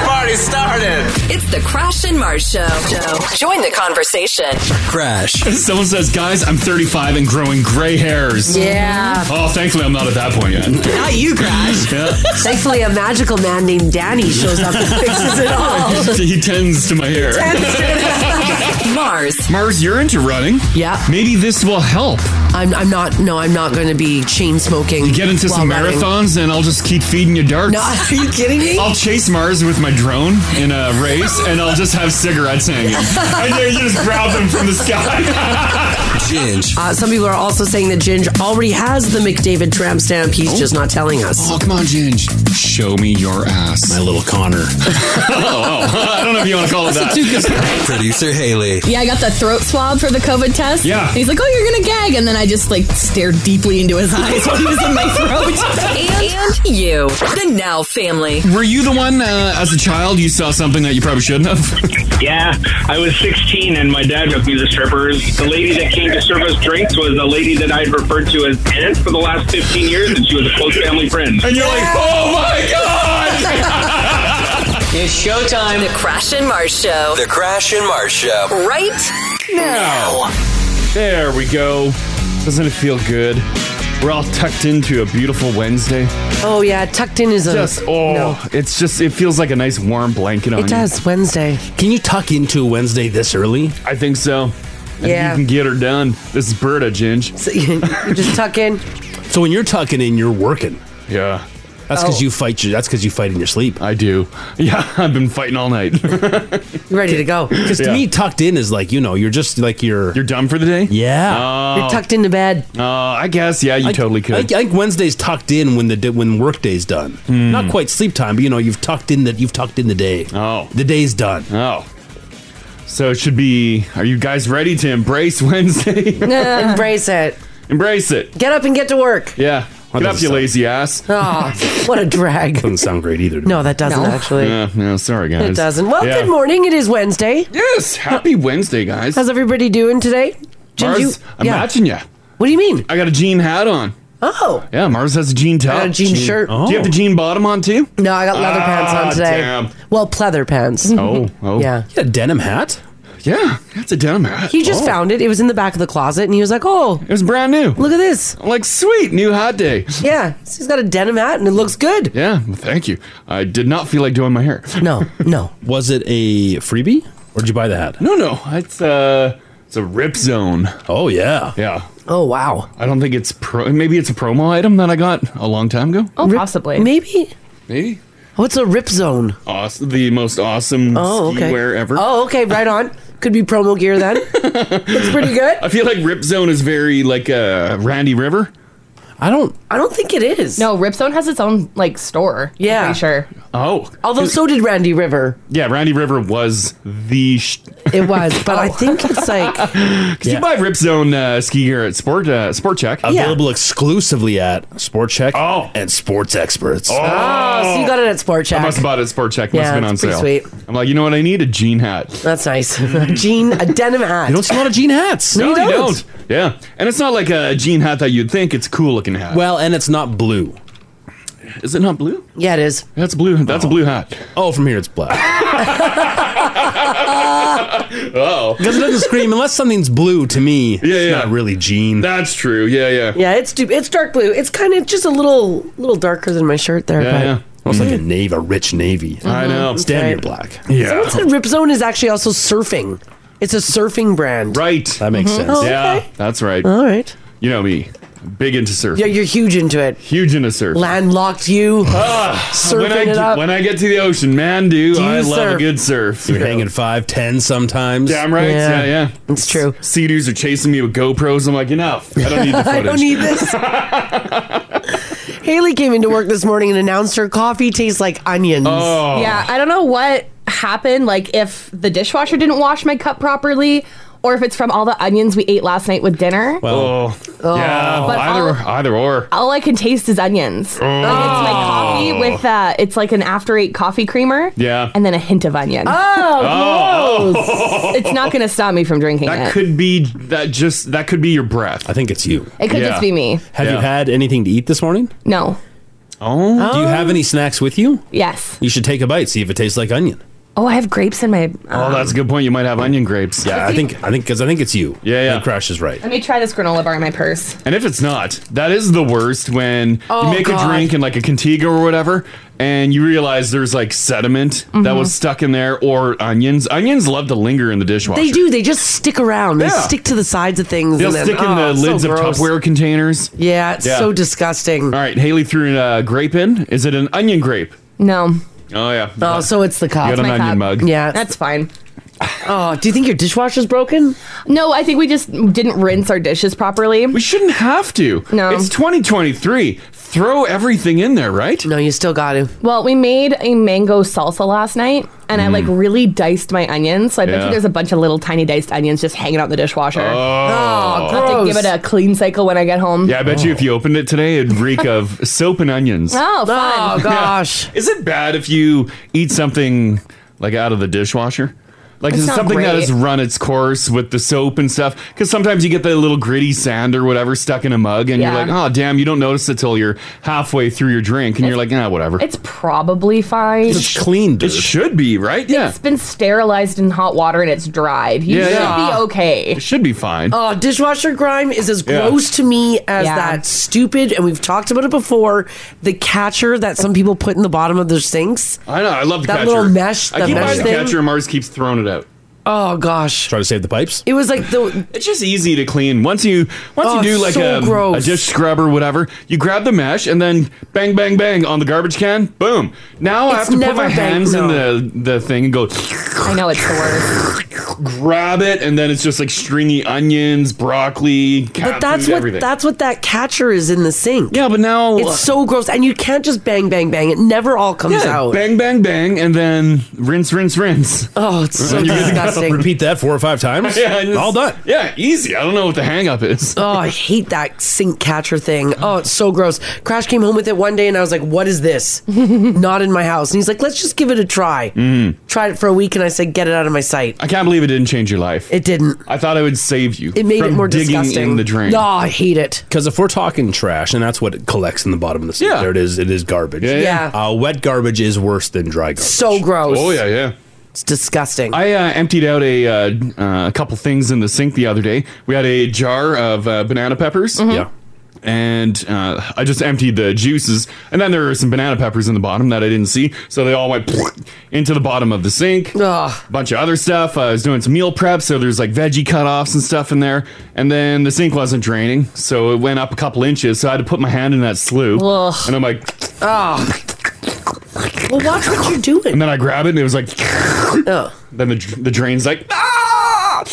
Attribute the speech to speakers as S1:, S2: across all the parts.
S1: already started.
S2: It's the Crash and Mars Show. Join the conversation.
S3: Crash.
S4: Someone says, guys, I'm 35 and growing gray hairs.
S5: Yeah.
S4: Oh, thankfully I'm not at that point yet.
S5: Not you, Crash.
S4: yeah.
S5: Thankfully, a magical man named Danny shows up and fixes it all.
S4: he tends to my hair.
S2: Mars.
S4: Mars, you're into running.
S5: Yeah.
S4: Maybe this will help.
S5: I'm, I'm not, no, I'm not going to be chain smoking.
S4: You get into
S5: while
S4: some
S5: running.
S4: marathons and I'll just keep feeding you darts.
S5: No, are you kidding me?
S4: I'll chase Mars with my drone in a race and I'll just have cigarettes hanging. and then you just grab them from the sky.
S3: Ginge.
S5: Uh, some people are also saying that Ginge already has the McDavid tramp stamp. He's just not telling us.
S4: oh, come on, Ginge. Show me your ass.
S3: My little Connor.
S4: Oh, I don't know if you want to call it that.
S3: Producer Haley.
S6: Yeah, I got the throat swab for the COVID test.
S4: Yeah.
S6: And he's like, oh, you're going to gag. And then I just like stared deeply into his eyes while he was in my throat.
S2: And, and you. The Now Family.
S4: Were you the one uh, as a child you saw something that you probably shouldn't have?
S7: Yeah, I was 16 and my dad took me to strippers. The lady that came to serve us drinks was a lady that I had referred to as aunt for the last 15 years, and she was a close family friend.
S4: And you're like, oh my god!
S8: It's showtime.
S2: The Crash and Mars Show.
S3: The Crash and Mars Show.
S2: Right
S4: now. Oh. There we go. Doesn't it feel good? We're all tucked into a beautiful Wednesday.
S5: Oh, yeah. Tucked in is a.
S4: Just oh,
S5: No.
S4: it's just it feels like a nice warm blanket on
S5: It does. Wednesday.
S8: Can you tuck into Wednesday this early?
S4: you. I think so. I
S5: Yeah.
S4: think you can get her done. This is Berta Ginge.
S5: So you you just tuck in.
S8: So when you're tucking in, you're working.
S4: Yeah,
S8: That's
S5: Oh.
S8: because you fight. Your, that's because you fight in your sleep.
S4: I do. Yeah, I've been fighting all night.
S5: You're ready to go.
S8: Because
S4: Yeah.
S8: to me, tucked in is like you know, you're just like you're.
S4: You're done for the day?
S8: yeah.
S4: Uh,
S5: You're tucked into bed.
S4: uh, I guess. Yeah, you
S8: I,
S4: totally could.
S8: I, I think Wednesday's tucked in when the di- when work day's done.
S4: Hmm.
S8: Not quite sleep time, but you know you've tucked in that you've tucked in the day.
S4: Oh.
S8: the day's done.
S4: Oh. So it should be. Are you guys ready to embrace Wednesday?
S5: Embrace it.
S4: embrace it.
S5: Get up and get to work.
S4: Yeah. Get up,
S8: doesn't
S4: you
S8: suck.
S4: lazy ass.
S5: Oh, what a drag.
S8: Doesn't sound great either. to me.
S5: No, that doesn't actually.
S4: Yeah, no, sorry, guys.
S5: It doesn't. Well,
S4: Yeah.
S5: good morning. It is Wednesday.
S4: Yes. Happy Wednesday, guys.
S5: How's everybody doing today? Did
S4: Mars,
S5: you-
S4: I'm
S5: yeah.
S4: matching ya.
S5: What do you mean?
S4: I got a jean hat on.
S5: Oh,
S4: Yeah, Mars has a jean top.
S5: I got a jean, shirt.
S4: Do you
S6: Oh.
S4: have the jean bottom on too?
S5: No, I got leather
S4: Ah,
S5: pants on today.
S4: damn.
S5: Well, pleather pants.
S4: Oh, oh.
S5: Yeah.
S8: You got a denim hat.
S4: Yeah, that's a denim hat.
S5: He just
S4: Oh.
S5: found it. It was in the back of the closet, and he was like, "Oh,
S4: It was brand new.
S5: look at this."
S4: I'm like, sweet, new hot day.
S5: Yeah, so he's got a denim hat, and it looks good.
S4: Yeah, well, thank you. I did not feel like doing my hair.
S5: No, no.
S8: Was it a freebie or did you buy the hat?
S4: No, no. It's, uh, it's a rip zone.
S8: Oh yeah.
S4: Yeah.
S5: Oh wow.
S4: I don't think it's pro. Maybe it's a promo item that I got a long time ago.
S6: Oh, possibly.
S5: Maybe.
S4: Maybe.
S5: What's Oh, a rip zone?
S4: Awesome. The most awesome
S5: Oh,
S4: ski
S5: okay.
S4: wear ever.
S5: Oh, okay. Right on. Could be promo gear then. looks pretty good.
S4: I feel like Rip Zone is very like uh, Randy River.
S8: I don't.
S5: I don't think it is.
S9: No, Ripzone has its own like store.
S5: Yeah.
S9: I'm pretty sure.
S4: Oh,
S5: Although so did Randy River.
S4: yeah, Randy River was the. Sh-
S5: It was, but
S4: Oh.
S5: I think it's like
S4: Could you buy Rip Zone uh, ski gear at Sport uh, Sport Check?
S5: Yeah.
S8: Available exclusively at Sport Check
S4: Oh.
S8: and Sports Experts.
S5: oh, so you got it at Sport Check.
S4: I must have bought it at Sport Check. Must
S5: Yeah,
S4: have been on
S5: it's pretty
S4: sale.
S5: sweet.
S4: I'm like, you know what? I need a jean hat.
S5: That's nice. A jean, a denim hat.
S8: You don't see a lot of jean hats.
S4: No,
S5: don't.
S4: you don't. Yeah, and it's not like a jean hat that you'd think. It's a cool looking hat.
S8: Well, and it's not blue.
S4: is it not blue?
S5: yeah, it is.
S4: That's blue. That's a blue hat.
S8: Oh, from here it's black.
S4: Oh,
S8: Because it doesn't scream unless something's blue to me. Yeah, it's
S4: yeah.
S8: not really jean.
S4: that's true. Yeah, yeah,
S5: Yeah, it's du- it's dark blue. It's kind of just a little little darker than my shirt there.
S4: yeah.
S5: but Mm-hmm.
S4: yeah.
S8: Almost like a navy, a rich navy.
S4: I know.
S8: It's damn near
S5: Right.
S8: black.
S4: Mm. Uh-huh. Yeah.
S5: Someone said Rip Zone is actually also surfing. It's a surfing brand.
S4: Right.
S8: That makes sense.
S5: Oh,
S4: Yeah,
S5: okay.
S4: that's right.
S5: All right.
S4: You know me, big into surf.
S5: Yeah, you're huge into it.
S4: Huge into surf.
S5: Landlocked you, surfing
S4: Ah, when I,
S5: it
S4: get-
S5: up.
S4: when I get to the ocean, man, do,
S5: you
S4: I love a
S5: surf?
S4: good surf.
S8: You're hanging five, ten sometimes.
S4: Damn right.
S5: Yeah.
S4: Yeah, yeah.
S5: it's true.
S4: Sea dudes are chasing me with GoPros. I'm like, enough. I don't need the footage.
S5: I don't need this. Haley came into work this morning and announced her coffee tastes like onions.
S4: Oh,
S9: Yeah, I don't know what happened. Like if the dishwasher didn't wash my cup properly, or if it's from all the onions we ate last night with dinner.
S4: oh. yeah.
S9: But
S4: Either,
S9: I'll-
S4: either or.
S9: all I can taste is onions. Like, it's my coffee with uh, it's like an after eight coffee creamer.
S4: Oh. Yeah.
S9: and then a hint of onion.
S4: Oh, oh.
S9: It's not gonna stop me from drinking
S4: that
S9: it.
S4: could be that. Just that could be your breath.
S8: I think it's you.
S9: it could
S4: yeah.
S9: just be me.
S8: Have you
S4: Yeah.
S8: had anything to eat this morning?
S9: No,
S8: Oh. Do you have any snacks with you?
S9: Yes.
S8: You should take a bite, see if it tastes like onion.
S9: Oh, I have grapes in my.
S8: Oh, that's a good point. You might have onion grapes. Yeah, I think I think because I think it's you. Yeah, yeah. Crash is right.
S9: Let me try this granola bar in my purse.
S4: And if it's not, that is the worst when
S9: Oh,
S4: you make
S9: God.
S4: a drink and like a Contigo or whatever, and you realize there's like sediment that
S5: Mhm.
S4: was stuck in there or onions. Onions love to linger in the dishwasher.
S5: They do. They just stick around. They
S4: Yeah.
S5: stick to the sides of things.
S4: They'll
S5: and then-
S4: stick in
S5: oh,
S4: the
S5: so
S4: lids of
S5: gross.
S4: Tupperware containers.
S5: Yeah, it's so disgusting. All
S4: right, Haley threw a grape in. Is it an onion grape?
S9: No.
S4: Oh yeah.
S5: Oh, so it's the cup.
S4: You got an onion mug.
S5: Yeah,
S9: That's fine.
S5: Oh, do you think your dishwasher's broken?
S9: No, I think we just didn't rinse our dishes properly. We
S4: shouldn't have to.
S9: No.
S4: It's 2023. Throw everything in there, right?
S5: No, you still got to.
S9: Well, we made a mango salsa last night, and I like really diced my onions. So I bet
S4: Mm. Yeah.
S9: you there's a bunch of little tiny diced onions just hanging out in the dishwasher.
S4: Oh.
S9: I'll have to give it a clean cycle when I get home.
S4: Yeah, I bet you if you opened it today, it'd reek of soap and onions.
S9: Oh, fun.
S4: Yeah. Is it bad if you eat something like out of the dishwasher? Like
S9: It's
S4: is it
S9: not
S4: something that
S9: great.
S4: has run its course with the soap and stuff? Because sometimes you get the little gritty sand or whatever stuck in a mug, and
S9: Yeah.
S4: you're like, "Oh, damn!" You don't notice it till you're halfway through your drink, and you're like, "Ah, whatever."
S9: It's probably fine.
S4: clean. It should be right. Yeah,
S9: It's been sterilized in hot water and it's dried. You
S4: Yeah,
S9: should
S4: yeah.
S9: be okay.
S4: it should be fine.
S5: Oh, dishwasher grime is as
S4: Yeah.
S5: gross to me as
S9: Yeah.
S5: that stupid, and we've talked about it before. The catcher that some people put in the bottom of their sinks.
S4: I know. I love the
S5: that
S4: catcher.
S5: little mesh.
S4: I
S5: that
S4: keep
S5: mesh
S4: buying the
S5: thing.
S4: catcher, and Mars keeps throwing it out.
S5: Oh gosh.
S4: Try to save the pipes.
S5: It was like the.
S4: It's just easy to clean once you once
S5: Oh,
S4: you do
S5: it's
S4: like
S5: so
S4: a,
S5: gross.
S4: a dish scrub or whatever. You grab the mesh and then bang, bang, bang on the garbage can. Boom. Now I
S9: It's
S4: have to put
S9: never
S4: my
S9: bang-
S4: hands
S9: no.
S4: in the the thing and go
S9: I know it's the worst.
S4: grab it, and then it's just like stringy onions, broccoli, cat
S5: But that's
S4: food,
S5: what
S4: everything.
S5: that's what that catcher is in the sink.
S4: Yeah, but now
S5: it's so gross, and you can't just bang, bang, bang. It never all comes
S4: yeah,
S5: out.
S4: bang, bang, bang, and then rinse, rinse, rinse.
S5: Oh, it's so
S4: And you're good to go.
S5: disgusting.
S8: Repeat that four or five times.
S4: Yeah, and it's-
S8: all done.
S4: Yeah, easy. I don't know what the hang up is.
S5: Oh, I hate that sink catcher thing. Oh, it's so gross. Crash came home with it one day and I was like, what is this? Not in my house. And he's like, let's just give it a try. Tried it for a week and I said, get it out of my sight.
S4: Mm-hmm. I can't believe it didn't change your life.
S5: It didn't.
S4: I thought it would save you.
S5: It made
S8: From
S5: it more
S8: digging in
S5: disgusting. Ah,
S8: the drain.
S5: No, I hate it.
S8: Because if we're talking trash, and that's what it collects in the bottom of the sink, there it is. It is garbage.
S5: Yeah, yeah.
S8: Uh, wet garbage is worse than dry garbage.
S5: So gross.
S4: Oh yeah, yeah.
S5: It's disgusting.
S4: I uh, emptied out a uh, uh, a couple things in the sink the other day. We had a jar of uh, banana peppers.
S5: Mm-hmm.
S4: Yeah. And uh, I just emptied the juices, and then there were some banana peppers in the bottom that I didn't see, so they all went into the bottom of the sink.
S5: A
S4: bunch of other stuff. Uh, I was doing some meal prep, so there's like veggie cutoffs and stuff in there. And then the sink wasn't draining, so it went up a couple inches. So I had to put my hand in that slough,
S5: Ugh.
S4: and I'm like,
S5: Oh. well, watch what you're doing.
S4: and then I grab it, and it was like, then the dr- the drain's like. "Ah!"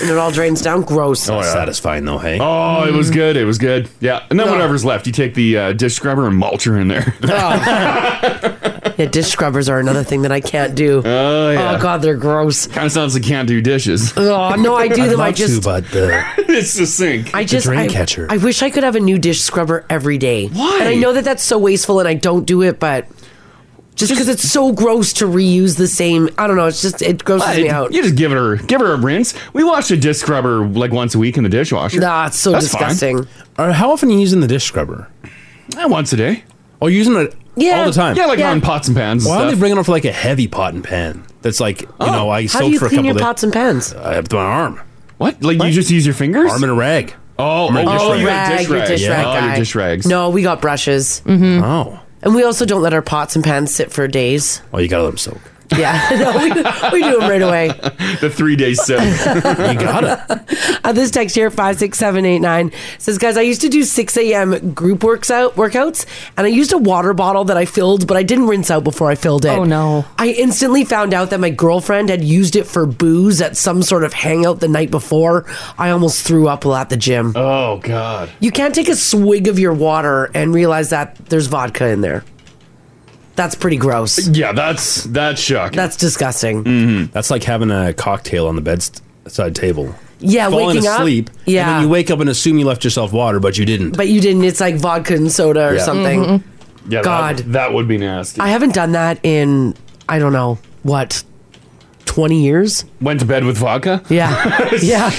S5: And it all drains down. Gross.
S4: Oh,
S8: Satisfying though, hey.
S4: Oh, it was good. It was good. Yeah. And then whatever's left, you take the uh, dish scrubber and mulch her in there.
S5: Yeah, dish scrubbers are another thing that I can't do.
S4: Oh, yeah.
S5: Oh, God, they're gross.
S4: kind of sounds like you can't do dishes.
S5: Oh, no, I do them. I just.
S8: but uh, the
S4: it's the sink.
S5: I just I, I wish I could have a new dish scrubber every day.
S4: Why?
S5: And I know that that's so wasteful, and I don't do it, but just because it's so gross to reuse the same. I don't know. It's just it grosses
S4: What?
S5: me out.
S4: You just give her give her a rinse. We wash a dish scrubber like once a week in the dishwasher.
S5: Nah, it's so
S4: fine.
S5: disgusting.
S8: Or how often are you using the dish scrubber?
S4: Eh, once a day.
S8: Oh, you're using it
S5: Yeah.
S8: all the time.
S5: Yeah, like Yeah. on
S4: pots and pans.
S8: Why
S5: and
S8: are they
S5: stuff.
S8: bringing up like a heavy pot and pan? That's like you know I
S5: How
S8: soaked
S5: do you
S8: for a
S5: clean
S8: couple
S5: your
S8: days.
S5: pots and pans?
S8: I have my arm.
S4: What? Like you just use your fingers?
S8: Arm and a rag.
S4: Oh,
S8: I'm a dish
S5: oh,
S8: rag. Oh,
S5: rag, your dish rag guy. No, we got brushes.
S8: Mm-hmm. Oh,
S5: and we also don't let our pots and pans sit for days.
S8: well, Oh, you gotta let them soak.
S5: Yeah, no, we, we do them right away.
S4: the three day sip.
S8: you got it.
S5: Uh, this text here, 56789, says, Guys, I used to do 6 a.m. group works out, workouts, and I used a water bottle that I filled, but I didn't rinse out before I filled it. Oh, no. I instantly found out that my girlfriend had used it for booze at some sort of hangout the night before. I almost threw up while at the gym.
S4: Oh, God.
S5: You can't take a swig of your water and realize that there's vodka in there. That's pretty gross.
S4: Yeah, that's that's shocking. Mm-hmm.
S5: That's disgusting.
S8: That's like having a cocktail on the bedside table.
S5: Yeah,
S8: falling
S5: waking up.
S8: asleep.
S5: Yeah.
S8: and then you wake up and assume you left yourself water, but you didn't.
S5: But you didn't. It's like vodka and soda or
S8: Yeah.
S5: something.
S8: Mhm.
S4: Yeah, that-
S5: God.
S4: That, would be nasty.
S5: I haven't done that in I don't know what 20 years.
S4: Went to bed with vodka?
S5: Yeah. yeah.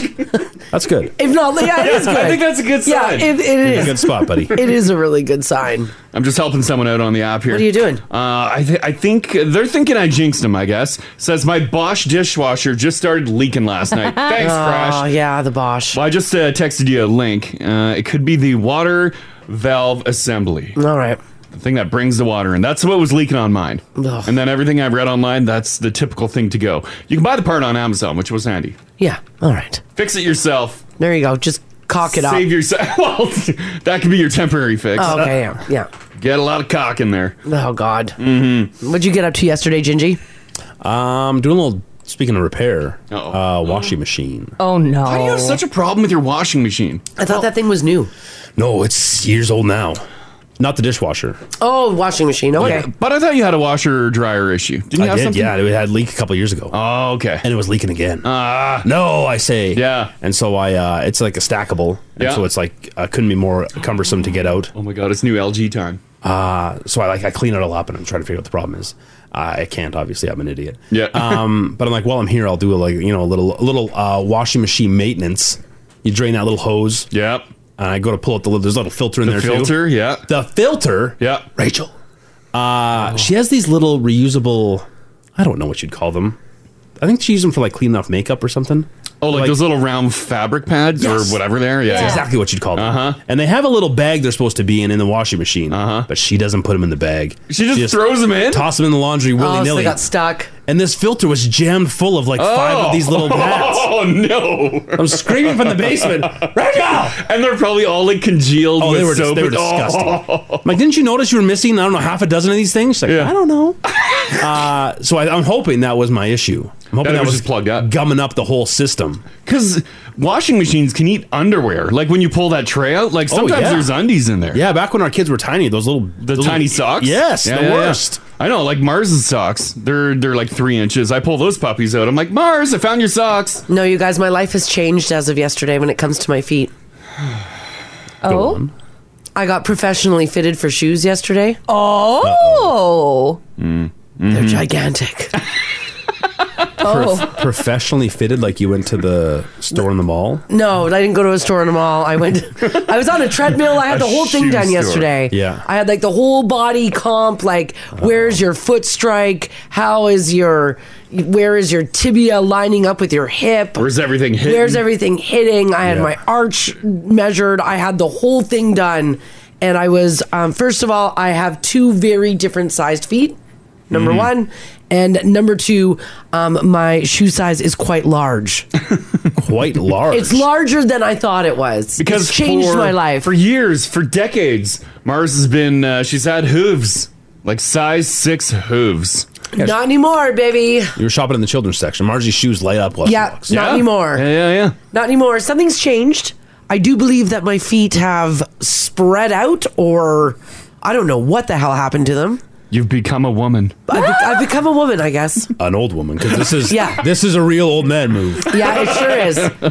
S1: That's good.
S5: If not, yeah, it is
S4: I
S5: good.
S4: think that's a good
S5: Yeah,
S4: sign.
S5: it, it
S4: You're in a
S5: is.
S4: good spot, buddy.
S5: It is a really good sign.
S4: I'm just helping someone out on the app here.
S5: What are you doing?
S4: Uh, I, th- I think they're thinking I jinxed them, I guess. Says my Bosch dishwasher just started leaking last night. Thanks,
S5: Oh,
S4: Crash.
S5: yeah, the Bosch.
S4: Well, I just uh, texted you a link. Uh, it could be the water valve assembly.
S5: All right.
S4: The thing that brings the water in. That's what was leaking on mine. And then everything I've read online, that's the typical thing to go. You can buy the part on Amazon, which was handy.
S5: Yeah. All right.
S4: Fix it yourself.
S5: There you go. Just cock it up.
S4: Save yourself. Well, that could be your temporary fix.
S5: Oh, okay. Yeah. yeah.
S4: Get a lot of cock in there.
S5: Oh God. Mm-hmm. What'd you get up to yesterday, Gingy?
S8: Um, doing a little. Speaking of repair, uh, washing machine.
S9: Oh no!
S4: How do you have such a problem with your washing machine?
S5: I thought that thing was new.
S8: No, it's years old now. Not the dishwasher.
S5: Oh, washing machine. Okay.
S4: But I thought you had a washer or dryer issue. Didn't you
S8: I
S4: have
S8: did,
S4: something?
S8: yeah. It had a leak a couple years ago.
S4: Oh, okay.
S8: And it was leaking again. Ah. no, I say. Yeah. And so I, uh, it's like a stackable. And
S4: Yeah.
S8: So it's like, uh, couldn't be more cumbersome to get out.
S4: Oh my God, it's new LG time.
S8: Uh, so I like, I clean it all up and I'm trying to figure out what the problem is. I can't, obviously. I'm an idiot.
S4: Yeah.
S8: um, but I'm like, while I'm here, I'll do a, like, you know, a little, a little, uh, washing machine maintenance. You drain that little hose.
S4: Yep.
S8: And I go to pull up the little, there's a little filter in
S4: The
S8: there too.
S4: filter, yeah.
S8: The filter.
S4: Yeah.
S8: Rachel. Uh,
S4: Oh.
S8: she has these little reusable. I don't know what you'd call them. I think she used them for like cleaning off makeup or something.
S4: Oh, like, those little round fabric pads
S8: Yes.
S4: or whatever there. Yeah,
S8: That's
S4: Uh-huh. yeah.
S8: exactly what you'd call them. Uh huh. And they have a little bag they're supposed to be in in the washing machine. Uh huh. But she doesn't put them in the bag.
S4: Uh-huh. She just throws them in?
S8: toss them in the laundry willy
S5: Oh, so
S8: nilly.
S5: they got stuck.
S8: and this filter was jammed full of like five of these little pads.
S4: Oh no!
S8: I'm screaming from the basement, Rachel!
S4: And they're probably all like congealed
S8: Oh,
S4: with
S8: they were, dis-
S4: soap.
S8: they were
S4: and- oh.
S8: disgusting. I'm like, didn't you notice you were missing? I don't know, half a dozen of these things. She's like,
S4: Yeah.
S8: I don't know. uh, so I, I'm hoping that was my issue. I'm hoping
S4: That it
S8: that,
S4: was
S8: was
S4: just plugged up.
S8: gumming up the whole system.
S4: Because washing machines can eat underwear. Like when you pull that tray out, like
S8: Oh,
S4: sometimes
S8: yeah.
S4: there's undies in there.
S8: Yeah, back when our kids were tiny, those little
S4: The tiny socks.
S8: Yes,
S4: Yeah,
S8: the
S4: yeah, yeah.
S8: worst.
S4: I know, like Mars's socks. They're they're like three inches. I pull those puppies out. I'm like, Mars, I found your socks.
S5: No, you guys, my life has changed as of yesterday when it comes to my feet.
S9: Oh.
S5: I got professionally fitted for shoes yesterday.
S9: Oh.
S5: They're gigantic.
S9: Oh.
S8: Professionally fitted, like you went to the store in the mall.
S5: No, I didn't go to a store in a mall. I went. I was on a treadmill. I had
S8: A
S5: the whole thing
S8: shoe
S5: done
S8: store.
S5: yesterday.
S8: Yeah.
S5: I had like the whole body comp. Like, where's your foot strike? How is your? Where is your tibia lining up with your hip?
S4: Where's everything hidden?
S5: Where's everything hitting? I had
S4: Yeah.
S5: my arch measured. I had the whole thing done, and I was um, first of all, I have two very different sized feet. Number
S4: Mm-hmm.
S10: Mhm.
S5: one, and number two, um, my shoe size is quite large.
S8: Quite large.
S5: It's larger than I thought it was.
S4: because
S5: it's changed
S4: for,
S5: my life.
S4: for years, for decades, Mars has been. Uh, she's had hooves, like size six hooves.
S5: Not anymore, baby.
S8: You were shopping in the children's section. Margie's shoes light up. while she
S5: Yeah,
S8: walks.
S5: not anymore.
S4: yeah, yeah.
S5: Not anymore. Something's changed. I do believe that my feet have spread out, or I don't know what the hell happened to them.
S4: You've become a woman.
S5: I've, be- I've become a woman, I guess.
S8: An old woman, because this is
S5: Yeah.
S8: this is a real old man move.
S5: Yeah, it sure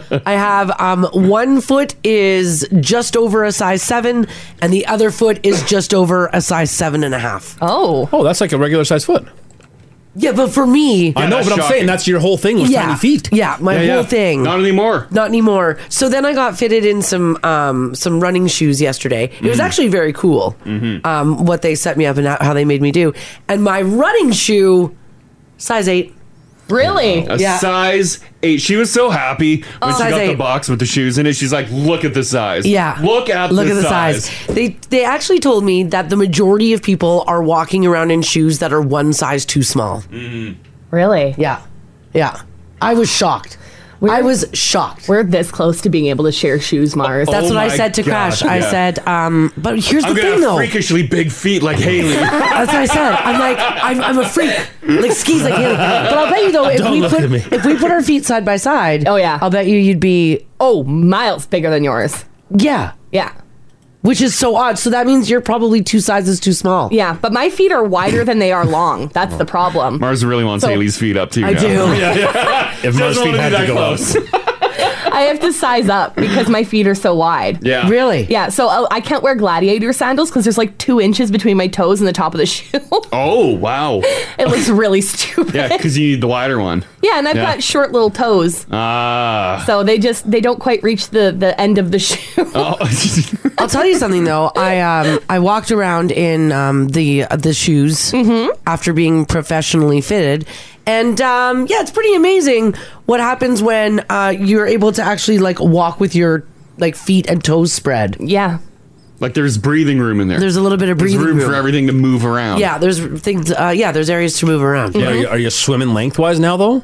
S5: is. I have um, one foot is just over a size seven, and the other foot is just over a size seven and a half.
S9: Oh,
S8: oh, that's like a regular size foot.
S5: Yeah, but for me,
S8: I know, but I'm saying that's your whole thing with
S5: yeah,
S8: tiny feet.
S5: Yeah, my
S8: Yeah,
S5: whole
S8: yeah.
S5: thing.
S8: Not
S4: anymore.
S5: Not anymore. So then I got fitted in some um, some running shoes yesterday. It was
S4: Mm-hmm.
S10: Mhm.
S5: actually very cool. Um, what they set me up and how they made me do, and my running shoe, size eight.
S9: Really?
S4: A size eight. She was so happy when she
S5: Size
S4: got the
S5: eight.
S4: box with the shoes in it. She's like, "Look at the size.
S5: Yeah.
S4: look at
S5: look
S4: the
S5: at the size. They they actually told me that the majority of people are walking around in shoes that are one size too small.
S4: Mm.
S9: Really?
S5: Mm. Yeah. Yeah. I was shocked. I was shocked.
S9: We're this close to being able to share shoes, Mars.
S5: That's
S4: Oh
S5: what I said to Crash. I said, um, but here's
S4: I'm
S5: the
S4: gonna
S5: thing
S4: have
S5: though.
S4: freakishly big feet like Haley.
S5: That's what I said. I'm like, I'm, I'm a freak. Like skis, like Haley. But I'll bet you though, if
S9: Don't
S5: we
S9: look
S5: put
S9: at me.
S5: if we put our feet side by side, oh yeah, I'll bet you you'd be
S9: oh miles bigger than yours.
S5: Yeah,
S9: yeah.
S5: Which is so odd. So that means you're probably two sizes too small.
S9: Yeah, but my feet are wider than they are long. That's the problem.
S4: Mars really wants
S9: So-
S4: Haley's feet up too.
S9: I
S4: now.
S9: do.
S4: Yeah, yeah.
S8: If
S4: Doesn't
S8: Mars feet
S4: wanna be
S8: had to
S4: that
S8: go
S4: close.
S9: I have to size up because my feet are so wide.
S1: Yeah. Really?
S9: Yeah. So uh, I can't wear gladiator sandals because there's like two inches between my toes and the top of the shoe.
S4: Oh wow!
S9: it looks really stupid.
S4: Yeah, because you need the wider one.
S9: Yeah, and I've
S4: Yeah.
S9: got short little toes,
S4: Ah.
S9: so they just they don't quite reach the the end of the shoe.
S4: Oh.
S5: I'll tell you something though. I um I walked around in um the uh, the shoes after being professionally fitted, and um yeah, it's pretty amazing what happens when uh you're able to actually like walk with your like feet and toes spread.
S9: Yeah.
S4: Like there's breathing room in there.
S5: There's a little bit of
S4: There's
S5: breathing
S4: room,
S5: room.
S4: for everything to move around.
S5: Yeah, there's things. Uh, yeah, there's areas to move around.
S8: Are, you, are you swimming lengthwise now though?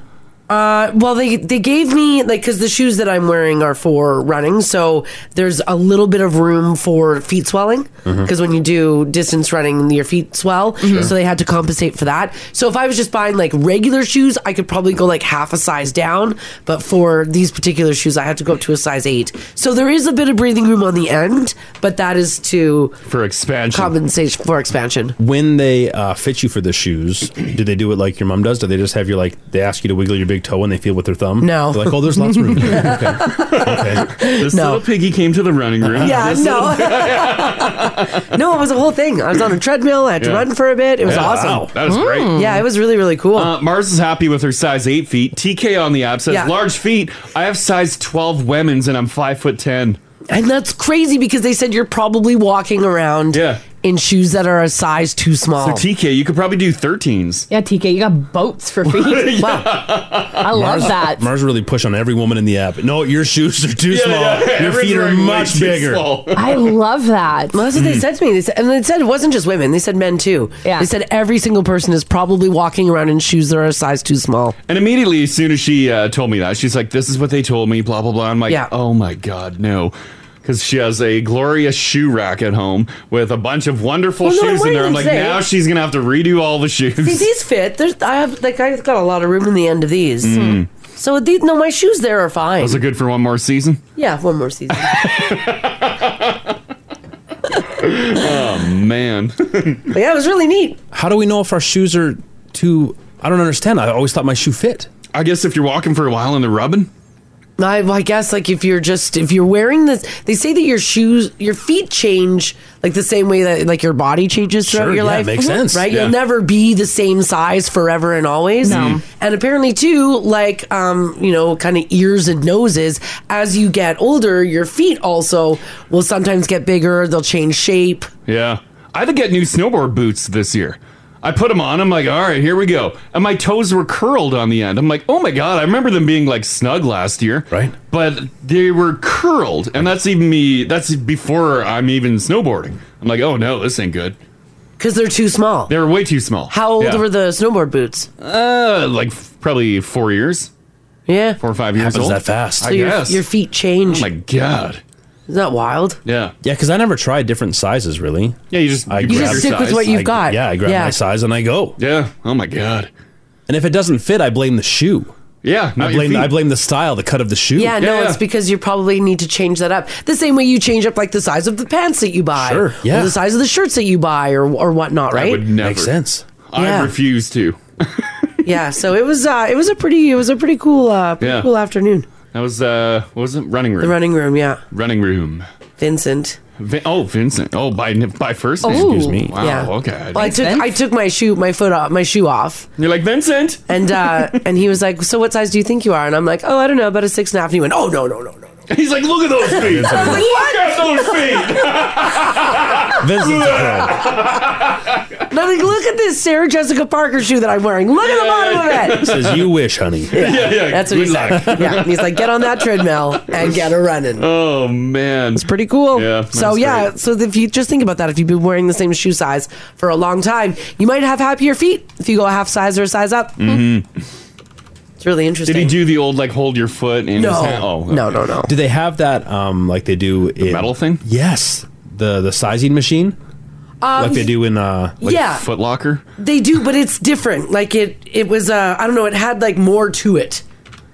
S5: Uh, well, they they gave me like because the shoes that I'm wearing are for running, so there's a little bit of room for feet swelling
S8: Mm-hmm.
S1: Mhm.
S5: because when you do distance running, your feet swell.
S1: Sure.
S5: So they had to compensate for that. So if I was just buying like regular shoes, I could probably go like half a size down, but for these particular shoes, I had to go up to a size eight. So there is a bit of breathing room on the end, but that is to
S4: for expansion
S5: compensate for expansion.
S8: When they uh, fit you for the shoes, do they do it like your mom does? Do they just have your like they ask you to wiggle your big toe and they feel with their thumb?
S5: No.
S8: They're like, oh, there's lots of room. okay.
S4: This little piggy came to the running room.
S5: Yeah,
S4: This little-
S5: no. no, it was a whole thing. I was on a treadmill. I had to
S4: Yeah.
S5: run for a bit. It was
S4: Yeah,
S5: awesome. Mm.
S4: wow, that was great.
S5: Yeah, it was really, really cool.
S4: Uh, Mars is happy with her size eight feet. TK on the app says
S5: Yeah.
S4: large feet. I have size twelve women's and I'm five foot ten.
S5: and that's crazy because they said you're probably walking around in shoes that are a size too small.
S4: So TK, you could probably do thirteens.
S9: Yeah, TK, you got boats for feet.
S5: Wow.
S9: I love
S8: Mars,
S9: that.
S8: Mars really push on every woman in the app. No, your shoes are too
S5: Yeah,
S8: small.
S5: yeah, yeah.
S8: Your feet are
S5: Everything
S8: much
S5: way too
S8: bigger.
S5: small.
S9: I love that.
S5: Well, that's what they
S4: Mm.
S5: said to me. They said, and they said it wasn't just women. They said men too. Yeah. They said every single person is probably walking around in shoes that are a size too small.
S4: And immediately, as soon as she uh, told me that, she's like, "This is what they told me." Blah blah blah. I'm like,
S5: Yeah.
S4: "Oh my god, no." Because she has a glorious shoe rack at home with a bunch of wonderful
S5: Well, no, I'm
S4: shoes in
S5: wearing
S4: there.
S5: them
S4: I'm like,
S5: today.
S4: now she's gonna have to redo all the
S5: See,
S4: shoes.
S5: these fit. There's, I have like I've got a lot of room in the end of these.
S4: Mm.
S5: So these, no, my shoes there are fine.
S4: Those are good for one more season.
S5: Yeah, one more season.
S4: oh man.
S5: yeah, it was really neat.
S8: How do we know if our shoes are too? I don't understand. I always thought my shoe fit.
S4: I guess if you're walking for a while and they're rubbing.
S5: I, I guess like if you're just if you're wearing this, they say that your shoes, your feet change like the same way that like your body changes throughout
S1: Sure,
S5: your
S1: yeah,
S5: life. Mm-hmm.
S1: makes sense.
S5: right?
S1: Yeah.
S5: You'll never be the same size forever and always.
S1: No.
S5: And apparently too, like um, you know, kind of ears and noses. As you get older, your feet also will sometimes get bigger. They'll change shape.
S4: Yeah. I had to get new snowboard boots this year. I put them on. I'm like, all right, here we go. And my toes were curled on the end. I'm like, oh my God, I remember them being like snug last year. Right. But they were curled. And that's even me, that's before I'm even snowboarding. I'm like, oh no, this ain't good.
S5: Because they're too small.
S4: They were way too small.
S5: How old were the snowboard boots?
S4: Uh, like f- probably four years.
S5: Yeah.
S4: Four or five years
S8: Happens
S4: old.
S8: that fast.
S4: I
S5: So your,
S4: guess.
S5: your feet change.
S4: Oh my God.
S5: Isn't that wild?
S4: Yeah.
S8: Yeah, because I never tried different sizes really.
S4: Yeah, you just
S8: I
S5: you just
S8: grab-
S5: stick with what
S8: I-
S5: you've got.
S8: Yeah, I grab
S5: Yeah.
S8: my size and I go.
S4: Yeah. Oh my god.
S8: And if it doesn't fit, I blame the shoe.
S4: Yeah,
S8: I blame I blame the style, the cut of the shoe.
S5: Yeah, no, it's because you probably need to change that up. The same way you change up like the size of the pants that you buy,
S4: Sure,
S5: or
S4: yeah.
S5: the size of the shirts that you buy, or or whatnot, right?
S4: I would never. Makes
S8: sense.
S4: I
S5: Yeah.
S4: refuse to.
S5: yeah, so it was uh, it was a pretty it was a pretty cool uh, pretty
S4: Yeah.
S5: cool afternoon.
S4: That was uh, what was it? Running room.
S5: The running room, yeah.
S4: Running room.
S5: Vincent.
S4: Vin- oh, Vincent. Oh, by by first name.
S5: Oh.
S4: Excuse me. Wow.
S5: Yeah.
S4: Okay.
S5: Well, I took I took my shoe my foot off my shoe off.
S4: You're like Vincent,
S5: and uh, and he was like, "So what size do you think you are?" And I'm like, "Oh, I don't know, about a six and a half." And he went, "Oh no, no, no, no."
S4: He's like, look at those feet.
S5: I was like,
S4: Look at those feet.
S8: Vincent's
S5: And I'm like, look at this Sarah Jessica Parker shoe that I'm wearing. Look at the bottom of it.
S8: Says you wish, honey.
S5: That's what he said. yeah, and he's like, get on that treadmill and get her running.
S4: Oh man, it's
S5: pretty cool.
S4: Yeah.
S5: So
S4: that's
S5: yeah,
S4: great.
S5: so if you just think about that, if you've been wearing the same shoe size for a long time, you might have happier feet if you go a half size or a size up.
S4: Mhm.
S5: It's really
S4: Did
S5: interesting.
S4: he do the old like hold your foot in
S5: No.
S4: his hand? Oh,
S5: No, no, no.
S8: Do they have that um like they do the
S4: metal thing?
S8: Yes. The the sizing machine?
S5: Um,
S8: like they do in uh like
S5: yeah.
S4: Foot Locker?
S5: They do, but it's different. Like it, it was. Uh, I don't know. It had like more to it.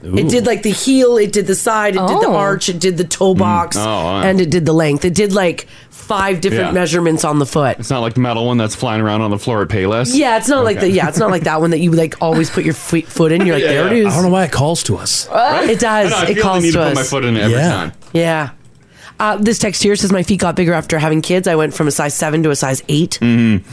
S5: It did like the heel, it did the side, it did the arch, it did the toe box,
S4: Oh, wow.
S5: and it did the length. It did like five different
S4: Yeah.
S5: measurements on the foot. It's
S4: not like the metal one that's flying around on the floor at Payless.
S5: Yeah, it's not like
S4: Okay.
S5: the yeah, it's not like that one that you like always put your feet, foot in. You're like,
S4: Yeah,
S5: there
S4: yeah.
S5: it is.
S4: I don't know
S8: why it calls to us.
S5: Uh,
S4: Right?
S5: It
S4: I
S5: does.
S4: know, I
S5: it
S4: feel
S5: calls
S4: the need
S5: to
S4: to
S5: us.
S4: put my foot in it every Yeah. time.
S5: Yeah. Uh, this text here says my feet got bigger after having kids. I went from a size seven to a size 8 Mm-hmm.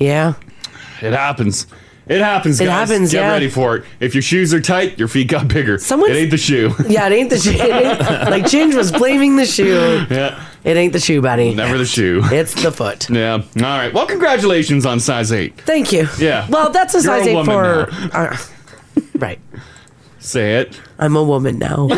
S5: Yeah.
S4: It happens. It happens.
S5: It
S4: Guys.
S5: happens,
S4: Get
S5: yeah.
S4: ready for it. If your shoes are tight, your feet got bigger. Someone. It ain't the shoe.
S5: Yeah, it ain't the shoe. It ain't, like Ginge was blaming the shoe.
S4: yeah.
S5: It ain't the shoe, buddy.
S4: Never the shoe.
S5: It's the foot.
S4: Yeah. All right. Well, congratulations on size eight.
S5: Thank you.
S4: Yeah.
S5: Well, that's a
S4: You're
S5: size
S4: a
S5: eight
S4: woman
S5: for. Uh, right.
S4: Say it.
S5: I'm a woman now.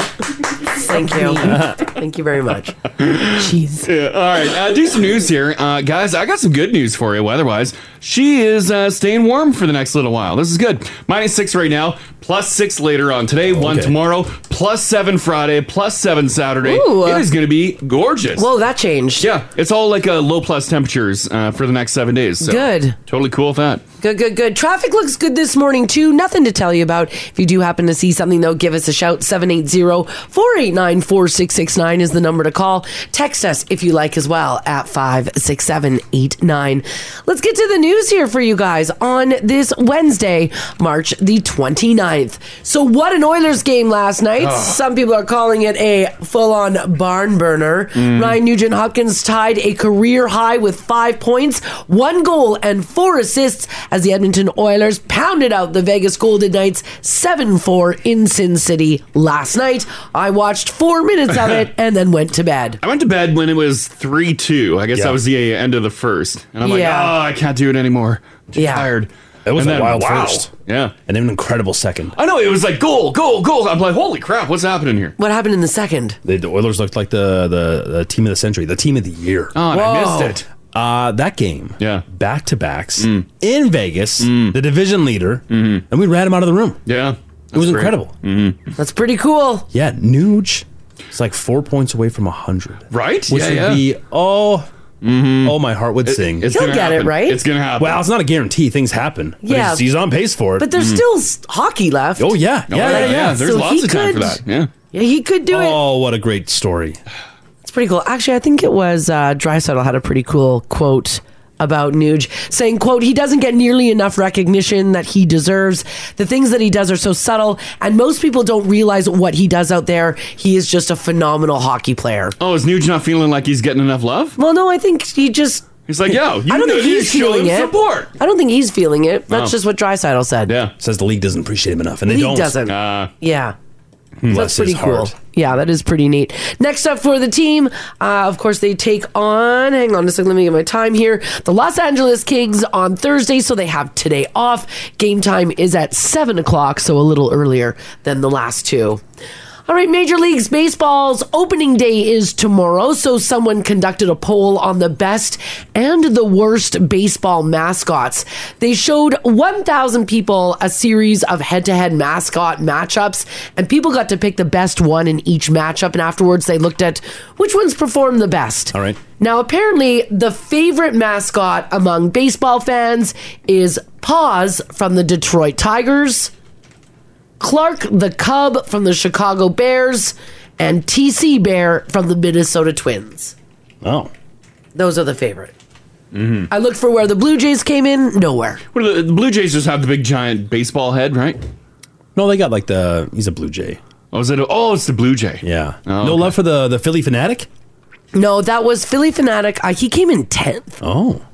S5: Thank you.
S4: Yeah.
S5: Thank you very much.
S4: Jeez. Yeah, all right. Uh, do some news here. Uh, guys, I got some good news for you weather wise. She is uh, staying warm for the next little while. This is good. Minus six right now, plus six later on today, one tomorrow, plus seven Friday, plus seven Saturday.
S5: Ooh. uh,
S4: It is going to be gorgeous.
S5: Whoa, that changed.
S4: Yeah. It's all like uh, low plus temperatures uh, for the next seven days. So
S5: Good.
S4: Totally cool with that.
S5: Good, good, good. Traffic looks good this morning, too. Nothing to tell you about. If you do happen to see something, though, give us a shout. 780 489 4669 is the number to call. Text us if you like as well at 56789. Let's get to the news here for you guys on this Wednesday, March the 29th. So, what an Oilers game last night.
S1: Ah.
S5: Some people are calling it a full on barn burner.
S1: Mm.
S5: Ryan Nugent Hopkins tied a career high with five points, one goal, and four assists as the Edmonton Oilers pounded out the Vegas Golden Knights 7 4 in Sin City last night. I watched four minutes of it and then went to bed.
S4: I went to bed when it was 3 2. I guess that was the uh, end of the first. And I'm like,
S5: Yeah.
S4: oh, I can't do it anymore. I'm too tired.
S8: It was
S4: And
S8: a
S4: then,
S8: wild
S4: wow.
S8: first.
S4: Yeah.
S8: And then an incredible second.
S4: I know it was like goal, goal, goal. I'm like, holy crap, what's happening here?
S5: What happened in the second?
S8: The, the Oilers looked like the, the the team of the century, the team of the year.
S4: Oh, and I Whoa. missed it.
S8: Uh, that game,
S4: yeah, Mm.
S8: back to backs in Vegas, the division leader, and we ran him out of the room.
S4: Mm-hmm. Yeah, Mm-hmm.
S8: it was incredible.
S5: That's pretty cool.
S8: Yeah, Nuge, it's like four points away from hundred,
S4: Right?
S8: Which
S4: Yeah,
S8: would
S4: yeah. Mm-hmm.
S8: be oh, oh, my heart would
S4: It-
S8: sing.
S4: it's He'll gonna get it, happen. right? It's gonna happen.
S8: Well, it's not a guarantee. Things happen. But
S5: Yeah.
S8: he's, he's on pace for it.
S5: But
S4: Mm-hmm.
S5: there's
S8: Mm.
S5: still s- hockey left.
S8: Oh yeah, yeah, yeah, yeah.
S5: There's So lots he of time for could- that,
S4: Yeah.
S5: Yeah, he could do it.
S8: Oh, what a great story.
S5: It's pretty cool. Actually, I think it was uh, Drysaddle had a pretty cool quote about Nuge saying, quote, he doesn't get nearly enough recognition that he deserves. The things that he does are so subtle and most people don't realize what he does out there. He is just a phenomenal hockey player.
S4: Oh, is Nuge not feeling like he's getting enough love?
S5: Well, no, I think he just
S4: He's like, yo, you
S5: I don't
S4: know,
S5: think
S4: you
S5: he's
S4: show
S5: feeling
S4: him
S5: it.
S4: support. Oh.
S5: I don't think he's feeling it. That's
S4: Wow.
S5: just what Drysaddle said.
S4: Yeah,
S8: Um, says the league doesn't appreciate him enough, and they
S5: League
S8: don't. Ah.
S5: doesn't. Yeah.
S8: Bless
S5: That's pretty
S8: his
S5: cool.
S8: heart.
S5: Yeah, that is pretty neat. Next up for the team, uh, of course, they take on, hang on a second, let me get my time here, the Los Angeles Kings on Thursday, so they have today off. Game time is at 7 o'clock, so a little earlier than the last two. All right, Major Leagues Baseball's opening day is tomorrow, so someone conducted a poll on the best and the worst baseball mascots. They showed 1,000 people a series of head to head mascot matchups, and people got to pick the best one in each matchup, and afterwards they looked at which ones performed the best. All right. Now, apparently, the favorite mascot among baseball fans is Paws from the Detroit Tigers. Clark the Cub from the Chicago Bears and TC Bear from the Minnesota Twins.
S8: Oh.
S5: Those are the favorite.
S8: Mm-hmm.
S5: I looked for where the Blue Jays came in, nowhere.
S4: What are the, the Blue Jays just have the big giant baseball head, right?
S8: No, they got like the he's a Blue Jay.
S4: Oh, is it? A, oh, it's the Blue Jay. Oh,
S8: Yeah. no love for the the Philly fanatic.
S5: No, that was Philly Fanatic. Uh, he came in 10th.
S8: Oh.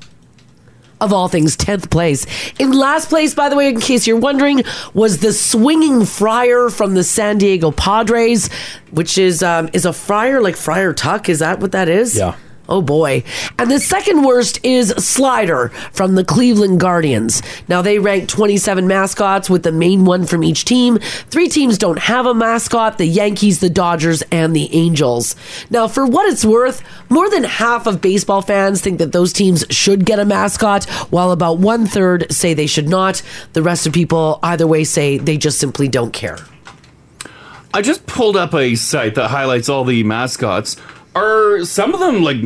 S5: Of all things, 10th place. In last place, by the way, in case you're wondering, was the Swinging Friar from the San Diego Padres, which is um, is a friar like Friar Tuck. Is that what that is? Yeah. Oh boy. And the second worst is Slider from the Cleveland Guardians. Now they ranked 27 mascots with the main one from each team. Three teams don't have a mascot the Yankees, the Dodgers, and the Angels. Now, for what it's worth, more than half of baseball fans think that those teams should get a mascot, while about one third say they should not. The rest of people, either way, say they just simply don't care.
S4: I just pulled up a site that highlights all the mascots. Are some of them like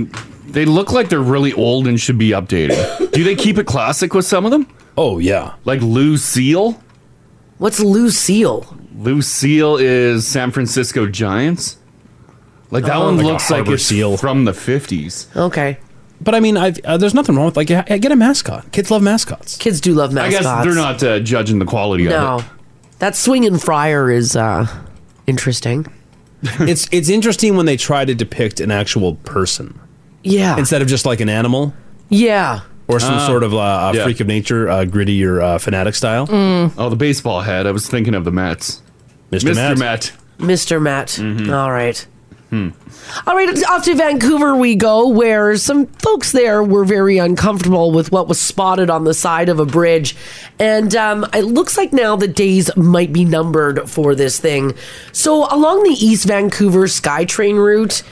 S4: they look like they're really old and should be updated? Do they keep it classic with some of them?
S8: Oh yeah,
S4: like Lucille.
S5: What's Lucille?
S4: Lucille is San Francisco Giants. Like that
S8: Oh.
S4: one
S8: Like a
S4: looks like
S8: harbor
S4: it's from the fifties.
S5: Okay.
S8: But I mean, I've, uh, there's nothing wrong with like yeah, get a mascot. Kids love mascots.
S5: Kids do love
S4: I guess
S5: mascots.
S4: they're not uh, judging the quality
S5: No.
S4: of it.
S5: That swinging fryer is uh, interesting.
S8: it's it's interesting when they try to depict an actual person
S5: Yeah.
S8: instead of just like an animal
S5: Yeah.
S8: or some
S4: Ah.
S8: sort of uh, uh, freak of nature, uh, gritty or uh, fanatic style.
S5: Mm.
S4: Oh, the baseball head. I was thinking of the Mets. Mm-hmm.
S8: Mr. Matt.
S5: Mr. Matt. All right.
S4: Hmm.
S5: All right, off to Vancouver we go, where some folks there were very uncomfortable with what was spotted on the side of a bridge. And um, it looks like now the days might be numbered for this thing. So, along the East Vancouver SkyTrain route,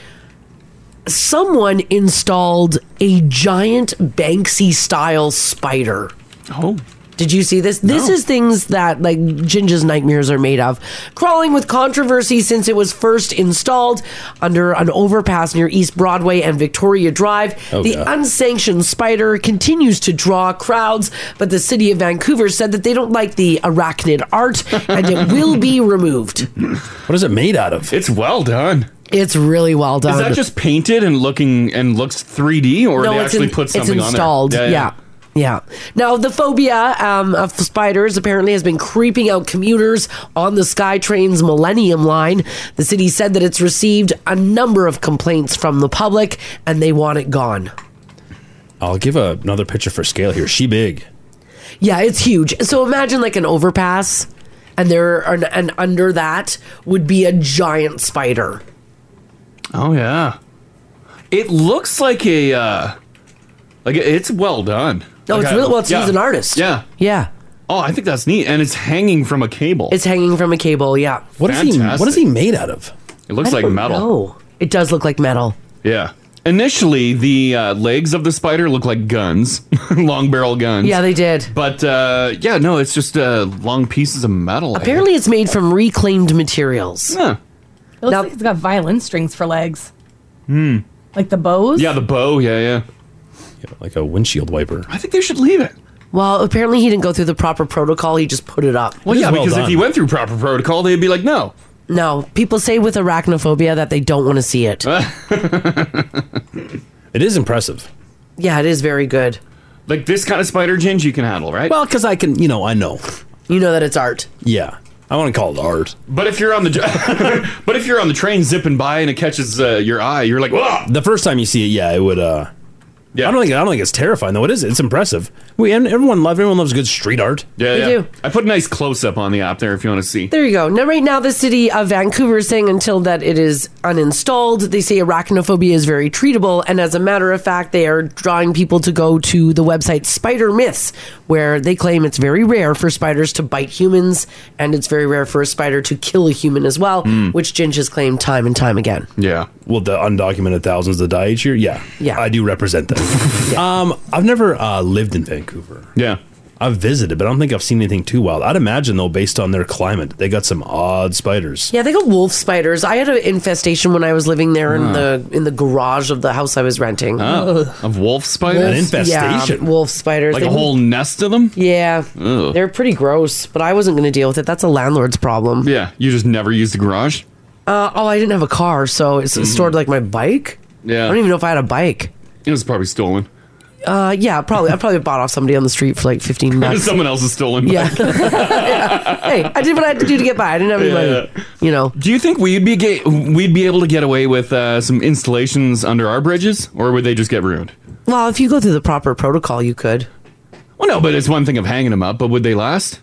S5: someone installed a giant Banksy style spider.
S4: Oh.
S5: Did you see this? This is things that like Ginger's nightmares are made of. Crawling with controversy since it was first installed under an overpass near East Broadway and Victoria Drive.
S1: Oh,
S5: the
S1: God.
S5: unsanctioned spider continues to draw crowds, but the city of Vancouver said that they don't like the arachnid art and it will be removed.
S8: What is it made out of?
S4: It's well done.
S5: It's really well done.
S4: Is that just painted and looking and looks 3D, or they actually
S5: in-
S4: put something
S5: it's installed.
S4: on there?
S5: yeah. Yeah. Now, the phobia um, of spiders apparently has been creeping out commuters on the SkyTrain's Millennium Line. The city said that it's received a number of complaints from the public and they want it gone.
S8: I'll give a, another picture for scale here. She big.
S5: Yeah, it's huge. So imagine like an overpass and there and, and under that would be a giant spider.
S4: Oh yeah. It looks like a uh like it's well done.
S5: No,
S4: Like
S5: it's
S4: I-
S5: real- well, it's- he's an artist.
S4: Yeah.
S5: Yeah.
S4: Oh, I think that's neat. And it's hanging from a cable.
S5: It's hanging from a cable, yeah.
S4: What is he- what Fantastic. is he
S8: made out of?
S4: It looks like metal.
S5: Oh. It does look like metal.
S4: Yeah. Initially, the uh, legs of the spider look like guns, long barrel guns.
S5: Yeah, they did.
S4: But uh, yeah, no, it's just uh, long pieces of metal.
S5: Apparently, it's made from reclaimed materials.
S4: Huh.
S9: It looks like it's got violin strings for legs,
S4: Hmm.
S9: like the bows.
S4: Yeah, the bow. Yeah, yeah.
S8: like a windshield wiper.
S4: I think they should leave it.
S5: Well, apparently he didn't go through the proper protocol. He just put it up.
S4: Well, yeah, because if he went through proper protocol, they'd be like, no.
S5: No, people say with arachnophobia that they don't want to see it.
S8: It is impressive.
S5: yeah, it is very good.
S4: Like this kind of spider ginge you can handle, right?
S8: Well, because I can, you know, I know.
S5: You know that it's art.
S8: Yeah. I want to call it art.
S4: But if you're on the, but if you're on the train zipping by and it catches uh, your eye, you're like, "Whoa!"
S8: The first time you see it, yeah, it would. uh yeah. I don't think I don't think it's terrifying though. It is. It's impressive. We and everyone loves everyone loves good street art.
S4: Yeah,
S5: They
S4: yeah.
S5: do.
S4: I put a nice close up on the app there if you want to see.
S5: There you go. Now, right now, the city of Vancouver is saying until that it is uninstalled, they say arachnophobia is very treatable. And as a matter of fact, they are drawing people to go to the website Spider Myths, where they claim it's very rare for spiders to bite humans and it's very rare for a spider to kill a human as well,
S4: Hmm.
S8: Mm.
S5: which Ginge has claimed time and time again.
S4: Yeah.
S8: Well, the undocumented thousands that die each year. Yeah.
S5: Yeah.
S8: I do represent them. Um, I've never uh, lived in Vancouver.
S4: Yeah.
S8: I've visited, but I don't think I've seen anything too wild. I'd imagine though, based on their climate, they got some odd spiders.
S5: Yeah, they got wolf spiders. I had an infestation when I was living there in
S8: Ah.
S5: the in the garage of the house I was renting.
S4: Oh, of wolf spiders? An infestation?
S5: Yeah, wolf spiders.
S4: Like
S5: They-
S4: a whole nest of them?
S5: Yeah.
S4: Ugh.
S5: They're pretty gross, but I wasn't going to deal with it. That's a landlord's problem.
S4: Yeah, you just never used the garage.
S5: Uh, oh, I didn't have a car, so it's
S4: Mhm.
S5: stored like my bike.
S4: Yeah.
S5: I don't even know if I had a bike.
S4: It was probably stolen.
S5: Uh, yeah, probably. I probably bought off somebody on the street for like fifteen bucks.
S4: Someone else has stolen.
S5: Yeah. hey, I did what I had to do to get by. I didn't have any money. You know.
S4: Do you think we'd be ga- we'd be able to get away with uh, some installations under our bridges, or would they just get ruined?
S5: Well, if you go through the proper protocol, you could.
S4: Well, no, but it's one thing of hanging them up, but would they last?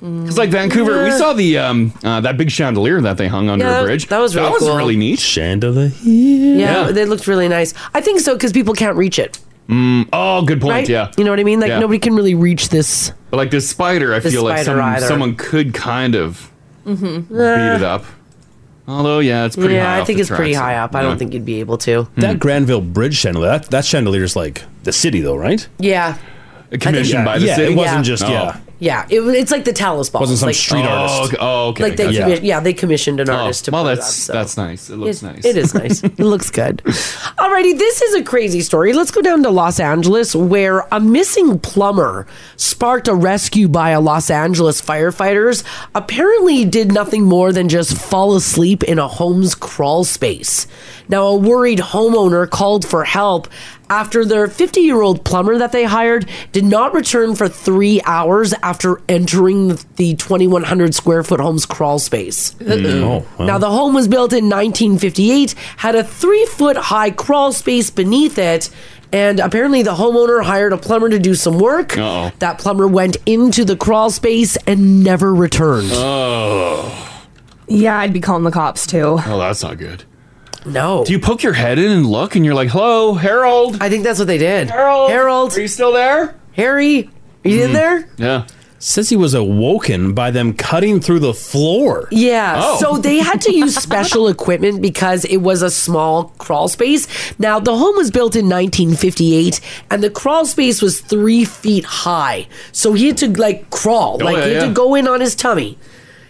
S4: Because like Vancouver, we
S5: Yeah.
S4: saw the um uh, that big chandelier that they hung under
S5: Mm. Yeah,
S4: a bridge.
S5: that was really
S4: that was
S5: cool.
S4: really neat.
S8: Chandelier.
S5: Yeah,
S4: Yeah.
S5: they looked really nice. I think so because people can't reach it.
S4: Mm, oh, good point.
S5: right?
S4: Yeah,
S5: You know what I mean? Like
S4: Yeah.
S5: nobody can really reach this.
S4: But like this spider, I
S5: This
S4: feel like
S5: spider
S4: some,
S5: either.
S4: someone could kind of
S5: Mm-hmm.
S4: beat it up. Although, yeah, it's pretty.
S5: Yeah,
S4: high
S5: I
S4: off
S5: think
S4: the
S5: it's pretty
S4: tracks.
S5: high up. I don't
S4: Yeah. Hmm.
S5: think you'd be able to.
S8: That Granville Bridge chandelier. That, that chandelier is like the city though, right?
S5: Yeah.
S8: Commissioned by the
S4: yeah,
S8: city?
S4: It wasn't
S8: Yeah.
S4: just
S8: Oh.
S4: yeah.
S5: Yeah, it, was- it's like the Talos ball.
S4: Wasn't some
S5: like,
S4: street Oh, artist. okay- oh, okay,
S5: Like they
S4: gotcha. Oh,
S5: commi- yeah, they commissioned an artist to.
S4: well,
S5: put it
S4: that's
S5: up, so.
S4: that's nice. It looks
S5: It-
S4: nice.
S5: It is nice. it looks good. Alrighty, this is a crazy story. Let's go down to Los Angeles, where a missing plumber sparked a rescue by a Los Angeles firefighters. Apparently, did nothing more than just fall asleep in a home's crawl space. Now, a worried homeowner called for help after their 50 year old plumber that they hired did not return for three hours after entering the 2,100 square foot home's crawl space.
S1: Mm. Oh, wow.
S5: Now, the home was built in 1958, had a three foot high crawl space beneath it, and apparently the homeowner hired a plumber to do some work.
S4: Uh-oh.
S5: That plumber went into the crawl space and never returned.
S4: Oh,
S9: Yeah, I'd be calling the cops too.
S4: well, Oh, that's not good.
S5: No.
S4: Do you poke your head in and look, and you're like, Oh. "Hello, Harold"?
S5: I think that's what they did.
S4: Harold,
S5: Harold,
S4: are you still there?
S5: Harry, are
S8: Mm-hmm.
S5: you in there?
S4: Yeah.
S8: Hmm. Says he was awoken by them cutting through the floor.
S5: Yeah. So they had to use special equipment because it was a small crawl space. Now, the home was built in 1958 and the crawl space was three feet high. So he had to like crawl,
S1: Oh,
S5: like
S1: yeah,
S5: he had
S1: yeah.
S5: to go in on his tummy.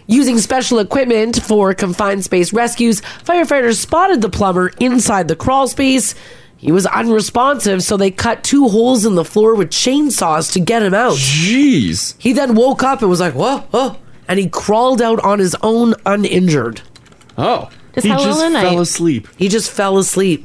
S5: Using special equipment for confined space rescues, firefighters spotted the plumber inside the crawl space. He was unresponsive, so they cut two holes in the floor with chainsaws to get him out.
S4: Jeez.
S5: He then woke up and was like, whoa, whoa. And he crawled out on his own uninjured.
S4: Oh.
S5: Just
S4: he
S5: how
S4: just
S5: well in
S4: fell
S5: I-
S4: asleep.
S5: He just fell asleep.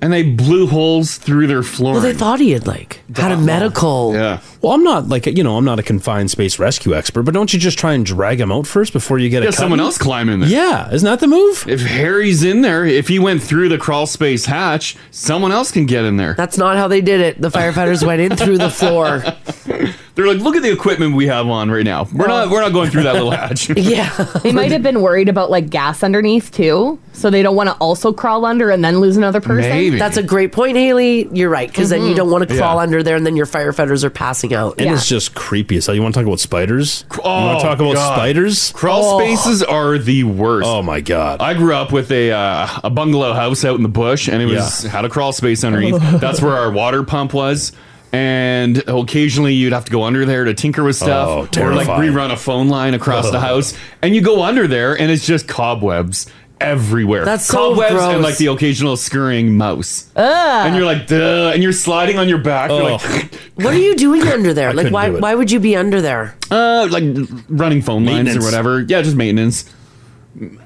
S4: And they blew holes through their floor.
S5: Well, they thought he had like had a medical.
S4: Yeah.
S8: Well, I'm not like you know, I'm not a confined space rescue expert, but don't you just try and drag him out first before you get a
S4: Yeah,
S8: cut?
S4: someone else climb in there.
S8: Yeah, isn't that the move?
S4: If Harry's in there, if he went through the crawl space hatch, someone else can get in there.
S5: That's not how they did it. The firefighters went in through the floor.
S4: They're like, look at the equipment we have on right now. We're not we're not going through that little hatch.
S5: Oh. yeah.
S9: They might have been worried about like gas underneath too, so they don't want to also crawl under and then lose another person.
S5: That's a great point, Haley. You're right, because then you
S9: Mhm.
S5: don't want to crawl
S8: Yeah.
S5: under there, and then your firefighters are passing out.
S8: And it's just creepy. So you want to talk about spiders? you want to talk about
S4: Oh, God.
S8: spiders?
S5: Oh.
S1: Oh.
S4: Crawl spaces are the worst. Oh
S8: my god!
S4: I grew up with a uh, a bungalow house out in the bush, and it was had a crawl space underneath. That's where our water pump was. And occasionally you'd have to go under there to tinker with
S8: Oh,
S4: stuff, or like
S8: terrifying.
S4: rerun a phone line across the house. And you go under there, and it's just cobwebs everywhere.
S1: That's so
S4: cobwebs and
S1: gross.
S4: like the occasional scurrying mouse.
S5: Ugh.
S4: And you're like, duh, and you're sliding on your back. You're like,
S5: What are you doing under there?
S4: I
S5: like,
S4: couldn't
S5: why
S4: do it.
S5: why would you be under there?
S4: uh, like running phone lines or
S5: Maintenance.
S4: whatever. Yeah, just maintenance.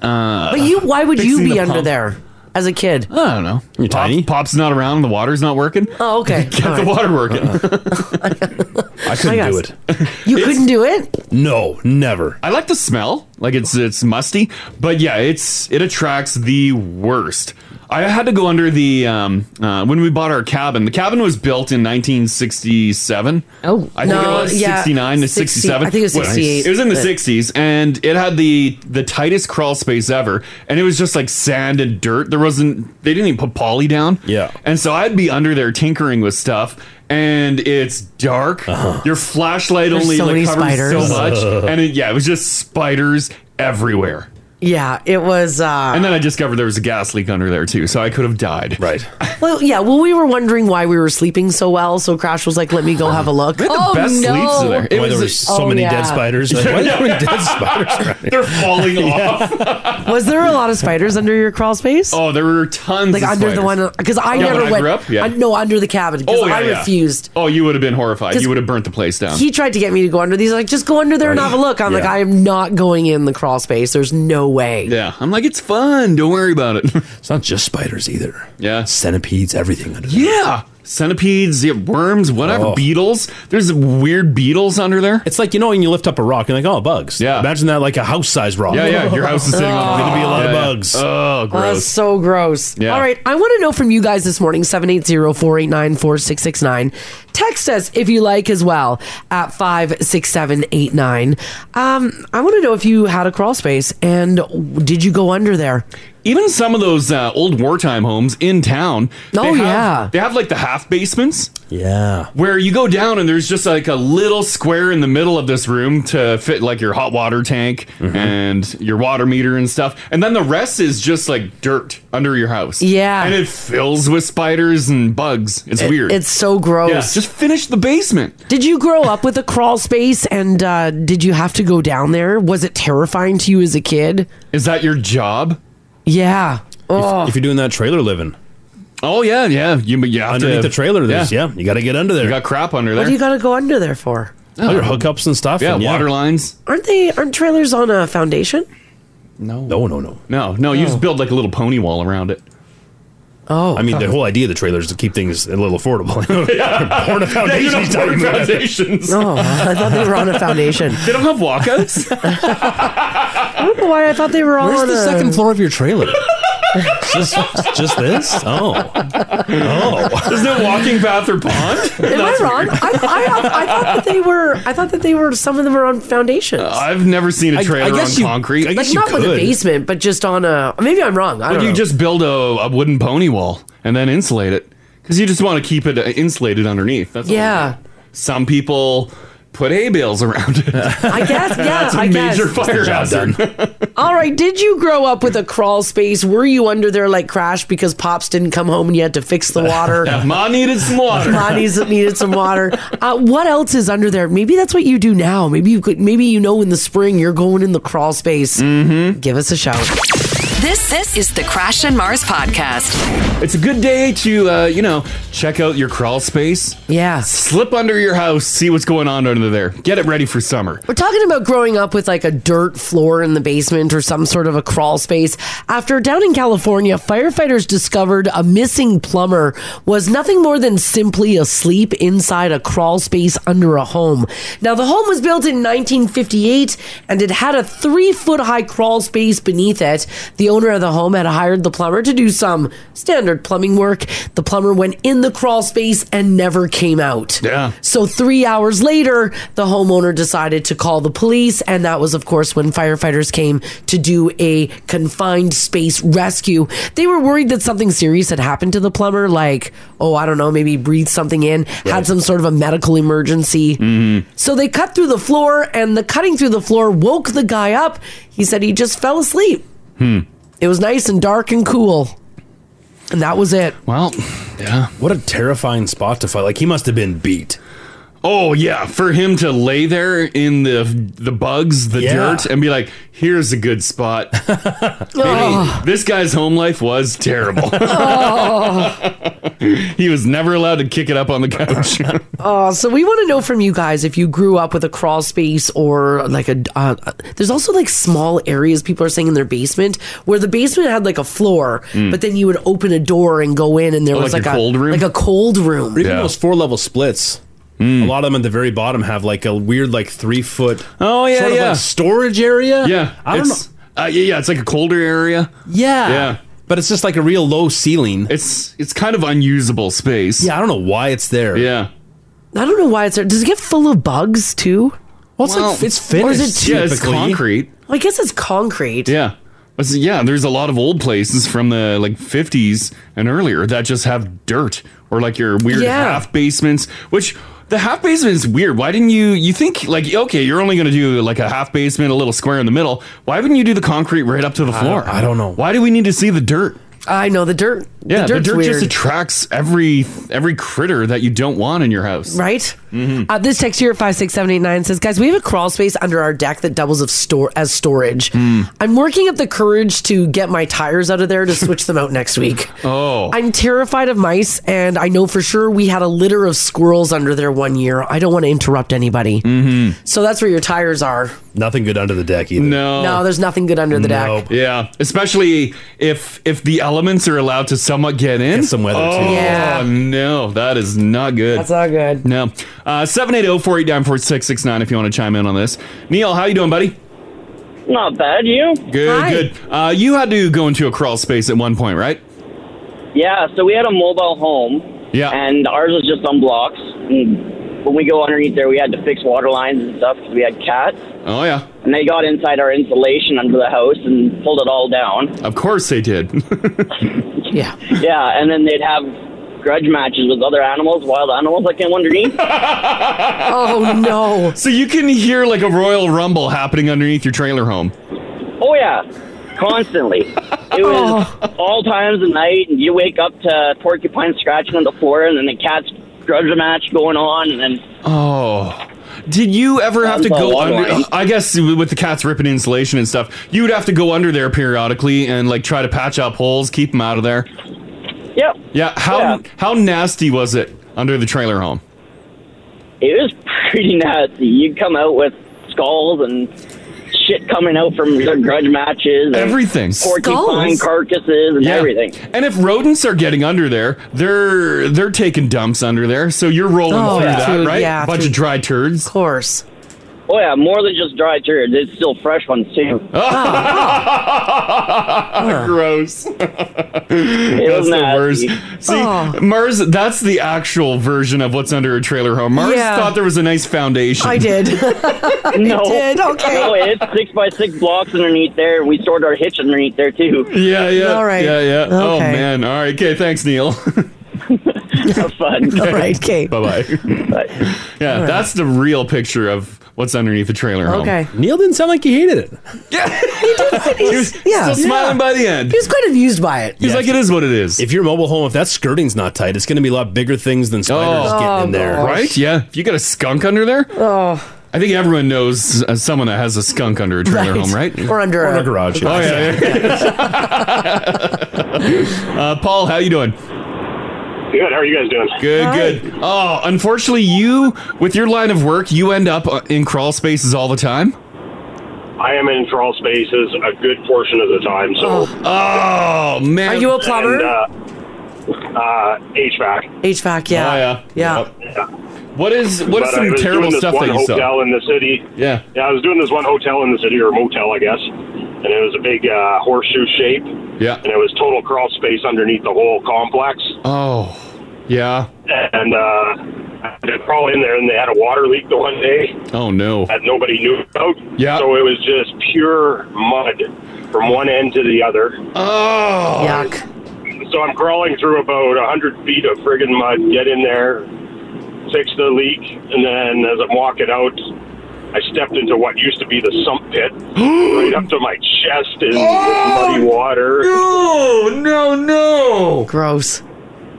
S4: Uh,
S5: but you, why would you
S4: fixing
S5: be
S4: the
S5: under
S4: pump.
S5: there as a kid?
S4: I don't know. You're tiny. Pop's not around. The water's not working.
S5: Oh, okay.
S4: Get
S5: All
S4: the
S5: right.
S4: water working. I
S5: couldn't I do guess. You couldn't do it.
S4: No, never. I like the smell. Like it's it's musty, but yeah, it's it attracts the worst. I had to go under the um, uh, when we bought our cabin. The cabin was built in 1967.
S9: Oh,
S4: I think
S5: No,
S4: it was
S5: yeah,
S4: 69 to
S5: 60
S4: 67.
S5: I think it was
S4: Whatever.
S5: 68,
S4: It was in the
S5: but-
S4: 60s, and it had the the tightest crawl space ever, and it was just like sand and dirt. There wasn't they didn't even put poly down. Yeah, and so I'd be under there tinkering with stuff. And it's dark.
S8: Uh-huh.
S4: Your flashlight
S5: There's
S4: only
S5: so
S4: like
S5: many
S4: covers
S5: spiders.
S4: so much, and it, yeah, it was just spiders everywhere.
S5: Yeah, it was. Uh,
S4: and then I discovered there was a gas leak under there too, so I could have died. Right.
S5: Well, yeah. Well, we were wondering why we were sleeping so well. So Crash was like, "Let me go have a look."
S4: had the Oh, best no. sleeps in there. It
S8: Why
S4: was
S8: there were
S4: a-
S8: so
S5: Oh,
S8: many
S5: yeah.
S8: dead spiders? Like, why there were dead spiders? around here?
S4: They're falling off.
S5: Was there a lot of spiders under your crawl space?
S4: Oh, there were tons.
S5: Like
S4: of
S5: under the
S4: spiders.
S5: one because I
S4: Yeah, when
S5: never
S4: I
S5: went.
S4: grew up, yeah.
S5: I- no, under the cabin because I refused.
S4: Oh, you would have been horrified.
S5: 'Cause
S4: You would have burnt the place down.
S5: He tried to get me to go under these. Like, just go under there and have a look. I'm like,
S4: Yeah.
S5: I am not going in the crawl space. There's no way.
S4: yeah, I'm like, it's fun. Don't worry about it. it's
S8: not just spiders either.
S4: Yeah,
S8: centipedes, everything under.
S4: Yeah, centipedes, yeah, worms, whatever,
S5: Oh.
S4: beetles. There's weird beetles under there.
S8: It's like you know when you lift up a rock and like oh bugs. Yeah, imagine that like a house size rock.
S4: Yeah, yeah, your house is sitting on a
S8: Gonna be a lot
S4: rock.
S8: of
S4: Yeah, yeah.
S8: bugs.
S4: Oh,
S5: Oh, that's so gross.
S8: Yeah.
S5: All right. I want to know from you guys this morning 780 489 4669. Text us if you like as well at 56789. Um, I want to know if you had a crawl space and did you go under there?
S4: even some of those uh, old wartime homes in town.
S5: Oh,
S4: they have,
S5: yeah.
S4: they have like the half basements.
S8: Yeah,
S4: where you go down and there's just like a little square in the middle of this room to fit like your hot water tank
S5: Mm-hmm.
S4: and your water meter and stuff, and then the rest is just like dirt under your house.
S5: Yeah.
S4: and it fills with spiders and bugs. It's
S5: It-
S4: weird.
S5: It's so gross.
S4: Yeah, just finish the basement.
S5: Did you grow up with a crawl space and uh, did you have to go down there? Was it terrifying to you as a kid?
S4: Is that your job?
S5: Yeah. Oh.
S8: If you're doing that trailer living.
S4: Oh yeah, yeah. You you have
S8: Underneath
S4: to,
S8: the trailer there's- yeah, you got to get under there.
S4: You got crap under there.
S5: what do you got to go under there for?
S8: Oh, your hookups and stuff.
S4: Yeah,
S8: and
S4: water lines.
S5: Aren't they aren't trailers on a foundation?
S4: No,
S8: no, no, no,
S4: no, no. You just build like a little pony wall around it.
S5: Oh,
S8: I mean, the whole idea of the trailer is to keep things a little affordable. Born a
S4: Yeah, you
S8: foundation.
S4: don't
S8: he's
S4: pour
S8: talking about.
S4: foundations.
S5: Oh, I thought they were on a foundation.
S4: They don't have walkouts.
S5: I don't know why I thought they were all
S8: Where's
S5: on
S8: the
S5: a-
S8: second floor of your trailer? just, just this? Oh, oh.
S4: There's no walking path or pond.
S5: Am I wrong? I, I, I thought that they were. I thought that they were. Some of them were on foundations.
S4: Uh, I've never seen
S8: I-
S4: a
S8: I
S4: trailer
S8: guess
S4: on
S8: you-
S4: concrete.
S8: I
S5: like
S8: guess you
S5: not with a
S8: could.
S5: basement, but just on a. Maybe I'm wrong. I
S4: But
S5: don't
S4: you
S5: know.
S4: just build a, a wooden pony wall and then insulate it because you just want to keep it uh, insulated underneath. That's all.
S5: Yeah.
S4: Some people put hay bales around it.
S5: I guess. Yeah.
S4: That's a
S5: I guess.
S4: major fire hazard.
S5: All right. Did you grow up with a crawl space? Were you under there like Crash because pops didn't come home and you had to fix the water?
S4: Yeah, Ma needed some water.
S5: Bodies that needed some water. Uh, what else is under there? Maybe that's what you do now. Maybe you could. Maybe you know in the spring you're going in the crawl space. Mm-hmm. Give us a shout.
S2: This this is the Crash and Mars podcast.
S4: It's a good day to, uh, you know, check out your crawl space.
S5: Yeah.
S4: Slip under your house, see what's going on under there. Get it ready for summer.
S5: We're talking about growing up with like a dirt floor in the basement or some sort of a crawl space. After down in California, firefighters discovered a missing plumber was nothing more than simply asleep inside a crawl space under a home. Now, the home was built in 1958 and it had a three foot high crawl space beneath it. The owner of the home had hired the plumber to do some standard plumbing work. The plumber went in the crawl space and never came out.
S4: Yeah.
S5: So, three hours later, the homeowner decided to call the police. And that was, of course, when firefighters came to do a confined space rescue. They were worried that something serious had happened to the plumber, like, oh, I don't know, maybe he breathed something in, had some sort of a medical emergency.
S4: Mm-hmm.
S5: So, they cut through the floor, and the cutting through the floor woke the guy up. He said he just fell asleep.
S4: Hmm.
S5: It was nice and dark and cool. And that was it.
S4: Well, yeah.
S8: What a terrifying spot to fight. Like, he must have been beat.
S4: Oh yeah, for him to lay there in the the bugs, the
S8: Yeah.
S4: dirt, and be like, "Here's a good spot."
S5: Oh.
S4: Maybe this guy's home life was terrible. he was never allowed to kick it up on the couch.
S5: Oh, so we want to know from you guys if you grew up with a crawl space or like a. Uh, there's also like small areas people are saying in their basement where the basement had like a floor,
S8: Mm.
S5: but then you would open a door and go in, and there
S8: Oh,
S5: was
S8: like
S5: like,
S8: a
S5: a
S8: cold room?
S5: like a cold room.
S8: Or even those four level splits.
S4: Hmm.
S8: A lot of them at the very bottom have like a weird, like three foot.
S4: Oh yeah,
S8: sort Of
S4: yeah.
S8: like storage area.
S4: yeah,
S8: I don't
S4: it's, know. Uh, yeah, yeah, it's like a colder area.
S8: Yeah.
S4: yeah,
S8: but it's just like a real low ceiling.
S4: It's it's kind of unusable space.
S8: Yeah, I don't know why it's there.
S4: Yeah,
S5: I don't know why it's there. Does it get full of bugs too?
S8: Well, it's like- Well, it's
S5: Or is
S8: finished,
S5: it too?
S4: yeah, it's concrete.
S5: Well, I guess it's concrete.
S4: Yeah. But see, Yeah, there's a lot of old places from the like 50s and earlier that just have dirt or like your weird
S5: Yeah.
S4: half basements, which the half basement is weird. Why didn't you you think like okay, you're only going to do like a half basement, a little square in the middle. Why wouldn't you do the concrete right up to the floor? I don't know. Why do we need to see the dirt?
S5: I know the dirt.
S4: Yeah, the,
S5: dirt's
S4: dirt
S5: weird.
S4: just attracts every every critter that you don't want in your house. Mm-hmm.
S5: Right? Uh, this text here at 56789 says, Guys, we have a crawl space under our deck that doubles of store as storage.
S4: Hmm.
S5: I'm working up the courage to get my tires out of there to switch them out next week.
S4: Oh.
S5: I'm terrified of mice, and I know for sure we had a litter of squirrels under there one year. I don't want to interrupt anybody. Mm-hmm. So that's where your tires are.
S8: Nothing good under the deck either.
S4: No.
S5: No, there's nothing good under the deck.
S4: Yeah, especially if if the elements are allowed to somewhat get in. some weather oh,
S5: too. Yeah.
S4: no, that is not good. That's
S5: not good.
S4: No. Uh 780-489-4669 if you want to chime in on this. Neil, how you doing, buddy?
S1: Not bad, you?
S4: Good, good. Uh you had to go into a crawl space at one point, right?
S1: Yeah, so we had a mobile home.
S4: Yeah.
S1: And ours was just on blocks. And when we go underneath there, we had to fix water lines and stuff because we had cats.
S4: Oh yeah,
S1: And they got inside our insulation under the house and pulled it all down.
S4: of course they did.
S5: yeah.
S1: Yeah, and then they'd have grudge matches with other animals, wild animals that came underneath.
S5: oh no!
S4: So you can hear like a royal rumble happening underneath your trailer home.
S1: Oh yeah, constantly. It was all times of night, and you wake up to porcupine scratching on the floor, and then the cat's grudge match going on, and then
S4: Oh. Did you ever have to
S1: Sounds
S4: go
S1: about
S4: under?
S1: right.
S4: I guess with the cats ripping insulation and stuff, you would have to go under there periodically and like try to patch up holes, keep them out of there.
S1: yep,
S4: Yeah. How
S1: Yeah.
S4: how nasty was it under the trailer home?
S1: it was pretty nasty. You'd come out with skulls and shit coming out from their grudge matches, and
S4: Everything.
S1: porcupine
S5: Skulls?
S1: carcasses, and everything.
S4: And if rodents are getting under there, they're they're taking dumps under there. So you're rolling
S5: Oh,
S4: through
S5: yeah.
S4: that,
S5: Through-
S4: right?
S5: yeah,
S4: Bunch
S5: through-
S4: of dry turds.
S5: Of course.
S1: Oh yeah, more than just dry turds. It's still fresh ones too.
S4: Oh, Gross.
S1: it
S4: That's
S1: was
S4: the
S1: nasty.
S4: worst. See,
S5: Oh.
S4: Mars, that's the actual version of what's under a trailer home. Mars
S5: Yeah.
S4: thought there was a nice foundation.
S5: I did.
S1: No,
S5: did? Okay.
S1: no, it's six by six blocks underneath there, and we stored our hitch underneath there too.
S4: Yeah, yeah.
S5: All right.
S4: Yeah, yeah. Oh,
S5: Okay.
S4: man. All right. Okay. Thanks, Neil.
S1: Have fun.
S5: All right. Okay.
S4: bye bye.
S1: But-
S4: Yeah, that's the real picture of what's underneath a trailer home.
S5: Okay.
S8: Neil didn't sound like he hated it.
S5: He's, yeah.
S4: Still smiling by the end.
S5: He was quite amused by it.
S4: He's
S8: Yeah.
S4: like, it is what it is.
S8: If your mobile home, if that skirting's not tight, it's going to be a lot bigger things than spiders
S4: Oh.
S8: getting in there.
S4: right? Yeah. If you got a skunk under there, oh. I think everyone knows uh, someone that has a skunk under a trailer home, right?
S5: Or under
S8: Or in
S5: a
S8: a garage.
S4: Oh yeah. yeah. uh, Paul, how you doing?
S7: Good. How are you guys doing?
S4: Good, good. Oh, unfortunately, you with your line of work, you end up uh, in crawl spaces all the time.
S7: I am in crawl spaces a good portion of the time. So
S4: Oh man,
S5: Are you a plumber?
S7: and uh, uh, HVAC.
S5: HVAC. Yeah.
S4: Oh yeah,
S5: Yeah.
S4: What is what
S7: but
S4: is
S7: I
S4: some
S7: was
S4: terrible
S7: doing this
S4: stuff
S7: one
S4: that you
S7: hotel
S4: saw?
S7: in the city.
S4: Yeah.
S7: Yeah, I was doing this one hotel in the city or motel, I guess, and it was a big uh, horseshoe shape, and
S4: Yeah.
S7: it was total crawl space underneath the whole complex.
S4: Oh, yeah.
S7: And uh, I had to crawl in there, and they had a water leak the one day
S4: Oh no.
S7: that nobody knew about.
S4: Yeah.
S7: So it was just pure mud from one end to the other.
S4: Oh.
S5: Yuck.
S7: So I'm crawling through about 100 feet of friggin' mud, get in there, fix the leak, and then as I'm walking out, I stepped into what used to be the sump pit, right up to my chest in muddy water.
S4: No, no, no.
S5: Gross.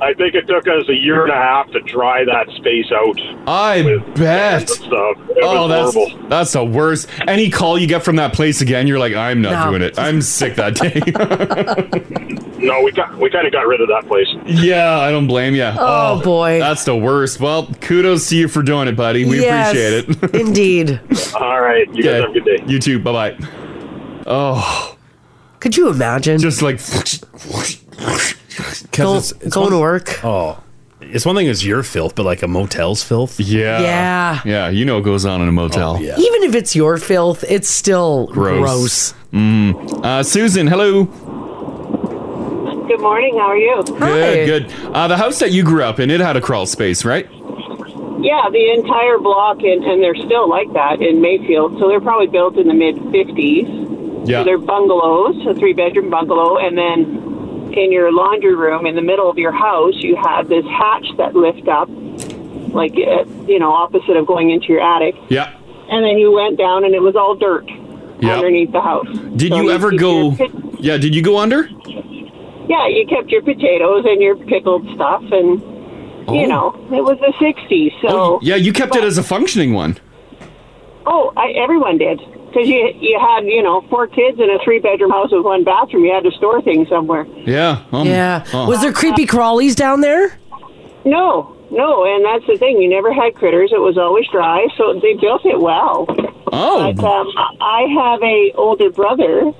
S7: I think it took us a year and a half to dry that space out.
S4: I bet.
S7: Stuff. It
S4: Oh,
S7: was
S4: that's
S7: horrible.
S4: that's the worst. Any call you get from that place again, you're like, I'm not
S5: No.
S4: doing it. I'm sick that day.
S7: No, we got we kind of got rid of that place.
S4: yeah, I don't blame you.
S5: Oh, boy.
S4: that's the worst. Well, kudos to you for doing it, buddy. We
S5: Yes,
S4: appreciate it.
S5: indeed.
S7: All right, you guys have a good day.
S4: You too. Bye bye. Oh,
S5: Could you imagine?
S4: just like
S5: Go-
S8: Because it's, it's
S5: going
S8: one,
S5: to work.
S8: Oh, it's one thing it's your filth, but like a motel's filth.
S4: yeah,
S5: Yeah.
S4: yeah. You know what goes on in a motel.
S8: yeah.
S5: Even if it's your filth, it's still
S4: Gross.
S5: gross.
S4: Uh, Susan, hello.
S10: Good morning. How are you?
S5: Hi.
S4: Good, good. Uh, the house that you grew up in, it had a crawl space, right?
S10: Yeah, the entire block, and, and they're still like that in Mayfield. So they're probably built in the mid 50s.
S4: Yeah.
S10: So they're bungalows, a three bedroom bungalow. And then in your laundry room in the middle of your house, you have this hatch that lift up, like, uh, you know, opposite of going into your attic.
S4: Yeah.
S10: And then you went down, and it was all dirt
S4: Yeah.
S10: underneath the house.
S4: Did
S10: So
S4: you ever
S10: keep
S4: go?
S10: your pit-
S4: Yeah. Did you go under?
S10: yeah, you kept your potatoes and your pickled stuff. And,
S4: Oh.
S10: you know, it was the 60s. So.
S4: Yeah, you kept it as a functioning one.
S10: Oh, I, everyone did. Because you, you had, you know, four kids in a three bedroom house with one bathroom. You had to store things somewhere.
S4: Yeah. Um,
S5: Yeah.
S4: oh.
S5: Was there creepy crawlies down there?
S10: No, no. And that's the thing. You never had critters. It was always dry. So they built it well.
S4: Oh.
S10: But um, I have a older brother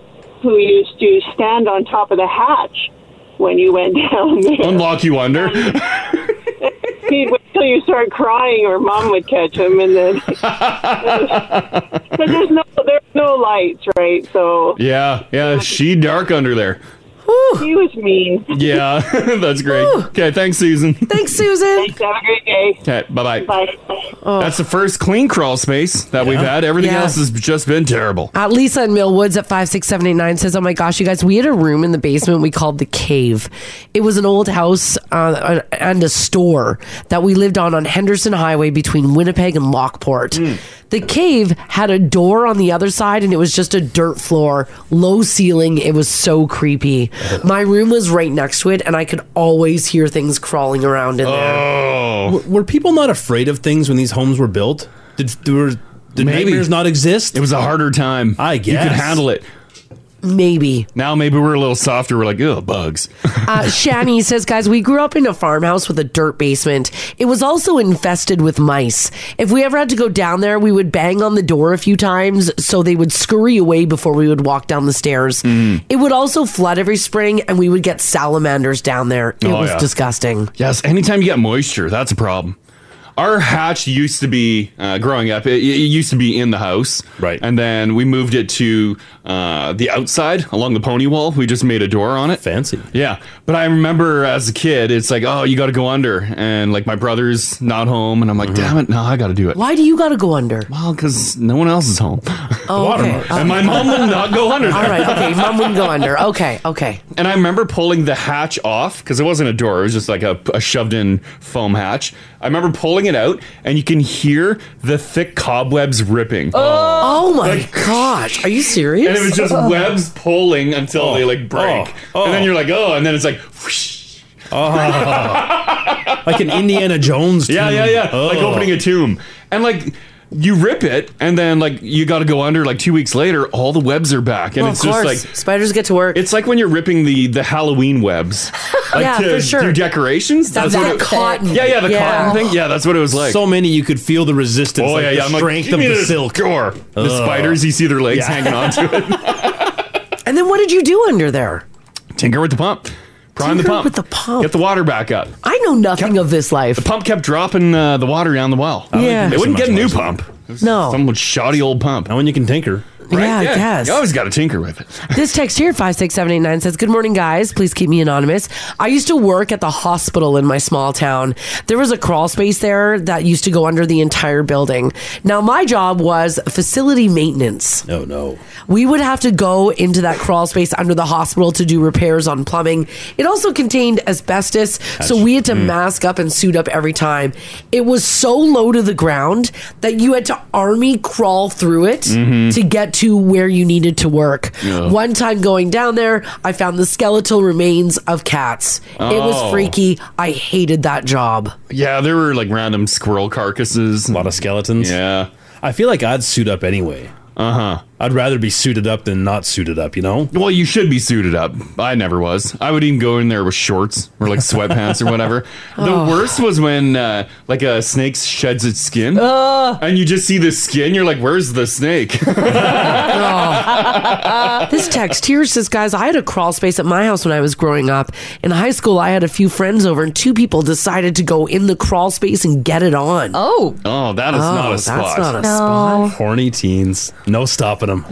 S10: who used to stand on top of the hatch when you went down there.
S4: Unlock you under.
S10: Um, He'd wait till you start crying, or mom would catch him, and then. But there's no, there's no lights, right? So
S4: yeah. Yeah. She dark under there.
S5: He
S10: was mean.
S4: Yeah, that's great. Okay, thanks, Susan.
S5: Thanks, Susan. Oh.
S10: Thanks. Have a great day.
S4: Okay, bye bye.
S10: Bye.
S4: That's the first clean crawl space that we've had. Everything
S5: Yeah.
S4: else has just been terrible.
S5: Uh, Lisa in Mill Woods at 56789 says, Oh my gosh, you guys, we had a room in the basement we called the cave. It was an old house uh, and a store that we lived on on Henderson Highway between Winnipeg and Lockport. The cave had a door on the other side and it was just a dirt floor, low ceiling. It was so creepy. My room was right next to it and I could always hear things crawling around in
S8: Oh.
S5: there.
S4: Oh.
S8: W- Were people not afraid of things when these homes were built? Did, there were, did nightmares not exist? It
S4: was a harder time.
S8: I guess.
S4: You could handle it.
S5: Maybe.
S4: Now maybe we're a little softer. We're like, ugh, bugs.
S5: Uh, Shani says, guys, we grew up in a farmhouse with a dirt basement. It was also infested with mice. If we ever had to go down there, we would bang on the door a few times so they would scurry away before we would walk down the stairs.
S4: Mm.
S5: It would also flood every spring and we would get salamanders down there. It
S4: Oh,
S5: was
S4: yeah.
S5: disgusting.
S4: Yes, anytime you get moisture, that's a problem. Our hatch used to be uh, growing up. It, it used to be in the house, right? And then we moved it to uh, the outside along the pony wall. We just made a door on it.
S8: Fancy.
S4: Yeah, but I remember as a kid, it's like, oh, you got to go under, and like my brother's not home, and I'm like, damn it, no, I got to do it.
S5: Why do you got to go under?
S4: Well, because no one else is home.
S5: Oh, okay.
S4: And my mom would not go under.
S5: All right. Okay. Mom wouldn't go under. Okay. Okay.
S4: And I remember pulling the hatch off because it wasn't a door; it was just like a, a shoved-in foam hatch. I remember pulling it out, and you can hear the thick cobwebs ripping.
S5: Oh, my
S4: Like-
S5: gosh. Are you serious?
S4: And it was just webs pulling until they
S8: Oh.
S4: like break, and then you're like, oh, and then it's like, whoosh.
S8: Oh. like an Indiana Jones.
S4: Yeah, yeah, yeah.
S8: tomb.
S4: Like
S8: Oh.
S4: opening a tomb, and like. You rip it, and then like you got to go under. Like two weeks later, all the webs are back, and
S5: Well,
S4: it's
S5: of
S4: just
S5: course.
S4: like
S5: spiders get to work.
S4: It's like when you're ripping the the Halloween webs, like
S5: Yeah,
S4: to
S5: for sure.
S4: do decorations.
S5: That- that
S4: it,
S5: cotton.
S4: Yeah, yeah, the
S5: Yeah.
S4: cotton thing. Yeah, that's what it was like.
S8: So many you could feel the resistance.
S4: Oh,
S8: like
S4: yeah,
S8: the
S4: yeah. I'm like,
S8: strength
S4: "Give
S8: of
S4: me
S8: the
S4: this
S8: silk.
S4: door. The spiders, you see their legs hanging onto it.
S5: and then what did you do under there?
S4: Tinker with the pump. Prime the
S5: Tinker
S4: pump.
S5: with the pump.
S4: Get the water back up.
S5: I know nothing of this life. The
S4: pump kept dropping uh, the water down the well.
S5: I don't Yeah. think
S4: They
S5: there's
S4: wouldn't
S5: so
S4: get a
S5: much
S4: new
S5: water.
S4: pump.
S5: No.
S4: Some shoddy old pump. Now
S8: when you can tinker.
S5: Yeah, I guess.
S4: You always got to tinker with it.
S5: This text here, 56789, says, Good morning, guys. Please keep me anonymous. I used to work at the hospital in my small town. There was a crawl space there that used to go under the entire building. Now, my job was facility maintenance.
S8: Oh, no.
S5: We would have to go into that crawl space under the hospital to do repairs on plumbing. It also contained asbestos, so we had
S8: Hmm.
S5: to mask up and suit up every time. It was so low to the ground that you had to army crawl through it
S8: Mm-hmm.
S11: Mhm.
S5: to get to where you needed to work.
S11: Yeah.
S5: One time going down there, I found the skeletal remains of cats. It was
S4: Oh.
S5: freaky. I hated that job.
S4: Yeah, there were like random squirrel carcasses. A lot
S8: of skeletons.
S4: Yeah.
S8: I feel like I'd suit up anyway.
S4: Uh huh.
S8: I'd rather be suited up than not suited up, you know?
S4: Well, you should be suited up. I never was. I would even go in there with shorts or like sweatpants or whatever. The
S8: Oh.
S4: worst was when uh, like a snake sheds its skin and you just see the skin. You're like, where's the snake?
S5: this text here says, guys, I had a crawl space at my house when I was growing up. In high school, I had a few friends over, and two people decided to go in the crawl space and get it on.
S9: Oh.
S4: oh, that
S5: is Oh, not a that's spot. not a No. spot.
S8: Horny teens. No stopping them.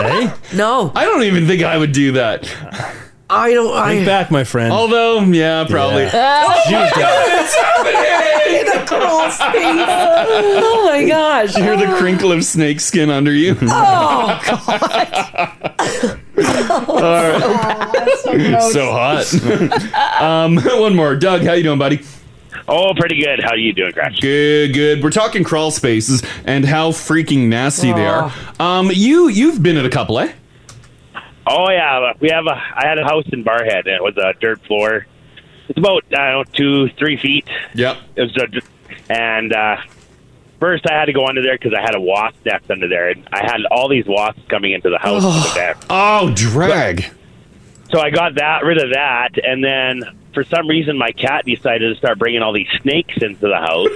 S8: hey?
S5: No.
S4: I don't even think I would do that.
S5: I don't. I,
S8: Think back, my friend.
S4: Although, yeah, probably.
S5: Yeah.
S4: Oh my
S8: Shoot.
S4: God, it's happening!
S5: In a crawl space. oh my gosh.
S4: You hear the crinkle of snake skin under you.
S5: Oh,
S4: so hot. um, one more, Doug. How you doing, buddy?
S12: Oh, pretty good. How you doing, Crash?
S4: Good, good. We're talking crawl spaces and how freaking nasty they are.
S5: Oh.
S4: Um, you you've been at a couple, eh?
S12: Oh yeah, we have a. I had a house in Barhead, and it was a dirt floor. It's about I don't know two, three feet.
S4: Yep.
S12: It was a, and uh, first I had to go under there because I had a wasp nest under there, and I had all these wasps coming into the house.
S4: Ugh.
S12: with that.
S4: Oh, drag.
S12: So I got that rid of that, and then for some reason my cat decided to start bringing all these snakes into the house.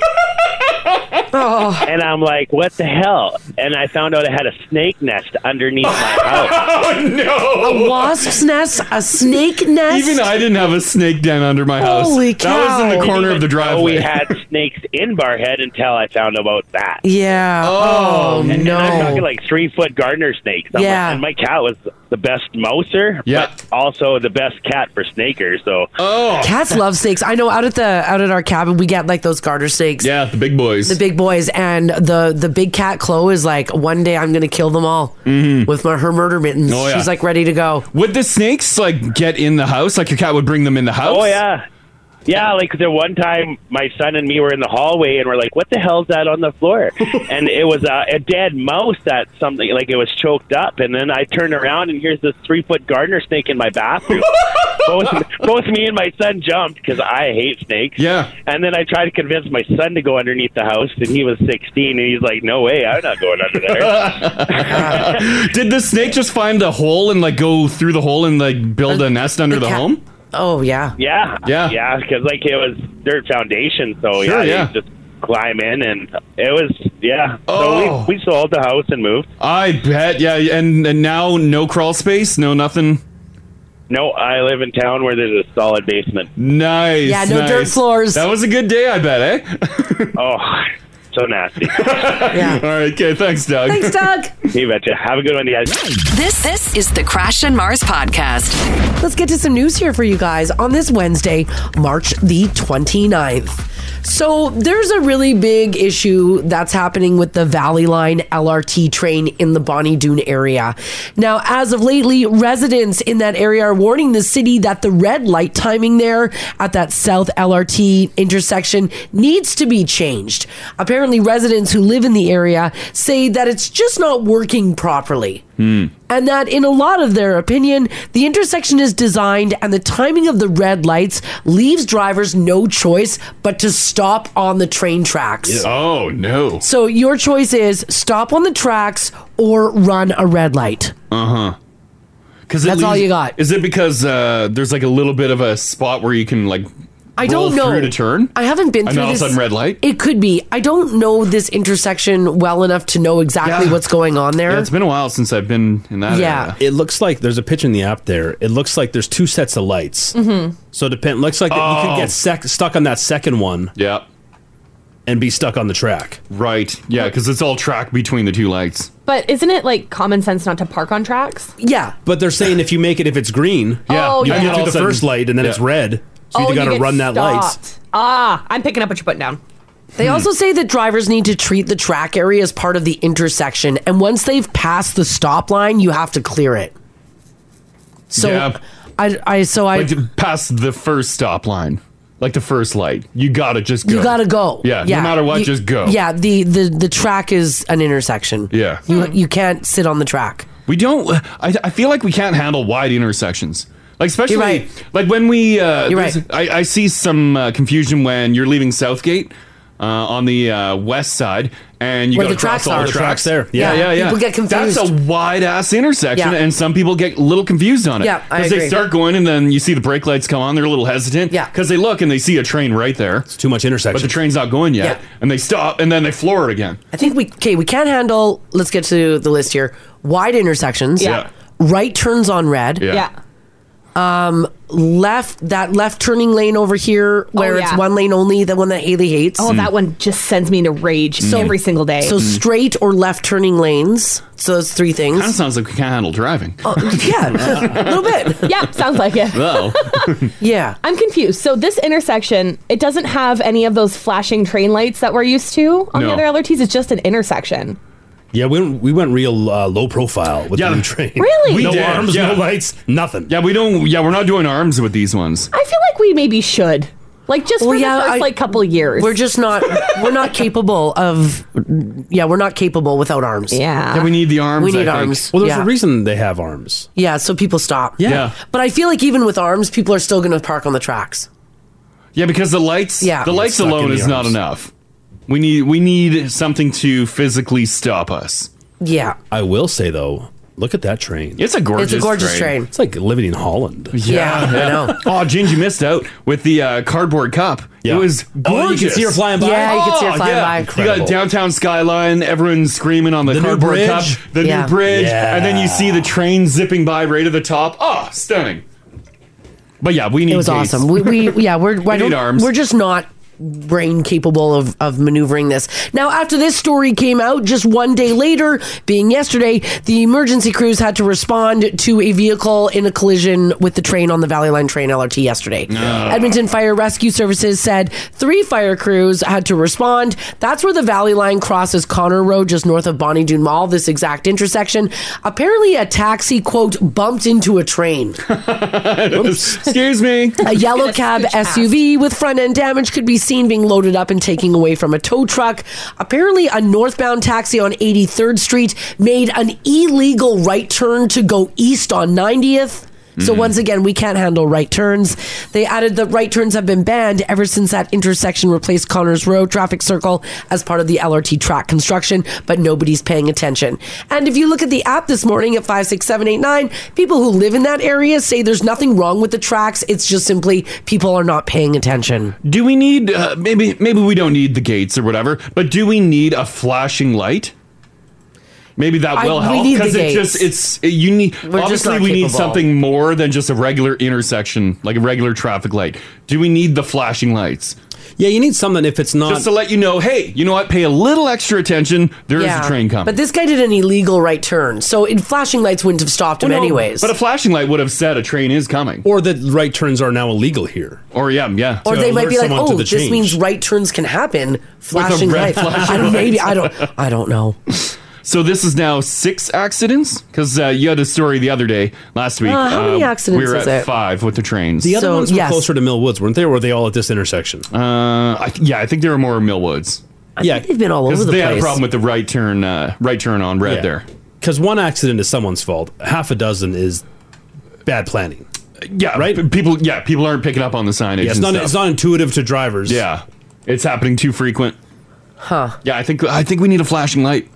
S4: Oh.
S12: And I'm like, what the hell? And I found out I had a snake nest underneath my house.
S4: Oh no!
S5: A wasp's nest, a snake nest.
S4: Even I didn't have a snake den under my house.
S5: Holy
S4: That was in
S5: cow.
S4: the corner of the
S12: Oh, we
S4: driveway.
S12: had snakes in Barhead until I found about that.
S5: Yeah. Oh,
S12: and,
S5: no.
S12: And I'm talking like three foot gardener snakes. I'm
S5: Yeah.
S12: Like, and my cat was the best mouser, yeah. but also the best cat for snaker. So
S4: oh,
S5: Cats love snakes. I know out at the out at our cabin we get like those garter snakes.
S4: Yeah, the big boys.
S5: The big boys and the the big cat Chloe is like one day I'm gonna kill them
S4: Mm.
S5: all with my her murder mittens.
S4: Oh, yeah.
S5: She's like ready to go.
S4: Mm-hmm. Would the snakes like get in the house? Like your cat would bring them in the house?
S12: Oh yeah, yeah. Like the one time, my son and me were in the hallway, and we're like, "What the hell's that on the floor?" and it was a, a dead mouse that something like it was choked up. And then I turned around, and here's this three foot gardener snake in my bathroom. both, both me and my son jumped because I hate snakes.
S4: Yeah.
S12: And then I tried to convince my son to go underneath the house, and he was 16, and he's like, "No way, I'm not going under there."
S4: Did the snake just find a hole and like go through the hole and like build a nest under the, home?
S5: Oh yeah.
S12: Yeah,
S4: Yeah.
S12: yeah. Because like it was dirt foundation, so
S4: Sure,
S12: yeah,
S4: yeah.
S12: they just climb in, and it was yeah.
S8: Oh.
S12: So we, we sold the house and moved.
S4: I bet. Yeah, and and now no crawl space, no nothing.
S12: No, I live in town where there's a solid basement.
S4: Nice.
S12: Yeah, no dirt
S4: nice.
S12: floors.
S4: That was a good day, I bet, eh?
S12: oh, so nasty.
S5: yeah.
S4: All right. Okay. Thanks, Doug.
S2: Thanks, Doug.
S12: you betcha. Have a good one, you guys.
S2: This this is the Crash and Mars podcast.
S5: Let's get to some news here for you guys on this Wednesday, March the 29th. So, there's a really big issue that's happening with the Valley Line LRT train in the Bonnie Doon area. Now, as of lately, residents in that area are warning the city that the red light timing there at that South LRT intersection needs to be changed. Apparently, residents who live in the area say that it's just not working properly.
S4: Hmm.
S5: And that, in a lot of their opinion, the intersection is designed and the timing of the red lights leaves drivers no choice but to stop on the train tracks.
S4: Oh no.
S5: So, your choice is stop on the tracks or run a red light.
S4: Uh huh. Because
S5: That's all you got.
S4: Is it because uh, there's like a little bit of a spot where you can like
S5: I
S4: roll
S5: don't know.
S4: through to turn?
S5: I haven't been
S4: And
S5: through
S4: all of a
S5: this-
S4: sudden red light?
S5: It could be. I don't know this intersection well enough to know exactly
S4: Yeah.
S5: what's going on there.
S4: Yeah, it's been a while since I've been in that.
S5: Yeah. area.
S8: It looks like there's a pitch in the app there. It looks like there's two sets of lights.
S9: Mm-hmm.
S5: Mhm.
S8: So depend looks like you
S4: Oh.
S8: could get sec- stuck on that second one.
S4: Yeah.
S8: And be stuck on the track.
S4: Right. Yeah, because it's all track between the two lights.
S9: But isn't it like common sense not to park on tracks?
S5: Yeah.
S8: But they're saying if you make it, if it's green,
S9: Yeah. Oh,
S8: you
S9: yeah.
S8: get
S9: All
S8: through
S9: of
S8: the
S9: a sudden-
S8: first light and then it's red. So you
S9: and
S8: got to
S9: Oh, get
S8: run that light.
S9: stopped. Ah, I'm picking up what you're putting down.
S5: They
S4: Hmm.
S5: also say that drivers need to treat the track area as part of the intersection, and once they've passed the stop line, you have to clear it. So
S4: Yeah.
S5: I, I, so I,
S4: Like past the first stop line, like the first light, you gotta just go.
S5: you gotta go.
S4: Yeah, no matter what,
S5: You-
S4: just go.
S5: Yeah, the the the track is an intersection.
S4: Yeah.
S5: you you can't sit on the track.
S4: We don't. I, I feel like we can't handle wide intersections. Like especially
S5: You're right.
S4: like when we. Uh,
S5: You're
S4: there's- I, I see some uh, confusion when you're leaving Southgate. Uh, on the uh, west side, and you
S5: Where
S4: got to
S5: the
S4: cross
S5: tracks
S4: all
S5: are.
S4: the tracks
S5: The tracks there.
S4: Yeah,
S5: Yeah.
S4: yeah, yeah.
S5: People get
S4: That's a
S5: confused.
S4: wide ass intersection,
S5: Yeah.
S4: and some people get a little confused on it.
S5: Yeah, I
S4: they
S5: agree.
S4: start going, and then you see the brake lights come on. They're a little hesitant. Yeah, because they look and they see a train right there. It's
S8: too much intersection,
S4: but the train's not going yet, and they stop, and then they floor it again.
S5: I think we okay. We can't handle. Let's get to the list here. Wide intersections.
S4: Yeah. Yeah.
S5: Right turns on red.
S4: Yeah.
S5: Um, left that left turning lane over here where
S9: Oh, yeah.
S5: it's one lane only. The one that Haley hates.
S9: Oh,
S4: Mm.
S9: that one just sends me into rage every single day.
S5: So straight or left turning lanes. So those three things.
S4: Kind of sounds like we can't handle driving.
S5: yeah, a little bit.
S9: Yeah, Oh, sounds like it.
S4: Well,
S5: Yeah.
S9: I'm confused. So this intersection, it doesn't have any of those flashing train lights that we're used to on
S8: No.
S9: the other LRTs. It's just an intersection.
S8: Yeah, we, we went real uh, low profile with the new train.
S9: Really?
S8: no
S4: did,
S8: arms,
S4: yeah.
S8: no lights, nothing.
S4: Yeah, we don't. Yeah, we're not doing arms with these ones.
S9: I feel like we maybe should. Like just for the first like couple years.
S5: We're just not. we're not capable of. Yeah, we're not capable without arms. We need arms.
S8: Well, there's
S5: yeah.
S8: a reason they have arms.
S5: Yeah, so people stop.
S8: Yeah. Yeah.
S5: But I feel like even with arms, people are still going to park on the tracks.
S4: Yeah, because the lights.
S5: Yeah.
S4: the
S5: Get
S4: lights
S5: stuck in
S4: alone
S5: the
S4: is not
S5: arms.
S4: enough. We need we need something to physically stop us.
S5: Yeah.
S8: I will say though, look at that train.
S4: It's a gorgeous.
S5: train.
S8: It's like living in Holland.
S4: Yeah,
S8: Yeah, I
S4: know. oh, Gingy missed out with the uh, cardboard cup. It was gorgeous.
S8: Oh, you could see her flying by? Oh, Yeah, you could see her flying by.
S4: You
S8: Incredible.
S4: got downtown skyline. Everyone's screaming on the,
S8: The new
S4: cardboard
S8: bridge?
S4: cup. The
S8: Yeah.
S4: new bridge,
S8: Yeah.
S4: and then you see the train zipping by right at the top. Oh, stunning. But yeah, we need.
S5: It was
S4: gates.
S5: awesome. We, we yeah, we're
S4: We
S5: I don't-
S4: need arms.
S5: we're just not brain capable of, of maneuvering this. Now, after this story came out, just one day later, being yesterday, the emergency crews had to respond to a vehicle in a collision with the train on the Valley Line Train LRT yesterday.
S9: Uh,
S11: Ah.
S5: Edmonton Fire Rescue Services said three fire crews had to respond. That's where the Valley Line crosses Connor Road, just north of Bonnie Doon Mall, this exact intersection. Apparently, a taxi, quote, bumped into a train.
S4: Excuse me.
S5: A yellow cab SUV with front end damage could be seen being loaded up and taking away from a tow truck. Apparently, a northbound taxi on 83rd Street made an illegal right turn to go east on 90th. So,
S11: Mm.
S5: once again, we can't handle right turns. They added that right turns have been banned ever since that intersection replaced Connors Road traffic circle as part of the LRT track construction, but nobody's paying attention. And if you look at the app this morning at 56789, people who live in that area say there's nothing wrong with the tracks. It's just simply people are not paying attention.
S4: Do we need uh, maybe maybe we don't need the gates or whatever, but do we need a flashing light? Maybe that
S5: I-
S4: will
S5: we
S4: help
S5: need
S4: because
S5: the
S4: it just
S5: gates.
S4: it's it- you need
S5: We're just
S4: obviously
S5: not
S4: we need
S5: capable.
S4: something more than just a regular intersection like a regular traffic light. Do we need the flashing lights?
S8: Yeah, you need something if it's not
S4: just to let you know. Hey, you know what? Pay a little extra attention. There is a train coming.
S5: But this guy did an illegal right turn, so it, flashing lights wouldn't have stopped him,
S4: Well, no,
S5: anyways.
S4: But a flashing light would have said a train is coming,
S8: or that right turns are now illegal here,
S4: or yeah, yeah,
S5: or they might be like, "Oh, this
S4: means.
S5: means right turns can happen." Flashing
S4: red
S5: light.
S4: flashing
S5: I don't,
S4: light.
S5: maybe I don't. I don't know.
S4: So this is now six accidents because uh, you had a story the other day last week. Um,
S5: Uh, how many accidents
S4: We were
S5: is
S4: at
S5: it?
S4: five with the trains.
S8: The other ones were closer to Mill Woods, weren't they? Or were they all at this intersection?
S4: Uh, I th- yeah, I think there were more Millwoods.
S8: I yeah, think
S5: they've been all
S4: Because they had a problem with the right turn, uh, right turn on red there.
S8: Because one accident is someone's fault. Half a dozen is bad planning.
S4: Yeah, right. People, yeah, people aren't picking up on the signage.
S8: Yeah, it's
S4: and
S8: not-
S4: stuff.
S8: it's not intuitive to drivers.
S4: Yeah, it's happening too frequent.
S5: Huh.
S4: Yeah, I think I think we need a flashing light.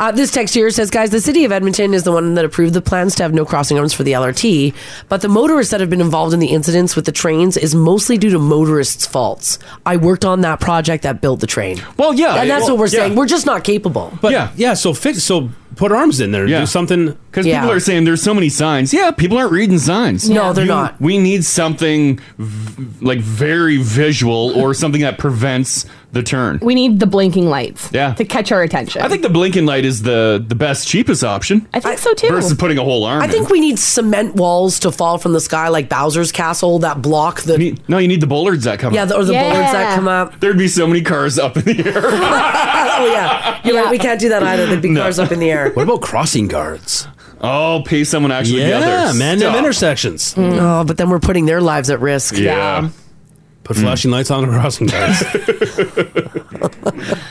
S5: Uh, this text here says, guys, the city of Edmonton is the one that approved the plans to have no crossing arms for the LRT, but the motorists that have been involved in the incidents with the trains is mostly due to motorists' faults. I worked on that project that built the train.
S4: Well, yeah,
S5: and that's
S8: well,
S5: what we're
S8: yeah.
S5: saying. We're just not capable.
S8: But yeah, yeah. So fix. So put arms in there. Do something.
S4: Because
S5: Yeah.
S4: people are saying there's so many signs. Yeah, people aren't reading signs.
S5: No, they're not.
S4: We need something v- like very visual or something that prevents the turn.
S9: We need the blinking lights
S4: Yeah.
S9: to catch our attention.
S4: I think the blinking light is the the best cheapest option.
S9: I think so too.
S4: Versus putting a whole arm.
S5: I think we need cement walls to fall from the sky like Bowser's castle that block the
S4: in. no, you need the bollards that come.
S5: Yeah,
S4: up.
S5: the- or the bollards that Yeah. come up.
S4: There'd be so many cars up in the air.
S5: oh yeah, You're right, we can't do that either. There'd be cars up in the air.
S8: What about crossing guards?
S4: Oh, pay someone to actually.
S8: Yeah,
S4: be out there.
S8: man, them
S4: Stop.
S8: intersections. Mm.
S5: Oh, but then we're putting their lives at risk.
S4: Yeah.
S8: Put flashing lights on the crossing guards.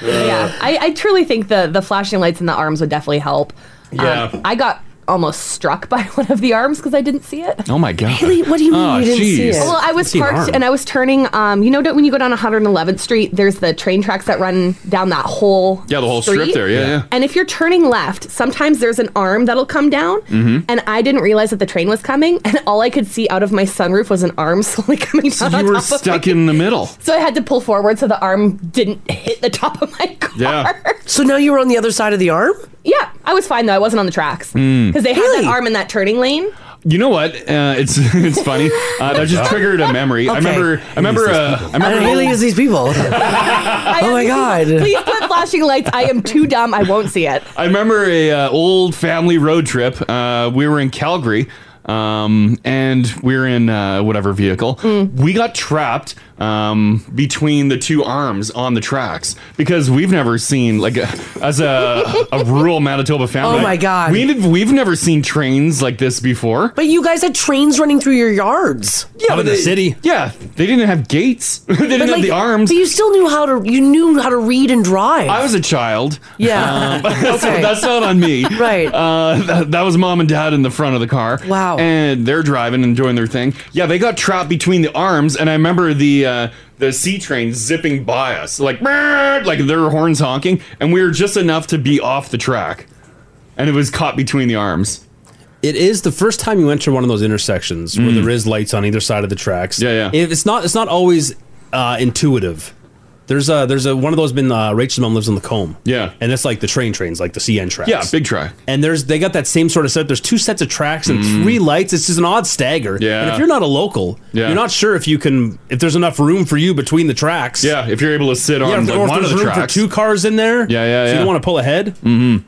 S9: yeah, I, I truly think the the flashing lights in the arms would definitely help. Um,
S4: Yeah.
S9: I got almost struck by one of the arms because I didn't see it.
S4: Oh my god. Ah,
S9: Really?
S5: What do you mean you didn't see it?
S9: Well, I was parked and I was turning. Um, you know, don't- when you go down 111th Street, there's the train tracks that run down that whole
S4: Yeah, the whole strip there, yeah, yeah.
S9: And if you're turning left, sometimes there's an arm that'll come down.
S5: Mm-hmm.
S4: Mhm.
S9: And I didn't realize that the train was coming, and all I could see out of my sunroof was an arm slowly coming down.
S4: So
S9: on
S4: you were
S9: top of
S4: stuck
S9: me.
S4: in the middle.
S9: So I had to pull forward so the arm didn't hit the top of my car.
S4: Yeah.
S5: Oh. So now you were on the other side of the arm? Mm-hmm.
S9: Yeah, I was fine though. I wasn't on the tracks because
S4: Mm.
S9: they had that arm in that turning lane.
S4: You know what? Uh, it's it's funny. Uh, that just triggered a memory. I
S5: Okay.
S4: remember. I remember. Uh, I remember.
S5: I really is these people. oh my god.
S9: Please put flashing lights. I am too dumb. I won't see it.
S4: I remember a uh, old family road trip. Uh, we were in Calgary, um, and we were in uh, whatever vehicle.
S5: Mm.
S4: We got trapped um, between the two arms on the tracks because we've never seen like a, as a, a rural Manitoba family.
S5: Oh my God.
S4: we've we've never seen trains like this before.
S5: But you guys had trains running through your yards.
S4: Yeah, but they- Yeah, they didn't have gates. they didn't
S5: But,
S4: have
S5: like,
S4: the arms.
S5: But you still knew how to you knew how to read and drive.
S4: I was a child.
S5: Yeah.
S4: so
S5: Okay.
S4: Um, that's not on me.
S5: Right.
S4: Uh, that, that was mom and dad in the front of the car. Wow. And they're driving and doing their thing. Yeah, they got trapped between the arms, and I remember the uh, the C train zipping by us, like "Brrr," like their horns honking, and we were just enough to be off the track, and it was caught between the arms.
S8: It is the first time you enter one of those intersections
S4: Mm.
S8: where there is lights on either side of the tracks. Yeah, yeah. It's not. It's not always uh, intuitive. There's a there's a one of those been uh, Rachel's mom lives in the comb. Yeah, and that's like the train trains, like the CN tracks.
S4: Yeah, big try. Mm.
S8: And there's they got that same sort of setup. There's two sets of tracks and three lights. It's just an odd stagger.
S4: Yeah.
S8: And if you're not a local,
S4: Yeah.
S8: you're not sure if you can if there's enough room for you between the tracks.
S4: Yeah, if you're able to sit on
S8: Yeah, if-
S4: like,
S8: or if
S4: one of
S8: there's
S4: the
S8: room for
S4: tracks.
S8: two cars in there.
S4: yeah,
S8: so
S4: yeah, yeah.
S8: you don't want to pull ahead. Mm-hmm.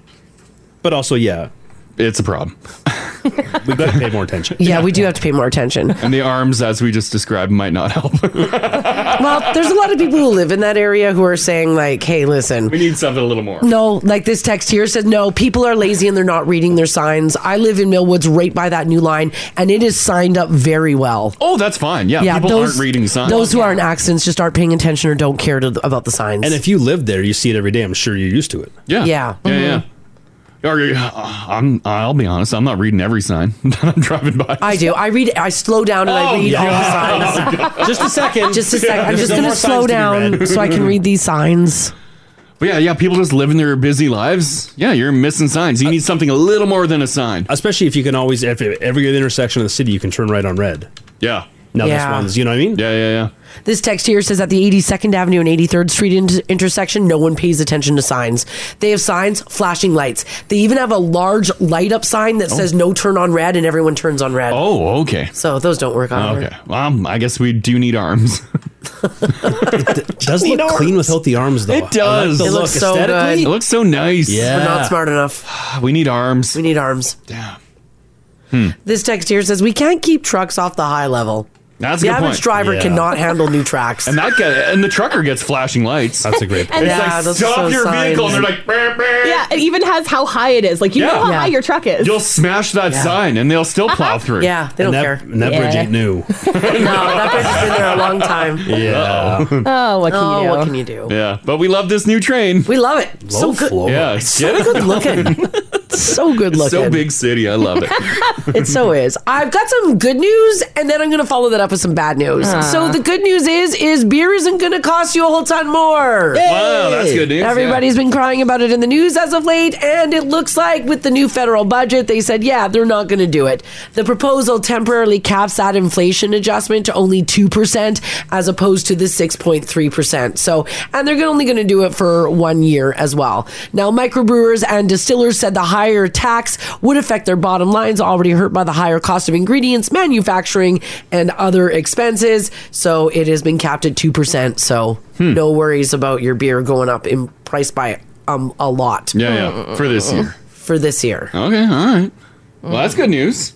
S8: But also, yeah,
S4: it's a problem.
S8: we could pay more attention.
S5: Yeah, we do have to pay more attention.
S4: And the arms, as we just described, might not help.
S5: well, there's a lot of people who live in that area who are saying like, "Hey, listen,
S4: we need something a little more."
S5: No, like this text here says, no, people are lazy and they're not reading their signs. I live in Millwoods right by that new line, and it is signed up very well.
S4: Oh, that's fine. Yeah, people aren't reading signs.
S5: Those who are in accidents just aren't paying attention or don't care to, about the signs.
S8: And if you live there, you see it every day. I'm sure you're used to it.
S4: Yeah.
S5: Yeah. Mm-hmm.
S4: Yeah. yeah. Or, uh, I'm. I'll be honest. I'm not reading every sign that I'm driving by.
S5: I do. I read. I slow down and
S4: Oh,
S5: I read all
S4: yeah.
S5: the signs.
S8: just a second.
S5: Just a second. I'm
S4: There's
S5: just
S4: no
S5: going
S4: more
S5: to slow
S4: signs to be
S5: down
S4: read.
S5: so I can read these signs.
S4: But yeah, yeah. People just living their busy lives. Yeah, you're missing signs. You need something a little more than a sign.
S8: Especially if you can always, if every intersection of the city, you can turn right on red.
S4: Yeah.
S8: Now
S5: Yeah.
S8: this one's, you know what I mean?
S4: Yeah, yeah, yeah.
S5: This text here says at the 82nd Avenue and 83rd Street in- intersection, no one pays attention to signs. They have signs, flashing lights. They even have a large light up sign that
S4: Oh.
S5: says no turn on red, and everyone turns on red.
S4: Oh, okay.
S5: So those don't work either.
S4: Okay. Um, I guess we do need arms.
S8: It does look clean without the arms, though. I
S4: It
S8: like
S4: does.
S8: the look aesthetically.
S4: It looks so nice.
S8: Yeah. We're not
S5: smart enough.
S4: We need arms. We
S5: need arms.
S4: Damn.
S5: This text here says we can't keep trucks off the high level.
S4: That's a
S5: the
S4: good
S5: average
S4: point.
S5: driver
S4: Yeah.
S5: cannot handle new tracks.
S4: And that guy and the trucker gets flashing lights. That's a great
S9: point. And
S4: it's
S9: that- Yeah,
S4: like
S9: those are
S4: stop
S9: so
S4: your vehicle, and they're
S9: signs.
S4: like, "Brr, brr."
S9: Yeah, it even has how high it is. Like you
S4: Yeah.
S9: know how
S4: Yeah.
S9: high your truck is.
S4: you'll smash that sign, and they'll still
S5: Uh-huh.
S4: plow through.
S9: Yeah, they don't
S8: And that-
S9: care.
S8: And that bridge
S9: Yeah.
S8: ain't new.
S5: that bridge has been there a long time.
S4: Yeah.
S9: Oh, what can
S5: Oh,
S9: you do?
S5: what can you do?
S4: Yeah, but we love this new train.
S5: We love it. So good.
S4: Yeah,
S5: so good looking. so good looking.
S4: So big city. I love it.
S5: it so is. I've got some good news, and then I'm going to follow that up with some bad news.
S4: Ah.
S5: So the good news is, is beer isn't going to cost you a whole ton more.
S4: Wow, that's good news,
S5: Everybody's
S4: yeah.
S5: been crying about it in the news as of late, and it looks like with the new federal budget, they said, yeah, they're not going to do it. The proposal temporarily caps that inflation adjustment to only two percent, as opposed to the six point three percent. So, and they're gonna- only going to do it for one year as well. Now, microbrewers and distillers said the higher tax would affect their bottom lines, already hurt by the higher cost of ingredients, manufacturing, and other expenses. So it has been capped at two percent. So no worries about your beer going up in price by um a lot.
S4: Yeah, yeah, for this year.
S5: For this year.
S4: Okay, all right. Well, that's good news.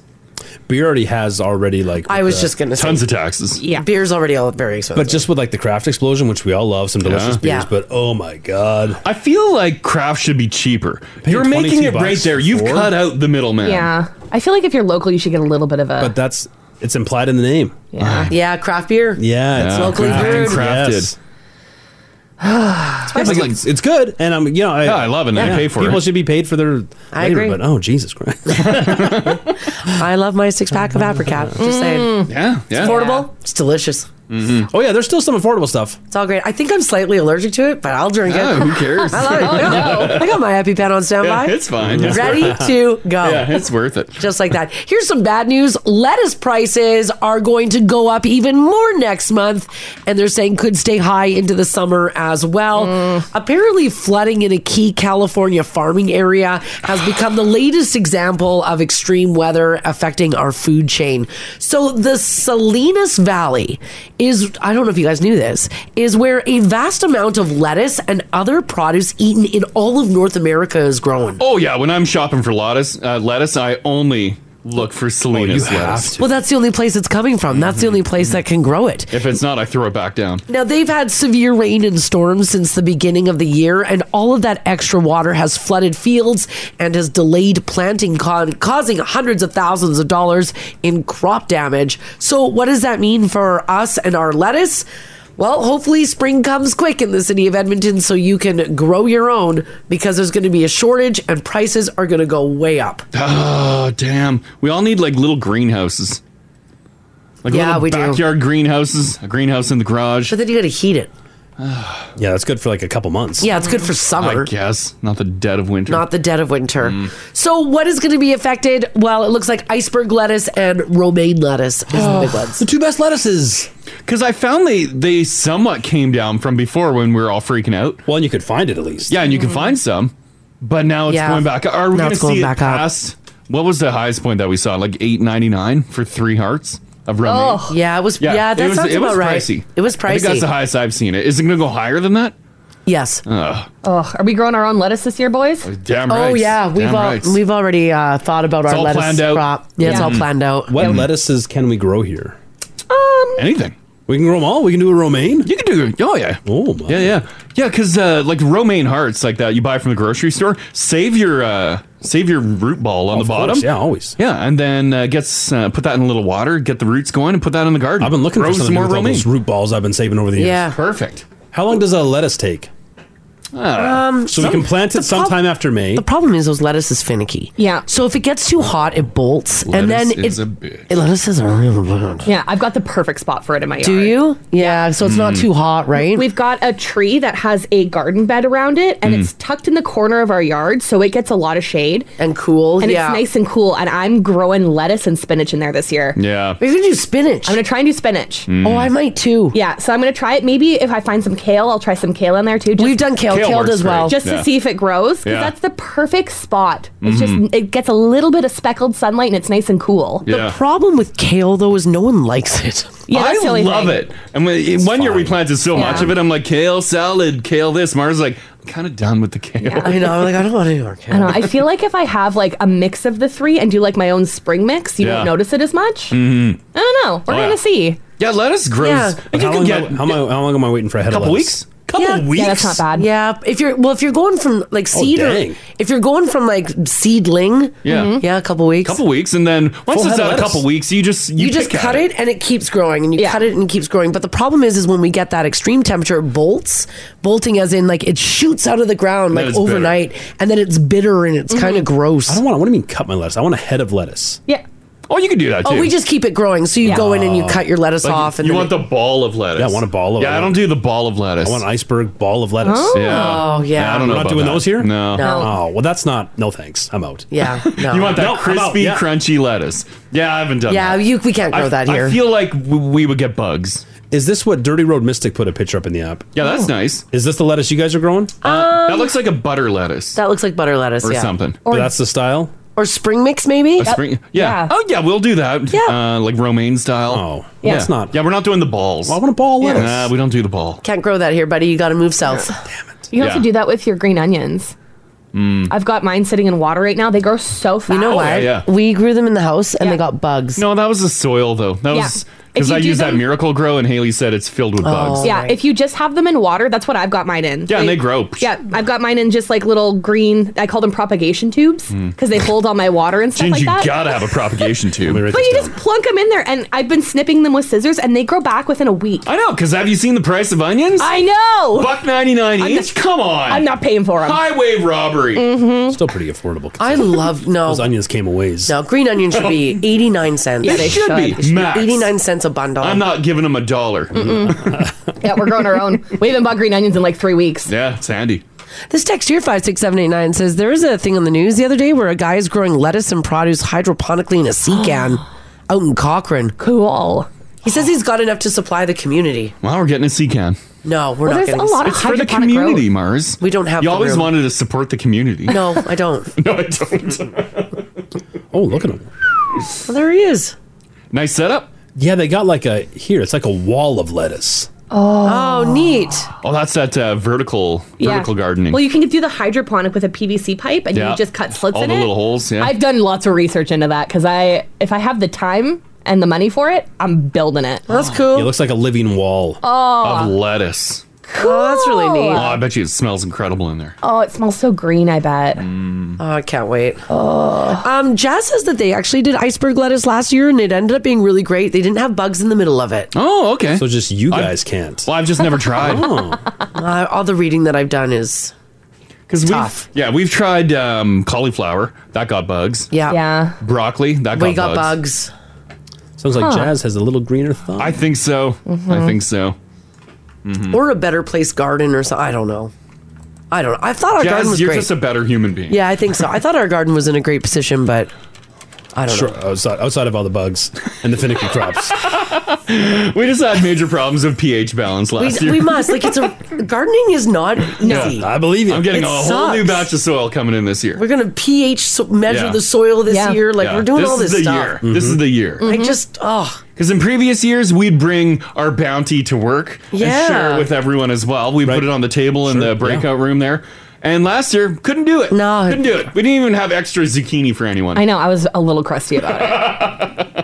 S8: Beer already has already like. uh,
S5: I was just gonna say- Tons
S4: of taxes.
S5: Yeah. Beer's already all very expensive.
S8: But just with like the craft explosion, which we all love, some delicious
S4: Yeah.
S8: beers.
S4: Yeah.
S8: But oh my god,
S4: I feel like craft should be cheaper. You're making
S8: 22
S4: it right
S8: bucks
S4: there. You've
S8: for-
S4: cut out the middleman.
S9: Yeah, I feel like if you're local, you should get a little bit of a.
S8: But that's it's implied in the name.
S9: Yeah,
S5: yeah, craft beer.
S8: Yeah,
S5: It's locally brewed.
S8: crafted. It's, like, it's, it's good, and I'm you know I,
S4: Yeah, I love it, and I pay for
S8: people
S4: it.
S8: should be paid for their.
S5: I
S8: labor,
S5: agree.
S8: but oh Jesus Christ,
S5: I love my six pack of apricot. Just saying.
S4: Yeah,
S5: It's affordable. It's delicious.
S8: Oh yeah, there's still some affordable stuff.
S5: It's all great. I think I'm slightly allergic to it, but I'll drink
S4: Yeah,
S5: it.
S4: who cares?
S5: I love it.
S4: Oh,
S5: I,
S4: no.
S5: got, I got my EpiPen on standby.
S4: Yeah, it's fine. It's
S5: Ready
S4: worth it.
S5: to go.
S4: Yeah, it's worth it.
S5: Just like that. Here's some bad news. Lettuce prices are going to go up even more next month, and they're saying could stay high into the summer as well. Apparently, flooding in a key California farming area has become the latest example of extreme weather affecting our food chain. So, the Salinas Valley is, I don't know if you guys knew this, is where a vast amount of lettuce and other produce eaten in all of North America is grown.
S4: Oh yeah, when I'm shopping for lettuce, uh, lettuce, I only look
S8: Oh,
S4: for Salinas lettuce.
S5: Well, that's the only place it's coming from. That's the only place that can grow it.
S4: If it's not, I throw it back down.
S5: Now, they've had severe rain and storms since the beginning of the year, and all of that extra water has flooded fields and has delayed planting, con- causing hundreds of thousands of dollars in crop damage. So, what does that mean for us and our lettuce? Well, hopefully, spring comes quick in the city of Edmonton so you can grow your own because there's going to be a shortage and prices are going to go way up.
S4: Oh damn! We all need like little greenhouses. Like
S5: Yeah,
S4: little
S5: we do.
S4: backyard greenhouses, a greenhouse in the garage. But
S5: then you got to heat it.
S8: yeah, that's good for like a couple months.
S5: Yeah, it's good for summer.
S4: I guess not the dead of winter. Mm.
S5: Not the dead of winter. So, what is going to be affected? Well, it looks like iceberg lettuce and romaine lettuce is the big ones. The
S8: two best lettuces.
S4: Because I found they they somewhat came down from before when we were all freaking out.
S8: Well, and you could find it at least.
S4: Yeah, and you can find some, but now it's
S5: Mm-hmm. Yeah.
S4: going back. Are we
S5: Now
S4: going to
S5: it's going
S4: see it
S5: back up.
S4: past? What was the highest point that we saw? Like eight ninety nine for three hearts of romaine.
S5: Oh, yeah, it was. Yeah, that
S4: it was,
S5: sounds
S4: it was
S5: about right.
S4: Pricey.
S5: It was
S4: I think that's
S5: pricey.
S4: the highest I've seen it. Is it going to go higher than that?
S5: Yes.
S4: Ugh,
S9: Oh, are we growing our own lettuce this year, boys?
S4: damn
S5: Oh yeah, we've
S4: Damn
S5: all,
S4: rights.
S5: we've already uh, thought about
S4: It's
S5: our
S4: all
S5: lettuce
S4: planned out. Mm-hmm.
S5: crop. Yeah, it's all
S8: Mhm.
S5: planned out.
S8: What lettuces can we grow here?
S9: Um,
S4: anything.
S8: We can grow them all. We can do a romaine. You
S4: can do. Oh yeah.
S8: Oh
S4: Yeah, yeah, yeah. Because uh, like romaine hearts, like that you buy from the grocery store. Save your uh, save your root ball on
S8: Of
S4: the bottom.
S8: course, yeah, always.
S4: Yeah, and then uh, gets uh, put that in a little water. Get the roots going and put that in the garden. I've been
S8: looking
S4: Grow
S8: for something
S4: some more
S8: with all
S4: romaine.
S8: those root balls I've been saving over the years.
S5: Yeah.
S4: perfect. Ah.
S8: How long does a lettuce take?
S5: Um,
S8: so we
S5: some-
S8: can plant it sometime after May.
S5: The problem is those lettuce is finicky.
S9: Yeah.
S5: So if it gets too hot, it bolts, and then
S9: Lettuce
S5: it,
S9: is a
S5: it lettuces are real bad.
S9: Yeah, I've got the perfect spot for it in my yard.
S5: Do you? Yeah. So it's not
S9: Mm.
S5: too hot, right?
S9: We've got a tree that has a garden bed around it, and
S5: Mm.
S9: it's tucked in the corner of our yard, so it gets a lot of shade
S5: and cool.
S9: And
S5: yeah.
S9: it's nice and cool. And I'm growing lettuce and spinach in there this year.
S4: Yeah.
S5: We're gonna do spinach.
S9: I'm gonna try and do spinach.
S5: Mm. Oh, I might too.
S9: Yeah, so I'm gonna try it. Maybe if I find some kale, I'll try some kale in there too. Just,
S5: We've done kale. Kale Kale works does great. well.
S9: just
S5: Yeah.
S9: to see if it grows. 'cause
S5: Yeah.
S9: that's the perfect spot. It's
S4: Mm-hmm.
S5: Mhm.
S9: just it gets a little bit of speckled sunlight, and it's nice and cool.
S5: The problem with kale though is no one likes it.
S9: Yeah, that's
S4: I
S9: the only
S4: love
S9: thing.
S4: it. And when, in one year we planted so
S9: Yeah.
S4: much of it. I'm like kale salad, kale this. Mara's like, I'm kind of done with the kale.
S5: I know. I'm like, I don't want any more
S9: I
S5: kale.
S9: don't know. I feel like if I have like a mix of the three and do like my own spring mix, you
S4: Yeah.
S9: won't notice it as much.
S4: Mm-hmm.
S9: I don't know. We're
S8: Oh, yeah.
S9: gonna see.
S4: Yeah, lettuce grows.
S9: Yeah.
S8: And how,
S9: You
S8: long
S9: could
S8: am I,
S9: get-
S8: how, am I, how long am I waiting for a head
S5: Couple
S8: of
S5: weeks?
S8: lettuce? Couple
S5: yeah.
S8: weeks.
S5: Yeah, if you're well, if you're going from like
S8: Oh,
S5: seed, or-
S8: dang.
S5: if you're going from like seedling,
S4: Yeah. Mhm.
S5: yeah, a couple weeks.
S4: couple weeks, and then once
S5: Full head of
S4: it's out a
S5: lettuce.
S4: couple weeks, you just you,
S5: you, just
S4: pick at
S5: cut it. and it keeps growing and you cut it and it keeps growing but the problem is is when we get that extreme temperature it bolts bolting as in like it shoots out of the ground
S8: Then
S5: like
S8: it's bitter.
S5: overnight and then it's bitter and it's kind of gross
S8: Mm-hmm. I don't want. What do you mean cut my lettuce? I want a head of lettuce.
S9: Yeah.
S4: Oh, you can do that.
S5: oh we just keep it growing so you go in and you cut your lettuce
S4: Like,
S5: off and
S4: you
S5: then
S4: want
S5: it-
S4: the ball of lettuce.
S8: Yeah, I want a ball of.
S4: Yeah, I don't do the ball of lettuce.
S8: I want an iceberg ball of lettuce.
S5: Oh. Oh, yeah.
S4: I don't know
S8: We're not
S4: about
S8: doing
S4: that.
S8: those here.
S4: No. No.
S8: Oh well, that's not. No thanks. I'm out.
S5: yeah no.
S4: You want that
S8: No, I'm out,
S4: crispy,
S8: yeah.
S4: crunchy lettuce? Yeah, I haven't done
S5: yeah
S4: that.
S5: you, we can't grow
S4: I-
S5: that
S4: I
S5: here
S4: feel like w- we would get bugs.
S8: Is this what Dirty Road Mystic put a picture up in the app?
S4: Yeah, that's nice.
S8: Hmm. Is this the lettuce you guys are growing?
S4: Uh, that
S5: Um,
S4: looks like a butter lettuce.
S5: that looks like butter lettuce
S4: or
S5: yeah.
S4: something.
S5: or,
S8: that's the style.
S5: or spring mix maybe
S4: A spring, yeah. Oh yeah, we'll do that. Yeah. Uh, like romaine style. Oh,
S5: Yeah. that's
S4: not. Yeah, we're not doing the balls.
S5: I want a ball lettuce.
S4: Nah, we don't do the ball.
S5: can't grow that here buddy you gotta move south damn
S9: it You can also
S4: Yeah.
S9: do that with your green onions.
S4: Mm.
S9: I've got mine sitting in water right now. They grow so fast.
S5: you know what
S4: yeah, yeah.
S5: we grew them in the house and they got bugs
S4: No, that was the soil though. That
S9: Yeah.
S4: was
S9: If
S4: because
S9: you
S4: I
S9: do
S4: used that
S9: them- Oh,
S4: Miracle Grow, and Haley said it's filled
S5: Oh.
S4: with bugs.
S9: yeah, if you just have them in water, that's what I've got mine in.
S4: Yeah, and they grow.
S9: Yeah, I've got mine in just like little green. I call them propagation tubes
S4: Mm.
S9: because they hold all my water and stuff
S4: Ginge,
S9: like
S4: you
S9: that.
S4: gotta have a propagation tube.
S9: but you just plunk them in there, and I've been snipping them with scissors, and they grow back within a week.
S4: I know, because have you seen the price of onions?
S9: I know.
S4: Buck ninety nine each. Come on.
S9: I'm not paying for them.
S4: Highway robbery.
S9: Mhm.
S8: Still pretty affordable.
S5: I love no. Those
S8: onions came a ways.
S5: No, green onion should be eighty nine cents.
S4: Yeah, they It should should. be, max.
S5: eighty nine cents a bundle.
S4: I'm not giving them a dollar.
S9: yeah, we're growing our own. We haven't bought green onions in like three weeks.
S4: Yeah, it's handy.
S5: This text here five six seven eight nine says there was a thing on the news the other day where a guy is growing lettuce and produce hydroponically in a sea can out in Cochrane.
S9: Cool.
S5: He says he's got enough to supply the community.
S4: Well, we're getting a sea can.
S5: No,
S9: Well,
S5: we're not.
S9: there's
S5: getting
S9: a lot of
S5: It's
S4: For the community, Mars.
S5: We don't have
S4: You
S5: the
S4: always
S5: room.
S4: wanted to support the community.
S5: No, I don't.
S4: no, I don't.
S8: oh, look at him.
S5: Well, there he is.
S4: Nice setup.
S8: Yeah, they got like a here. It's like a wall of lettuce.
S5: Oh, neat.
S4: Oh, that's that uh, vertical vertical gardening.
S9: Well, you can do the hydroponic with a PVC pipe, and
S4: Yeah.
S9: you just cut slits
S4: All
S9: in
S4: the
S9: it.
S4: little holes, yeah.
S9: I've done lots of research into that because I, if I have the time and the money for it, I'm building it.
S5: That's
S8: It looks like a living wall
S9: Oh.
S4: of lettuce.
S9: Cool. Oh, that's really
S4: Oh,
S9: neat.
S4: I bet you it smells incredible in there.
S9: Oh, it smells so green. I bet.
S4: Mm.
S5: Oh, I can't wait. Um, Jazz says that they actually did iceberg lettuce last year and it ended up being really great. They didn't have bugs in the middle of it.
S4: Oh, okay.
S8: So just you guys can't. Oh.
S4: Well, I've just never tried.
S5: Uh, all the reading that I've done is
S4: Because
S5: tough.
S4: we've yeah we've tried um, cauliflower that got bugs.
S5: Yeah,
S9: yeah.
S4: Broccoli that got
S5: We got
S4: bugs.
S5: bugs.
S8: Sounds like Huh. Jazz has a little greener thumb.
S4: I think so. Mm-hmm. I
S5: Mhm.
S4: think so.
S5: or a better place garden or something. I don't know. I don't know. I thought our garden
S4: Jazz,
S5: was
S4: you're
S5: great.
S4: just a better human being.
S5: yeah, I think so. I thought our garden was in a great position, but I don't
S8: Sure,
S5: know.
S8: outside, outside of all the bugs and the finicky crops.
S4: we just had major problems of pH balance
S5: We,
S4: last year.
S5: we must like it's a gardening is not easy.
S4: Yeah, I believe you. I'm getting
S5: It
S4: a whole new
S5: sucks.
S4: batch of soil coming in this year.
S5: We're gonna pH so- measure
S4: Yeah.
S5: the soil this
S4: Yeah.
S5: year. Like
S4: Yeah.
S5: we're doing
S4: This
S5: all
S4: is
S5: this
S4: the
S5: stuff. Mm-hmm.
S4: year. This is the year.
S5: I just oh
S4: Because in previous years, we'd bring our bounty to work
S5: Yeah.
S4: and share it with everyone as well. We put it on the table in the breakout room there. And last year, couldn't do it. No, couldn't do it. We didn't even have extra zucchini for anyone.
S9: I know. I was a little crusty about it.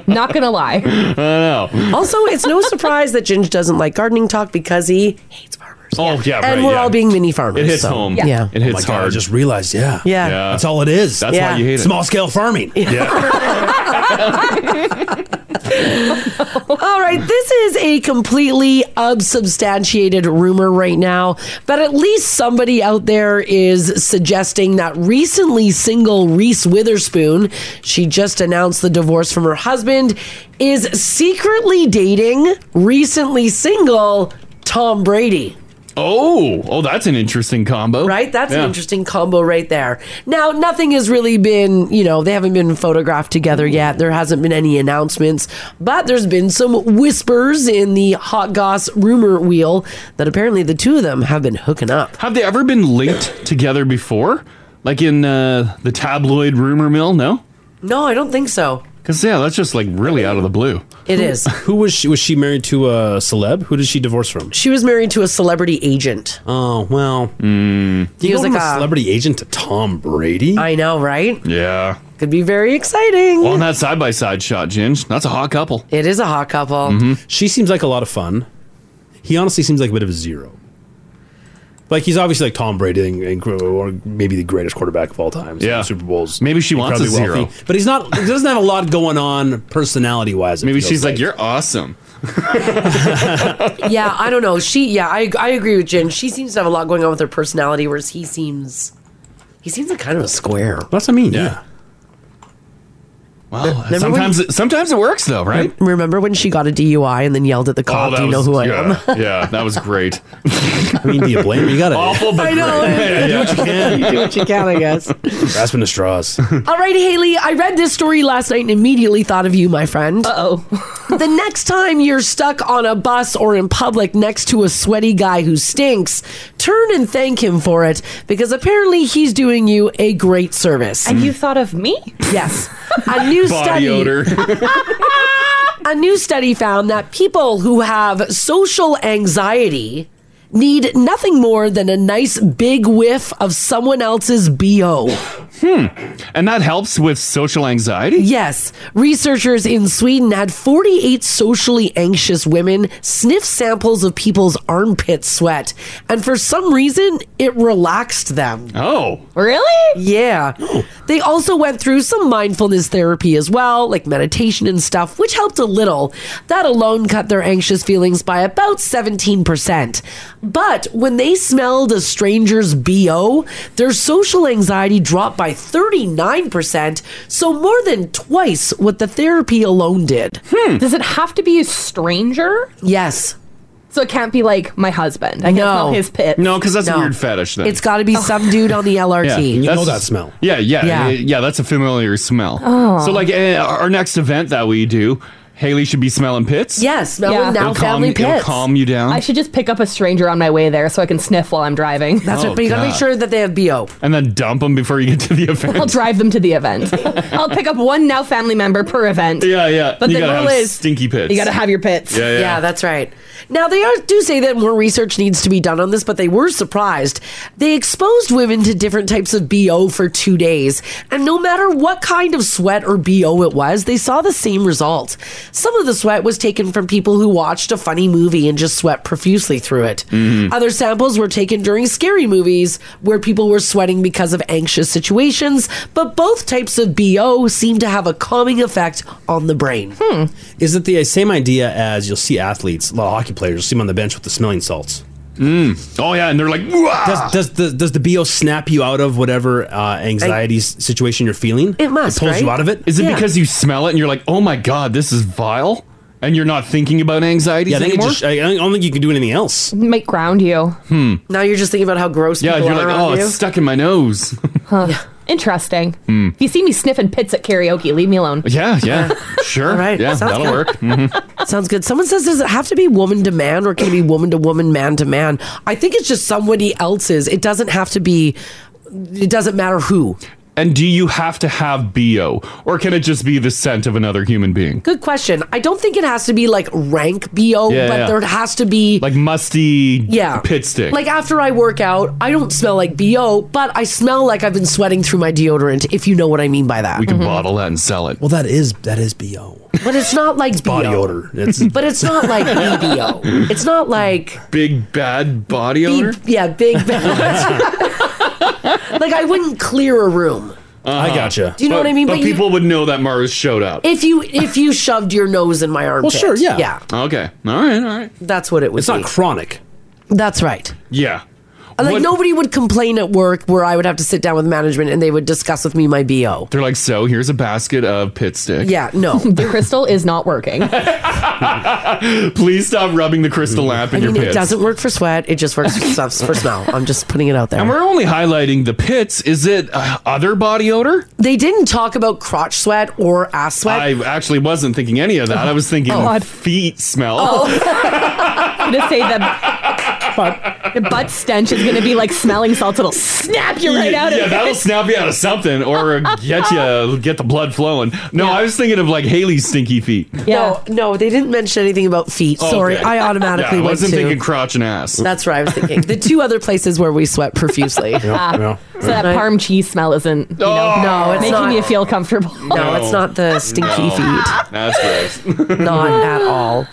S9: Not gonna lie.
S4: I know.
S5: Also, it's no surprise that Ginge doesn't like gardening talk because he hates farmers.
S4: Oh yeah,
S5: and
S4: right,
S5: we're
S4: yeah.
S5: all being mini farmers.
S4: It hits
S5: so,
S4: home.
S5: Yeah.
S4: it
S8: Oh my
S4: hits
S8: God, I
S4: hard.
S8: just realized, yeah.
S5: Yeah.
S8: That's all it is.
S4: That's why Yeah. you hate it.
S8: Small scale farming.
S5: All right, this is a completely unsubstantiated rumor right now, but at least somebody out there is suggesting that recently single Reese Witherspoon, she just announced the divorce from her husband, is secretly dating recently single Tom Brady.
S4: Oh, oh, that's an interesting combo,
S5: Right? That's
S4: Yeah.
S5: an interesting combo right there. Now, nothing has really been, you know, they haven't been photographed together yet. There hasn't been any announcements, but there's been some whispers in the hot goss rumor wheel that apparently the two of them have been hooking up.
S4: Have they ever been linked together before? Like in uh, the tabloid rumor mill? No.
S5: No, I don't think so. Oh,
S4: Because yeah, that's just like really out of the blue.
S5: It is.
S8: Who was she? Was she married to a celeb? Who did she divorce from?
S5: She was married to a celebrity agent.
S8: Oh well. Mm.
S5: He
S8: You go
S5: was
S8: from
S5: like
S8: a
S5: a-
S8: celebrity agent to Tom Brady.
S5: I know, Oh, right?
S4: Yeah.
S5: Could be very exciting.
S4: Well, on that side by side shot, Ginge, that's a hot couple. Mm-hmm.
S5: It is a hot couple.
S8: She seems like a lot of fun. He honestly seems like a bit of a zero. Like he's obviously like Tom Brady, and, and or maybe the greatest quarterback of all time.
S4: Yeah.
S8: Super Bowls.
S4: Maybe she wants a
S8: incredibly
S4: zero.
S8: but he's not. He doesn't have a lot going on personality wise.
S4: Maybe she's like, "You're awesome."
S5: yeah, I don't know. She, yeah, I, I agree with Jen. She seems to have a lot going on with her personality, whereas he seems, he seems like kind of a square.
S8: That's what I mean. Yeah.
S4: Wow.
S5: when
S4: Oh, sometimes, it, sometimes it works though, right? Oh,
S5: Remember when she got a DUI and then yelled at the cop,
S4: that
S5: "Do you know
S4: was-
S5: who I am?"
S4: yeah, Yeah, that was great.
S8: I mean, do you blame her? You got it.
S4: Awful, but
S5: I know.
S4: great. Yeah, yeah.
S5: You do what you can, I guess.
S8: Grasping the straws.
S5: All right, Haley, I read this story last night and immediately thought of you, my friend. Uh
S9: oh.
S5: the next time you're stuck on a bus or in public next to a sweaty guy who stinks, turn and thank him for it because apparently he's doing you a great service.
S9: And you thought of me?
S5: Yes. A new
S4: Body
S5: study.
S4: odor.
S5: A new study found that people who have social anxiety need nothing more than a nice big whiff of someone else's BO.
S4: Hmm. And that helps with social anxiety?
S5: Yes. Researchers in Sweden had 48 socially anxious women sniff samples of people's armpit sweat, and for some reason, it relaxed them.
S4: Oh.
S9: Really?
S5: Yeah. They also went through some mindfulness therapy as well, like meditation and stuff, which helped a little. That alone cut their anxious feelings by about 17%. But when they smelled a stranger's BO, their social anxiety dropped by 39%, so more than twice what the therapy alone did.
S9: Does it have to be a stranger?
S5: Hmm. Yes.
S9: So it can't be like my husband. I can
S5: No.
S9: smell his pits. Oh.
S4: No, because that's
S5: No.
S4: a weird fetish then.
S5: It's got to be some dude on the LRT.
S4: that's- Yeah, yeah,
S5: Yeah.
S4: yeah, yeah. That's a familiar smell.
S5: Oh.
S4: So, like, eh, our next event that we do, Haley should be smelling pits.
S5: Yes, smelling
S9: Yeah.
S5: now
S4: It'll calm-
S5: family
S4: it'll
S5: pits.
S4: calm you down.
S9: I should just pick up a stranger on my way there so I can sniff while I'm driving.
S4: That's right, Oh, but you gotta make God. sure
S5: that they have BO.
S4: and then dump them before you get to the event.
S9: I'll drive them to the event. I'll pick up one now family member per event.
S4: Yeah, yeah.
S9: But
S4: you
S9: the
S4: gotta
S9: rule
S4: have
S9: is
S4: stinky pits.
S9: you gotta have your pits.
S4: Yeah, yeah.
S5: that's right. Now they are, do say that more research needs to be done on this, but they were surprised. They exposed women to different types of BO for two days, and no matter what kind of sweat or BO it was, they saw the same result. Some of the sweat was taken from people who watched a funny movie and just sweat profusely through it.
S4: Hmm. Mm-hmm.
S5: Other samples were taken during scary movies where people were sweating because of anxious situations, but both types of BO seem to have a calming effect on the brain. Hmm.
S8: Is it the same idea as you'll see athletes, a lot of hockey players, you'll see them on the bench with the smelling salts?
S4: Mm. Oh yeah, and they're like, "Wah!"
S8: does, does the does the bo snap you out of whatever uh, anxiety s- situation you're feeling?
S5: It must,
S8: pulls you
S5: right?
S8: out of it.
S4: Is it
S5: Yeah.
S4: because you smell it and you're like, oh my god, this is vile? And you're not thinking about anxieties
S8: Yeah, I think it
S4: anymore.
S8: just- I I don't think you can do anything else.
S9: Might ground you.
S4: Hmm.
S5: Now you're just thinking about how gross
S4: Yeah,
S5: people
S4: you're
S5: are
S4: like,
S5: around
S4: oh,
S5: you.
S4: it's stuck in my nose.
S9: Huh. Interesting.
S4: Hmm.
S9: If you see me sniffing pits at karaoke, leave me alone. Uh,
S4: Yeah, yeah, sure.
S5: All right,
S4: Yeah,
S5: sounds
S4: that'll
S5: good.
S4: work. Mhm.
S5: Sounds good. Someone says, does it have to be woman to man or can it be woman to woman, man to man? I think it's just somebody else's. It doesn't have to be, it doesn't matter who.
S4: And do you have to have bo, or can it just be the scent of another human being?
S5: Good question. I don't think it has to be like rank BO,
S4: Yeah,
S5: Oh, but
S4: yeah.
S5: there has to be
S4: Like musty
S5: yeah
S4: pit stick.
S5: Like after I work out, I don't smell like BO, but I smell like I've been sweating through my deodorant, if you know what I mean by that. Mm-hmm.
S4: we can bottle that and sell it.
S8: Well, that is that is bo.
S5: But it's not like BO.
S8: Body odor. It's
S5: But it's not like BBO. It's not like
S4: big bad body odor.
S5: yeah, big bad. like I wouldn't clear a room.
S4: I gotcha.
S5: Do you know
S4: But-
S5: what I mean?
S4: But,
S5: But you-
S4: people would know that Mars showed up.
S5: If you if you shoved your nose in my armpit.
S4: sure, yeah.
S5: Yeah.
S4: Okay. All right. All right.
S5: That's what it was.
S4: It's not
S8: chronic.
S5: That's right.
S4: Yeah.
S5: Like
S4: What-
S5: nobody would complain at work where I would have to sit down with management and they would discuss with me my BO.
S4: They're like, so here's a basket of pit stick.
S5: Yeah, no.
S9: the crystal is not working.
S4: Please stop rubbing the crystal lamp in
S5: I mean,
S4: your
S5: it
S4: pits.
S5: doesn't work for sweat. It just works for, stuff- for smell. I'm just putting it out there.
S4: And we're only highlighting the pits. Is it uh, other body odor?
S5: They didn't talk about crotch sweat or ass sweat.
S4: I actually wasn't thinking any of that. I was thinking
S5: Oh, God. Oh,
S4: feet smell.
S9: I'm oh. gonna say the butt, the butt stench is gonna be like smelling salts. It'll snap you right
S4: yeah,
S9: out of
S4: yeah,
S9: it.
S4: that'll snap you out of something or get you get the blood flowing. No, I was thinking of like Haley's stinky feet.
S5: Yeah. No, no, they didn't mention anything about feet.
S4: Oh,
S5: Sorry,
S4: okay.
S5: I automatically
S4: Yeah, I
S5: went
S4: wasn't
S5: to.
S4: thinking crotch and ass.
S5: That's right. I was thinking the two other places where we sweat profusely.
S9: Ah, So that
S5: Right.
S9: parm cheese smell isn't you know,
S5: No, it's
S9: making
S5: not.
S9: me feel comfortable.
S5: No, it's not the stinky feet.
S4: That's gross.
S5: Not at all.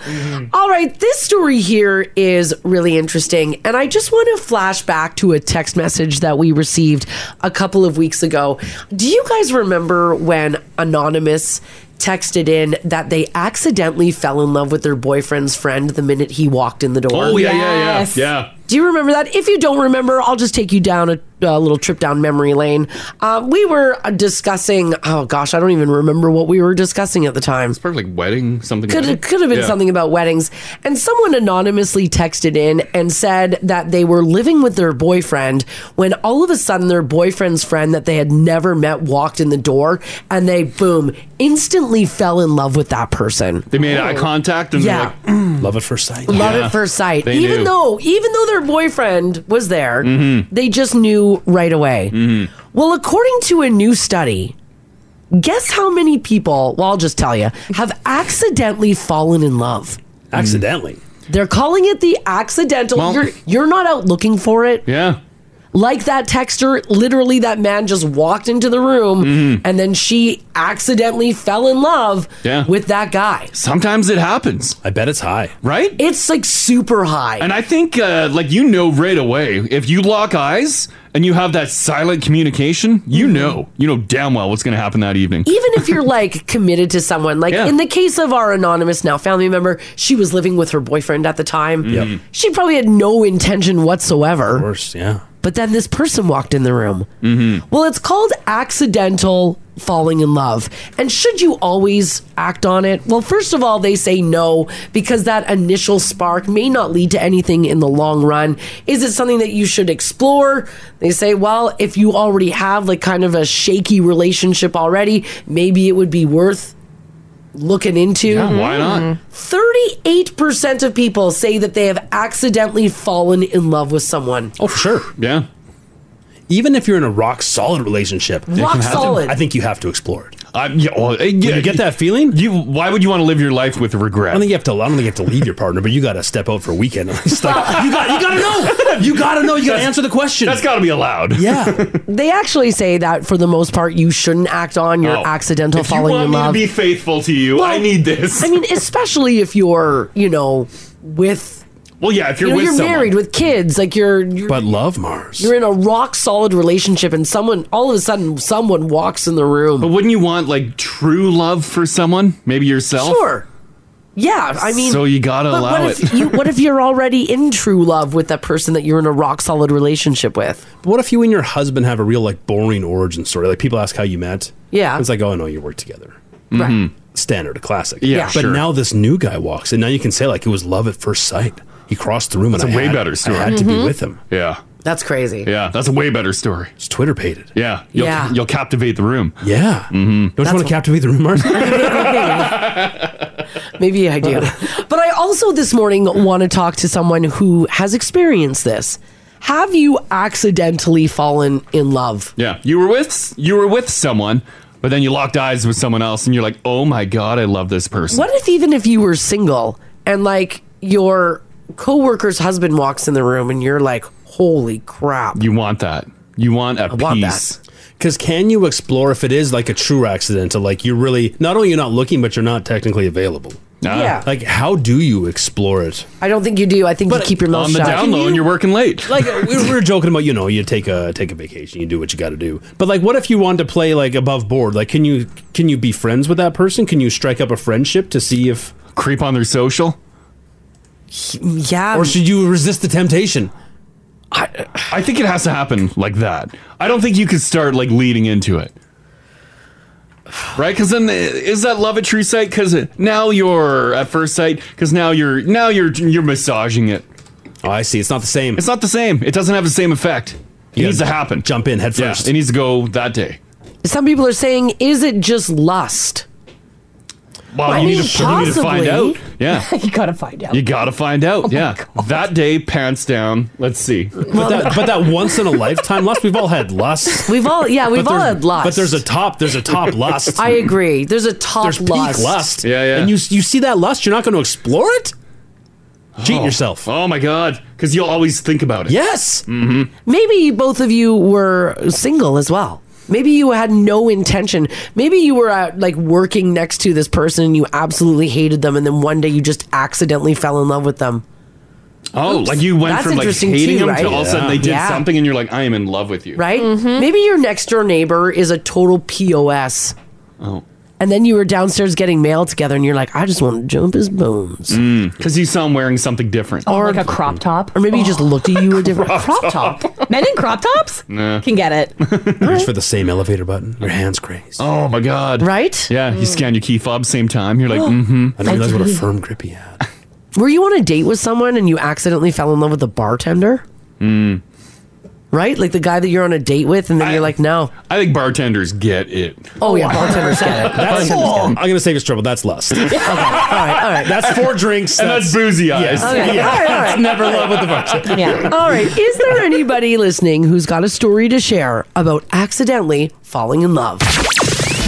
S5: All right, this story here is really interesting. And I just want to flash back to a text message that we received a couple of weeks ago. Do you guys remember when Anonymous texted in that they accidentally fell in love with their boyfriend's friend the minute he walked in the door?
S4: Oh yeah, yeah, yeah, yeah.
S5: Do you remember that? If you don't remember, I'll just take you down a, a little trip down memory lane. Uh, we were uh, discussing. Oh gosh, I don't even remember what we were discussing at the time. It's
S4: probably like wedding something.
S5: Could
S4: like that.
S5: could have been
S4: Yeah.
S5: something about weddings. And someone anonymously texted in and said that they were living with their boyfriend when all of a sudden their boyfriend's friend that they had never met walked in the door, and they boom instantly fell in love with that person.
S4: They made eye contact and
S5: Yeah.
S4: they're like, love at first sight.
S5: Love at first sight.
S4: They
S5: even
S4: knew.
S5: though even though their boyfriend was there,
S4: Mhm.
S5: they just knew right away.
S4: Mm-hmm.
S5: Well, according to a new study, guess how many people, well, I'll just tell you, have accidentally fallen in love.
S8: Accidentally.
S5: They're calling it the accidental. you're you're not out looking for it.
S4: Yeah.
S5: Like that texter, literally that man just walked into the room
S4: Mm-hmm.
S5: and then she accidentally fell in love
S4: Yeah.
S5: with that guy.
S4: Sometimes it happens. I bet it's high, right?
S5: It's like super high.
S4: And I think, uh, like you know, right away if you lock eyes and you have that silent communication, you know, you know damn well what's going to happen that evening.
S5: Mm-hmm. even if you're like committed to someone, like in the case of our anonymous now family member, she was living with her boyfriend at the time.
S4: Yep.
S5: Mm-hmm. She probably had no intention whatsoever. Of course,
S8: yeah.
S5: But then this person walked in the room. Mm-hmm. Well, it's called accidental falling in love. And should you always act on it? Well, first of all, they say no because that initial spark may not lead to anything in the long run. Is it something that you should explore? They say, well, if you already have like kind of a shaky relationship already, maybe it would be worth looking into.
S4: Yeah, why not? Mhm.
S5: 38% of people say that they have accidentally fallen in love with someone.
S8: Oh, for sure.
S4: Yeah.
S8: Even if you're in a rock solid relationship,
S5: Rock You have to- solid.
S8: I think you have to explore it.
S4: I, yeah, well, eh, yeah,
S8: you get that feeling?
S4: You. Why would you want to live your life with
S8: I
S4: regret?
S8: don't think you have to. I don't think you have to leave your partner, but you got to step out for a weekend. It's like, you got. You got to know. You got to know. You got to
S4: That's-
S8: answer the question.
S4: That's got to be allowed.
S8: Yeah.
S5: They actually say that for the most part, you shouldn't act on your
S4: Oh.
S5: accidental
S4: If
S5: falling
S4: you want
S5: in
S4: me
S5: love.
S4: to be faithful to you, I need this.
S5: I mean, especially if you're, you know, with.
S4: well, yeah, if
S5: you
S4: you're
S5: know,
S4: with
S5: you're
S4: someone.
S5: married with kids, like you're, you're
S8: but love Mars.
S5: you're in a rock solid relationship, and someone all of a sudden someone walks in the room.
S4: But wouldn't you want like true love for someone? Maybe yourself.
S5: Sure. Yeah, I mean,
S4: So you gotta
S5: but
S4: allow
S5: what If
S4: it.
S5: you, what if you're already in true love with that person that you're in a rock solid relationship with?
S8: But what if you and your husband have a real like boring origin story? Like people ask how you met.
S5: Yeah.
S8: It's like, oh no, you worked together.
S5: Right.
S8: standard, a classic.
S4: Mm-hmm. Yeah,
S8: but
S4: sure.
S8: now this new guy walks, and now you can say like it was love at first sight. He crossed the room, and
S4: It's a
S8: I
S4: way
S8: had-
S4: better story.
S8: I had to be
S5: Mm-hmm.
S4: Mhm.
S8: with him.
S4: Yeah.
S5: That's crazy.
S4: Yeah, that's a way better story.
S8: It's Twitter pated.
S4: Yeah, you'll,
S5: Yeah.
S4: you'll captivate the room.
S8: Yeah, mm-hmm. don't you want to captivate the room, Mars?
S5: Maybe I do. but I also this morning want to talk to someone who has experienced this. Have you accidentally fallen in love?
S4: Yeah, you were with you were with someone, but then you locked eyes with someone else, and you're like, "Oh my god, I love this person."
S5: What if even if you were single and like your coworker's husband walks in the room and you're like, holy crap.
S4: You want that? You want a
S5: want that.
S4: piece?
S8: Because can you explore if it is like a true accidental? Like you're really not only you're not looking, but you're not technically available.
S5: Yeah.
S8: Like how do you explore it?
S5: I don't think you do. I think you keep your mouth shut.
S4: you're working late.
S8: Like
S5: uh,
S8: we we were joking about, you know, you take a take a vacation, you do what you got to do. But like, what if you want to play like above board? Like, can you can you be friends with that person? Can you strike up a friendship to see if
S4: creep on their social?
S5: Yeah.
S8: Or should you resist the temptation?
S4: I think it has to happen like that. I don't think you could start like leading into it, right? Because then uh, is that love at true sight? Because now you're at first sight. Because now you're now you're you're massaging it.
S8: Oh, I see. It's not the same.
S4: It's not the same. It doesn't have the same effect. It needs to happen.
S8: Jump in head
S4: first. it needs to go that day.
S5: Some people are saying, is it just lust?
S4: Well,
S5: I
S4: you,
S5: mean,
S4: need to, you need to find
S5: possibly.
S4: out. Yeah.
S9: you gotta find out.
S4: You gotta find
S5: Oh
S4: out. yeah. That day, pants down. Let's see.
S8: But that, but that once in a lifetime lust, we've all had lust.
S5: We've all- yeah,
S8: But
S5: we've all
S8: there's-
S5: had lust.
S8: But there's a top, there's a top lust.
S5: I agree. There's a top
S8: There's
S5: lust.
S8: peak lust.
S4: Yeah, yeah.
S8: And you you see that lust, you're not going to explore it. Cheat yourself.
S4: Oh my god. Because you'll always think about it.
S8: Yes.
S4: Mm-hmm.
S5: Maybe both of you were single as well. Maybe you had no intention. Maybe you were out like working next to this person and you absolutely hated them, and then one day you just accidentally fell in love with them.
S4: Oh,
S5: Oops.
S4: like you went
S5: That's
S4: from like
S5: interesting
S4: hating
S5: too,
S4: them
S5: right?
S4: to all of a sudden they did
S5: Yeah.
S4: something and you're like, I am in love with you.
S5: right? Maybe your next door neighbor is a total POS.
S4: Oh.
S5: And then you were downstairs getting mail together and you're like, I just want to jump his bones.
S4: Because Mm. you saw him wearing something
S5: Oh.
S4: different.
S9: Or like a crop top.
S5: Or maybe he just looked at you a different crop, top.
S9: Men in crop tops
S4: Nah.
S9: can get it.
S8: Reach for the same elevator button. Your hands crazed.
S4: Oh my god.
S5: Right? Mm.
S4: Yeah. You scan your key fob same time. You're like, mm hmm.
S8: I didn't realize what a firm grip he had.
S5: Were you on a date with someone and you accidentally fell in love with the bartender?
S8: Hmm.
S4: Mm.
S5: Right? Like the guy that you're on a date with and then you're like, no.
S4: I think bartenders get it.
S5: Oh, yeah, bartenders get it. Bartenders
S8: That's,
S5: get it.
S8: I'm gonna save us trouble. That's lust.
S5: All right, all right.
S8: That's four drinks.
S4: And that's boozy eyes.
S8: Yes.
S5: Okay,
S8: Yeah.
S5: all right, all right.
S8: It's never love with the bartender.
S5: All right. Is there anybody listening who's got a story to share about accidentally falling in love?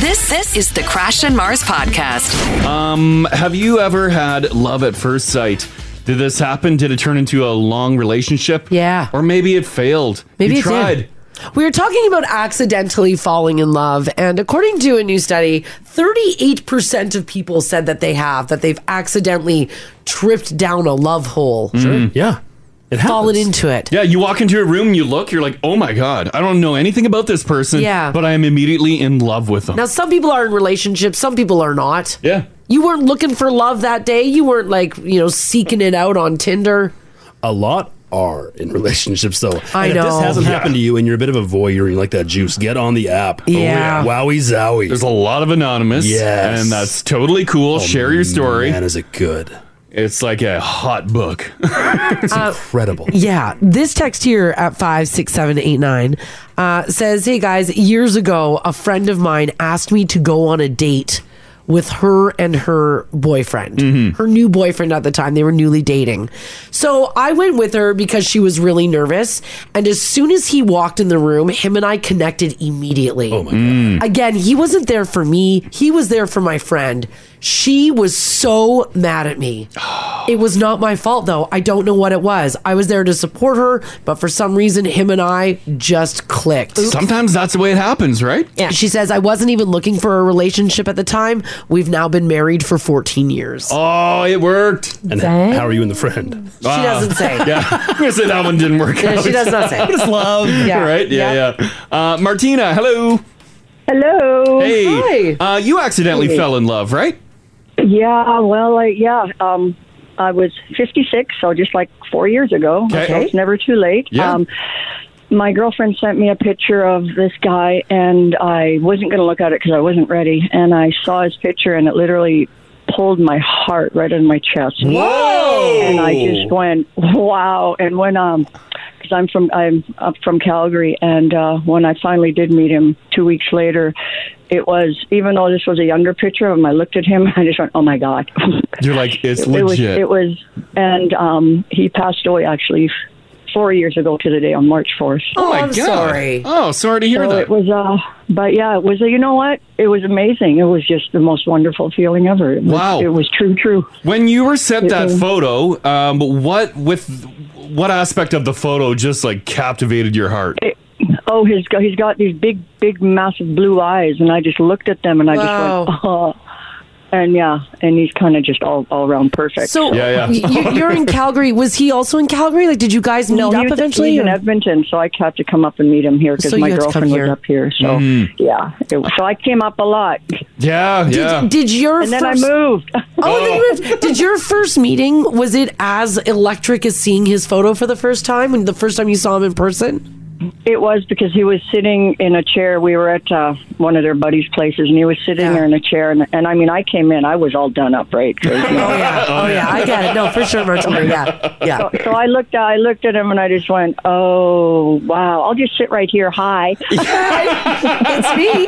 S2: This this is the Crash and Mars podcast.
S4: Um, have you ever had love at first sight? Did this happen? Did it turn into a long relationship? Yeah. Or maybe it failed.
S5: Maybe
S4: you
S5: it
S4: tried.
S5: did. We were talking about accidentally falling in love, and according to a new study, 38% of people said that they have, that they've accidentally tripped down a love hole.
S4: Mm.
S8: Yeah.
S5: fallen into it.
S4: Yeah, you walk into a room, you look, you're like, oh my God, I don't know anything about this person.
S5: Yeah.
S4: But I am immediately in love with them.
S5: Now, some people are in relationships, some people are not.
S4: Yeah.
S5: You weren't looking for love that day. You weren't like, you know, seeking it out on Tinder.
S8: A lot are in relationships though.
S5: I
S8: and If
S5: know.
S8: this hasn't
S5: Yeah.
S8: happened to you, and you're a bit of a voyeur, you like that juice. Get on the app. Oh,
S4: Yeah.
S8: Wowie zowie.
S4: There's a lot of anonymous.
S8: Yes. Oh,
S4: And that's totally cool. Share your story. Man,
S8: is it good?
S4: It's like a hot book. it's
S5: Uh,
S8: incredible.
S5: Yeah. This text here at 56789 uh, says, Hey guys, years ago, a friend of mine asked me to go on a date with her and her boyfriend, her new boyfriend at the time. They were newly dating. So I went with her because she was really nervous. And as soon as he walked in the room, him and I connected immediately. Oh my God.
S4: Mm.
S5: Again, he wasn't there for me, he was there for my friend. She was so mad at me. It was not my fault, though. I don't know what it was. I was there to support her, but for some reason, him and I just clicked.
S4: Sometimes that's the way it happens, right?
S5: Yeah. She says, I wasn't even looking for a relationship at the time. We've now been married for 14 years.
S4: Oh, it worked. Ah.
S8: And
S5: Dang.
S8: how are you and the friend?
S5: She doesn't say.
S4: Uh, Yeah, I'm gonna say that one didn't work
S5: Yeah,
S4: out.
S5: she does not say.
S4: What is love?
S5: Yeah.
S4: Right? Yeah, yeah. Uh, Martina, hello.
S11: Hello.
S4: Hey. Uh, you accidentally
S11: Oh, Hey.
S4: fell in love, right?
S11: Yeah, well, I, yeah. Um, I was 56, so just like four years ago.
S4: Okay.
S11: It's never too late.
S4: Yeah.
S11: Um, my girlfriend sent me a picture of this guy, and I wasn't going to look at it because I wasn't ready. And I saw his picture, and it literally pulled my heart right in my chest.
S13: Whoa!
S11: And I just went, wow. And when um, because I'm from I'm up from Calgary, and uh, when I finally did meet him two weeks later, it was even though this was a younger picture of him, I looked at him, and I just went, oh my god.
S4: You're like, it's
S11: it,
S4: legit.
S11: It was, it was, and um, he passed away actually f- four years ago to the day on March fourth.
S4: Oh, my God. Oh, sorry to hear
S11: so
S4: that.
S11: It was, uh, but yeah, it was. Uh, you know what? It was amazing. It was just the most wonderful feeling ever. It was,
S4: Wow.
S11: it was true, true.
S4: When you were sent
S11: It
S4: that
S11: was-
S4: photo, um, what with what aspect of the photo just like captivated your heart?
S11: Oh, his he's got these big, big, massive blue eyes, and I just looked at them, and I just went, oh. And yeah, and he's kind of just all all around perfect.
S5: So You, you're in Calgary. Was he also in Calgary? Like, did you guys meet
S11: No, he
S5: up
S11: was,
S5: eventually?
S11: he's in
S5: or-
S11: Edmonton, so I had to come up and meet him here because
S5: So
S11: my
S5: you had to come
S11: girlfriend was
S5: here.
S11: up here. So
S5: Mhm.
S11: yeah, it, so I came up a lot.
S4: Mm-hmm. Yeah,
S5: Did, did your
S11: and then
S5: first...
S11: I moved.
S5: Oh, then you moved. Did your first meeting was it as electric as seeing his photo for the first time? When the first time you saw him in person?
S11: It was because he was sitting in a chair. We were at uh, one of their buddies' places, and he was sitting there in a chair. And, and I mean, I came in, I was all done up, right? 'Cause, you know.
S5: Oh yeah, I get it. No, for sure, Martina. Yeah, yeah.
S11: So, so I looked, I looked at him, and I just went, "Oh wow! I'll just sit right here. Hi,
S5: it's me.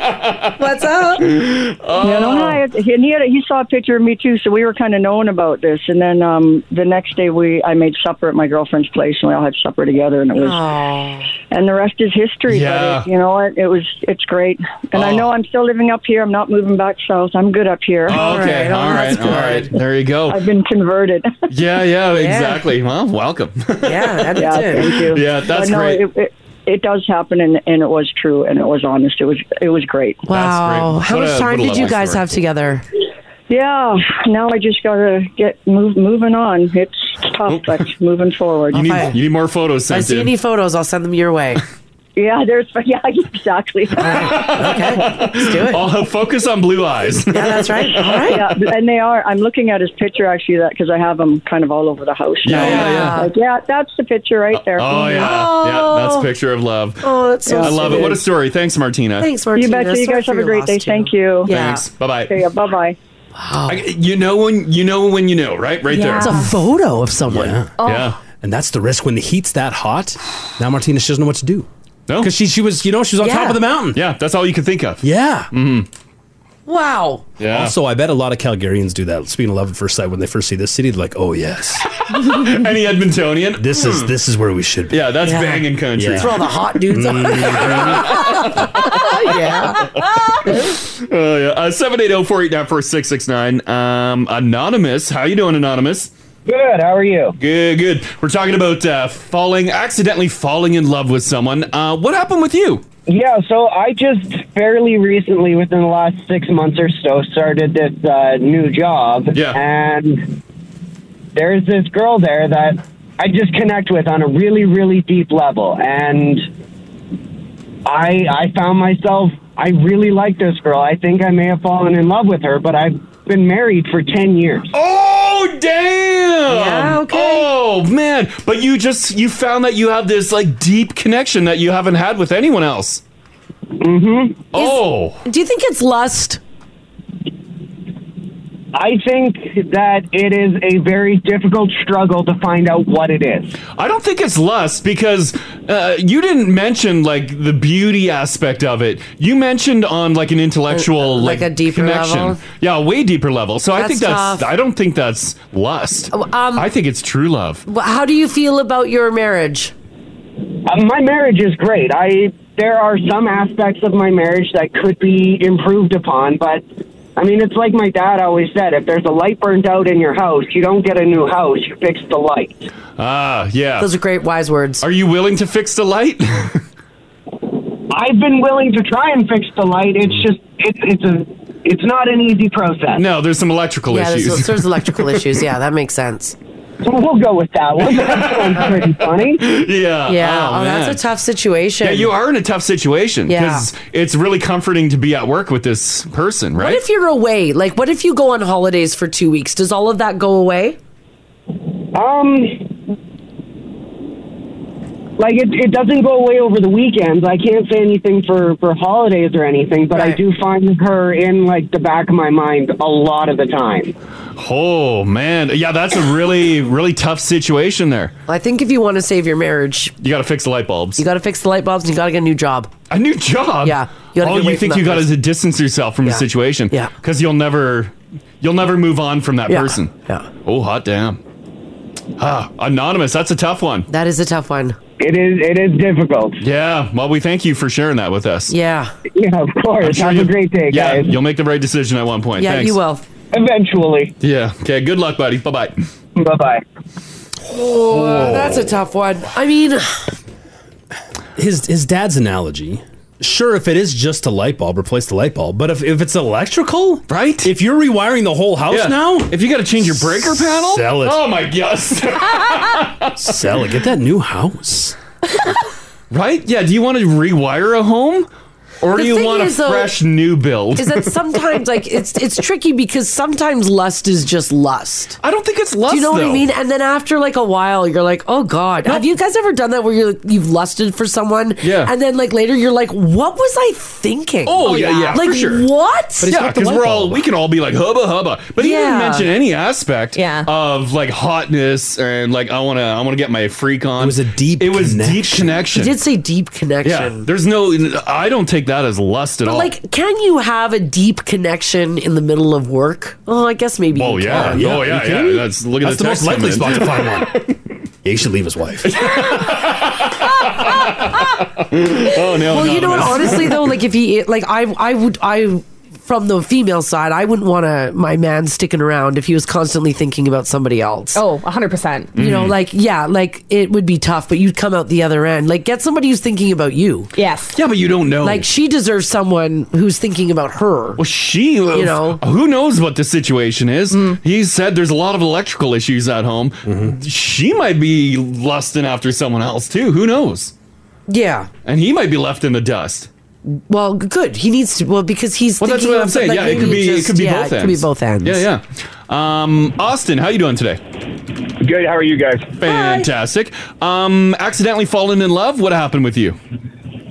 S5: What's
S4: Oh.
S5: up?
S11: You know,
S10: Oh.
S11: hi. And he had a, he saw a picture of me too, so we were kind of knowing about this. And then um, the next day, we I made supper at my girlfriend's place, and we all had supper together, and it was.
S5: Oh.
S11: And the rest is history.
S13: Yeah.
S11: But it, you know what? It was it's great, and I know I'm still living up here. I'm not moving back south. I'm good up here.
S4: Oh, okay,
S11: oh,
S4: all right, all right. There you go.
S11: I've been converted.
S4: yeah, yeah, exactly. Well, welcome.
S5: Yeah,
S11: yeah, Uh, thank you.
S4: Yeah,
S11: But
S4: that's
S11: no,
S4: great.
S11: It, it, it does happen, and, and it was true, and it was honest. It was it was great.
S5: Wow. How much time did you guys have together?
S11: Yeah, now I just gotta get move, moving on. It's tough, but moving forward.
S4: You need, you need more photos
S5: If I
S4: sent
S5: see
S4: in.
S5: any photos, I'll send them your way.
S11: yeah, there's yeah, exactly.
S4: I'll focus on blue eyes. yeah,
S5: that's right.
S11: Yeah, and they are. I'm looking at his picture actually, that because I have them kind of all over the house.
S4: Yeah,
S11: now.
S4: yeah, yeah.
S11: Like, yeah, that's the picture right there.
S4: Oh yeah, yeah. That's picture of love.
S11: Oh, that's so
S4: I love it.
S11: sweet.
S4: What a story. Thanks, Martina.
S11: You betcha. You
S5: Sorry
S11: guys
S5: for
S11: have a
S5: your
S11: great
S5: loss,
S11: day.
S5: too.
S11: Thank you.
S4: Thanks. Bye bye.
S11: Okay, yeah, bye bye.
S4: I- you know when you know when you know, right? Right
S8: Yeah.
S4: there.
S8: It's a
S5: photo of someone. Oh.
S8: Yeah. And that's the risk when the heat's that hot. Now Martina, she doesn't know what to do.
S4: No.
S8: Because she, she was, you know, she was on
S5: Yeah.
S8: top of the mountain.
S4: Yeah. That's all you can think of.
S8: Yeah. Mm-hmm.
S5: Wow.
S4: Yeah.
S8: Also, I bet a lot of Calgarians do that. Speaking of love at first sight, when they first see this city, they're like, "Oh yes,
S4: any Edmontonian.
S8: This is
S4: Hmm.
S8: this is where we should be."
S4: Yeah, that's Yeah. banging country. That's where all the hot dudes are.
S8: Mm. Mm-hmm.
S5: yeah.
S4: Oh yeah. Uh, seven eight zero four eight nine four six six nine. Um, anonymous. How you doing, anonymous?
S14: Good. How are you?
S4: Good. Good. We're talking about uh, falling, accidentally falling in love with someone. Uh, what happened with you?
S14: Yeah, so I just fairly recently, within the last six months or so, started this uh, new job. Yeah. And there's this girl there that I just connect with on a really, really deep level. And I, I found myself, I really like this girl. I think I may have fallen in love with her, but I've been married for 10 years.
S4: Oh damn! Yeah, okay. Oh man, but you just you found that you have this like deep connection that you haven't had with anyone else.
S14: Mm-hmm.
S4: Oh.
S5: Do you think it's lust?
S14: I think that it is a very difficult struggle to find out what it is.
S4: I don't think it's lust because uh, you didn't mention like the beauty aspect of it. You mentioned on like an intellectual like,
S5: like a deeper
S4: connection.
S5: level?
S4: Yeah, a way deeper level. So I
S5: That's
S4: think that's.
S5: tough. Oh, um,
S4: I don't think that's lust. I think it's true love.
S5: Wh- How do you feel about your marriage?
S14: Uh, my marriage is great. I there are some aspects of my marriage that could be improved upon, but I mean, it's like my dad always said: if there's a light burnt out in your house, you don't get a new house; you fix the light.
S4: Ah, yeah.
S5: Those are great wise words.
S4: Are you willing to fix the light?
S14: I've been willing to try and fix the light. It's just it's it's a it's not an easy process.
S4: No, there's some electrical
S5: yeah, there's-
S4: issues.
S5: There's, electrical issues. Yeah, that makes sense.
S14: We'll go with that one. That one's pretty funny.
S4: Yeah.
S5: Yeah.
S4: Oh,
S5: Oh,
S4: man.
S5: that's a tough situation.
S4: Yeah, you are in a tough situation
S5: Yeah.
S4: because it's really comforting to be at work with this person,
S5: What
S4: right?
S5: if you're away? Like, what if you go on holidays for two weeks? Does all of that go away?
S14: Um, like it, it doesn't go away over the weekends. I can't say anything for for holidays or anything, but I do find her in like the back of my mind a lot of the time.
S4: Oh man, yeah, that's a really really tough situation there.
S5: I think if you want to save your marriage,
S4: you got to fix the light bulbs.
S5: You got to fix the light bulbs and you got to get a new job.
S4: A new job?
S5: Yeah. gotta
S4: oh,
S5: get away
S4: you
S5: from
S4: think
S5: that
S4: you got
S5: person.
S4: to distance yourself from
S5: Yeah.
S4: the situation?
S5: Yeah.
S4: because you'll never you'll never move on from that
S5: Yeah.
S4: person.
S5: Yeah.
S4: Oh, hot damn. Ah, anonymous. That's a tough one.
S5: That is a tough one.
S14: It is. It is difficult.
S4: Yeah. Well, we thank you for sharing that with us.
S5: Yeah.
S14: Yeah, of
S4: I'm
S14: course.
S4: sure
S14: Have a
S4: you'll-
S14: great day,
S4: yeah,
S14: guys.
S4: You'll make the right decision at one point.
S14: Yeah,
S4: Thanks.
S14: you
S5: will.
S14: Eventually.
S4: Yeah. Okay. Good luck, buddy. Bye bye.
S14: Bye bye.
S5: Oh, that's a tough one. I mean,
S8: his his dad's analogy. Sure, if it is just a light bulb, replace the light bulb. But if, if it's electrical,
S4: right?
S8: If you're rewiring the whole house
S4: Yeah.
S8: now,
S4: if you got to change your breaker panel,
S8: sell it.
S4: Oh my gosh.
S8: sell it. Get that new house.
S4: right? Yeah. Do you want to rewire a home, or
S5: The
S4: do you
S5: thing
S4: want a
S5: is, though,
S4: fresh new build?
S5: is that sometimes like it's it's tricky because sometimes lust is just lust.
S4: I don't think it's lust.
S5: Do you know what I
S4: though.
S5: mean? And then after like a while, you're like, oh god. Have you guys ever done that where you're like, you've lusted for someone?
S4: Yeah.
S5: And then like later, you're like, what was I thinking?
S4: Oh, yeah, yeah,
S5: Like
S4: for sure.
S5: what?
S4: yeah, because we're all we can all be like hubba hubba, but he didn't
S5: Yeah.
S4: mention any aspect of like hotness and like I want to I want to get my freak on. It was a deep. It was deep
S5: He
S4: connection.
S5: did say deep connection.
S4: Yeah, there's no. I don't take that as lust at
S5: But
S4: all.
S5: like, can you have a deep connection in the middle of work? Oh, I guess maybe.
S4: oh
S5: you
S4: yeah,
S5: can.
S4: oh yeah, yeah. That's look at
S8: That's the most likely spot to find one. You should leave his wife.
S4: oh no.
S5: well, you know what?
S4: anonymous.
S5: Honestly, though, like if he like, I I would I from the female side, I wouldn't want to my man sticking around if he was constantly thinking about somebody else.
S9: Oh, 100%.
S5: You
S4: Mm.
S5: know, like yeah, like it would be tough, but you'd come out the other end. Like get somebody who's thinking about you.
S9: Yes.
S4: Yeah, but you don't know.
S5: Like she deserves someone who's thinking about her.
S4: Well, she, uh, you
S5: know. Mm.
S4: who knows what the situation is. He said there's a lot of electrical issues at home. She might be lusting after someone else too. Who knows?
S5: Yeah.
S4: And he might be left in the dust.
S5: Well, good. He needs to. Well, because he's.
S4: Well, that's
S5: thinking
S4: what
S5: of
S4: I'm saying.
S5: like,
S4: yeah, it could
S5: maybe
S4: be.
S5: just-
S4: it could be
S5: yeah,
S4: both.
S5: It
S4: ends.
S5: could be both ends.
S4: Yeah, yeah. Um, Austin, how you doing today?
S13: Good. How are you guys?
S4: Fantastic. Um, accidentally fallen in love. What happened with you?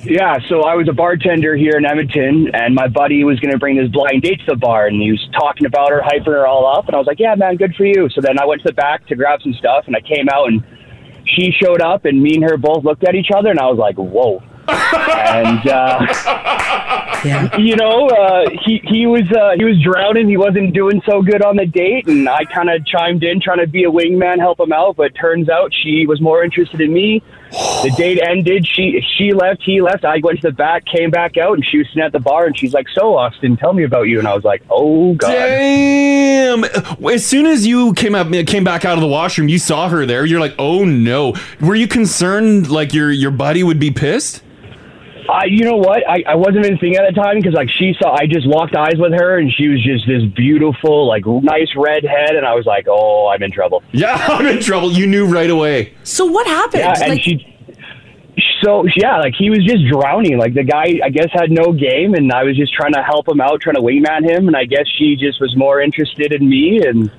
S13: Yeah, so I was a bartender here in Edmonton, and my buddy was going to bring this blind date to the bar, and he was talking about her, hyping her all up, and I was like, "Yeah, man, good for you." So then I went to the back to grab some stuff, and I came out, and she showed up, and me and her both looked at each other, and I was like, "Whoa!" and uh, you know, uh, he he was uh, he was drowning. He wasn't doing so good on the date, and I kind of chimed in, trying to be a wingman, help him out. But turns out she was more interested in me. The date ended. She she left. He left. I went to the back, came back out, and she was sitting at the bar, and she's like, "So, Austin, tell me about you." And I was like, "Oh God."
S4: Damn! As soon as you came up, came back out of the washroom, you saw her there. You're like, oh no. Were you concerned like your your buddy would be pissed?
S13: I, you know what? I, I wasn't even thinking at the time because like she saw, I just locked eyes with her, and she was just this beautiful, like nice redhead, and I was like, "Oh, I'm in trouble."
S4: Yeah, I'm in trouble. You knew right away.
S5: So what happened?
S13: Yeah, and
S5: Like-
S13: she. So yeah, like he was just drowning. Like the guy, I guess, had no game, and I was just trying to help him out, trying to wingman him, and I guess she just was more interested in me, and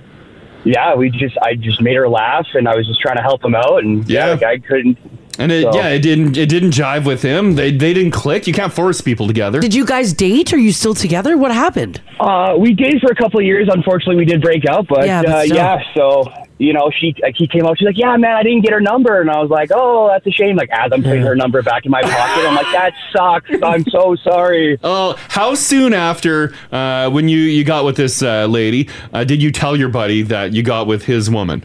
S13: yeah, we just, I just made her laugh, and I was just trying to help him out, and yeah, the guy couldn't.
S4: And it,
S13: So-
S4: yeah, it didn't it didn't jive with him. They they didn't click. You can't force people together.
S5: Did you guys date? Are you still together? What happened?
S13: Uh, we dated for a couple of years. Unfortunately, we did break up, but
S5: Yeah,
S13: yeah,
S5: but
S13: uh,
S5: still.
S13: yeah so you know, she like, he came up. She's like, "Yeah, man, I didn't get her number," and I was like, "Oh, that's a shame." Like, as I'm putting her number back in my pocket, I'm like, "That sucks. I'm so sorry."
S4: Oh, how soon after uh, when you you got with this uh, lady uh, did you tell your buddy that you got with his woman?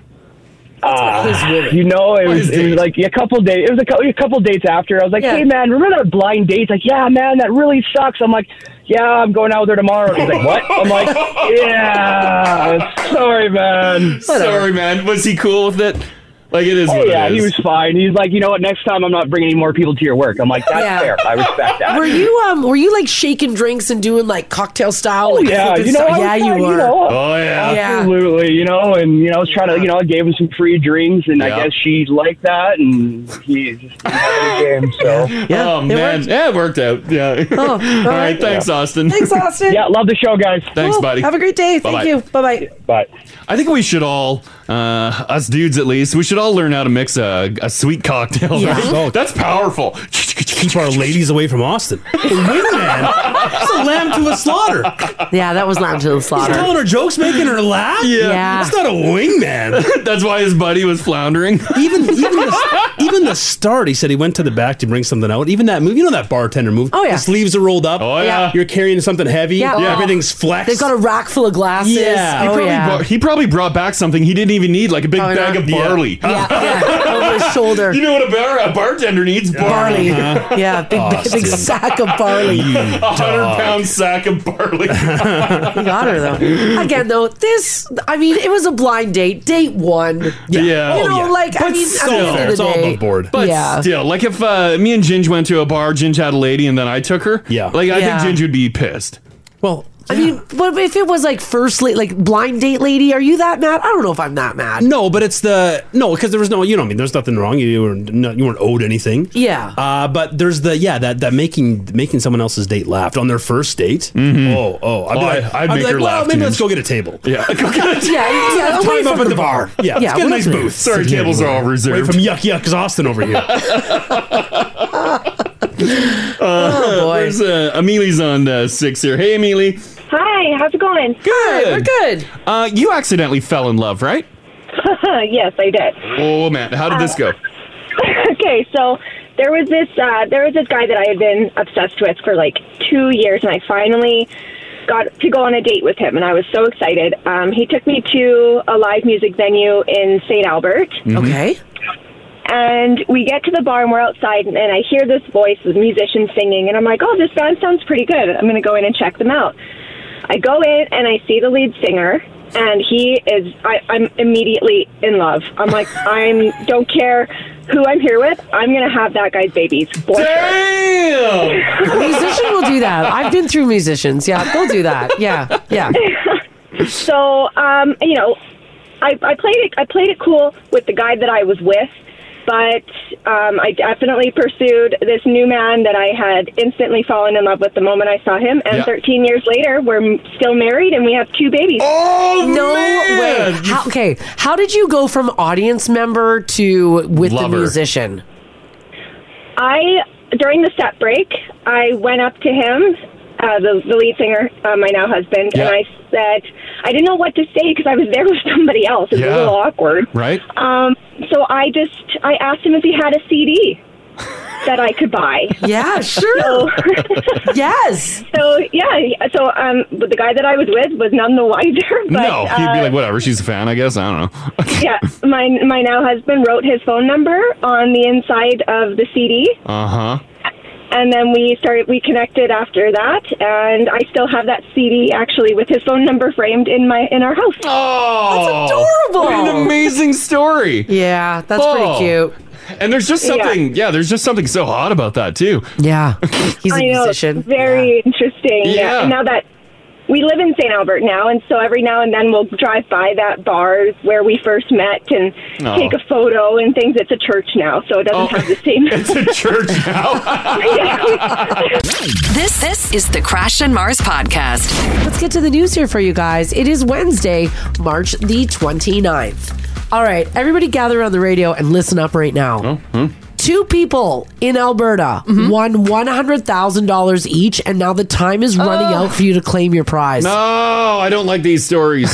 S13: Ah, you know, it was, it was like a couple days. It was a couple, a couple dates after. I was like, "Hey, man, remember that blind date?" Like, "Yeah, man, that really sucks." I'm like, "Yeah, I'm going out with her tomorrow." He's like, "What?" I'm like, "Yeah, sorry, man.
S4: Sorry, man. Was he cool with it? Like, it is.
S13: Oh
S4: what it
S13: yeah, he
S4: is.
S13: was fine. He's like, you know what? Next time, I'm not bringing any more people to your work. I'm like, that's
S5: Yeah.
S13: fair. I respect that.
S5: Were you um? Were you like shaking drinks and doing like cocktail style? Like,
S13: Oh, Yeah,
S5: flipping
S13: you know,
S5: stuff?
S13: I was
S5: yeah,
S13: trying,
S5: you were.
S13: know, uh,
S4: Oh,
S5: yeah.
S13: absolutely. You know, and you know, I was trying to, you know, I gave him some free drinks, and I guess she liked that, and he just didn't have any game. So
S4: oh man, yeah, it worked out. Yeah.
S5: Oh, all
S4: all right.
S5: right.
S4: Thanks,
S5: Yeah.
S4: Austin.
S5: Thanks, Austin.
S13: Yeah, love the show, guys.
S4: Thanks,
S5: Cool.
S4: buddy.
S5: Have a great day. Thank
S4: Bye-bye.
S5: you. Bye bye.
S13: Bye.
S4: I think we should all Uh, us dudes, at least, we should all learn how to mix a, a sweet cocktail.
S8: Yeah.
S4: Oh, that's powerful.
S8: Keep our ladies away from Austin. It's a lamb to a slaughter.
S5: Yeah, that was lamb to the slaughter.
S8: He's telling her jokes, making her laugh.
S5: Yeah. Yeah.
S8: That's not a wingman.
S4: That's why his buddy was floundering.
S8: Even even the, even the start, he said he went to the back to bring something out. Even that move, you know that bartender move.
S5: Oh, yeah.
S8: the sleeves are rolled up. Oh
S5: yeah.
S8: you're carrying something heavy. everything's flexed.
S5: They've got a rack full of glasses.
S4: He,
S5: Oh,
S4: probably
S5: yeah.
S4: brought, he probably brought back something he didn't even need, like a big
S5: Probably
S4: bag
S5: not.
S4: of barley.
S5: over his shoulder.
S4: You know what a, bar- a bartender needs? Barley.
S8: Uh-huh.
S5: Barley. Yeah, big, big sack of barley.
S4: A hundred pound sack of barley.
S5: We got her though. Again, though, this I mean, it was a blind date, date one.
S4: Yeah.
S5: you know, like I mean, at the end of the day-
S4: But
S5: yeah,
S4: still, like if uh, me and Ginge went to a bar, Ginge had a lady, and then I took her. Yeah. Like I
S5: Yeah.
S4: think Ginge would be pissed.
S8: Well,
S5: I mean, but if it was like first late, like blind date lady, are you that mad? I don't know if I'm that mad.
S8: No, but it's the no because there was no you know I mean there's nothing wrong you weren't no, you weren't owed anything
S5: Yeah.
S8: uh, but there's the yeah that that making making someone else's date laugh on their first date oh oh I'd,
S4: Oh,
S8: be like,
S4: I- I'd
S8: be
S4: make
S8: like,
S4: her
S8: well,
S4: laugh,
S8: maybe
S4: dude."
S8: let's go get a table
S4: yeah
S5: yeah, yeah,
S8: let's
S5: away
S8: climb up
S5: from
S8: at
S5: the
S8: the bar,
S5: bar.
S8: yeah,
S5: Yeah,
S8: let's get a
S5: away
S8: nice
S5: from the-
S8: booth
S5: Sorry, tables are all
S8: Away
S5: reserved.
S8: from yuck yuck Austin over here
S5: Oh,
S4: Uh,
S15: boy.
S4: There's uh, Amelie's on uh, six here. Hey, Amelie.
S15: Hi, how's it going? Good. We're good.
S4: Uh, you accidentally fell in love, right?
S15: yes, I did.
S4: Oh man, how did this
S15: Uh,
S4: go?
S15: okay, so there was this uh, there was this guy that I had been obsessed with for like two years, and I finally got to go on a date with him, and I was so excited. Um, he took me to a live music venue in St. Albert.
S4: Mm-hmm.
S14: Mm-hmm.
S5: Okay.
S15: And we get to the bar and we're outside, and, and I hear this voice of musicians singing, and I'm like, oh, this band sounds pretty good. I'm going to go in and check them out. I go in and I see the lead singer, and he is, I, I'm immediately in love. I'm like, I'm, don't care who I'm here with, I'm going to have that guy's babies. For sure.
S5: A musician will do that. I've been through musicians. Yeah, they'll do that. Yeah, yeah.
S15: so um, you know, I, I played it. I played it cool with the guy that I was with, but um, I definitely pursued this new man that I had instantly fallen in love with the moment I saw him. And
S5: Yeah.
S15: 13 years later, we're m- still married and we have two babies.
S4: Oh
S5: No way. How, okay, how did you go from audience member to with
S15: Lover.
S5: the musician?
S15: I during the set break, I went up to him, uh, the, the lead singer, uh, my now husband,
S4: Yeah.
S15: and I said I didn't know what to say because I was there with somebody else. It was a little awkward.
S4: Right?
S15: Um, so I just I asked him if he had a CD that I could buy.
S5: Yeah, sure. yes.
S15: So yeah, so um, but the guy that I was with was none the wiser. But,
S4: no, he'd
S15: uh,
S4: be like, whatever. She's a fan, I guess. I don't know.
S15: yeah, my my now husband wrote his phone number on the inside of the CD,
S4: Uh huh.
S15: and then we started we connected after that, and I still have that CD actually with his phone number framed in my in our house.
S4: Oh,
S5: Adorable.
S4: What an amazing story.
S5: Yeah, that's
S4: Oh.
S5: pretty cute.
S4: And there's just
S15: Yeah.
S4: something, yeah. there's just something so hot about that too.
S5: Yeah, he's
S15: a I know, musician. it's Very interesting. Yeah.
S4: Yeah.
S15: And now that we live in St. Albert now, and so every now and then we'll drive by that bar where we first met and
S4: Oh.
S15: take a photo and things. It's a church now, so it doesn't have the same. It's
S4: a church
S15: now.
S2: This this is the Crash and Mars podcast.
S5: Let's get to the news here for you guys. It is Wednesday, March the 29th. All right, everybody gather around the radio and listen up right now. Two people in Alberta
S2: Mm-hmm.
S5: won $100,000 each, and now the time is running
S2: Oh.
S5: out for you to claim your prize.
S4: No, I don't like these stories.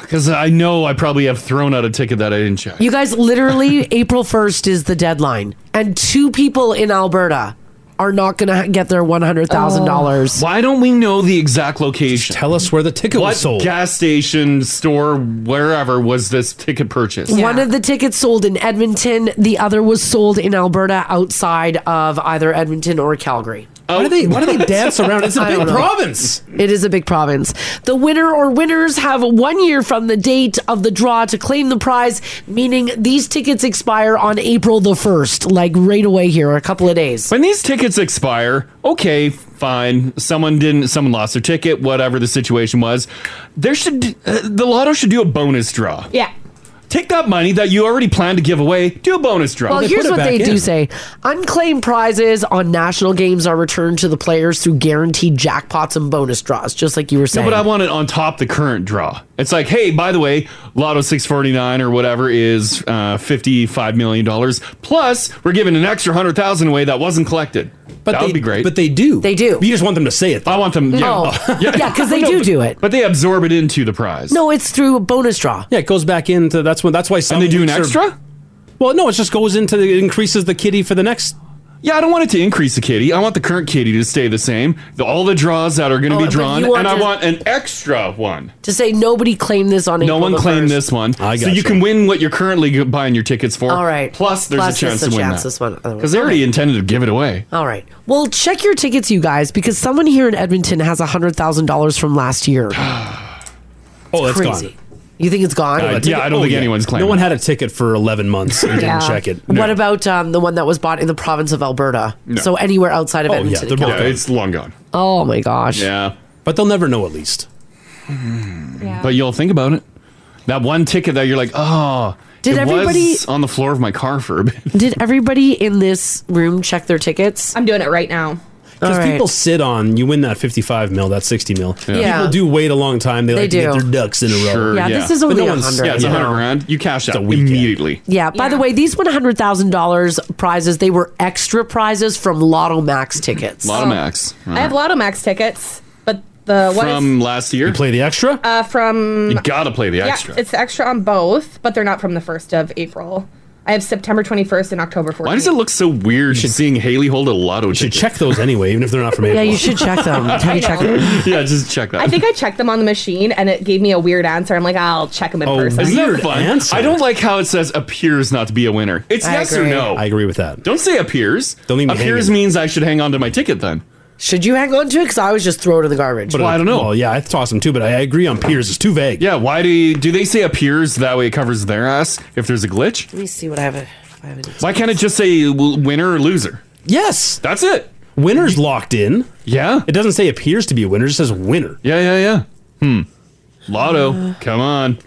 S4: Because I know I probably have thrown out a ticket that I didn't check.
S5: You guys, literally, April 1st is the deadline, and two people in Alberta are not going to get their $100,000.
S4: Why don't we know the exact location?
S8: tell us where the ticket
S4: what
S8: was sold.
S4: gas station, store, wherever was this ticket purchased?
S5: One of the tickets sold in Edmonton, the other was sold in Alberta outside of either Edmonton or Calgary.
S8: why do they why do they dance around it's a
S5: I
S8: big
S5: don't know.
S8: province
S5: It is a big province. The winner or winners have one year from the date of the draw to claim the prize, meaning these tickets expire on April the 1st, like right away here, or a couple of days.
S4: When these tickets expire, okay, fine. Someone didn't. Someone lost their ticket. Whatever the situation was, there should uh, the lotto should do a bonus draw.
S9: Yeah.
S4: Take that money that you already planned to give away. Do a bonus drop.
S5: Well, here's what they do say. Unclaimed prizes on national games are returned to the players through guaranteed jackpots and bonus draws, just like you were
S4: No,
S5: saying.
S4: but I want it on top the current draw. It's like, hey, by the way, Lotto 649 or whatever is uh, $55 million. Plus, we're giving an extra 100000 away that wasn't collected. But that
S8: they-
S4: would be great. But
S8: they do.
S5: They do.
S8: You just want them to say it. Oh.
S4: I want them.
S5: No.
S4: Yeah,
S5: Oh. Yeah, 'cause they do do it.
S4: But they absorb it into the prize.
S5: no, it's through a bonus draw.
S8: Yeah, it goes back into that's when that's why some
S4: they do an
S8: weeks are-
S4: extra?
S8: well, no, it just goes into the, it increases the kitty for the next.
S4: Yeah, I don't want it to increase the kitty. I want the current kitty to stay the same. The, all the draws that are going
S5: Oh,
S4: to be
S5: but
S4: drawn,
S5: you want
S4: and I
S5: to-
S4: want an extra one.
S5: To say nobody claimed this on
S4: No
S5: April
S4: one
S5: the
S4: claimed
S5: 1st.
S4: this one. I so
S5: gotcha.
S4: you can win what you're currently g- buying your tickets for.
S5: All right.
S4: Plus, there's
S5: Plus,
S4: a chance
S5: there's a
S4: to win
S5: chance
S4: that.
S5: this one- other one.
S4: Because they already intended to give it away.
S5: All right. Well, check your tickets, you guys, because someone here in Edmonton has $100,000 from last year.
S8: Oh, that's
S5: Crazy.
S8: gone. Oh,
S5: You think it's gone?
S8: Uh, No one had a ticket for eleven months and
S5: Yeah.
S8: didn't check it.
S5: What about um, the one that was bought in the province of Alberta?
S8: No.
S5: So anywhere outside of
S8: Oh yeah,
S5: Edmonton.
S8: they're
S5: it
S8: both
S5: counts.
S8: gone.
S4: long gone.
S5: Oh my gosh.
S4: Yeah.
S8: But they'll never know at least.
S4: But you'll think about it. That one ticket that you're like, oh,
S5: Did
S4: it
S5: everybody-
S4: was on the floor of my car for a bit.
S5: Did everybody in this room check their tickets?
S9: I'm doing it right now.
S8: Because people sit on you win that fifty-five mil, that sixty mil.
S9: Yeah.
S8: People do wait a long time. They,
S5: They
S8: like to
S5: do.
S8: get their ducks in a row.
S5: Sure, Yeah, yeah. this is
S8: But
S5: only
S8: one's-
S5: 100,
S4: Yeah, it's a
S5: you
S4: hundred
S5: know.
S4: grand. You cash that immediately.
S5: Yeah. By the way, these $100,000 prizes, they were extra prizes from Lotto Max tickets.
S4: Lotto Max.
S9: I have Lotto Max tickets, but the one is-
S4: From last year. You
S8: play the extra?
S9: uh, from
S4: You gotta play the
S9: yeah,
S4: extra.
S9: it's extra on both, but they're not from the first of April. I have September 21st and October 14th.
S4: Why does it look so weird seeing Haley hold a lotto ticket? You should
S8: check those anyway, even if they're not from
S9: Yeah, April. you should check them. Have you checked them?
S4: yeah, just check that.
S9: I think I checked them on the machine and it gave me a weird answer. I'm like, I'll check them in
S8: Oh,
S9: person.
S4: Oh, Isn't that fun? I don't like how it says appears not to be a winner. It's
S9: I
S4: yes
S9: agree.
S4: or no. I
S8: agree with that.
S4: Don't say appears. Don't
S8: leave me
S4: appears
S8: hanging.
S4: means I should hang on to my ticket then.
S5: Should you hang on to it? Because I always just throw it in the garbage.
S4: Well, I don't know.
S8: Well, yeah, I toss them too, but I agree on Piers. It's too vague.
S4: Yeah, why do you, do they say appears that way it covers their ass if there's a glitch?
S5: Let me see what I have. If I have any.
S4: Why can't it just say w- winner or loser?
S8: Yes,
S4: that's it.
S8: Winner's locked in.
S4: Yeah,
S8: it doesn't say appears to be a winner; it just says winner.
S4: Yeah, yeah, yeah. Hmm. Lotto,
S5: Uh.
S4: come on.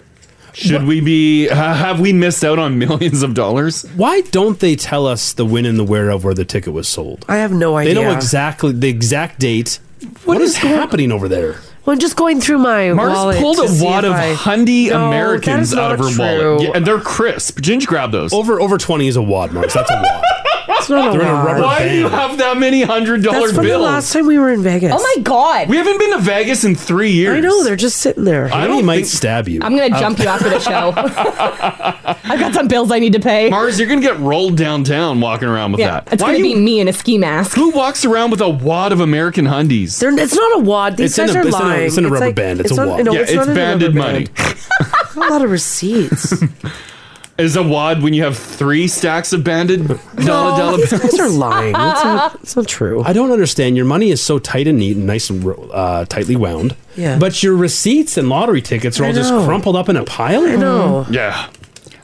S4: Should we be? ha- have we missed out on millions of dollars?
S8: Why don't they tell us the when and the where of where the ticket was sold?
S5: I have no
S8: They know
S5: idea.
S8: exactly the exact date. what is, happening over there?
S5: Well, I'm just going through my
S4: Mars
S5: wallet
S4: pulled
S5: to
S4: a
S5: see
S4: wad
S5: if
S4: of
S5: I-
S4: Hyundai
S5: No,
S4: Americans
S5: that
S4: out
S5: is
S4: of her
S5: not
S4: wallet,
S5: true.
S4: yeah, and they're crisp. Ginge, grab those.
S8: Over over twenty is a wad, Mars. That's a wad.
S5: It's not a
S8: They're in a
S5: lot.
S8: rubber
S4: Why do you
S8: band.
S4: have that many hundred dollar
S5: That's
S4: bills?
S5: from the last time we were in Vegas.
S9: Oh my god!
S4: We haven't been to Vegas in three years.
S5: I know they're just sitting there.
S4: I don't
S8: might
S4: think-
S8: stab you. Um,
S9: I'm gonna jump you after the show. I've got some bills I need to pay.
S4: Mars, you're gonna get rolled downtown walking around with
S9: yeah,
S4: that.
S9: it's
S4: Why
S9: gonna
S4: you
S9: be me in a ski mask.
S4: Who walks around with a wad of American Hundies?
S5: They're, it's not a wad. These
S4: It's in
S5: guys
S4: a-
S5: are
S4: it's in a-
S5: lying.
S4: it's in a rubber band. It's a
S5: not-
S4: wad.
S5: no,
S4: Yeah, it's
S5: not in a rubber
S4: banded
S5: band. a lot of receipts.
S4: Is a wad when you have three stacks of banded dollar dollar
S5: these
S4: bills?
S5: guys are lying. That's not, it's not true.
S8: I don't understand. Your money is so tight and neat and nice and uh, tightly wound.
S5: Yeah.
S8: But your receipts and lottery tickets are
S4: I
S8: all just
S4: know.
S8: crumpled up in a pile. I
S5: know.
S4: Yeah.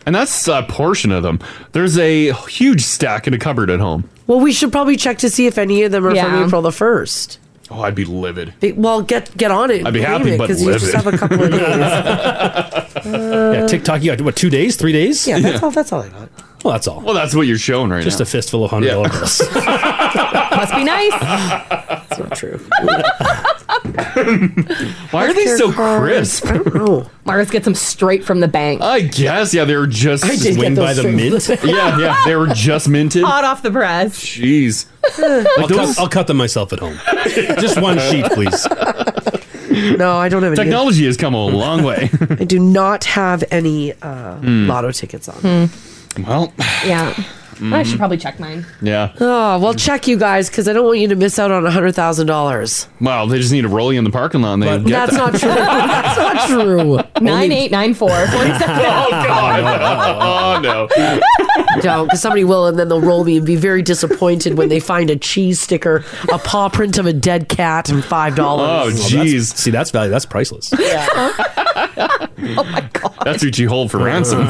S4: And that's a portion of them. There's a huge stack in a cupboard at home.
S5: Well, we should probably check to see if any of them are
S4: Yeah.
S5: from April the first.
S4: Oh, I'd be livid.
S5: Well, get get on it.
S4: I'd be happy, but
S5: because you
S4: livid.
S5: just have a couple of days.
S8: Mm-hmm.
S5: Uh,
S8: yeah, TikTok. You got what? Two days? Three days?
S5: Yeah, that's all. That's all I got.
S8: Well, that's all.
S4: Well, that's what you're showing right
S8: Just
S4: now.
S8: a fistful of hundred dollar bills.
S9: Must be nice.
S5: That's not true.
S4: Why are they so crisp?
S9: Mars gets them straight from the bank.
S4: I guess. Yeah, they were just
S9: I did get those things.
S4: yeah, yeah, they were just minted.
S9: Hot off the press.
S4: Jeez.
S8: I'll,
S4: those-
S8: cut, I'll cut them myself at home. Just one sheet, please.
S5: No, I don't have any.
S4: Technology has come a long way.
S5: I do not have any uh,
S4: Hmm.
S5: lotto tickets on.
S4: Well,
S9: Yeah. I should
S4: Mhm.
S9: probably check mine.
S4: yeah.
S5: Oh well, check you guys because I don't want you to miss out on a hundred thousand dollars.
S4: Well, they just need to roll you in the parking lot and they get
S5: That's
S4: that.
S5: not true. That's not true.
S9: 9894
S4: Oh, God. Oh, no.
S5: Don't, because somebody will, and then they'll roll me and be very disappointed when they find a cheese sticker, a paw print of a dead cat, and five
S4: Oh,
S5: dollars.
S4: jeez.
S8: See, that's value. That's priceless.
S4: That's what you hold for ransom.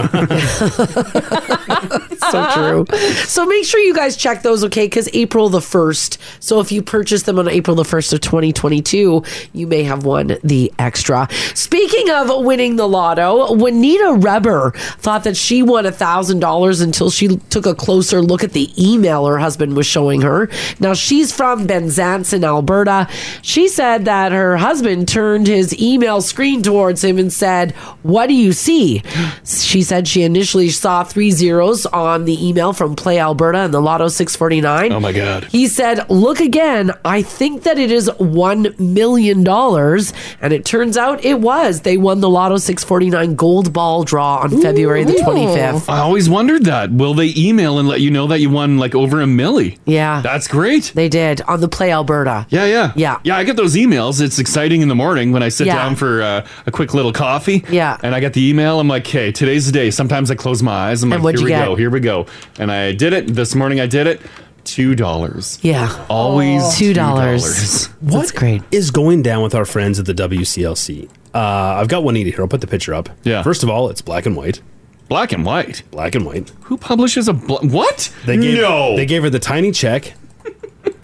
S5: so true. So make sure you guys check those, okay? Because April the 1st. So if you purchase them on April the 1st of 2022, you may have won the extra. Speaking of winning the lotto, Juanita Reber thought that she won $1,000 until she took a closer look at the email her husband was showing her. Now she's from Benzance in Alberta. She said that her husband turned his email screen towards him and said, What do you see? She said she initially saw three zeros on the email from Play Alberta and the Lotto 649.
S4: Oh my God.
S5: He said, Look again, I think that it is $1 million. And it turns out it was. They won the Lotto 649 gold ball draw on February the 25th.
S4: I always wondered that. Will they email and let you know that you won like over a milli?
S5: Yeah.
S4: That's great.
S5: They did on the Play Alberta.
S4: Yeah, yeah.
S5: Yeah.
S4: Yeah, I get those emails. It's exciting in the morning when I sit
S5: Yeah.
S4: down for uh, a quick little coffee.
S5: Yeah.
S4: And I get the email. I'm like, hey, today's the day. Sometimes I close my eyes. I'm
S5: And
S4: like,
S5: what'd
S4: here we
S5: you get?
S4: go, here we go. And I did it. This morning I did it. Two dollars.
S5: Yeah.
S4: Always
S5: $2.
S8: What
S5: That's great.
S8: Is going down with our friends at the WCLC. Uh, I've got one here. I'll put the picture up. Yeah. First of all, it's black and white.
S4: Black and white.
S8: Black and white.
S4: Who publishes a bl- what?
S8: They gave,
S4: No.
S8: They gave her the tiny check.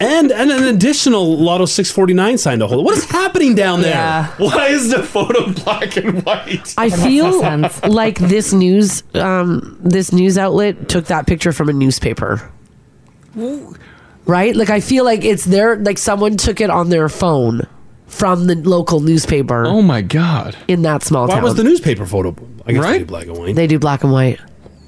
S8: And, and an additional Lotto 649 signed to hold. What is happening down there?
S5: Yeah.
S4: Why is the photo black and white?
S5: I feel like this news um, this news outlet took that picture from a newspaper. Right? Like I feel like it's their like someone took it on their phone from the local newspaper. Oh
S4: my god.
S5: In that small
S8: Why
S5: town.
S8: was the newspaper photo? I guess
S4: Right?
S8: they do black and white.
S5: They do black and white.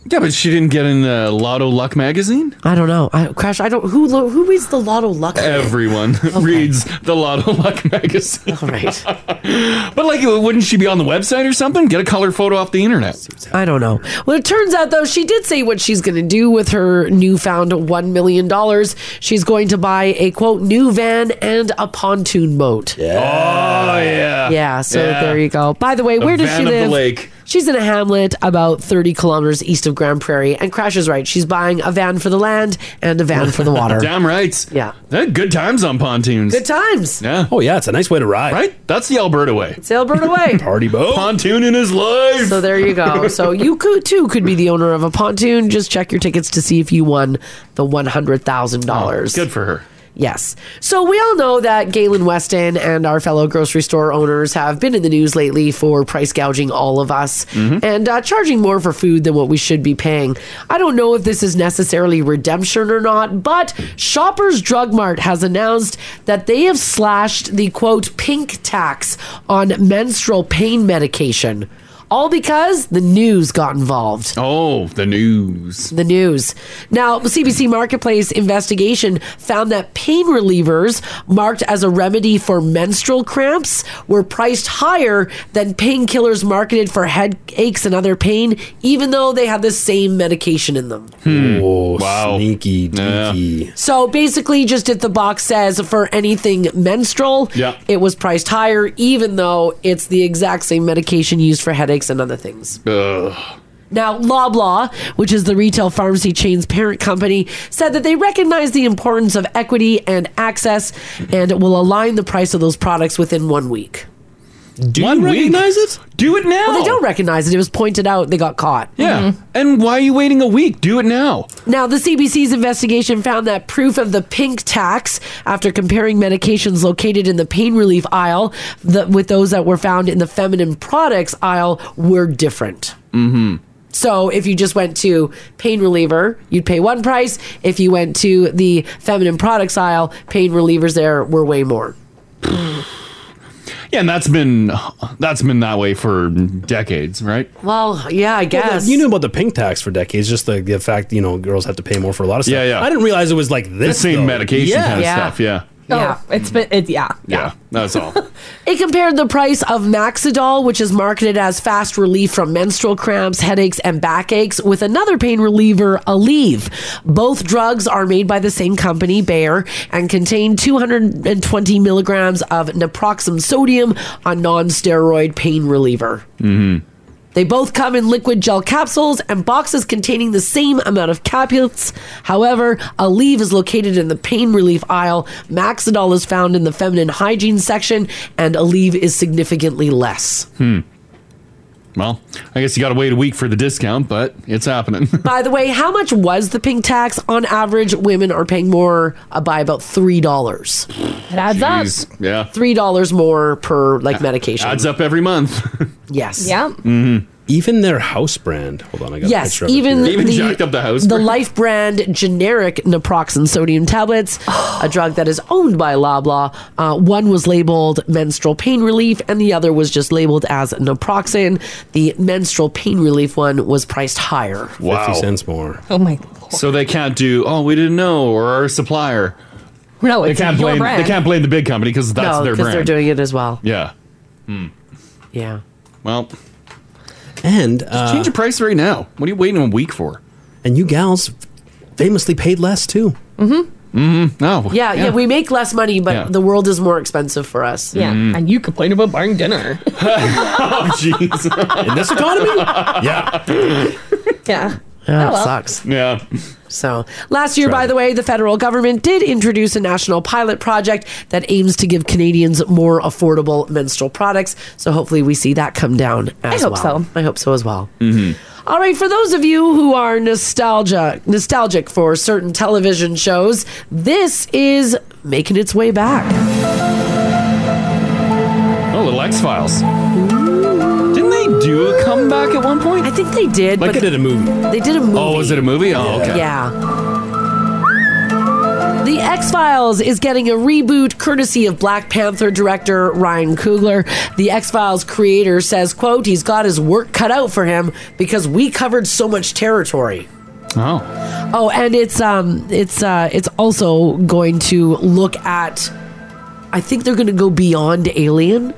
S4: Yeah, but she didn't get in the Lotto Luck magazine.
S5: I don't know. I, Crash, I don't who lo- who reads the Lotto Luck?
S4: Everyone reads the Lotto Luck magazine.
S5: All right.
S4: but like, wouldn't she be on the website or something? Get a color photo off the internet.
S5: I don't know. Well, it turns out though she did say what she's going to do with her newfound 1 million dollars. She's going to buy a quote new van and a pontoon boat.
S4: Oh yeah.
S5: Yeah, so there you go. By the way,
S4: The
S5: where does she
S4: Van of the
S5: live?
S4: lake.
S5: She's in a hamlet about 30 kilometers east of Grand Prairie. And Crash is right. She's buying a van for the land and a van for the water.
S4: Damn right. Yeah. good times on pontoons.
S5: Good times.
S4: Yeah.
S8: Oh yeah, it's a nice way to ride.
S4: Right? That's the Alberta way.
S5: It's Alberta way.
S8: Party boat.
S4: Pontoon in his life.
S5: So there you go. So you could too could be the owner of a pontoon. Just check your tickets to see if you won the one hundred thousand dollars. Good
S4: Oh, for her.
S5: Yes. So we all know that Galen Weston and our fellow grocery store owners have been in the news lately for price gouging all of us
S4: Mm-hmm.
S5: and uh, charging more for food than what we should be paying. I don't know if this is necessarily redemption or not, but Shoppers Drug Mart has announced that they have slashed the quote pink tax on menstrual pain medication. All because the news got involved.
S4: Oh, the news.
S5: The news. Now, CBC Marketplace investigation found that pain relievers marked as a remedy for menstrual cramps were priced higher than painkillers marketed for headaches and other pain, even though they had the same medication in them.
S4: Hmm.
S8: Oh, sneaky, deaky.
S5: So basically, just if the box says for anything menstrual,
S8: Yeah.
S5: it was priced higher, even though it's the exact same medication used for headaches and other things.
S4: Ugh.
S5: Now, Loblaw, which is the retail pharmacy chain's parent company, said that they recognize the importance of equity and access and will align the price of those products within one week.
S4: Do One you recognize it? Do it now.
S5: Well, they don't recognize it. It was pointed out. They got caught. Mm-hmm.
S4: Yeah. And why are you waiting a week? Do it now.
S5: Now, the CBC's investigation found that proof of the pink tax after comparing medications located in the pain relief aisle the, with those that were found in the feminine products aisle were different.
S4: Mm-hmm.
S5: So if you just went to pain reliever, you'd pay one price. If you went to the feminine products aisle, pain relievers there were way more.
S4: Yeah, and that's been that's been that way for decades, right?
S5: Well, yeah, I
S8: Well,
S5: guess.
S8: the- you knew about the pink tax for decades, just the, the fact you know girls have to pay more for a lot of stuff.
S4: Yeah, yeah.
S8: I didn't realize it was like this.
S4: the same
S8: though.
S4: medication kind of stuff. Yeah.
S9: Oh, it's been it, yeah.
S4: Yeah. That's all.
S5: It compared the price of Maxidol, which is marketed as fast relief from menstrual cramps, headaches, and backaches, with another pain reliever, Aleve. Both drugs are made by the same company, Bayer, and contain 220 milligrams of naproxen sodium, a non-steroid pain reliever.
S4: Mm-hmm.
S5: They both come in liquid gel capsules and boxes containing the same amount of capsules. However, Aleve is located in the pain relief aisle. Maxidol is found in the feminine hygiene section, and Aleve is significantly less.
S4: Hmm. Well, I guess you got to wait a week for the discount, but it's happening.
S5: By the way, how much was the pink tax? On average, women are paying more uh, by about $3. It
S9: adds
S4: Jeez, Yeah.
S5: $3 more per like medication.
S4: Adds up every month.
S5: Yes.
S9: Yeah.
S4: Mm-hmm.
S8: Even their house brand. Hold on, I got a
S5: Yes,
S8: picture of
S5: even
S8: it here.
S5: the, the Life brand generic naproxen sodium tablets, a drug that is owned by Loblaw. Uh, one was labeled menstrual pain relief, and the other was just labeled as naproxen. The menstrual pain relief one was priced higher.
S4: Wow.
S8: cents more.
S9: Oh my!
S4: So they can't do, oh, we didn't know, or our supplier.
S9: No,
S4: they
S9: it's
S4: can't
S9: your
S4: blame
S9: brand.
S4: they can't blame the big company because that's
S5: no,
S4: their
S5: because
S4: brand.
S5: they're doing it as well.
S4: yeah. Hmm.
S5: Yeah.
S4: Well.
S8: And uh,
S4: change the price right now. What are you waiting a week for?
S8: And you gals famously paid less too.
S5: Mm-hmm.
S4: Mm-hmm. No.
S5: Yeah, yeah, we make less money, but
S8: Yeah.
S5: the world is more expensive for us.
S8: Yeah, Mm.
S9: and you complain about buying dinner.
S4: oh, jeez.
S8: In this economy?
S4: yeah.
S9: Yeah.
S5: Yeah,
S9: Oh, well.
S5: it sucks.
S4: Yeah.
S5: So last year, by the way, the federal government did introduce a national pilot project that aims to give Canadians more affordable menstrual products. So hopefully, we see that come down. As
S9: hope
S5: well.
S9: so.
S5: I hope so as well.
S4: Mm-hmm.
S5: All right, for those of you who are nostalgia nostalgic for certain television shows, this is making its way back.
S4: Oh, little X Files. Didn't they do a comeback at one point?
S5: I think they did.
S8: Like
S5: but
S8: they did a movie.
S5: They did a movie.
S4: Oh, was it a movie? Oh, okay.
S5: Yeah. The X Files is getting a reboot courtesy of Black Panther director Ryan Coogler. The X Files creator says, quote, he's got his work cut out for him because we covered so much territory.
S4: Oh.
S5: Oh, and it's um it's uh it's also going to look at I think they're gonna go beyond Alien.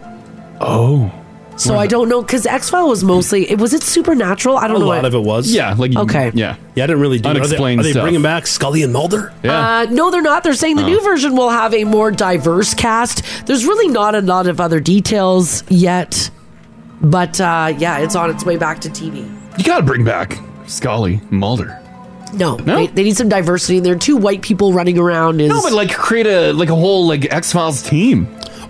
S4: Oh.
S5: So I don't know because X Files was mostly it was it supernatural? I don't
S8: a
S5: know.
S8: lot
S5: what-
S8: of it was.
S4: Yeah, like
S5: Okay.
S4: Yeah,
S8: yeah. I didn't really do.
S4: Unexplained
S8: Are they, are they
S4: stuff.
S8: bringing back Scully and Mulder?
S5: Uh, no, they're not. They're saying the
S8: Oh.
S5: new version will have a more diverse cast. There's really not a lot of other details yet, but uh, yeah, it's on its way back to TV.
S4: You got to bring back Scully Mulder.
S5: No, They, they need some diversity. There are two white people running around. Is
S4: No, but like create a like a whole like X Files team.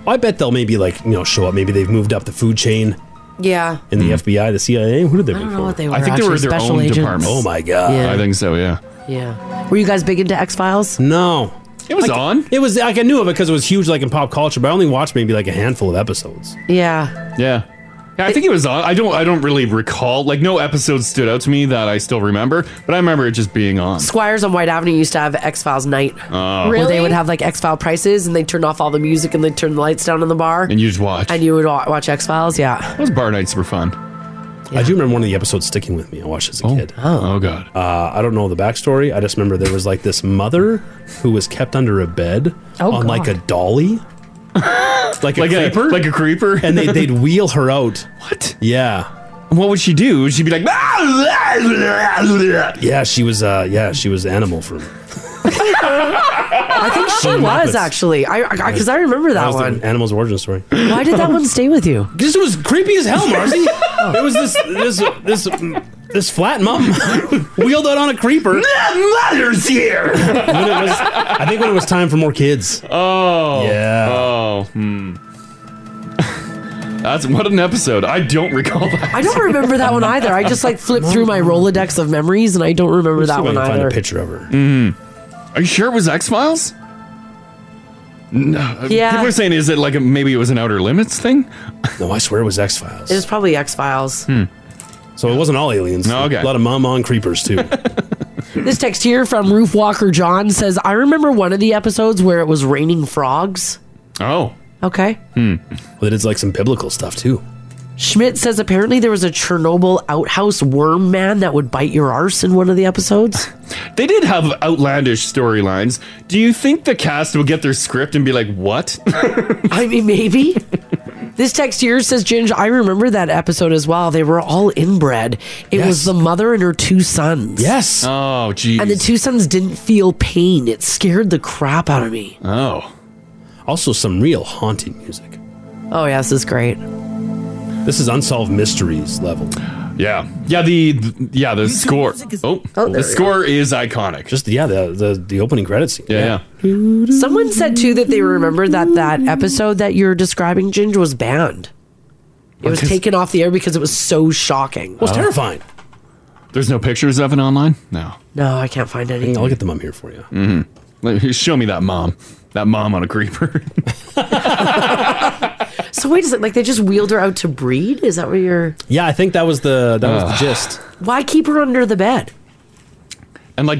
S8: Oh, I bet they'll maybe like you know show up. Maybe they've moved up the food chain
S5: yeah,
S8: in the FBI, the CIA. Who did they? I
S5: don't know what they were.
S4: Hmm. I think they
S5: actually,
S4: were their
S5: special
S4: own
S5: agents.
S4: department.
S8: Oh my god!
S5: Yeah. I think
S4: so. Yeah.
S5: Yeah. Were you guys big into X Files?
S8: No.
S4: It was on.
S8: It was like I knew of it because it was huge, like in pop culture. But I only watched maybe like a handful of episodes.
S5: Yeah.
S4: Yeah. Yeah, I think it was on. I don't. I don't really recall. Like, no episode stood out to me that I still remember, but I remember it just being on.
S5: Squires on White Avenue used to have X Files night.
S4: Oh.
S5: Where they would have like X File prices and they turn off all the music and they turn the lights down in the bar.
S4: And you just watch.
S5: And you would wa- watch X Files, yeah.
S4: Those bar nights were fun.
S8: I do remember one of the episodes sticking with me. I watched as a kid.
S4: Oh, god.
S8: Uh, I don't know the backstory. I just remember there was like this mother who was kept under a bed
S4: Oh,
S8: on like a
S4: God.
S8: dolly, like a
S4: Like a-
S8: creeper,
S4: like a creeper,
S8: and they, they'd wheel her out. What? Yeah.
S4: What would she do? She'd be like,
S8: yeah, she was. Uh, yeah, she was animal from.
S5: I think she
S8: From
S5: was
S8: Muppets.
S5: actually. I because I, remember that
S8: was the
S5: one.
S8: Animal's origin story.
S5: Why did that one stay with you?
S8: Because it was creepy as hell, Marcy. It was this this this this flat mom wheeled out on a creeper.
S4: mother's here.
S8: When it was- I think when it was time for more kids.
S4: Oh.
S8: Yeah.
S4: Oh. Hmm. That's what an episode. I don't recall that.
S5: I don't remember that one either. I just like flipped through my Rolodex of memories and I don't remember that one either.
S8: of her.
S4: Mm-hmm. Are you sure it was X Files? No.
S5: Yeah.
S4: People are saying, is it like a, maybe it was an Outer Limits thing?
S8: No, I swear it was X Files.
S5: It was probably X Files.
S8: So it wasn't all aliens. Hmm. No, okay. A lot of mom on creepers too.
S5: This text here from Roof Walker John says, I remember one of the episodes where it was raining frogs.
S4: Oh.
S5: Okay.
S8: Hmm. Well, it is like some biblical stuff too.
S5: Schmidt says apparently there was a Chernobyl outhouse worm man that would bite your arse in one of the episodes.
S4: They did have outlandish storylines. Do you think the cast will get their script and be like, what?
S5: I mean, maybe. This text here says, Ginge, I remember that episode as well. They were all inbred. It was the mother and her two sons.
S8: Yes.
S4: Oh, geez.
S5: And the two sons didn't feel pain. It scared the crap out of me.
S4: Oh.
S8: Also, some real haunting music.
S5: Oh yeah, this is great.
S8: This is unsolved mysteries level.
S4: Yeah. Yeah, the, th- yeah, the score. Oh,
S8: there we
S4: the score is iconic.
S8: Just yeah, the the, the opening credits. Scene.
S4: Yeah, yeah.
S5: Someone said, too, that they remember that that episode that you're describing, Ginge, was banned. It was taken off the air because it was so shocking. Uh, It
S4: Oh, was terrifying. There's no pictures of it online? No.
S5: No, I can't find any.
S4: I'll get them. I'm here for you. Mm-hmm. Let- Show me that mom. That mom on a creeper.
S5: So wait a second, like they just wheeled her out to breed? Is that what you're?
S8: Yeah, I think that was the that was the
S4: Ugh.
S8: gist.
S5: Why keep her under the bed
S4: and like,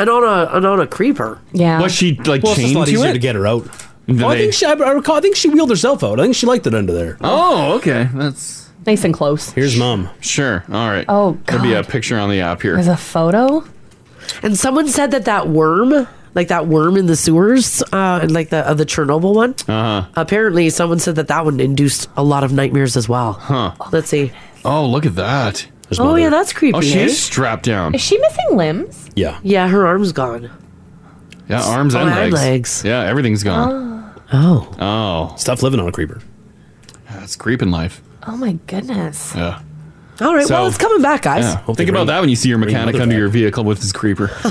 S5: and on a and on a creeper? Yeah.
S4: was she like
S8: Well, it's just
S4: chained
S8: a lot
S4: to
S8: easier
S4: it?
S8: to get her out.
S4: Did
S8: Oh, I
S4: they-
S8: think she. I, I recall. I think she wheeled herself out. I think she liked it under there.
S4: Oh, okay. That's
S9: nice and close.
S4: Here's mom. Sure. All right.
S9: Oh,
S4: There'll be a picture on the app here.
S9: There's a photo.
S5: And someone said that that worm, like that worm in the sewers, uh, and like the uh, the Chernobyl one.
S4: Uh-huh.
S5: Apparently, someone said that that one induced a lot of nightmares as well.
S4: Huh.
S5: Let's see.
S4: Oh, look at that.
S5: Oh, mother. yeah, that's creepy,
S4: Oh, she
S5: eh?
S4: is strapped down.
S9: Is she missing limbs?
S4: Yeah.
S5: Yeah, her arm's gone.
S4: Yeah, arms
S5: Oh,
S4: and
S5: and
S4: legs.
S5: legs.
S4: Yeah, everything's
S9: Ah.
S4: gone.
S5: Oh.
S4: Oh. Stuff living on a creeper. That's creeping life.
S9: Oh my goodness.
S4: Yeah.
S5: All right. well,
S4: So-
S5: it's coming back, guys.
S4: Yeah. Think about that when you see your mechanic under your vehicle with his creeper.
S5: Play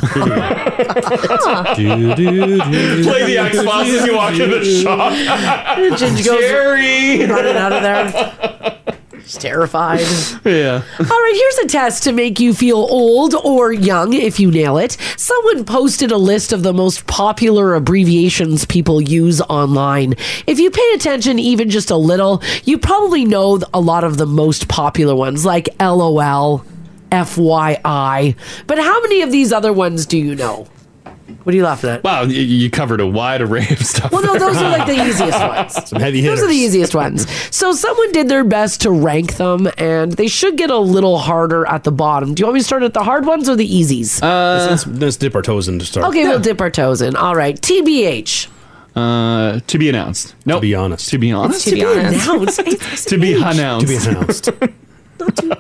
S4: the Xbox as you walk in the shop.
S5: Ginger goes
S4: Jerry!
S5: running out of there. She's terrified.
S4: yeah.
S5: All right, here's a test to make you feel old or young if you nail it. Someone posted a list of the most popular abbreviations people use online. If you pay attention even just a little, you probably know a lot of the most popular ones like LOL, FYI. But how many of these other ones do you know? What are you laughing at?
S4: Wow, y- you covered a wide array of stuff.
S5: Well, no,
S4: there.
S5: those are like the easiest ones.
S4: Some heavy
S5: Those
S4: hitters.
S5: are the easiest ones. So someone did their best to rank them, and they should get a little harder at the bottom. Do you want me to start at the hard ones or the easies?
S8: Let's, let's, let's dip our toes in to start.
S5: okay, we'll dip our toes in. All right, TBH.
S4: Uh, to be announced. No. To be honest. To be honest.
S5: to be announced.
S4: To be announced. To be announced.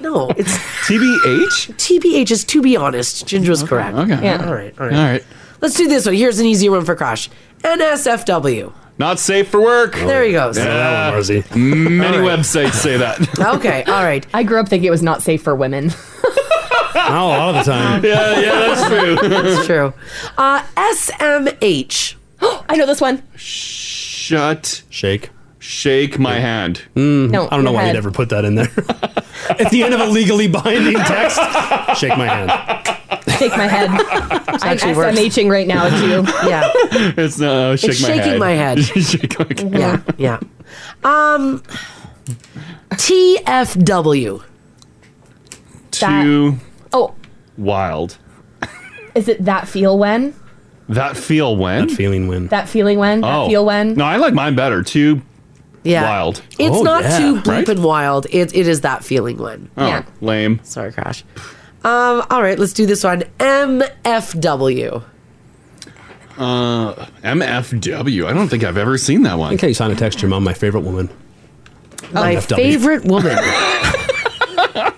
S5: no, it's
S4: TBH.
S5: TBH is to be honest. Ginger was correct.
S4: Okay.
S5: Yeah.
S4: Yeah.
S5: All right. All
S4: All
S5: right.
S4: right.
S5: Let's do this one. Here's an easier one for Crash. NSFW.
S4: Not safe for work.
S5: There he goes.
S4: Yeah.
S5: That
S4: one, Many
S5: All right.
S4: websites say that.
S5: Okay, all right.
S9: I grew up thinking it was not safe for women.
S4: Not a lot of the time. Yeah, yeah, that's true.
S5: That's true. Uh, SMH.
S9: I know this one.
S4: Shut. Shake. Shake my hand.
S9: No,
S8: Mm. I don't know
S9: your
S8: why
S9: head.
S8: you'd ever put that in there. At the end of a legally binding text, shake my hand.
S9: Shake my head. I'm
S8: actually worse.
S9: SMHing right now too.
S5: Yeah.
S4: It's not. oh, shake
S5: It's
S4: my
S5: shaking
S4: head.
S5: my head.
S4: shake my head.
S5: Yeah. Yeah. Um, TFW.
S4: Too
S9: Oh,
S4: wild.
S9: is it that feel when?
S4: That feel when. That feeling when.
S9: That feeling when? That feel when?
S4: Oh. No, I like mine better. Too
S5: Yeah.
S4: wild. Oh,
S5: It's
S8: Oh,
S5: not too bleeping
S4: Right?
S5: wild. It, it is that feeling one.
S4: Oh, lame.
S5: Sorry, Crash. Um, all right, let's do this one. MFW.
S4: Uh, MFW. I don't think I've ever seen that one.
S8: Okay, you sign a text to your mom, my favorite woman.
S5: My
S8: MFW.
S5: favorite woman.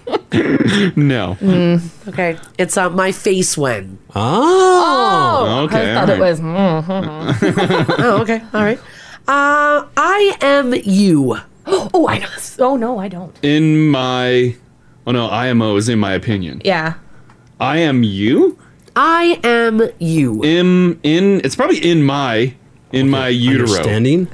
S4: no.
S5: Mm, okay. It's uh, my face when.
S9: Oh, I thought it was. mm-hmm.
S5: oh, okay. All right. Uh, I am you.
S9: Oh, I know this. Oh no, I don't.
S4: In my. Oh no, IMO is in my opinion.
S9: Yeah.
S4: I am you.
S5: I am you.
S4: In in it's probably in my in my utero.
S8: Understanding.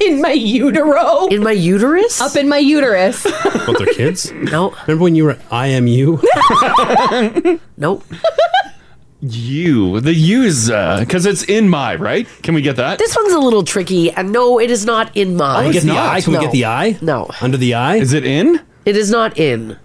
S9: In my utero.
S5: In my uterus.
S9: Up in my uterus.
S8: Both their kids?
S5: No.
S8: Remember when you were I am you?
S5: nope.
S4: You. The you is uh because it's in my, right? Can we get that?
S5: Uh, This one's a little tricky, and no, it is Oh, not in mine.
S4: it's not.
S5: No.
S4: eye?
S5: No.
S4: Under the eye? Is it in?
S5: It is not in.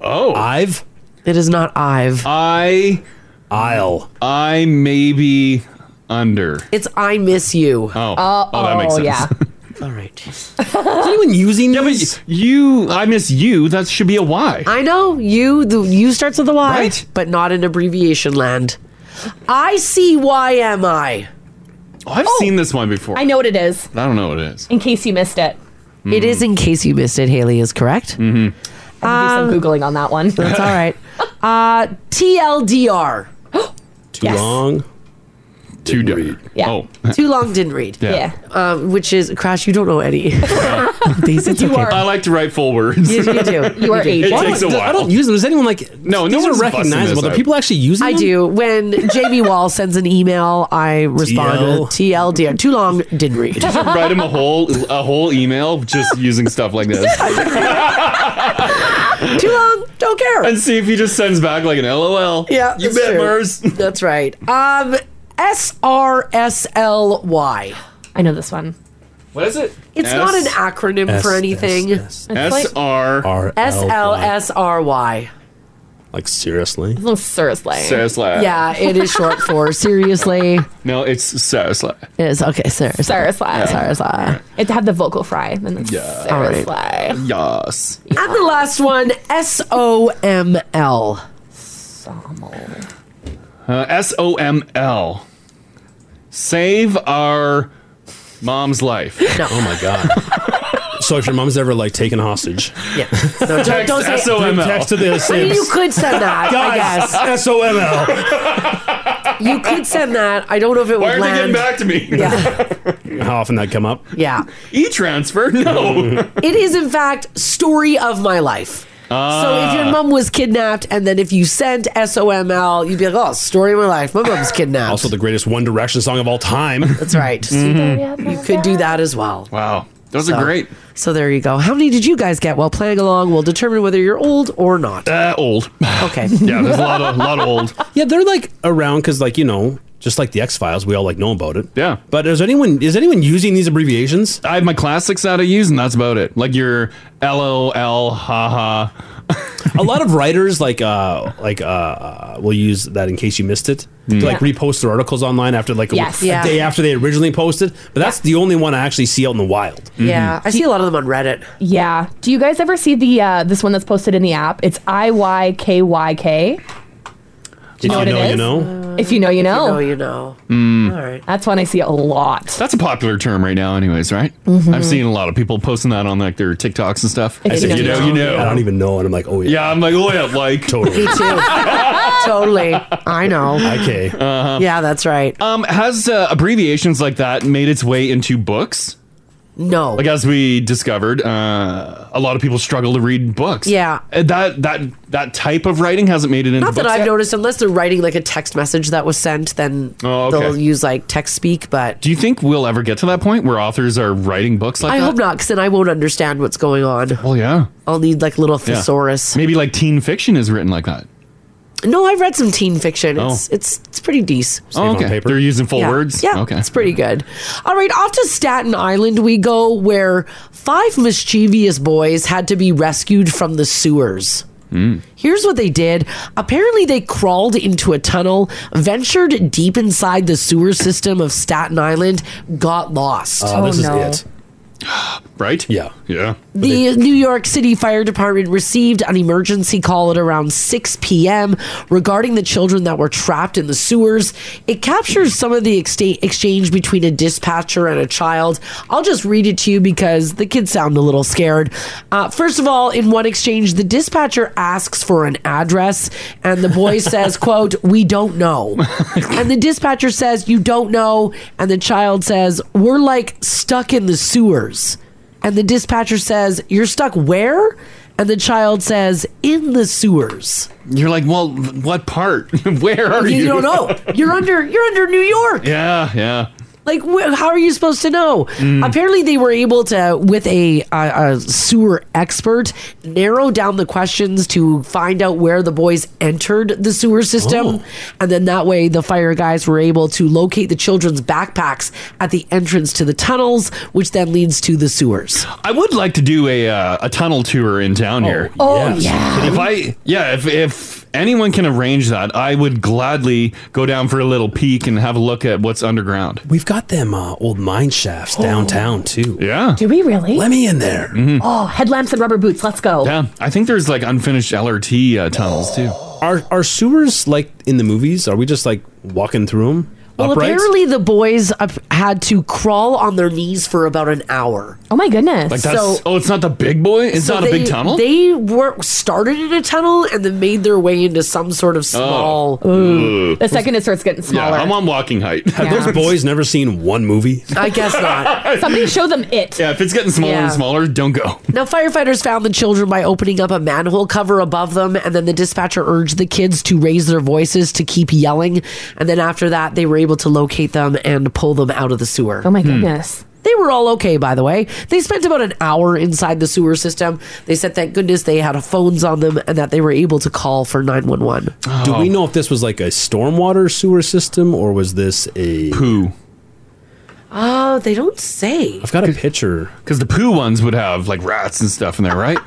S4: Oh. I've?
S5: It is not I've.
S4: I.
S8: I'll.
S4: I may be under.
S5: It's I miss you.
S4: Oh. oh, that makes sense.
S5: All right.
S8: Is anyone using
S4: yeah, but you, I miss you. That should be a Y.
S5: I know you. The you starts with a Y, but not in abbreviation land. I see. Why am I?
S4: Oh, I've seen this one before.
S9: I know what it is.
S4: I don't know what it is.
S9: In case you missed it.
S5: It is in case you missed it. Haley is correct. Mm-hmm.
S9: I had to do some googling on that one.
S5: That's all right. Uh, TLDR.
S8: Too long.
S4: Too read.
S9: Yeah.
S4: Oh.
S5: Too long didn't read.
S4: Yeah.
S5: Um, which is crash. You don't know any. These it's okay.
S4: I like to write full words.
S5: You- you do. You are
S4: It
S5: aged.
S4: takes a
S5: I don't-
S4: while.
S5: I don't
S8: use them. Is anyone like
S4: no?
S8: these are
S4: no one's busting
S8: recognizable.
S4: this
S8: Do
S4: out.
S8: people actually use them?
S5: I do. When Jamie Wall sends an email, I respond with TLDR. Too long didn't read.
S4: Just write him a whole a whole email just using stuff like this.
S5: Too long, don't care.
S4: And see if he just sends back like an LOL.
S5: Yeah,
S4: you
S5: that's
S4: bet,
S5: true.
S4: Murs.
S5: That's right. Um, S R S L Y. I know this one.
S4: What is it?
S5: It's not an acronym for anything. It's like-
S4: S R
S8: R
S5: S L S R Y.
S8: Like seriously?
S5: No, seriously.
S4: Seriously.
S5: Yeah, it is short for seriously.
S4: No, it's seriously.
S5: It is okay, seriously.
S9: Sarah Sly.
S4: Sarah
S5: Sly.
S9: It had the vocal fry. And it's
S4: Yeah.
S9: Sarah
S4: All right.
S9: Sly.
S4: Yes.
S5: And the last one, S O M L.
S4: Uh, S O M L. Save our mom's life.
S8: Oh my god. so if your mom's ever like taken hostage,
S5: yeah.
S4: don't- Text don't say- SOML.
S8: Text to the
S4: I
S5: I
S4: mean,
S5: mean,
S8: Sims.
S5: you could send that, I
S8: Guys,
S5: guess.
S8: SOML.
S5: You could send that. I don't know if it
S8: Why
S5: would
S8: aren't they
S5: land.
S8: getting back to
S4: me?
S5: Yeah.
S8: How often that come up?
S5: Yeah.
S4: E transfer? No.
S5: It is, in fact, story of my life. So
S8: Ah.
S5: if your mom was kidnapped, and then if you sent SOML, you'd be like, oh, story of my life. My mom's kidnapped.
S8: also the greatest One Direction song of all time. Mm-hmm.
S5: That's right. You could do that as well.
S4: Wow. Those are
S5: So-
S4: great.
S5: So there you go. How many did you guys get while playing along? Will determine whether you're old or not.
S4: Uh, old.
S5: Okay.
S4: yeah, there's a lot of lot of old.
S8: Yeah, they're like around because like you know, just like the X Files, we all like know about it.
S4: Yeah.
S8: But is anyone is anyone using these abbreviations?
S4: I have my classics that I use, and that's about it. Like your LOL, haha.
S8: a lot of writers like uh like uh, uh will use that in case you missed it
S4: Mm.
S8: to like
S4: Yeah.
S8: repost their articles online after like a,
S5: Yes.
S8: a
S5: Yeah.
S8: day after they originally posted but that's the only one i actually see out in the wild
S5: Yeah, I see a lot of them on Reddit.
S9: Mm-hmm. Yeah. Do you guys ever see the uh, this one that's posted in the app? It's I Y K Y K.
S8: If you know, you
S9: is?
S8: know.
S9: If you know, you know.
S5: Uh, you know.
S8: Mm.
S5: All right.
S9: That's one I see a lot.
S4: Mm. That's a popular term right now, anyways, right?
S9: Mhm.
S4: I've seen a lot of people posting that on like their TikToks and stuff.
S5: Mm-hmm. If
S4: I
S5: you
S4: said,
S5: know,
S4: you know, you know.
S8: i don't even know and i'm like oh yeah
S4: Yeah, I'm like, oh yeah, like
S8: totally.
S5: Me too. totally. I know.
S8: Okay.
S4: Uh-huh.
S5: Yeah, that's right.
S4: Um, has uh, abbreviations like that made its way into books?
S5: No.
S4: Like as we discovered, uh, a lot of people struggle to read books.
S5: Yeah.
S4: Uh, that that that type of writing hasn't made it into
S5: Not that
S4: books
S5: I've
S4: yet.
S5: noticed, unless they're writing like a text message that was sent, then
S4: Oh, okay.
S5: they'll use like text speak. But
S4: Do you think we'll ever get to that point where authors are writing books like
S5: I
S4: that?
S5: hope not, because then I won't understand what's going on.
S4: Oh yeah,
S5: I'll need like little
S4: Yeah.
S5: thesaurus.
S4: Maybe like teen fiction is written like that.
S5: No, I've read some teen fiction. It's
S4: Oh.
S5: it's it's pretty decent.
S4: Oh, okay. They're using full
S5: Yeah.
S4: words.
S5: Yeah,
S4: Okay.
S5: it's pretty good. All right, off to Staten Island we go, where five mischievous boys had to be rescued from the sewers.
S8: Mm.
S5: Here's what they did. Apparently, they crawled into a tunnel, ventured deep inside the sewer system of Staten Island, got lost.
S4: Oh,
S8: Uh, this
S5: Oh,
S8: is it
S4: right
S8: yeah
S4: yeah
S5: The New York City Fire Department received an emergency call at around 6 p.m. regarding the children that were trapped in the sewers. It captures some of the exta- exchange between a dispatcher and a child. I'll just read it to you because the kids sound a little scared. Uh, first of all, in one exchange, the dispatcher asks for an address, and the boy says, "quote We don't know." and the dispatcher says, "You don't know," and the child says, "We're like stuck in the sewers." And the dispatcher says, You're stuck where? And the child says, In the sewers.
S4: You're like, Well, what part? Where are you?
S5: don't know. You're under you're under New York.
S4: Yeah, yeah.
S5: Like, wh- how are you supposed to know?
S4: Mm.
S5: Apparently, they were able to, with a, uh, a sewer expert, narrow down the questions to find out where the boys entered the sewer system.
S4: Oh.
S5: And then that way, the fire guys were able to locate the children's backpacks at the entrance to the tunnels, which then leads to the sewers.
S4: I would like to do a uh, a tunnel tour in town here.
S5: Oh, yes. yeah.
S4: If I yeah, if if anyone can arrange that, I would gladly go down for a little peek and have a look at what's underground.
S8: we've got them uh, old mine shafts
S5: Oh.
S8: downtown too
S4: yeah Mm-hmm.
S9: Do we really?
S8: Let me in there.
S9: Oh, headlamps and rubber boots. Let's go.
S4: Yeah, I think there's like unfinished LRT uh, tunnels too.
S8: are are sewers like in the movies are we just like walking through them
S5: Well,
S8: Uprights?
S5: apparently the boys up- had to crawl on their knees for about an hour.
S9: Oh my goodness!
S4: Like that's oh, it's not the big boy. It's
S5: so
S4: not a
S5: they-
S4: big tunnel.
S5: They were started in a tunnel and then made their way into some sort of
S4: Oh.
S5: small.
S4: Ooh.
S9: The second it starts getting smaller.
S4: on walking height.
S8: Have those boys never seen one movie?
S5: I guess not.
S9: Somebody show them it.
S4: Yeah, if it's getting smaller
S5: Yeah.
S4: and smaller, don't go.
S5: Now, firefighters found the children by opening up a manhole cover above them, and then the dispatcher urged the kids to raise their voices to keep yelling. And then after that, they were able to locate them and pull them out of the sewer. Oh,
S9: my goodness.
S5: They were all okay, by the way. They spent about an hour inside the sewer system. They said, thank goodness they had phones on them and that they were able to call for 911.
S8: Do
S4: Oh.
S8: we know if this was like a stormwater sewer system or was this a
S4: poo?
S5: Oh, they don't say.
S8: I've got a picture
S4: because the poo ones would have like rats and stuff in there, right?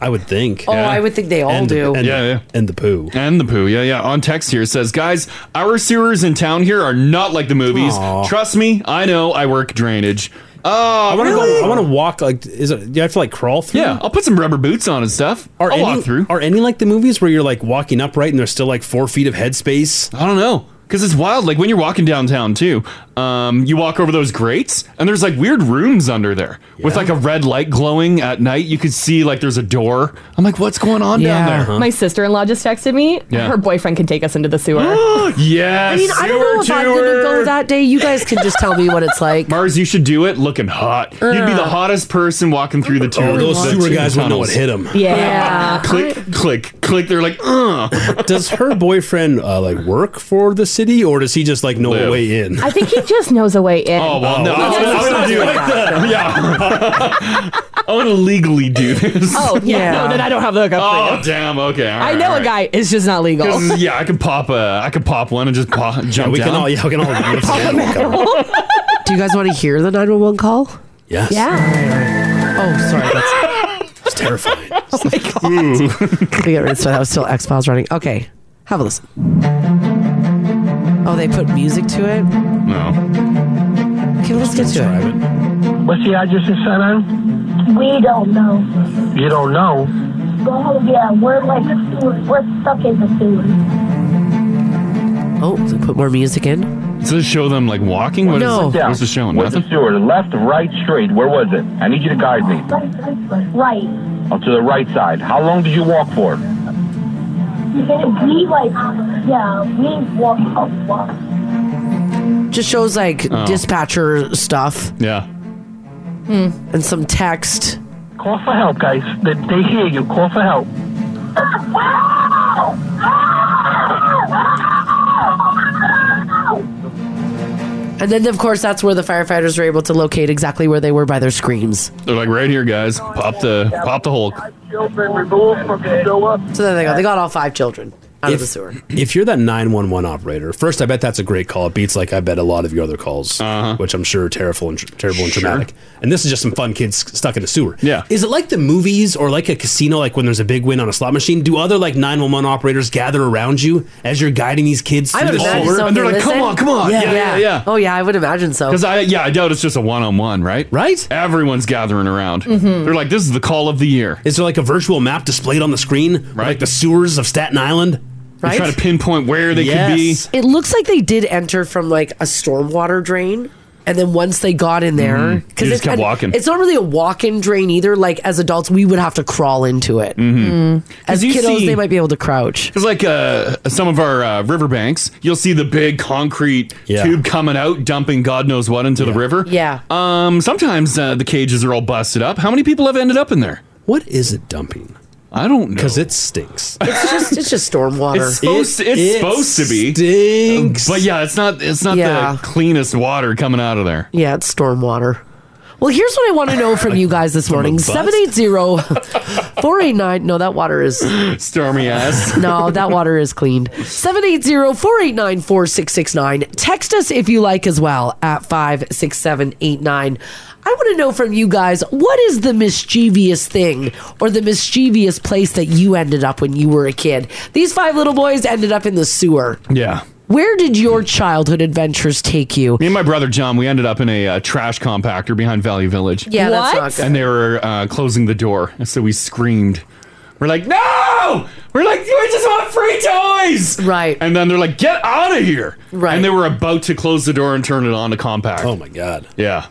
S8: I would think.
S5: Oh, I would think they all do.
S4: yeah, yeah,
S8: and the poo,
S4: and the poo. Yeah, yeah. On text here it says, guys, our sewers in town here are not like the movies.
S8: Aw.
S4: Trust me, I know. I work drainage. Oh,
S8: I want to go. I want to walk. Like, is it? Do I have to like crawl through?
S4: Yeah, I'll put some rubber boots on and stuff.
S8: Are
S4: I'll
S8: any,
S4: walk
S8: through. Are any like the movies where you're like walking upright and there's still like four feet of headspace?
S4: I don't know. Because it's wild. Like when you're walking downtown too, um, you walk over those grates and there's like weird rooms under there with like a red light glowing at night. You could see like there's a door. I'm like, what's going on down there?
S9: My sister in law just texted me.
S4: Yeah.
S9: Her boyfriend can take us into the sewer.
S4: yes.
S5: I mean, I don't know if I'm going to go that day. You guys can just tell me what it's like.
S4: Mars, you should do it looking hot. You'd be the
S5: Uh.
S4: hottest person walking through the tour.
S8: Oh, those
S4: the
S8: sewer
S4: two
S8: guys wouldn't know what
S4: tunnels.
S8: hit 'em.
S9: Yeah.
S4: click, click, click. They're like, uh.
S8: Does her boyfriend uh, like work for the city or does he just like know a way in?
S9: I think he just knows a way in.
S8: Oh, well, no,
S9: He
S8: I was
S9: doesn't
S8: gonna- I was gonna
S9: sound
S8: do
S9: like
S8: it.
S9: that.
S4: I want to legally do this.
S9: Oh, yeah. No, then I don't have the hookup for
S4: Oh,
S9: you.
S4: damn. Okay. all
S9: I
S4: right,
S9: know
S4: all
S9: a
S4: right.
S9: guy. It's just not legal.
S4: 'Cause, yeah, I could pop a, I could pop one and just pop, jump
S8: we
S4: down.
S8: can all- yeah, we can all live
S5: Do you guys want to hear the 911 call?
S8: Yes.
S5: Yeah. Oh, sorry. That's
S8: It's terrifying.
S5: oh my
S4: Hmm.
S5: god. we got rid of so that was still X Files running. Okay, have a listen. Oh, they put music to it.
S4: No.
S5: Okay, well, let's get to it.
S16: What's the address in Sinai? We don't know. You don't know?
S17: Oh, yeah, we're like a sewer. We're stuck in the sewer.
S5: Oh, they put more music in.
S4: Does this show them like walking? What is
S5: No.
S4: it? What's it showing?
S16: What's
S4: Nothing.
S16: the sewer? Left, right, straight. Where was it? I need you to guide me.
S17: Right.
S16: Oh, to the right side. How long did you walk for?
S17: We like, yeah, we walk up, walk.
S5: Just shows like
S4: Oh.
S5: dispatcher stuff. Hmm.
S4: Yeah.
S5: And some text.
S16: Call for help, guys. They, they hear you. Call for help.
S5: And then, of course, that's where the firefighters were able to locate exactly where they were by their screams.
S4: They're like right here, guys. Pop the, pop the Hulk.
S16: Children removed from the sewer.
S5: So there they go. They got all five children out of the sewer.
S8: If you're that 911 operator, first, I bet that's a great call. It beats like I bet a lot of your other calls, which I'm sure are terrible and, tr- terrible and
S4: Uh-huh. Sure.
S8: traumatic. And this is just some fun kids stuck in a sewer.
S4: Yeah.
S8: Is it like the movies or like a casino, like when there's a big win on a slot machine? Do other like 911 operators gather around you as you're guiding these kids through
S5: I would
S8: the
S5: imagine
S8: sewer?
S5: so. if they listen.
S8: Yeah.
S5: Oh yeah, I would imagine so.
S4: Because I, yeah, I doubt it's just a one-on-one, right?
S8: Right.
S4: Everyone's gathering around.
S9: Mm-hmm.
S5: Mhm.
S4: They're like, this is the call of the year.
S8: Is there like a virtual map displayed on the screen? Right. Like the sewers of Staten Island?
S5: Right?
S4: Trying to pinpoint where they could be.
S5: It looks like they did enter from like a stormwater drain. And then once they got in there,
S4: Mhm. You just
S5: it's-
S4: kept
S5: and
S4: walking.
S5: It's not really a walk-in drain either. Like as adults, we would have to crawl into it. Mm.
S4: Mhm. 'Cause
S5: As
S4: you
S5: kiddos,
S4: see-
S5: they might be able to crouch.
S4: Because like uh, some of our uh, riverbanks, you'll see the big concrete tube coming out, dumping God knows what into the river.
S5: Yeah.
S4: Um. Sometimes uh, the cages are all busted up. How many people have ended up in there?
S8: What is it dumping?
S4: I don't know. Because
S8: it stinks.
S5: It's just it's just stormwater.
S4: It's supposed, to, it's supposed to be
S8: stinks.
S4: But yeah, it's not. It's not
S5: Yeah.
S4: the cleanest water coming out of there.
S5: Yeah, it's stormwater. Well, here's what I want to know from you guys this morning.
S4: bust?
S5: 780-489. No, that water is
S4: Stormy ass.
S5: No, that water is cleaned. 780-489-4669. Text us if you like as well at 56789. I want to know from you guys, what is the mischievous thing or the mischievous place that you ended up when you were a kid? These five little boys ended up in the sewer.
S4: Yeah.
S5: Where did your childhood adventures take you?
S4: Me and my brother John, we ended up in a uh, trash compactor behind Valley Village.
S5: Yeah, that's not What? good.
S4: And they were uh, closing the door, and so we screamed. We're like, no! We're like, we just want free toys!
S5: Right.
S4: And then they're like, get out of here!
S5: Right.
S4: And they were about to close the door and turn it on to compact. Oh my god. Yeah.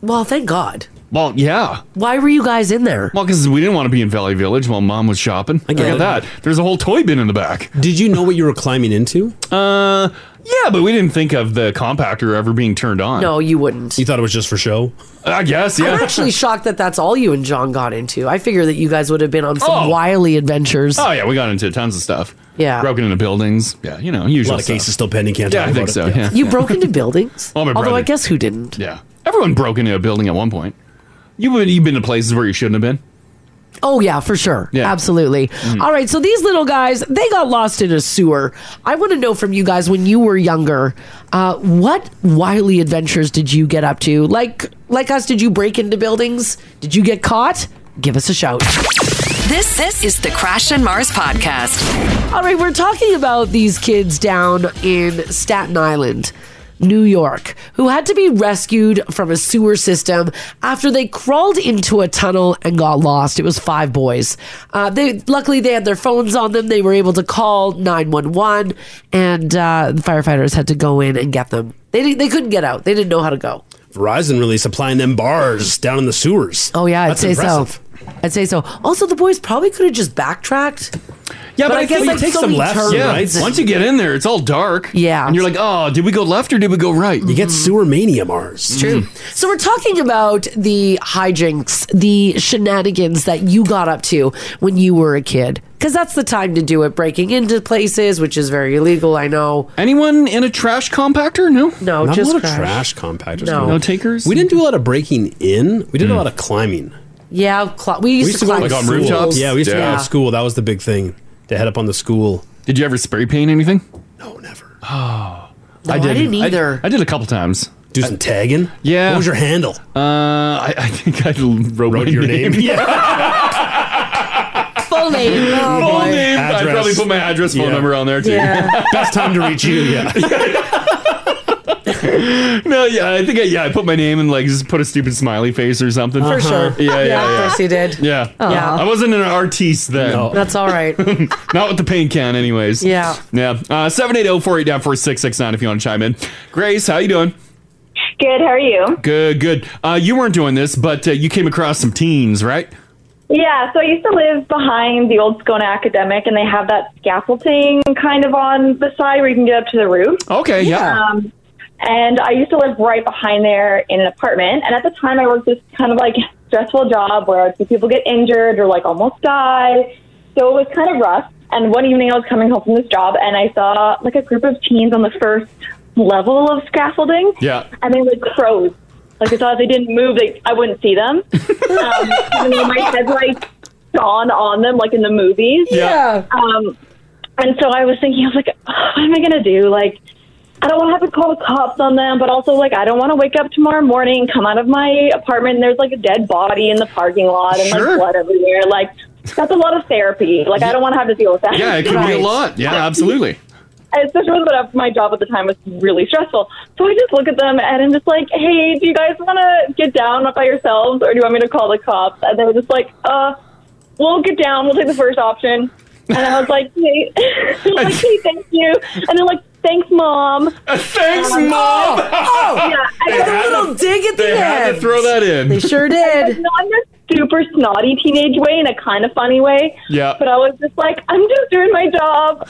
S5: Well, Oh, thank God.
S4: Well, yeah.
S5: Why were you guys in there?
S4: Well, because we didn't want to be in Valley Village while mom was shopping. I
S8: get
S4: Look
S8: it.
S4: at that. There's a whole toy bin in the back.
S8: Did you know what you were climbing into?
S4: Uh, yeah, but we didn't think of the compactor ever being turned on.
S5: No, you wouldn't.
S4: You thought it was just for show? I guess, yeah.
S5: I'm actually shocked that that's all you and John got into. I figure that you guys would have been on some
S4: Oh.
S5: wily adventures.
S4: Oh yeah, we got into tons of stuff.
S5: Yeah.
S4: broken into buildings. Yeah, you know, usual.
S8: Lot of
S4: stuff.
S8: cases still pending, can't
S4: yeah,
S8: talk
S4: I think
S8: about
S4: so.
S8: it.
S4: Yeah,
S5: You
S4: yeah.
S5: broke into buildings?
S4: Well, Oh, my
S5: Although I
S4: brother-
S5: guess who didn't?
S4: Yeah, everyone broke into a building at one point. You would you've been to places where you shouldn't have been.
S5: Oh yeah, for sure.
S4: Yeah.
S5: Absolutely. All right, so these little guys, they got lost in a sewer. I want to know from you guys when you were younger, uh, what wily adventures did you get up to? Like like us, did you break into buildings? Did you get caught? Give us a shout.
S2: This this is the Crash and Mars podcast.
S5: All right, we're talking about these kids down in Staten Island, New York, who had to be rescued from a sewer system after they crawled into a tunnel and got lost. It was five boys. Uh, they luckily they had their phones on them. They were able to call nine one one, and uh, the firefighters had to go in and get them. They didn't, they couldn't get out. They didn't know how to go.
S8: Verizon really supplying them bars down in the sewers.
S5: Oh yeah, I'd
S8: That's
S5: say
S8: impressive.
S5: so. I'd say so. Also, the boys probably could have just backtracked.
S4: Yeah, but, I, guess
S5: like, so many turns
S4: Yeah,
S5: and-
S4: once you get in there, it's all dark.
S5: Yeah. Mm-hmm.
S4: and you're like, oh, did we go left or did we go right? You
S8: get sewer mania Mars. Mm. It's
S5: true. So we're talking about the hijinks, the shenanigans that you got up to when you were a kid, because that's the time to do it. Breaking into places, which is very illegal, I know.
S4: Anyone in a trash compactor? No,
S5: no, Oh,
S8: Not
S5: just
S8: a lot
S5: trash.
S8: of trash compactors.
S5: No. No takers?
S8: We didn't do a lot of breaking in. We did
S4: Mm.
S8: a lot of climbing.
S5: Yeah, cl- we used, to, climb schools.
S8: Yeah, we used to go on school. That was the big thing to head up on the school.
S4: Did you ever spray paint anything?
S8: Oh,
S4: I, did. I, did a couple times.
S8: Do some tagging.
S4: Yeah.
S8: What was your handle?
S4: Uh, I, I think I wrote,
S8: Wrote
S4: my
S8: your name?
S5: Full name. Oh,
S4: Full
S5: boy.
S4: name. I
S8: Address.
S4: probably put my address, phone
S8: Yeah.
S4: number on there too.
S5: Yeah.
S8: Best time to reach you. Yeah.
S4: no, yeah, I think I, yeah, I put my name and like just put a stupid smiley face or something.
S5: For
S8: Uh-huh.
S5: sure.
S4: Yeah, yeah, yeah.
S5: Of course you did.
S4: Yeah.
S5: Aw. Yeah.
S4: I wasn't an artiste then.
S5: That's all right.
S4: Not with the paint can, anyways.
S5: Yeah.
S4: Yeah. Uh, 780-489-4669 if you want to chime in. Grace, how you doing?
S15: Good. How are you?
S4: Good, good. Uh, you weren't doing this, but uh, you came across some teens, right?
S18: Yeah, so I used to live behind the old Scone Academic, and they have that scaffolding kind of on the side where you can get up to the roof.
S4: Okay, yeah.
S18: Um, and I used to live right behind there in an apartment. And at the time, I worked this kind of like stressful job where I'd see people get injured or like almost die. So it was kind of rough. And one evening, I was coming home from this job, and I saw like a group of teens on the first level of scaffolding
S4: Yeah.
S18: and they like froze. Like I thought if they didn't move, they, I wouldn't see them. Um, I mean, my headlights dawn on them, like in the movies.
S4: Yeah.
S18: Um, and so I was thinking, I was like, what am I gonna do? Like, I don't want to have to call the cops on them, but also like, I don't want to wake up tomorrow morning, come out of my apartment, and there's like a dead body in the parking lot and
S4: Sure.
S18: like blood everywhere. Like, that's a lot of therapy. Like, I don't want to have to deal with that.
S4: Yeah, it could be a lot. Yeah, absolutely.
S18: especially with what my job at the time was really stressful. So I just look at them and I'm just like, hey, do you guys want to get down by yourselves or do you want me to call the cops? And they were just like, uh, we'll get down. We'll take the first option. And I was like, hey, They're like, hey thank you. And they're like, thanks, mom.
S4: Uh, Thanks,
S5: Mom. Oh,
S18: yeah.
S5: they
S18: And I
S5: had
S18: was
S5: a little dig at the
S4: they had to
S5: end.
S4: throw that in. They
S5: sure
S18: did. No, in a super snotty teenage way, in a kind of funny way.
S4: Yeah.
S18: But I was just like, I'm just doing my job.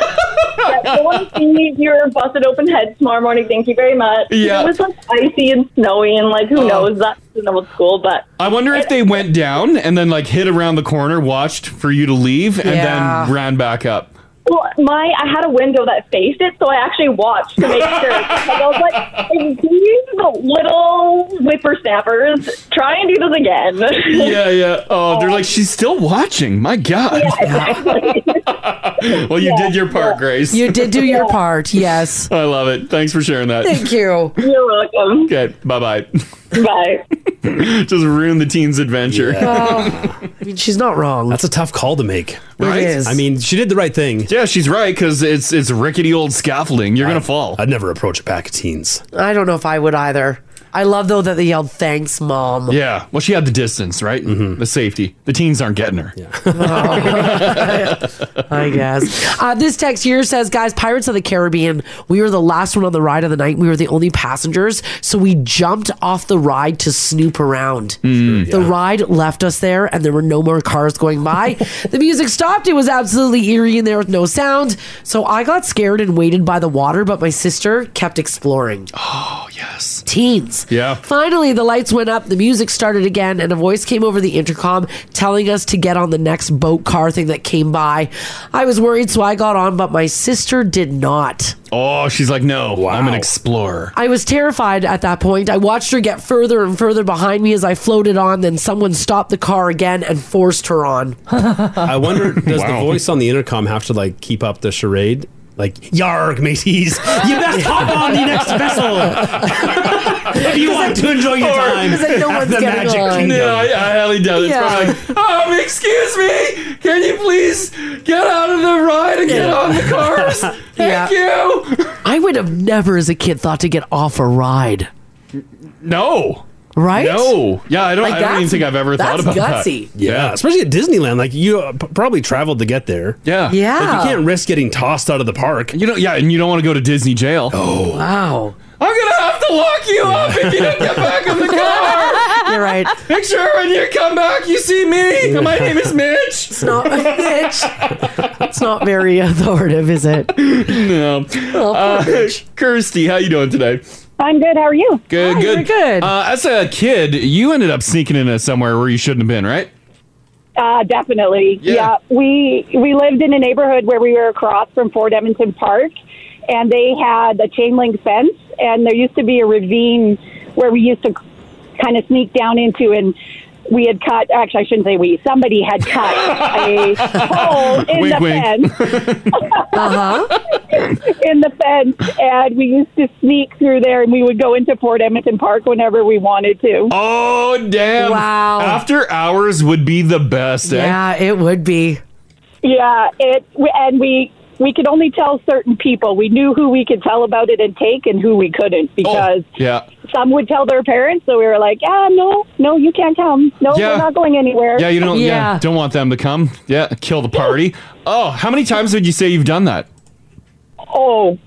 S18: I don't want to see your busted open head tomorrow morning. Thank you very much.
S4: Yeah. Oh.
S18: It was like icy and snowy, and like, who knows? That's in old school, but.
S4: I wonder if they went down and then like hid around the corner, watched for you to leave, and
S18: Yeah.
S4: then ran back up.
S18: Well, my I had a window that faced it, so I actually watched to make sure. Like, I was like, "These little whippersnappers, try and do this again."
S4: yeah, yeah. Oh, they're like, she's still watching. My God. well, you did your part, Grace.
S5: You did do your part, yes.
S4: I love it. Thanks for sharing that.
S5: Thank you.
S18: You're welcome.
S4: Okay, bye bye.
S18: Bye.
S4: Just ruined the teen's adventure.
S5: I mean, she's not wrong.
S8: That's a tough call to make.
S4: Right?
S8: is. I mean, she did the right thing.
S4: Yeah, she's right because it's it's rickety old scaffolding. You're gonna fall.
S8: I'd never approach a pack of teens.
S5: I don't know if I would either. I love though that they yelled "Thanks, mom."
S4: Yeah. Well, she had the distance, right?
S8: Mm-hmm.
S4: The safety. The teens aren't getting her. Yeah.
S5: I guess. Uh, this text here says, guys, Pirates of the Caribbean, we were the last one on the ride of the night. We were the only passengers. So we jumped off the ride to snoop around. The ride left us there and there were no more cars going by. the music stopped. It was absolutely eerie in there with no sound. So I got scared and waited by the water, but my sister kept exploring. Oh,
S4: yes.
S5: Teens.
S4: Yeah.
S5: Finally, the lights went up, the music started again, and a voice came over the intercom telling us to get on the next boat car thing that came by. I was worried, so I got on, but my sister did not.
S4: Oh, she's like, no, I'm an explorer.
S5: I was terrified at that point. I watched her get further and further behind me as I floated on, then someone stopped the car again and forced her on.
S8: I wonder, does the voice on the intercom have to like keep up the charade? Like, yarg, mateys, you best hop on the next vessel. if you want to enjoy your time, at the Magic Kingdom.
S4: No, I, I highly doubt it.
S8: Yeah.
S4: It's probably like, um, excuse me, can you please get out of the ride and get
S5: Yeah.
S4: on the cars?
S5: Yeah.
S4: Thank you.
S5: I would have never, as a kid, thought to get off a ride.
S4: No.
S5: Right?
S4: No. Oh, Yeah, I don't.
S5: Like,
S4: I don't even
S5: that's-
S4: think I've ever thought
S5: that's
S4: about
S5: gutsy.
S4: that. Yeah.
S8: Yeah, especially at Disneyland. Like you uh, p- probably traveled to get there.
S4: Yeah,
S5: Yeah.
S8: Like, you can't risk getting tossed out of the park.
S4: You know, yeah, and you don't want to go to Disney jail. Oh,
S5: wow.
S4: I'm gonna have to lock you up if you don't get back in the car.
S5: You're right.
S4: Make sure when you come back, you see me. My name is Mitch.
S5: It's not Mitch. It's not very authoritative, is it? Oh,
S4: no. Uh,
S5: poor
S4: Kirsty, how you doing today?
S19: I'm good. How are you?
S4: Good,
S19: Hi,
S4: good,
S19: we're good.
S4: Uh, as a kid, you ended up sneaking into somewhere where you shouldn't have been, right?
S19: Uh, definitely. Yeah. We we lived in a neighborhood where we were across from Fort Edmonton Park and they had a chain link fence and there used to be a ravine where we used to kind of sneak down into and we had cut actually I shouldn't say we somebody had cut a hole in
S16: Wink,
S19: the
S16: wink.
S19: fence. in the fence and we used to sneak through there and we would go into Fort Edmonton Park whenever we wanted to.
S4: Oh damn!
S19: Wow.
S4: After hours would be the best. Eh?
S5: Yeah, it would be.
S19: Yeah, it we- and we we could only tell certain people. We knew who we could tell about it and take, and who we
S4: Oh.
S19: couldn't because
S4: Yeah.
S19: some would tell their parents. So we were like, ah, no, no, you can't come. No,
S4: Yeah.
S19: we're not going anywhere.
S4: Yeah, you don't. Yeah. don't want them to come. Yeah, kill the party. Oh, how many times would you say you've done that?
S19: Oh,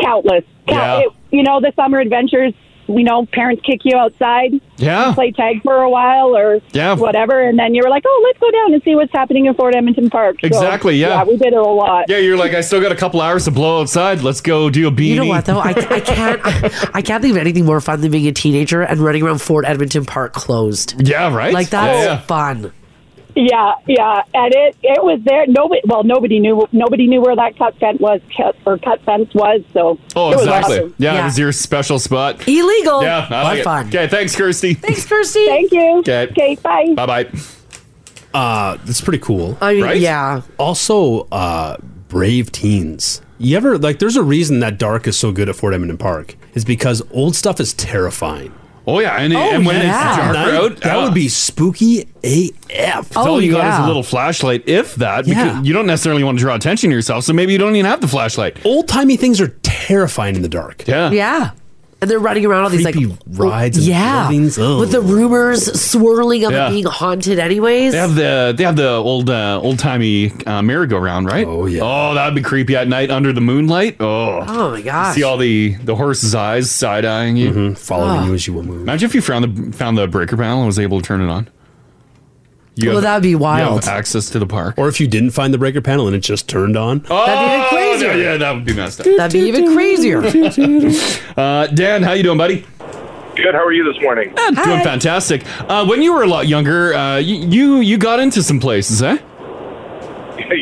S19: countless.
S4: Yeah.
S19: It- you know the summer adventures. You know, parents kick you outside.
S4: Yeah.
S19: you Play tag for a while or
S4: Yeah.
S19: whatever, and then you were like, oh, let's go down and see what's happening in Fort Edmonton Park. So,
S4: Exactly, yeah.
S19: Yeah, we did it a lot.
S4: Yeah, you're like, I still got a couple hours to blow outside. Let's go do a beanie.
S5: You know what though? I, I can't. I, I can't think of anything more fun than being a teenager and running around Fort Edmonton Park closed.
S4: Yeah, right.
S5: Like that's
S19: Yeah, yeah.
S5: fun.
S19: Yeah, yeah, and it it was there. Nobody, well, nobody knew nobody knew where that cut fence was cut, or cut fence was. So
S4: Oh,
S19: it was
S4: exactly.
S19: awesome.
S4: Yeah, it was your special spot.
S5: Illegal,
S4: Yeah, I like it. Okay, thanks, Kirsty.
S5: Thanks, Kirsty.
S19: Thank you.
S4: Okay.
S19: Okay, bye.
S4: Bye bye.
S8: Uh, that's pretty cool.
S5: I mean, Right? yeah.
S8: Also, uh, brave teens. You ever like? There's a reason that dark is so good at Fort Edmonton Park. Is because old stuff is terrifying.
S4: Oh yeah, and, and when it's dark
S5: Oh
S4: oh. out,
S8: that
S4: yeah.
S8: would be spooky AF.
S4: That's all you got is a little flashlight, if that.
S8: Yeah.
S4: Because you don't necessarily want to draw attention to yourself, so maybe you don't even have the flashlight.
S8: Old timey things are terrifying in the dark.
S4: Yeah.
S5: Yeah. And they're running around all these like
S8: Creepy rides and
S5: yeah,
S8: buildings. Ugh.
S5: with the rumors swirling of
S4: Oh. Yeah.
S5: it being haunted. Anyways,
S4: They have the they have the old uh, old timey uh, merry-go-round, right? Oh yeah. Oh, that'd be creepy at night under the moonlight. Oh.
S5: Oh, my gosh.
S4: See all the the horse's eyes side eyeing you,
S5: following Ah. you
S8: as Mm-hmm. you will move.
S4: Imagine if you found the found the breaker panel and was able to turn it on.
S5: Well, that'd be wild.
S4: access to the park,
S8: or if you didn't find the breaker panel and it just turned on.
S5: That'd be even crazier.
S4: Oh, Yeah, that would be messed up.
S5: that'd be even crazier.
S4: Uh, Dan, how you doing, buddy?
S7: Good. How are you this morning?
S4: I'm Doing fantastic. Uh, when you were a lot younger, uh, y- you you got into some places, eh?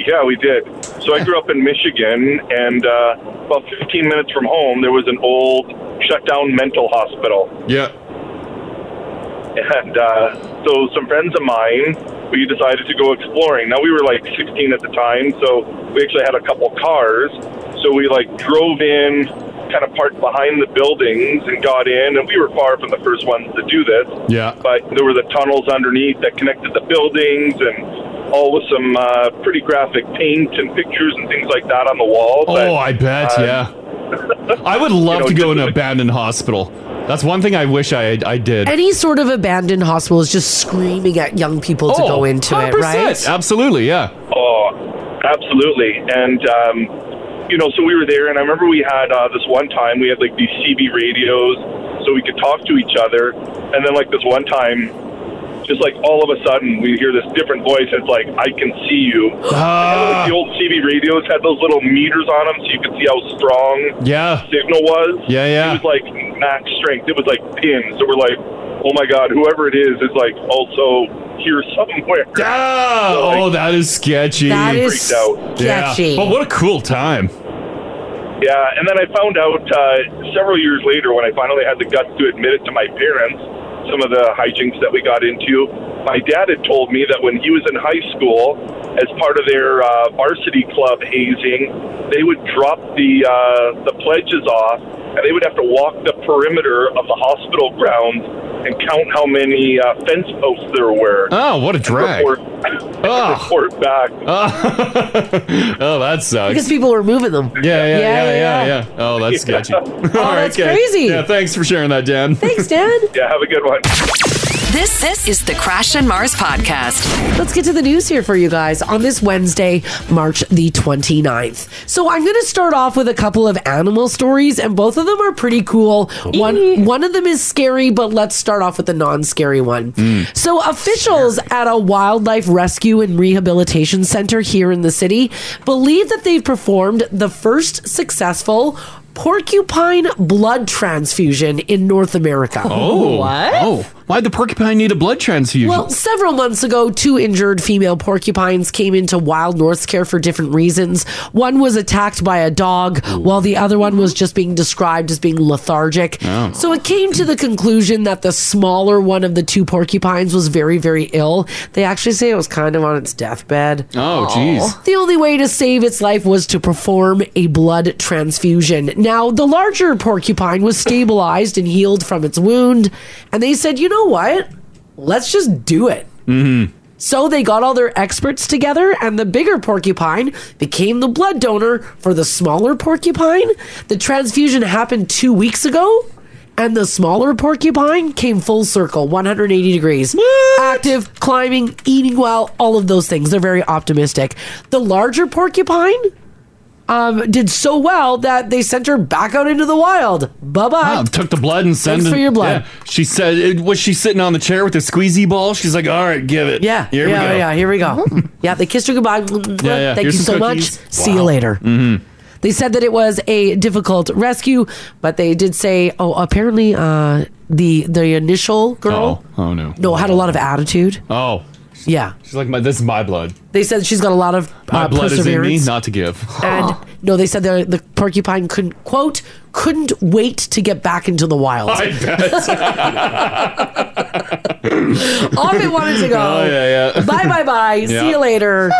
S7: yeah, we did. So I grew up in Michigan, and uh, about 15 minutes from home, there was an old shut down mental hospital.
S4: Yeah.
S7: And uh, so some friends of mine, we decided to go exploring. Now we were like 16 at the time, so we actually had a couple cars. So we like drove in, kind of parked behind the buildings and got in. And we were far from the first ones to do this.
S4: Yeah.
S7: But there were the tunnels underneath that connected the buildings and all with some uh, pretty graphic paint and pictures and things like that on the wall.
S4: Oh, I bet.
S20: um,
S7: uh,
S4: yeah. I would love to go in an abandoned hospital. That's one thing I wish I I did.
S5: Any sort of abandoned hospital is just screaming at young people to
S4: Oh,
S5: go into it, right?
S4: Absolutely, yeah.
S20: Oh, absolutely. And, um, you know, so we were there, and I remember we had uh, this one time, we had like these CB radios so we could talk to each other. And then, like, this one time, just like all of a sudden, we hear this different voice. It's like, I can see you. And, like, the old CB radios had those little meters on them so you could see how strong
S4: Yeah.
S20: signal was.
S4: Yeah, yeah.
S20: It was like max strength. It was like pins. So we're like, oh my God, whoever it is is like also here somewhere. So, like,
S4: Oh, that is sketchy.
S20: That is Freaked out.
S4: Yeah.
S20: sketchy.
S4: But what a cool time.
S20: Yeah, and then I found out uh, several years later when I finally had the guts to admit it to my parents, some of the hijinks that we got into. My dad had told me that when he was in high school, as part of their uh, varsity club hazing, they would drop the uh, the pledges off, and they would have to walk the perimeter of the hospital grounds and count how many uh, fence posts there were.
S4: Oh, what a
S20: And
S4: drag.
S20: Report, and report back.
S4: Oh, that sucks.
S5: Because people were moving them.
S4: yeah, yeah,
S5: Yeah,
S4: yeah,
S5: yeah,
S4: yeah, yeah, Oh, that's sketchy. oh,
S5: that's crazy.
S4: Yeah, thanks for sharing that, Dan.
S5: Thanks, Dan.
S20: yeah, have a good one.
S2: This this is the Crash and Mars podcast.
S5: Let's get to the news here for you guys on this Wednesday, March the 29th. So I'm going to start off with a couple of animal stories and both of them are pretty cool. One one of them is scary, but let's start off with the non-scary one. So officials at a wildlife rescue and rehabilitation center here in the city believe that they've performed the first successful porcupine blood transfusion in North America.
S4: Oh. Oh. Why'd the porcupine need a blood transfusion?
S5: Well, several months ago, two injured female porcupines came into Wild North's care for different reasons. One was attacked by a dog, while the other one was just being described as being lethargic.
S21: Oh.
S5: So it came to the conclusion that the smaller one of the two porcupines was very, very ill. They actually say it was kind of on its deathbed.
S4: Oh, jeez.
S5: The only way to save its life was to perform a blood transfusion. Now, the larger porcupine was stabilized and healed from its wound, and they said, you know what? Let's just do it.
S4: Mm-hmm.
S5: So they got all their experts together, and the bigger porcupine became the blood donor for the smaller porcupine. The transfusion happened two weeks ago, and the smaller porcupine came full circle 180 degrees. Active, climbing, eating well, all of those things. They're very optimistic. The larger porcupine. Um, did so well that they sent her back out into the wild. Bye bye.
S4: Wow, took the blood and sent
S5: Thanks
S4: it.
S5: for your blood.
S4: Yeah. She said, it- was she sitting on the chair with a squeezy ball? She's like, all right, give it. Yeah. Here
S5: yeah,
S4: we go. Hmm.
S5: yeah, here we go. yeah, they kissed her goodbye. Thank
S4: Yeah, yeah.
S5: you
S4: Here's
S5: so
S4: some
S5: much.
S4: cookies.
S5: See you later.
S4: Mm-hmm.
S5: They said that it was a difficult rescue, but they did say, oh, apparently uh, the the initial girl
S4: Oh, oh, no.
S5: no had a lot of attitude.
S4: Oh.
S5: Yeah.
S4: She's like, my, this is my blood.
S5: They said she's got a lot of
S4: My
S5: uh,
S4: blood is in me,
S5: perseverance.
S4: not to give.
S5: and no, they said the, the porcupine couldn't quote couldn't wait to get back into the wild.
S4: I
S5: Off it wanted to go.
S4: Oh, yeah, yeah.
S5: Bye bye bye. See
S4: Yeah.
S5: you later.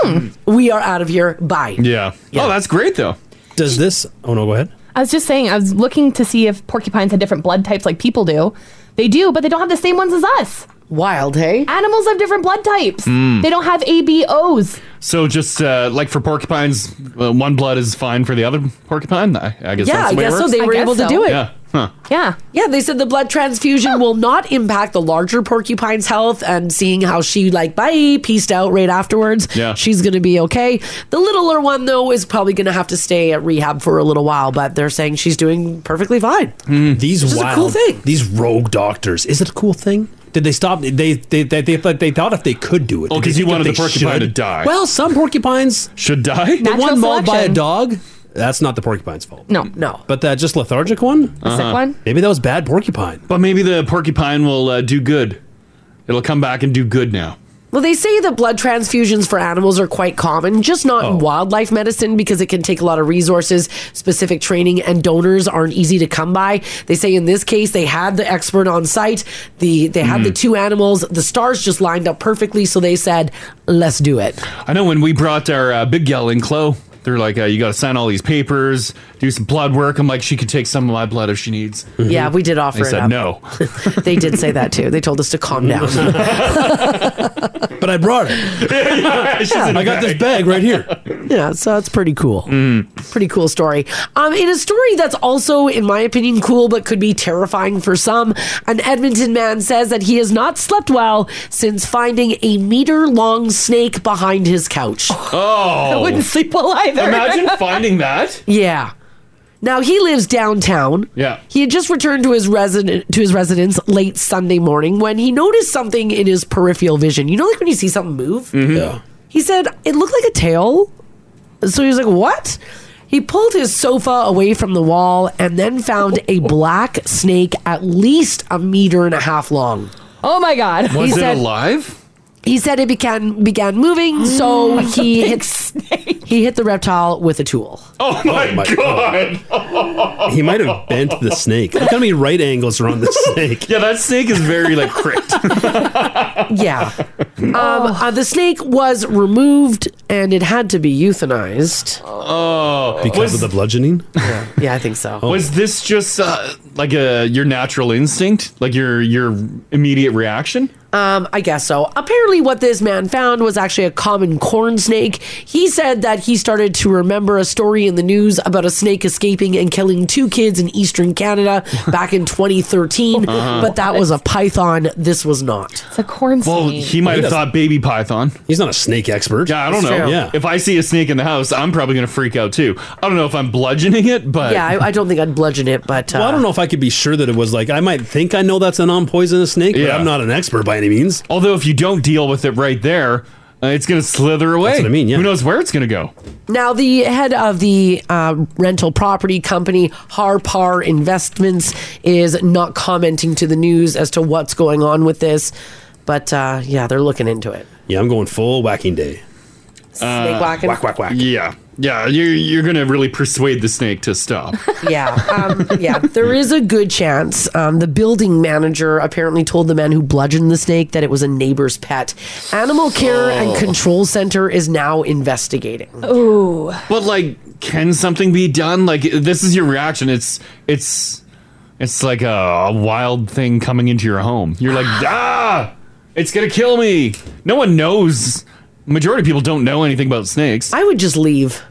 S5: We are out of here. Bye.
S4: Yeah. Oh, that's great though.
S8: Does this? Oh no, go ahead.
S9: I was just saying, I was looking to see if porcupines had different blood types like people do. They do, but they don't have the same ones as us.
S5: Wild, hey?
S9: Animals have different blood types.
S4: Mm.
S9: They don't have ABOs.
S4: So just uh, like for porcupines, uh, one blood is fine for the other porcupine. I, I guess.
S5: Yeah,
S4: that's
S5: I
S4: the way it
S5: guess so.
S4: works.
S5: They were I guess able to so. do it.
S4: Yeah. Huh.
S9: Yeah.
S5: Yeah, they said the blood transfusion will not impact the larger porcupine's health and seeing how she like bye pieced out right afterwards.
S4: Yeah.
S5: She's gonna be okay. The littler one though is probably gonna have to stay at rehab for a little while, but they're saying she's doing perfectly fine.
S4: Hmm.
S8: These
S5: Which is a
S8: wild,
S5: cool thing.
S8: these rogue doctors. Is it a cool thing? Did they stop? They they they, they, they, they thought if they could do it.
S4: Oh,
S8: did they
S4: 'cause you
S8: think if
S4: wanted the
S8: they
S4: porcupine to die.
S8: Well, some porcupines
S4: should die.
S8: The
S9: Natural
S8: one mauled by a
S9: selection.
S8: dog. That's not the porcupine's fault.
S9: No. No.
S8: But that just lethargic one.
S4: The sick Uh-huh. one?
S8: Maybe that was bad porcupine.
S4: But maybe the porcupine will uh, do good. It'll come back and do good now.
S5: Well, they say that blood transfusions for animals are quite common, just not in wildlife medicine because it can take a lot of resources, specific training, and donors aren't easy to come by. They say in this case they had the expert on site, the they had the two animals, the stars just lined up perfectly, so they said, "Let's do it."
S4: I know when we brought our uh, big gal in, Chloe, they're like, uh, you got to sign all these papers, do some blood work. I'm like, she could take some of my blood if she needs.
S5: Yeah, we did offer
S4: They
S5: it
S4: said
S5: up.
S4: no.
S5: they did say that too. They told us to calm down.
S8: But I brought it.
S4: She's in a
S8: I got this bag right here.
S5: Yeah, so that's pretty cool.
S4: Mm.
S5: Pretty cool story. Um, in a story that's also, in my opinion, cool but could be terrifying for some, an Edmonton man says that he has not slept well since finding a meter long snake behind his couch.
S4: Oh.
S5: I wouldn't sleep well either.
S4: Imagine finding that.
S5: Yeah. Now he lives downtown.
S4: Yeah.
S5: He had just returned to his resident to his residence late Sunday morning when he noticed something in his peripheral vision. You know, like when you see something move.
S4: Yeah.
S5: He said it looked like a tail. So he was like, "What?" He pulled his sofa away from the wall and then found a black snake at least a meter and a half long.
S9: Oh my god.
S5: Was He it said-
S4: alive?
S5: He said it began began moving, so he hit he hit the reptile with a tool.
S4: Oh my, god.
S8: he might have bent the snake. Look how many right angles are on the snake.
S4: Yeah, that snake is very like cricked.
S5: yeah.
S9: Oh.
S5: Um, uh, the snake was removed and it had to be euthanized.
S4: Oh,
S8: Because of the bludgeoning?
S5: Yeah, yeah I think so.
S4: Was this just uh, like a your natural instinct, like your your immediate reaction?
S5: Um, I guess so. Apparently, what this man found was actually a common corn snake. He said that he started to remember a story in the news about a snake escaping and killing two kids in eastern Canada back in 2013,
S4: Uh-huh.
S5: but that was a python. This was not.
S9: It's a corn snake.
S4: Well, he might have thought baby python.
S8: He's not a snake expert.
S4: Yeah, I don't
S5: It's
S4: know.
S5: true.
S4: Yeah. If I see a snake in the house, I'm probably going to freak out too. I don't know if I'm bludgeoning it, but
S5: yeah, I, I don't think I'd bludgeon it, but uh,
S8: Well, I don't know if I could be sure that it was like I might think I know that's a non-poisonous snake, but
S4: Yeah.
S8: I'm not an expert by any means.
S4: Although if you don't deal with it right there, uh, it's going to slither away. I mean, yeah. Who knows where it's going to go?
S5: Now, the head of the uh, rental property company, Harpar Investments, is not commenting to the news as to what's going on with this. But uh, yeah, they're looking into it.
S8: Yeah, I'm going full whacking day.
S5: Snake whacking? Whack, whack, whack.
S4: Uh, Yeah. Yeah, you're, you're going to really persuade the snake to stop.
S5: Yeah, um, yeah. There is a good chance. Um, the building manager apparently told the man who bludgeoned the snake that it was a neighbor's pet. Animal Care
S4: Oh.
S5: and Control Center is now investigating.
S9: Ooh.
S4: But like, can something be done? Like, this is your reaction. It's it's it's like a, a wild thing coming into your home. You're like, ah, it's gonna kill me. No one knows. Majority of people don't know anything about snakes.
S5: I would just leave.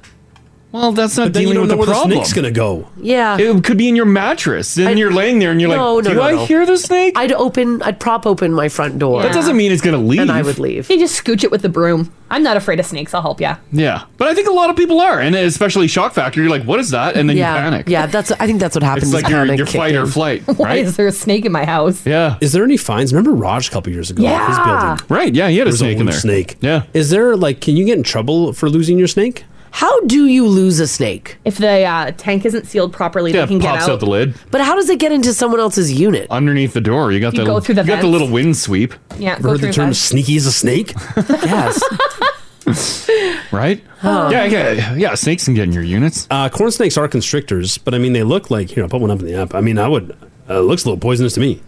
S4: Well, that's not
S8: But then you
S4: dealing
S8: don't
S4: with
S8: know
S4: the
S8: where the
S4: problem.
S8: snake's gonna go.
S5: Yeah.
S4: It could be in your mattress, and
S5: I'd-
S4: you're laying there, and you're
S5: no,
S4: like,
S5: no,
S4: "Do
S5: no,
S4: I
S5: no.
S4: hear the snake?
S5: I'd open, I'd prop open my front door.
S4: That doesn't mean it's gonna leave.
S5: And I would leave.
S9: You just scooch it with the broom. I'm not afraid of snakes. I'll help you.
S4: Yeah, but I think a lot of people are, and especially shock factor. You're like, "What is that?" And then
S5: yeah,
S4: you panic.
S5: Yeah, that's. I think that's what happens.
S4: It's like your, your fight or
S5: in.
S4: flight,
S9: Why
S4: right?
S9: is there a snake in my house?
S4: Yeah.
S8: Is there any fines? Remember Raj a couple years ago?
S9: Yeah.
S8: His building.
S4: Right. Yeah, he had a snake in there.
S8: Snake.
S4: Yeah.
S8: Is there like, can you get in trouble for losing your snake?
S5: How do you lose a snake?
S9: If the uh, tank isn't sealed properly,
S4: Yeah,
S9: they can
S4: it
S9: get
S4: pops
S9: out.
S4: out. the lid.
S5: But how does it get into someone else's unit?
S4: Underneath the door, you got
S9: You
S4: the,
S9: go through the
S4: you got the
S9: vents.
S4: little wind sweep.
S9: Yeah, go Heard the through term vents.
S8: sneaky as a snake?
S5: yes.
S4: right?
S8: Oh.
S4: Yeah, yeah, yeah. Snakes can get in your units.
S8: Uh, corn snakes are constrictors, but I mean, they look like, here, I'll put one up in the app. I mean, I would, uh, it looks a little poisonous to me.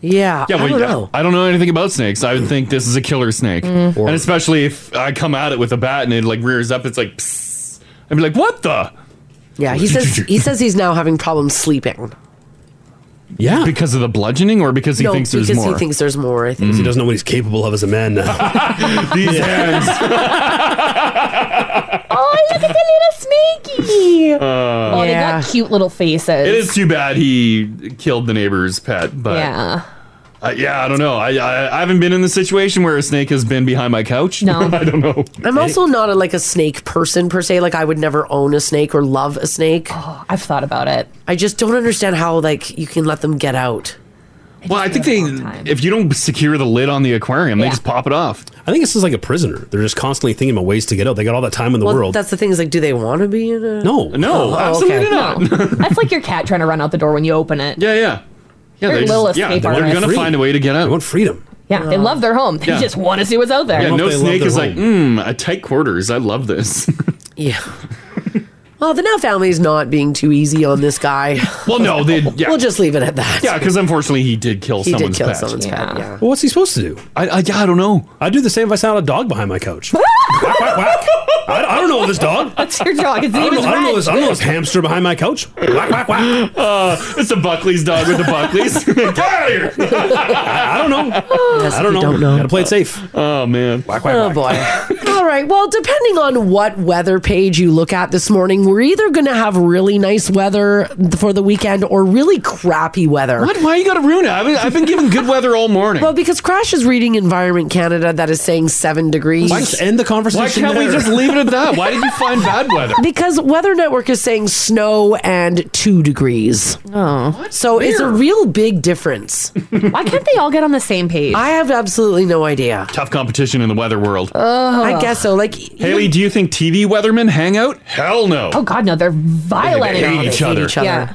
S5: Yeah.
S4: Yeah, well,
S8: I don't know.
S4: I don't know anything about snakes. I would think this is a killer snake,
S8: Mm. Or-
S4: and especially if I come at it with a bat and it like rears up, it's like, psst. I'd be like, what the?
S5: Yeah, he says he says he's now having problems sleeping.
S8: Yeah,
S4: because of the bludgeoning, or because he
S5: no,
S4: thinks
S5: because
S4: there's more.
S5: he thinks there's more. I think
S8: He doesn't know what he's capable of as a man now.
S4: These
S9: oh, look at the little sneaky.
S4: Uh,
S9: oh,
S4: Yeah.
S9: they got cute little faces.
S4: It is too bad he killed the neighbor's pet, but
S9: Yeah.
S4: Uh, yeah, I don't know. I, I I haven't been in the situation where a snake has been behind my couch.
S5: No.
S4: I don't know.
S5: I'm also not a, like a snake person per se. Like I would never own a snake or love a snake.
S9: Oh, I've thought about it.
S5: I just don't understand how like you can let them get out.
S4: Well, I think they if you don't secure the lid on the aquarium, they
S5: Yeah.
S4: just pop it off.
S8: I think this is like a prisoner. They're just constantly thinking about ways to get out. They got all that time in the
S5: well,
S8: world.
S5: that's the thing is like, do they want to be in a
S8: No.
S4: No,
S9: okay. No. That's like your cat trying to run out the door when you open it.
S4: Yeah, yeah.
S9: They're
S4: they
S9: little
S4: yeah,
S9: escape
S4: they're
S9: artists.
S4: gonna find a way to get out. I
S8: want freedom.
S9: Yeah, they love their home. They
S4: Yeah.
S9: just want to see what's out there.
S4: "Hmm, Yeah, no snake is like, mmm, a tight quarters. I love this.
S5: Yeah. Well, the now family's not being too easy on this guy.
S4: Well, no, they. Yeah.
S5: We'll just leave it at that.
S4: Yeah, because unfortunately he did kill
S5: He did
S4: someone's
S5: kill
S4: pet.
S5: someone's pet, Yeah.
S8: Well, what's he supposed to do?
S4: I, I, yeah, I don't know.
S8: I'd do the same if I saw a dog behind my couch. Whack, whack, whack. I, I don't know this dog.
S9: That's your dog. His
S8: I don't,
S9: name is
S8: know, I don't know
S9: Red.
S8: this. I don't know this hamster behind my couch. Whack, whack, whack.
S4: Uh, it's the Buckley's dog with the Buckley's. Get out of here!
S8: I, I don't know. I
S5: you
S8: don't know.
S5: don't know.
S8: Gotta play it safe.
S4: Oh man.
S8: Whack, whack,
S5: Oh boy. All right. Well, depending on what weather page you look at this morning, we're either going to have really nice weather for the weekend or really crappy weather.
S4: What? Why you got to ruin it? I've been, I've been given good weather all morning.
S5: Well, because Crash is reading Environment Canada that is saying seven degrees.
S8: Just end the conversation.
S4: Why can't we
S8: there.
S4: just leave it at that? Why did you find bad weather?
S5: Because Weather Network is saying snow and two degrees. Oh. So it's a real big difference.
S9: Why can't they all get on the same page?
S5: I have absolutely no idea.
S4: Tough competition in the weather world.
S5: I guess so. Like
S4: Haley, do you think TV weathermen hang out? Hell no.
S9: Oh God, no! They're violent.
S4: They hate
S9: about it.
S4: each other.
S9: Yeah.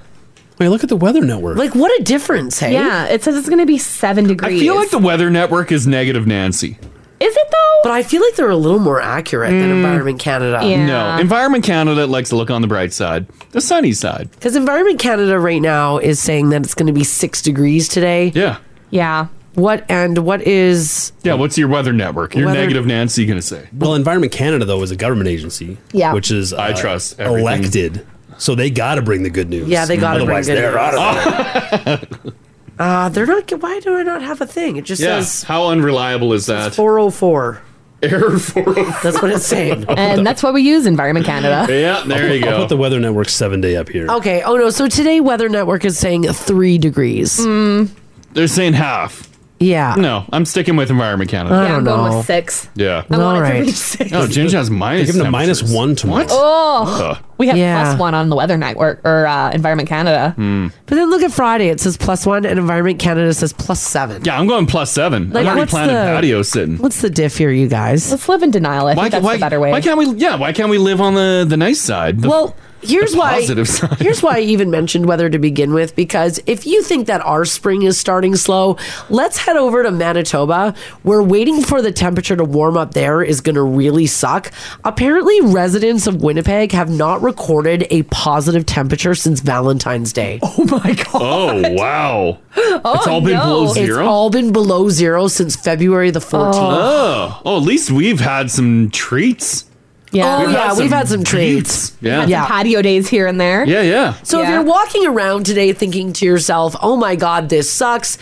S8: Wait, look at the Weather Network.
S5: Like what a difference, hey?
S9: yeah. It says it's going to be seven degrees.
S4: I feel like the Weather Network is negative Nancy. Mm.
S9: Is it though?
S5: But I feel like they're a little more accurate than
S9: Mm.
S5: Environment Canada.
S4: No, Environment Canada likes to look on the bright side, the sunny side.
S5: Because Environment Canada right now is saying that it's going to be six degrees today.
S4: Yeah.
S9: Yeah.
S5: What and what is?
S4: Yeah, what's your Weather Network? Your
S8: Weather-
S4: negative Nancy going to say?
S8: Well, Environment Canada though is a government agency.
S4: Yeah.
S8: which is uh,
S4: I trust everything.
S8: elected, so they got to bring the good news.
S5: Yeah, they gotta bring
S8: Otherwise,
S5: good
S8: they're
S5: news.
S8: out of it.
S4: Oh.
S5: Uh, they're not. Why do I not have a thing? It just
S4: yeah.
S5: says
S4: How unreliable is that?
S5: four oh four.
S4: Error four oh four.
S5: That's what it's saying.
S9: and that's what we use Environment Canada.
S8: I'll put- I'll put the Weather Network seven day up here.
S5: Okay. Oh no. So today, Weather Network is saying three degrees.
S4: Hmm. They're saying half.
S5: Yeah.
S4: No, I'm sticking with Environment Canada.
S5: Ah. I Yeah, I'm don't going know. with
S9: six.
S4: Yeah.
S9: I want it to Alright. reach six.
S4: No, Ginger has minus.
S8: They're giving a minus one tomorrow.
S4: What?
S9: Oh,
S4: Ugh.
S9: we have
S5: Yeah.
S9: plus one on the Weather Network or uh, Environment Canada.
S4: Hmm.
S5: But then look at Friday. It says plus one, and Environment Canada says plus seven.
S4: Yeah, I'm going plus seven.
S5: Like,
S4: I'm already
S5: what's
S4: planning
S5: the-
S4: patio sitting.
S5: What's the diff here, you guys?
S9: Let's live in denial. I think that's
S4: why,
S9: the better way.
S4: Why can't we? Yeah, why can't we live on the the nice side? The,
S5: Well, here's
S4: the
S5: why.
S4: positive side.
S5: Here's why I even mentioned weather to begin with, because if you think that our spring is starting slow, let's head over to Manitoba, where waiting for the temperature to warm up there is going to really suck. Apparently, residents of Winnipeg have not recorded a positive temperature since Valentine's Day. Oh my god!
S4: Oh wow! it's all been below
S5: Oh,
S4: zero.
S5: It's all been below zero since February the fourteenth.
S4: Oh. oh, at least we've had some treats.
S5: Yeah. Oh, yeah, we've had some
S4: treats.
S5: We've
S4: Yeah.
S5: had some Yeah.
S9: patio days here and there.
S4: Yeah, yeah.
S5: So if you're walking around today thinking to yourself, "Oh my God, this sucks,"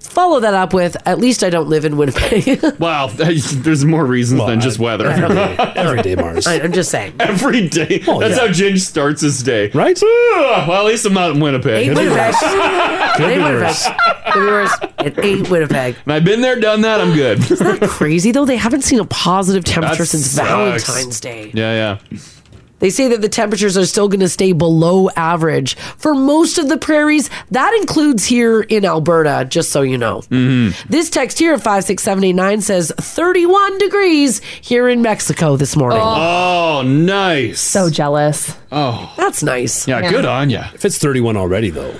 S5: follow that up with, "At least I don't live in Winnipeg."
S4: Wow, there's more reasons than just weather.
S8: every day, Mars.
S5: I, am just saying.
S4: Every day.
S8: Well,
S4: That's
S8: yeah.
S4: how Ginge starts his day.
S8: Right?
S4: well, at least I'm not in Winnipeg.
S5: Ain't Winnipeg. It
S4: Could be
S5: ain't Winnipeg.
S4: worse.
S5: Could be worse. It ain't Winnipeg.
S4: And I've been there, done that. I'm good.
S5: Isn't that crazy though? They haven't seen a positive temperature
S4: That
S5: since
S4: sucks.
S5: Valentine's Day.
S4: Yeah, yeah.
S5: They say that the temperatures are still going to stay below average for most of the prairies. That includes here in Alberta, just so you know.
S4: Mm-hmm.
S5: This text here at 56789 says 31 degrees here in Mexico this morning.
S4: Oh, nice. So
S9: jealous.
S4: Oh,
S5: that's nice.
S4: Yeah, good on you.
S8: If it's 31 already, though.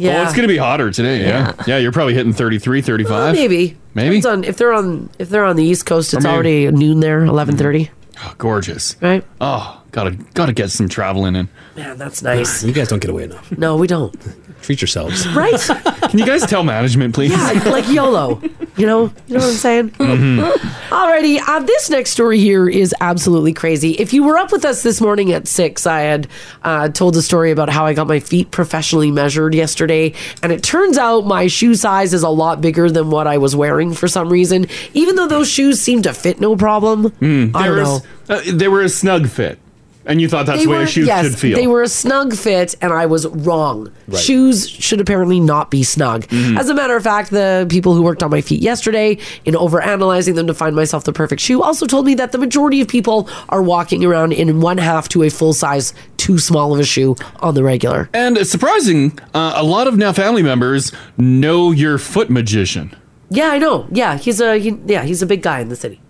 S5: Yeah.
S4: Well, it's going to be hotter today. Yeah. yeah. you're probably hitting 33, 35.
S5: Well, maybe.
S4: Maybe.
S5: Depends on if they're on if they're on the East Coast,
S4: Or
S5: it's
S4: maybe-
S5: already noon there, 11:30.
S4: Oh, gorgeous.
S5: Right.
S4: Oh, gotta gotta get some traveling in.
S5: Man, that's nice.
S8: You guys don't get away enough.
S5: No, we don't.
S8: Treat yourselves.
S5: Right?
S4: Can you guys tell management, please?
S5: Yeah, like YOLO. You know, you know what I'm saying?
S4: Mm-hmm.
S5: Alrighty, uh, this next story here is absolutely crazy. If you were up with us this morning at six, I had uh, told a story about how I got my feet professionally measured yesterday, and it turns out my shoe size is a lot bigger than what I was wearing for some reason. Even though those shoes seem to fit no problem,
S4: Mm,
S5: I don't
S4: they, were a
S5: know.
S4: s- uh, they were a snug fit, and you thought that's the way a shoe should feel.
S5: They were a snug fit, and I was wrong.
S4: Right.
S5: Shoes should apparently not be snug.
S4: Mhm.
S5: As a matter of fact, the people who worked on my feet yesterday, in overanalyzing them to find myself the perfect shoe, also told me that the majority of people are walking around in one half to a full size too small of a shoe on the regular.
S4: and it's surprising, uh, a lot of now family members know your foot magician.
S5: Yeah, I know. Yeah, he's a he, yeah, he's a big guy in the city.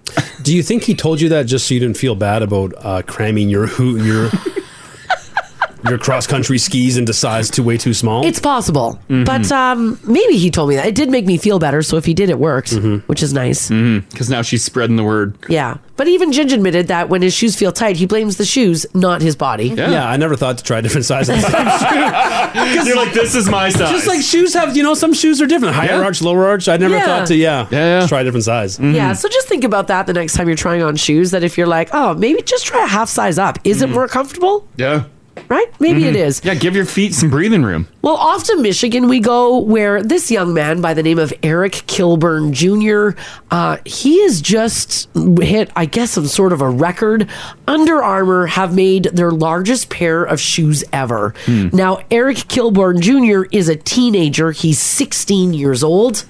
S8: Do you think he told you that just so you didn't feel bad about uh, cramming your hoot your your cross country skis into size too way too small.
S5: It's possible,
S8: Mhm.
S5: but
S4: Mm-hmm.
S5: um, maybe he told me that. It did make me feel better. So if he did, it worked, which is nice.
S4: Because Mm-hmm. now she's spreading the word.
S5: Yeah. But even Ginge admitted that when his shoes feel tight, he blames the shoes, not his body.
S8: Yeah. I never thought to try different sizes.
S4: You're like, this is my size.
S8: Just like shoes have, you know, some shoes are different. Higher arch, lower arch. I never
S5: Yeah.
S8: thought to, yeah, yeah, try a different size.
S5: Yeah,
S4: Mm-hmm.
S5: so just think about that the next time you're trying on shoes. That if you're like, oh, maybe just try a half size up. Is it more comfortable?
S4: Yeah.
S5: Right? Maybe it
S4: Mhm.
S5: is.
S4: Yeah, give your feet some breathing room.
S5: Well, off to Michigan we go, where this young man by the name of Eric Kilburn Jr. Uh, he has just hit, I guess, some sort of a record. Under Armour have made their largest pair of shoes ever.
S21: Hmm.
S5: Now, Eric Kilburn Jr. is a teenager. He's 16 years old.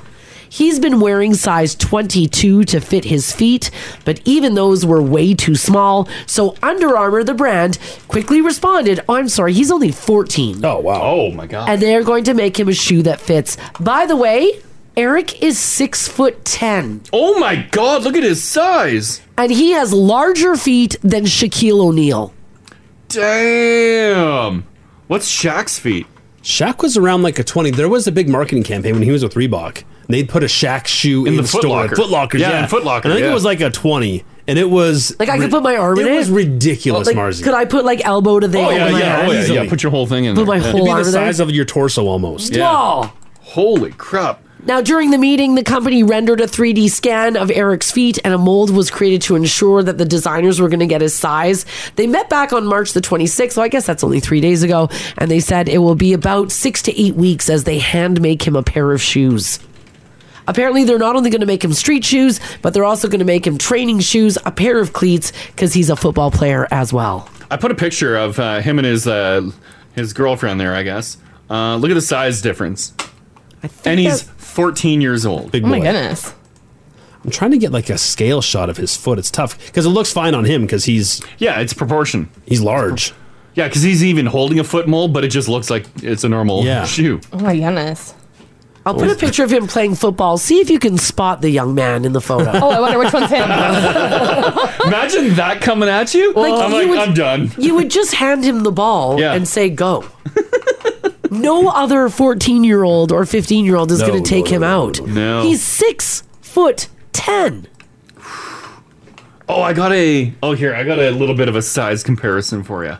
S5: He's been wearing size 22 to fit his feet, but even those were way too small. So Under Armour, the brand, quickly responded, oh, I'm sorry, he's only 14.
S8: Oh, wow.
S4: Oh, my God.
S5: And they're going to make him a shoe that fits. By the way, Eric is six foot 10.
S4: Oh, my God. Look at his size.
S5: And he has larger feet than Shaquille O'Neal.
S4: Damn. What's Shaq's feet?
S8: Shaq was around like a 20. There was a big marketing campaign when he was with Reebok. They'd put a Shaq shoe in,
S4: In the Foot
S8: store.
S4: Locker.
S8: Foot Lockers,
S4: Yeah,
S8: yeah.
S4: in Foot Locker,
S8: And I think
S4: yeah.
S8: it was like a 20. And it was.
S5: Like, I could put my arm in it.
S8: It was ridiculous,
S5: Like,
S8: Marzi.
S5: Could I put like elbow to the
S8: Oh, yeah,
S5: elbow to
S8: yeah,
S5: hand?
S8: oh, yeah,
S5: Easily.
S8: yeah. Put
S4: your whole thing in
S5: Put
S4: there.
S5: my
S4: Yeah.
S5: whole
S8: It'd be
S5: arm
S8: the
S5: in there.
S8: size of your torso almost.
S5: Whoa.
S4: Holy crap.
S5: Now, during the meeting, the company rendered a 3D scan of Eric's feet and a mold was created to ensure that the designers were going to get his size. They met back on March the 26th, so I guess that's only three days ago, and they said it will be about six to eight weeks as they hand make him a pair of shoes. Apparently, they're not only going to make him street shoes, but they're also going to make him training shoes, a pair of cleats, because he's a football player as well.
S4: I put a picture of uh, him and his uh, his girlfriend there, I guess. Uh, look at the size difference. and he's 14 years old.
S5: Oh
S8: Big boy.
S9: goodness.
S8: I'm trying to get like a scale shot of his foot. It's tough because it looks fine on him because he's.
S4: Yeah, it's proportion.
S8: He's large.
S4: Yeah, because he's even holding a foot mold, but it just looks like it's a normal
S8: Yeah.
S4: shoe.
S9: Oh my goodness.
S5: I'll put a picture of him playing football. See if you can spot the young man in the photo.
S9: Oh, I wonder which one's him.
S4: Imagine that coming at you.
S5: Like,
S4: I'm
S5: you
S4: like,
S5: would-
S4: I'm done.
S5: You would just hand him the ball
S4: Yeah.
S5: and say, go. no other 14 year old or 15 year old is
S4: No,
S5: going to take
S4: no,
S5: him
S4: no,
S5: out.
S4: no, no, no.
S5: He's six foot 10.
S4: Oh, I got a. Oh, here I got a little bit of a size comparison for you.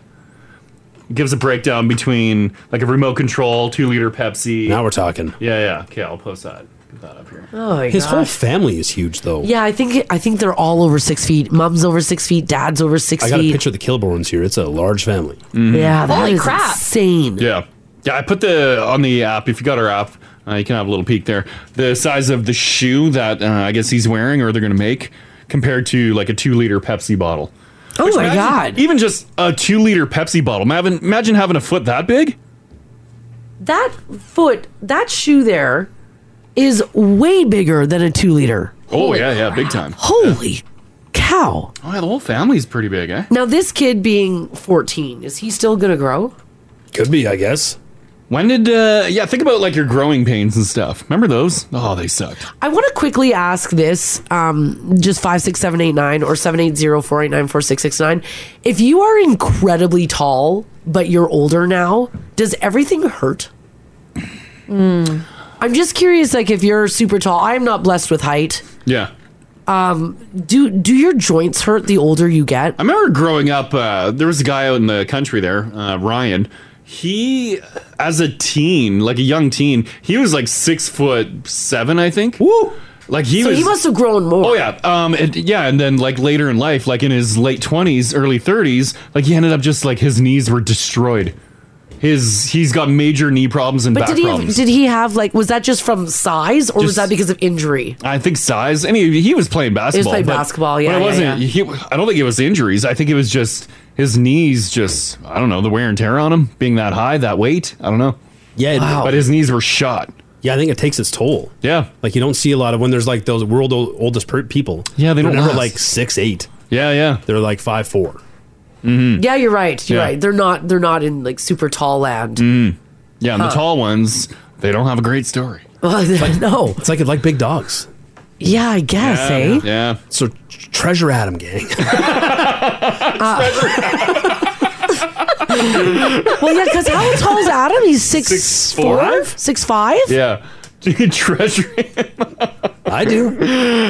S4: Gives a breakdown between like a remote control, two liter Pepsi. Now
S8: we're talking.
S4: Yeah, yeah. Okay, I'll post that. Put that up here.
S5: Oh, my
S8: His whole
S5: gosh.
S8: family is huge though.
S5: Yeah, I think I think they're all over six feet. Mom's over six feet. Dad's over six
S8: I got a
S5: feet.
S8: picture of the Kilborns here. It's a large family.
S4: Mm-hmm.
S5: Yeah, that is insane.
S4: Yeah, yeah. I put the on the app. If you got our app, uh, you can have a little peek there. The size of the shoe that uh, I guess he's wearing, or they're gonna make, compared to like a two liter Pepsi bottle.
S5: Oh my
S4: imagine-
S5: God.
S4: Even just a two liter Pepsi bottle. Imagine, imagine having a foot that big.
S5: That foot, that shoe there, is way bigger than a two liter.
S4: Oh yeah, yeah, big time.
S5: Holy cow!
S4: Oh, yeah, the whole family's pretty big, eh?
S5: Now this kid being fourteen, is he still gonna grow?
S8: Could be, I guess.
S4: When did uh yeah, think about like your growing pains and stuff. Remember those? Oh, they sucked.
S5: I want to quickly ask this, um, just five six seven eight nine or seven eight zero four eight nine four six six nine. If you are incredibly tall but you're older now, does everything hurt? Hmm. I'm just curious, like if you're super tall, I am not blessed with height.
S4: Yeah.
S5: Um, do do your joints hurt the older you get?
S4: I remember growing up, uh, there was a guy out in the country there, uh, Ryan. He, as a teen, like a young teen, he was like six foot seven, I think. Woo! Like he
S5: so
S4: was.
S5: he must have grown more.
S4: Oh yeah, um, and, yeah, and then like later in life, like in his late twenties, early thirties, like he ended up just like his knees were destroyed. His he's got major knee problems and
S5: But
S4: back
S5: did he have,
S4: problems.
S5: did he have like was that just from size or was
S4: Just-
S5: that because of injury?
S4: I think size. I mean, he was playing basketball.
S5: playing
S4: but-
S5: basketball,
S4: but
S5: yeah,
S4: it
S5: yeah,
S4: wasn't.
S5: yeah.
S4: He, I don't think it was injuries. I think it was just his knees. Just I don't know the wear and tear on him being that high, that weight. I don't know.
S8: Yeah,
S4: but his knees were shot.
S8: Yeah, I think it takes its toll.
S4: Yeah,
S8: like you don't see a lot of when there's like those world old, oldest per- people.
S4: Yeah, they
S8: They're
S4: don't
S8: never
S4: last.
S8: like six eight.
S4: Yeah, yeah, Mm-hmm.
S8: they're like five four. Hmm.
S5: Yeah, you're right. You're
S4: Yeah.
S5: right. They're not they're not in like super tall land.
S4: Mm. Yeah, and
S5: Huh.
S4: the tall ones they don't have a great story.
S5: no,
S8: it's like like big dogs.
S5: Yeah, I guess,
S4: yeah,
S5: eh?
S4: Yeah.
S8: So
S5: Ah.
S8: treasure Adam gang.
S5: well, yeah, because how tall is Adam? He's six,
S4: Six,
S5: four?
S4: five?
S5: Six five?
S4: Yeah. Do you treasure him? I do.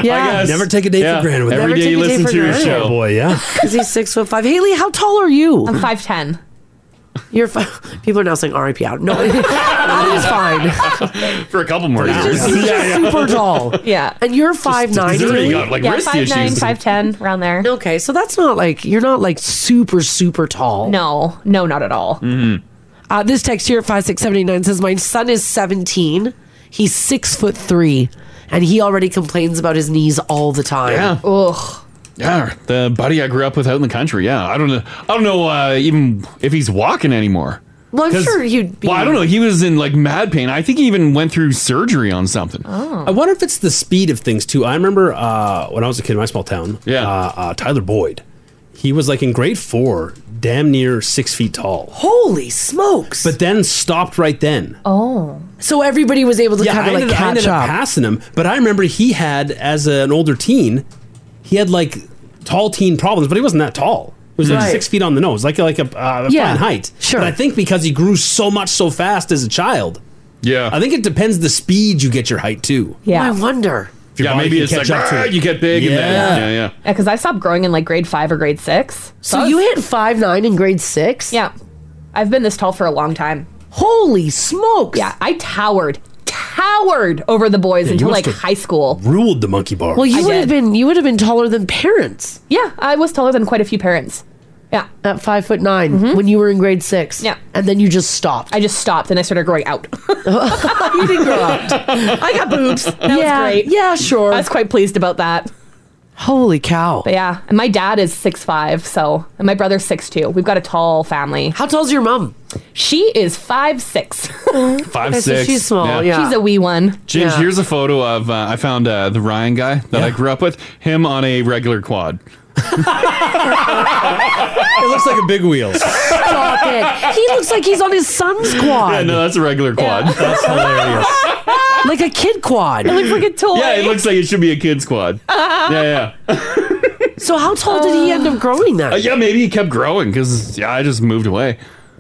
S5: Yeah.
S8: Never take a day for granted with
S4: Every
S8: him.
S4: day
S8: Never take a day
S4: you listen
S8: for
S4: to your
S8: granted.
S4: show.
S8: Oh, boy, yeah.
S5: Because he's six foot five. Haley, how tall are you?
S9: I'm five ten.
S5: You're fi- people are now saying RIP out. No, that is fine.
S4: For a couple more years.
S5: He's just super tall.
S9: Yeah,
S5: and you're five nine.
S4: he's already got, like,
S9: yeah,
S4: wrist
S9: five nine,
S4: issues.
S9: five ten, around there.
S5: Okay, so that's not like you're not like super super tall.
S9: No, no, not at all.
S4: Mm-hmm.
S5: Uh, this text here five six seven eight nine says my son is seventeen. He's six foot three, and he already complains about his knees all the time.
S4: Yeah.
S9: Ugh.
S4: Yeah, the buddy I grew up with out in the country. Yeah, I don't know. I don't know uh, even if he's walking anymore.
S5: Well, I'm
S4: 'Cause-
S5: sure you'd be-
S4: Well, I don't know. He was in like mad pain. I think he even went through surgery on something.
S9: Oh.
S8: I wonder if it's the speed of things too. I remember uh, when I was a kid in my small town. Yeah. Uh, uh, Tyler Boyd, he was like in grade four, damn near six feet tall.
S5: Holy smokes!
S8: But then stopped right then.
S9: Oh.
S5: So everybody was able to kind
S8: I
S5: of like
S8: ended, I
S5: catch
S8: ended up
S5: up.
S8: passing him. But I remember he had, as an older teen, he had like tall teen problems, but he wasn't that tall. He was like
S5: Right.
S8: six feet on the nose, like like a, uh, a
S5: Yeah,
S8: fine height.
S5: sure.
S8: But I think because he grew so much so fast as a child.
S4: Yeah.
S8: I think it depends the speed you get your height too.
S9: Yeah. I
S5: wonder.
S4: yeah, maybe it's like "Ah, you get big and then yeah, yeah.
S9: Yeah, because I stopped growing in like grade five or grade six.
S5: So you hit five nine in grade six?
S9: Yeah, I've been this tall for a long time.
S5: Holy smokes!
S9: Yeah, I towered, towered over the boys
S8: Yeah, you
S9: until like
S8: must have
S9: high school.
S8: Ruled the monkey bar.
S5: Well, you would have been you would have been taller than parents.
S9: Yeah, I was taller than quite a few parents. Yeah, Mm-hmm.
S5: at five foot 9 when you were in grade six. Yeah, and then you just stopped.
S9: I just stopped and I started growing out.
S5: you didn't grow up. I got boobs.
S9: That
S5: Yeah,
S9: was great.
S5: Yeah, sure.
S9: I was quite pleased about that.
S5: Holy cow!
S9: But yeah, and my dad is six five, so and my brother's six two. We've got a tall family.
S5: How tall's your mom?
S9: She is five six.
S4: Five, Okay, so six, she's small, yeah. yeah.
S9: she's a wee one.
S4: James, here's a photo of uh, I found uh, the Ryan guy that I grew up with. Him on a regular quad.
S8: it looks like a big wheels.
S5: Stop it. He looks like he's on his son's quad.
S4: Yeah, no, that's a regular quad. That's hilarious.
S5: Like a kid quad.
S9: It looks like a toy.
S4: Yeah, it looks like it should be a kid's quad. yeah, yeah.
S5: So how tall did he end up growing then?
S4: Uh, yeah, maybe he kept growing because yeah, I just moved away.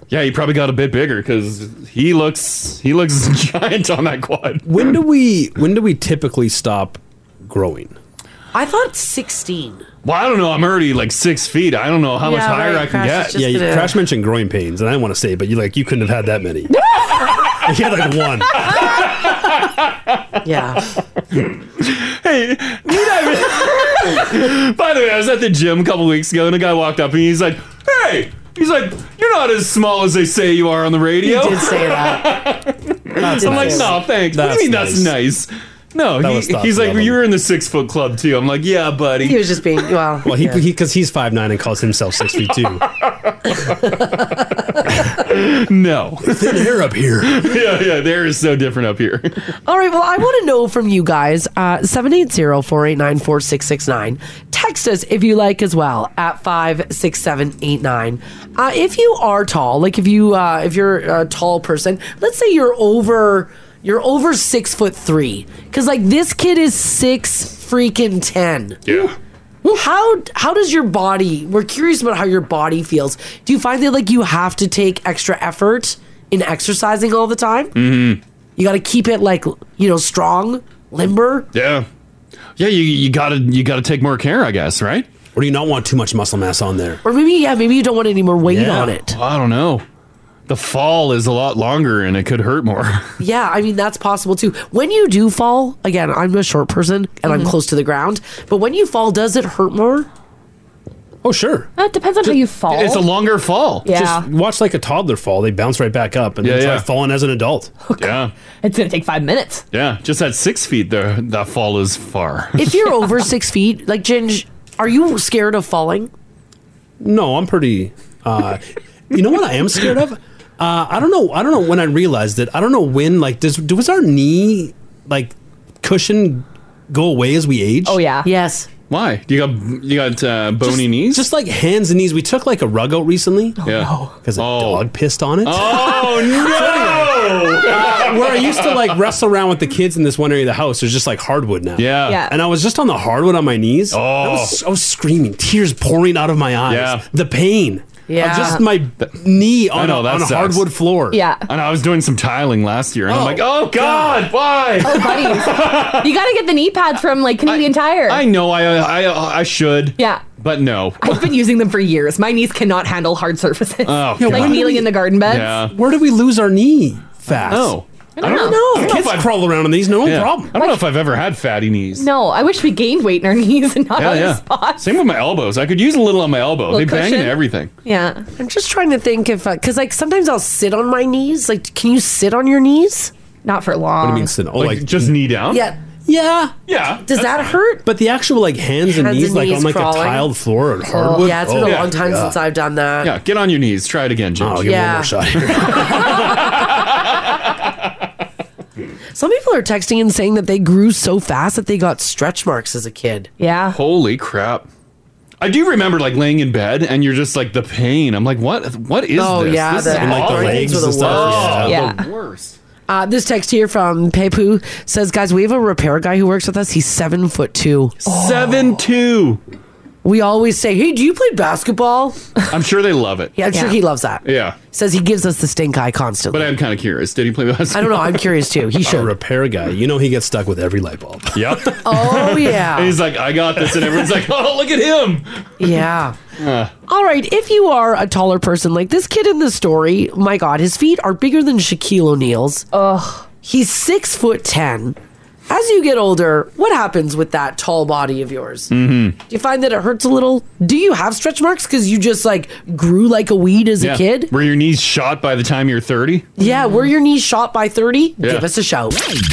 S4: Yeah, he probably got a bit bigger because he looks he looks giant on that quad.
S8: When do we when do we typically stop growing?
S5: I thought sixteen.
S4: Well, I don't know. I'm already like six feet. I don't know how much
S5: Yeah,
S4: higher
S5: right,
S4: I can
S5: Crash is
S4: get.
S5: just Yeah,
S8: you-
S5: gonna-
S8: Crash mentioned growing pains, and I want to say, it, but you like you couldn't have had that many. you had like one.
S5: yeah.
S4: Hey, need I? By the way, I was at the gym a couple weeks ago, and a guy walked up and he's like, "Hey." He's like, you're not as small as they say you are on the radio.
S5: He did say that.
S4: I'm like, no, thanks. what do you mean that's nice? No,
S8: That
S4: he-
S8: was thoughtful
S4: he's like,
S8: of
S4: well,
S8: him.
S4: you were in the six foot club too. I'm like, yeah, buddy.
S5: He was just being well.
S8: Well, he
S4: yeah.
S8: because he's five nine and calls himself six feet two.
S4: no,
S8: thin hair up here.
S4: yeah, yeah, there is so different up here.
S5: All right. Well, I want to know from you guys uh, 780-489-4669. Text us if you like as well at 56789. Uh, if you are tall, like if you uh, if you're a tall person, let's say you're over you're over six foot three, because like this kid is six freaking ten.
S4: Yeah.
S5: How how does your body? We're curious about how your body feels. Do you find that like you have to take extra effort in exercising all the time?
S4: hmm
S5: You got to keep it like you know strong, limber.
S4: Yeah, yeah. You you gotta you gotta take more care, I guess, right?
S8: Or do you not want too much muscle mass on there?
S5: Or maybe yeah, maybe you don't want any more weight on it.
S4: I don't know. Oh, The fall is a lot longer, and it could hurt more.
S5: Yeah, I mean that's possible too. When you do fall, again, I'm a short person and I'm
S9: Mhm.
S5: close to the ground, but when you fall, does it hurt more?
S8: Oh sure.
S9: It depends on how you fall.
S4: longer fall.
S9: Yeah.
S8: Just watch like a toddler fall. They bounce right back up and
S4: Yeah,
S8: then try
S4: yeah.
S8: falling as an adult.
S4: yeah,
S9: Oh, It's gonna take five minutes.
S4: yeah. Just at six feet, the that fall is far.
S5: If you're over six feet, like Ginge, are you scared of falling?
S8: No, I'm pretty. Uh, you know what I am scared of? Uh, I don't know. I don't know when I realized it. I don't know when. Like, does does our knee like cushion go away as we age? Oh
S9: yeah.
S5: Yes.
S4: Why? You got you got uh, bony knees?
S8: Just like hands and knees. We took like a rug out recently.
S4: yeah.
S8: Because a dog pissed on it.
S4: Oh no!
S8: Where I used to like wrestle around with the kids in this one area of the house, there's just like hardwood now.
S4: Yeah. Oh. Yeah.
S8: And I was just on the hardwood on my knees. Oh. I was, I was screaming, tears pouring out of my eyes.
S4: Yeah.
S8: The pain.
S5: Yeah.
S8: Just my knee on, a, on a
S4: sucks.
S8: hardwood floor.
S9: Yeah.
S4: And I was doing some tiling last year, and I'm like, oh god, why?
S9: Oh, buddies, you gotta get the knee pads from like Canadian Tire.
S4: I know I I I should,
S9: yeah.
S4: but no.
S9: I've been using them for years. My knees cannot handle hard surfaces.
S4: Oh,
S9: like
S4: God.
S9: kneeling in the garden beds.
S4: Yeah.
S8: Where do we lose our knee fast?
S4: Oh.
S9: I don't, know.
S8: Kids crawl around on these, no
S4: Yeah.
S8: problem.
S4: I don't know if I've ever had fatty knees.
S9: No, I wish we gained weight in our knees and not on the spot.
S4: Same with my elbows. I could use a little on my elbow.
S5: Little
S4: Oh, They bang into
S5: cushion?
S4: everything.
S9: Yeah.
S5: I'm just trying to think if, because like sometimes I'll sit on my knees. Like, can you sit on your knees?
S9: Not for long.
S8: sit? Oh, like,
S4: just knee down?
S5: Yeah.
S8: Yeah.
S4: Yeah.
S5: Does that hurt?
S8: But the actual like hands and
S5: Hands
S8: knees,
S5: and
S8: like
S5: knees
S8: on like
S5: crawling.
S8: a tiled floor and
S5: Oh,
S8: hardwood.
S5: yeah, it's been a long time since I've done that.
S4: Yeah, get on your knees. Try it again, Jim.
S5: I'll Uh, Oh, give it one Yeah. more shot
S8: here.
S5: Some people are texting and saying that they grew so fast that they got stretch marks as a kid.
S9: Yeah.
S4: Holy crap. I do remember like laying in bed and you're just like the pain. I'm like, what? What is
S5: Oh,
S4: this?
S5: yeah,
S4: This
S5: the-
S4: is
S5: And, like, the
S4: awful.
S5: legs and stuff.
S4: Oh,
S5: Yeah.
S4: the
S5: Yeah.
S4: worst.
S5: Uh, this text here from Pepu says, "Guys, we have a repair guy who works with us. He's seven foot two.
S4: Seven two.
S5: We always say, "Hey, do you play basketball?"
S4: I'm sure they love it.
S5: Yeah, I'm sure he loves that.
S4: Yeah.
S5: Says he gives us the stink eye constantly.
S4: But I'm kind of curious. Did he play basketball?
S5: I don't know. I'm curious too. He should.
S8: A repair guy. You know he gets stuck with every light bulb.
S4: Yep.
S5: Oh, yeah.
S4: And he's like, I got this, and everyone's like, oh, look at him.
S5: Yeah.
S4: Uh,
S5: All right, if you are a taller person like this kid in the story, my God, his feet are bigger than Shaquille O'Neal's. Ugh. He's six foot ten. As you get older, what happens with that tall body of yours?
S4: mm-hmm.
S5: Do you find that it hurts a little? Do you have stretch marks because you just like grew like a weed as a kid?
S4: Were your knees shot by the time you're 30?
S5: Yeah, were your knees shot by 30?
S4: Yeah.
S5: Give us a shout.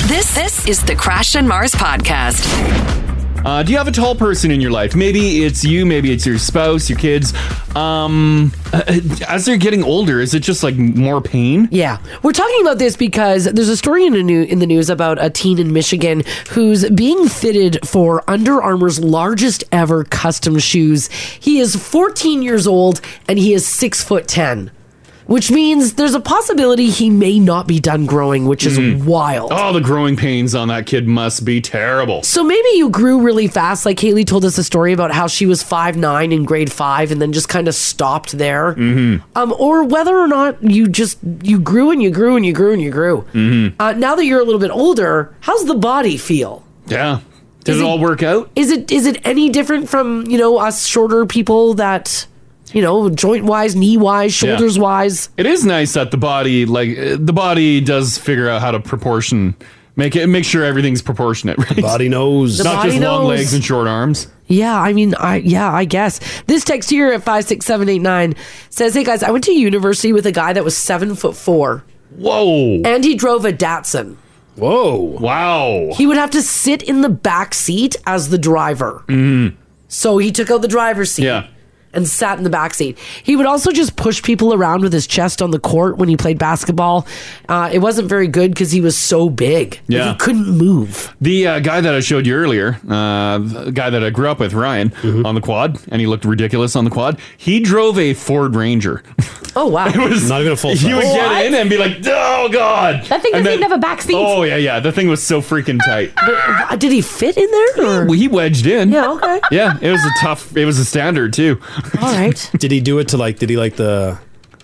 S2: This this is the Crash and Mars podcast.
S4: Uh, do you have a tall person in your life? Maybe it's you, maybe it's your spouse, your kids. Um, uh, as they're getting older, is it just like more pain?
S5: Yeah, we're talking about this because there's a story in a new in the news about a teen in Michigan who's being fitted for Under Armour's largest ever custom shoes. He is 14 years old and he is six foot ten, which means there's a possibility he may not be done growing, which is
S4: Mhm.
S5: wild.
S4: Oh, the growing pains on that kid must be terrible.
S5: So maybe you grew really fast. Like Haley told us a story about how she was five nine in grade five and then just kind of stopped there.
S4: Mm-hmm.
S5: Um, or whether or not you just you grew and you grew and you grew and you grew.
S4: Mm-hmm.
S5: Uh, now that you're a little bit older, how's the body feel?
S4: Yeah. Did it all work out?
S5: Is it is it any different from you know us shorter people that you know joint wise, knee wise,
S4: Yeah.
S5: shoulders wise?
S4: It is nice that the body, like uh, the body, does figure out how to proportion, make it, make sure everything's proportionate. Right? The body
S8: knows.
S5: The
S4: Not
S5: body
S4: just long
S5: knows.
S4: legs and short arms.
S5: Yeah, I mean, I yeah, I guess this text here at five six seven eight nine says, "Hey guys, I went to university with a guy that was seven foot four.
S4: Whoa!
S5: And he drove a Datsun.
S8: Whoa!
S4: Wow!
S5: He would have to sit in the back seat as the driver.
S8: Mm-hmm.
S4: Mm.
S5: So he took out the driver's seat and sat in the back seat. He would also just push people around with his chest on the court when he played basketball. Uh, it wasn't very good because he was so big. Like,
S4: Yeah.
S5: he couldn't move.
S4: The uh, guy that I showed you earlier, uh, the guy that I grew up with, Ryan,
S8: Mm-hmm.
S4: on the quad, and he looked ridiculous on the quad. He drove a Ford Ranger.
S5: Oh wow!
S4: It was-
S8: Not even a full.
S4: He would
S8: size.
S4: get in and be like, "Oh God!"
S9: That thing doesn't
S4: And then-
S9: even have a back seat.
S4: Oh yeah, yeah. The thing was so freaking tight.
S5: Uh, Did he fit in there? Or?
S4: Well, he wedged in.
S5: Yeah. Okay.
S4: Yeah, it was a tough. It was a standard too.
S5: All right.
S8: Did he do it to like? Did he like the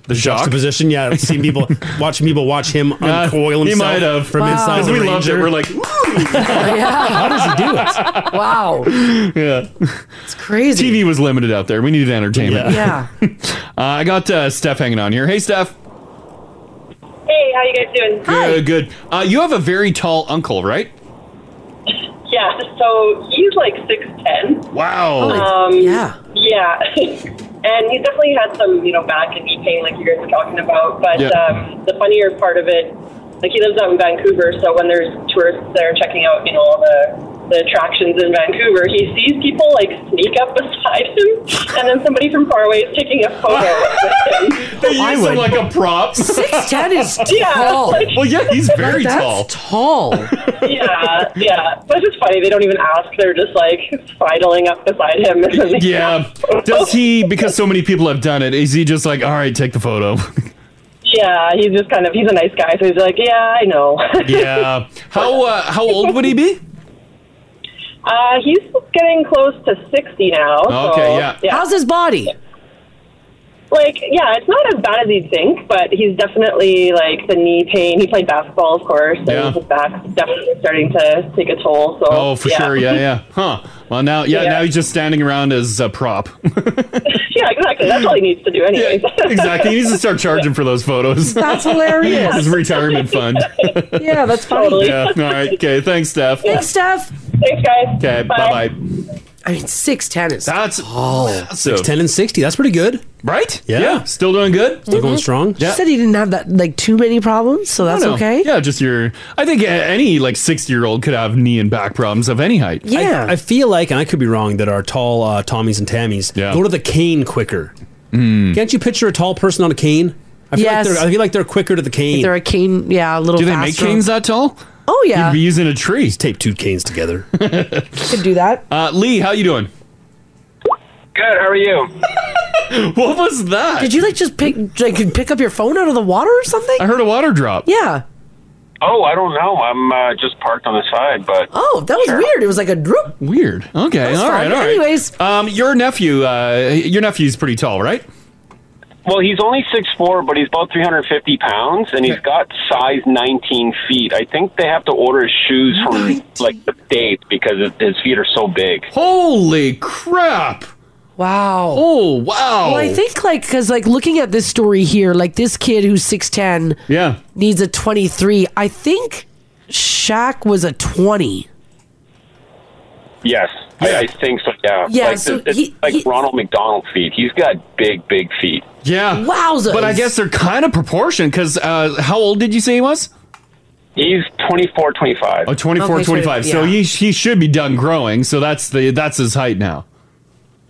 S4: the shock?
S8: juxtaposition? Yeah, I've seen people watching people watch him
S4: Uh,
S8: uncoil
S4: he
S8: himself.
S4: might have.
S8: from
S4: Wow.
S8: inside.
S4: 'Cause
S8: The
S4: we loved it.
S8: Ranger.
S4: We're like,
S5: How
S8: does he do
S5: it? Wow.
S4: yeah,
S5: it's crazy.
S4: TV was limited out there. We needed entertainment.
S5: Yeah.
S4: uh, I got uh, Steph hanging on here. Hey, Steph.
S16: Hey, how you guys doing?
S4: Good, good. Uh, you have a very tall uncle, right?
S16: Yeah, so he's like 6'10.
S4: Wow.
S16: Um,
S5: yeah.
S16: Yeah. and he's definitely had some, you know, back and knee pain like you guys were talking about. But
S4: Yeah.
S16: um, the funnier part of it, like he lives out in Vancouver, so when there's tourists that are checking out, you know, all the the attractions in Vancouver, he sees people like sneak up beside him, and then somebody from far away is taking a photo with him.
S4: They use him like a prop.
S5: 6'10 is
S16: tall.
S4: Well, yeah, he's very
S16: That's
S4: tall.
S5: Tall.
S16: yeah, yeah. But it's just funny. They don't even ask. They're just like sidling up beside him. And then they-
S4: Yeah. Does he, because so many people have done it, is he just like, all right, take the photo?
S16: Yeah, he's just kind of, he's a nice guy. So he's like, yeah, I know.
S4: yeah. How uh, how old would he be?
S16: Uh, he's getting close to 60 now. so,
S4: Okay, yeah.
S5: How's his body?
S16: Like, yeah, it's not as bad as you'd think, but he's definitely like the knee pain. He played basketball, of course, and
S4: Yeah.
S16: his back's definitely starting to take a toll. So,
S4: Oh, for sure. Yeah, yeah. Huh. Well, now, yeah, now he's just standing around as a prop.
S16: yeah, exactly. That's all he needs to do, anyways.
S4: exactly. He needs to start charging for those photos.
S5: That's hilarious.
S4: His retirement fund.
S5: Yeah, that's funny.
S4: Yeah. All right. Okay. Thanks, Steph.
S5: Thanks, Steph.
S16: Thanks, guys.
S4: Okay. Bye, bye.
S5: I mean, six tennis.
S4: That's oh,
S8: Six, ten, and sixty. That's pretty good,
S4: right?
S8: Yeah.
S4: Still doing good.
S8: Still going strong.
S5: She said Mm-hmm. he didn't have that like too many problems, so that's
S4: I don't know.
S5: okay.
S4: Yeah, just your. I think a- any like sixty year old could have knee and back problems of any height.
S5: Yeah.
S8: I, I feel like, and I could be wrong, that our tall uh, Tommies and Tammies go to the cane quicker.
S4: Hmm.
S8: Can't you picture a tall person on a cane? I feel
S5: Yes.
S8: like they're I feel like they're quicker to the cane.
S5: They're a cane, yeah, a little.
S8: Do they make
S5: faster.
S8: canes
S4: that tall?
S5: Oh yeah,
S4: be using a tree. Just
S8: tape two canes together.
S5: could do that.
S4: uh, Lee, how you doing?
S21: Good. How are you?
S4: what was that?
S5: Did you like just pick like pick up your phone out of the water or something? I
S4: heard a water drop.
S5: Yeah.
S21: Oh, I don't know. I'm uh, just parked on the side, but
S5: Oh, that was weird. It was like a droop.
S4: Weird. Okay.
S5: was
S4: All right.
S5: fun.
S4: All right. Anyways, um, your nephew, uh, your nephew's pretty tall, right?
S21: well, he's only six four, but he's about 350 pounds, and he's got size 19 feet. I think they have to order his shoes from like the States because his- his feet are so big.
S4: Holy crap!
S5: Wow.
S4: Oh wow.
S5: Well, I think like because like looking at this story here, like this kid who's six ten,
S4: yeah,
S5: needs a twenty three. I think Shaq was a twenty.
S21: Yes, I, I think so. Yeah,
S5: Yeah,
S21: Like,
S5: so
S21: it's like Ronald McDonald feet. He's got big, big feet.
S4: Yeah.
S5: Wowzers.
S4: But I guess they're kind of proportioned because uh, how old did you say he was?
S21: He's 24, 25.
S4: Oh, 24,
S21: Okay, so-
S4: 25. So
S21: yeah.
S4: he, he should be done growing. So that's the that's his height now.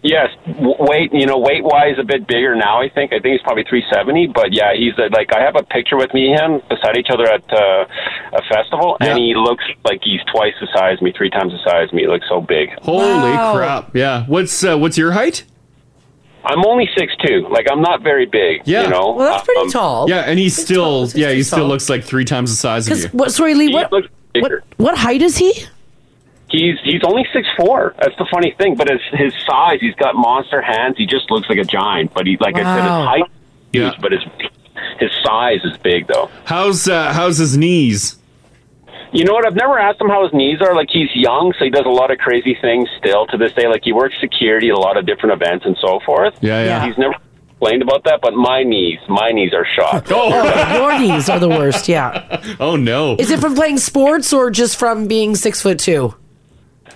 S21: Yes, w- weight. You know, weight wise, a bit bigger now. I think. I think he's probably three seventy. But yeah, he's uh like I have a picture with me and him beside each other at uh, a festival, and he looks like he's twice the size of me, three times the size of me. He looks so big.
S4: Holy crap! Yeah. What's uh, what's your height?
S21: I'm only six two. Like I'm not very big.
S4: Yeah.
S21: You know. Um,
S4: Yeah, and he's still yeah he still
S21: tall.
S4: looks like three times the size of you.
S5: Because what? Sorry, Lee. What, what? What height is he?
S21: He's he's only six four. That's the funny thing. But his his size, he's got monster hands. He just looks like a giant. But he, like I said,
S4: Wow.
S21: his height, is huge, but his his size is big though.
S4: How's uh, how's his knees?
S21: You know what? I've never asked him how his knees are. Like he's young, so he does a lot of crazy things still to this day. Like he works security at a lot of different events and so forth.
S4: Yeah, yeah.
S21: He's never complained about that, but my knees, my knees are shot.
S5: Oh, your knees are the worst. Yeah.
S4: Oh no!
S5: Is it from playing sports or just from being six foot two?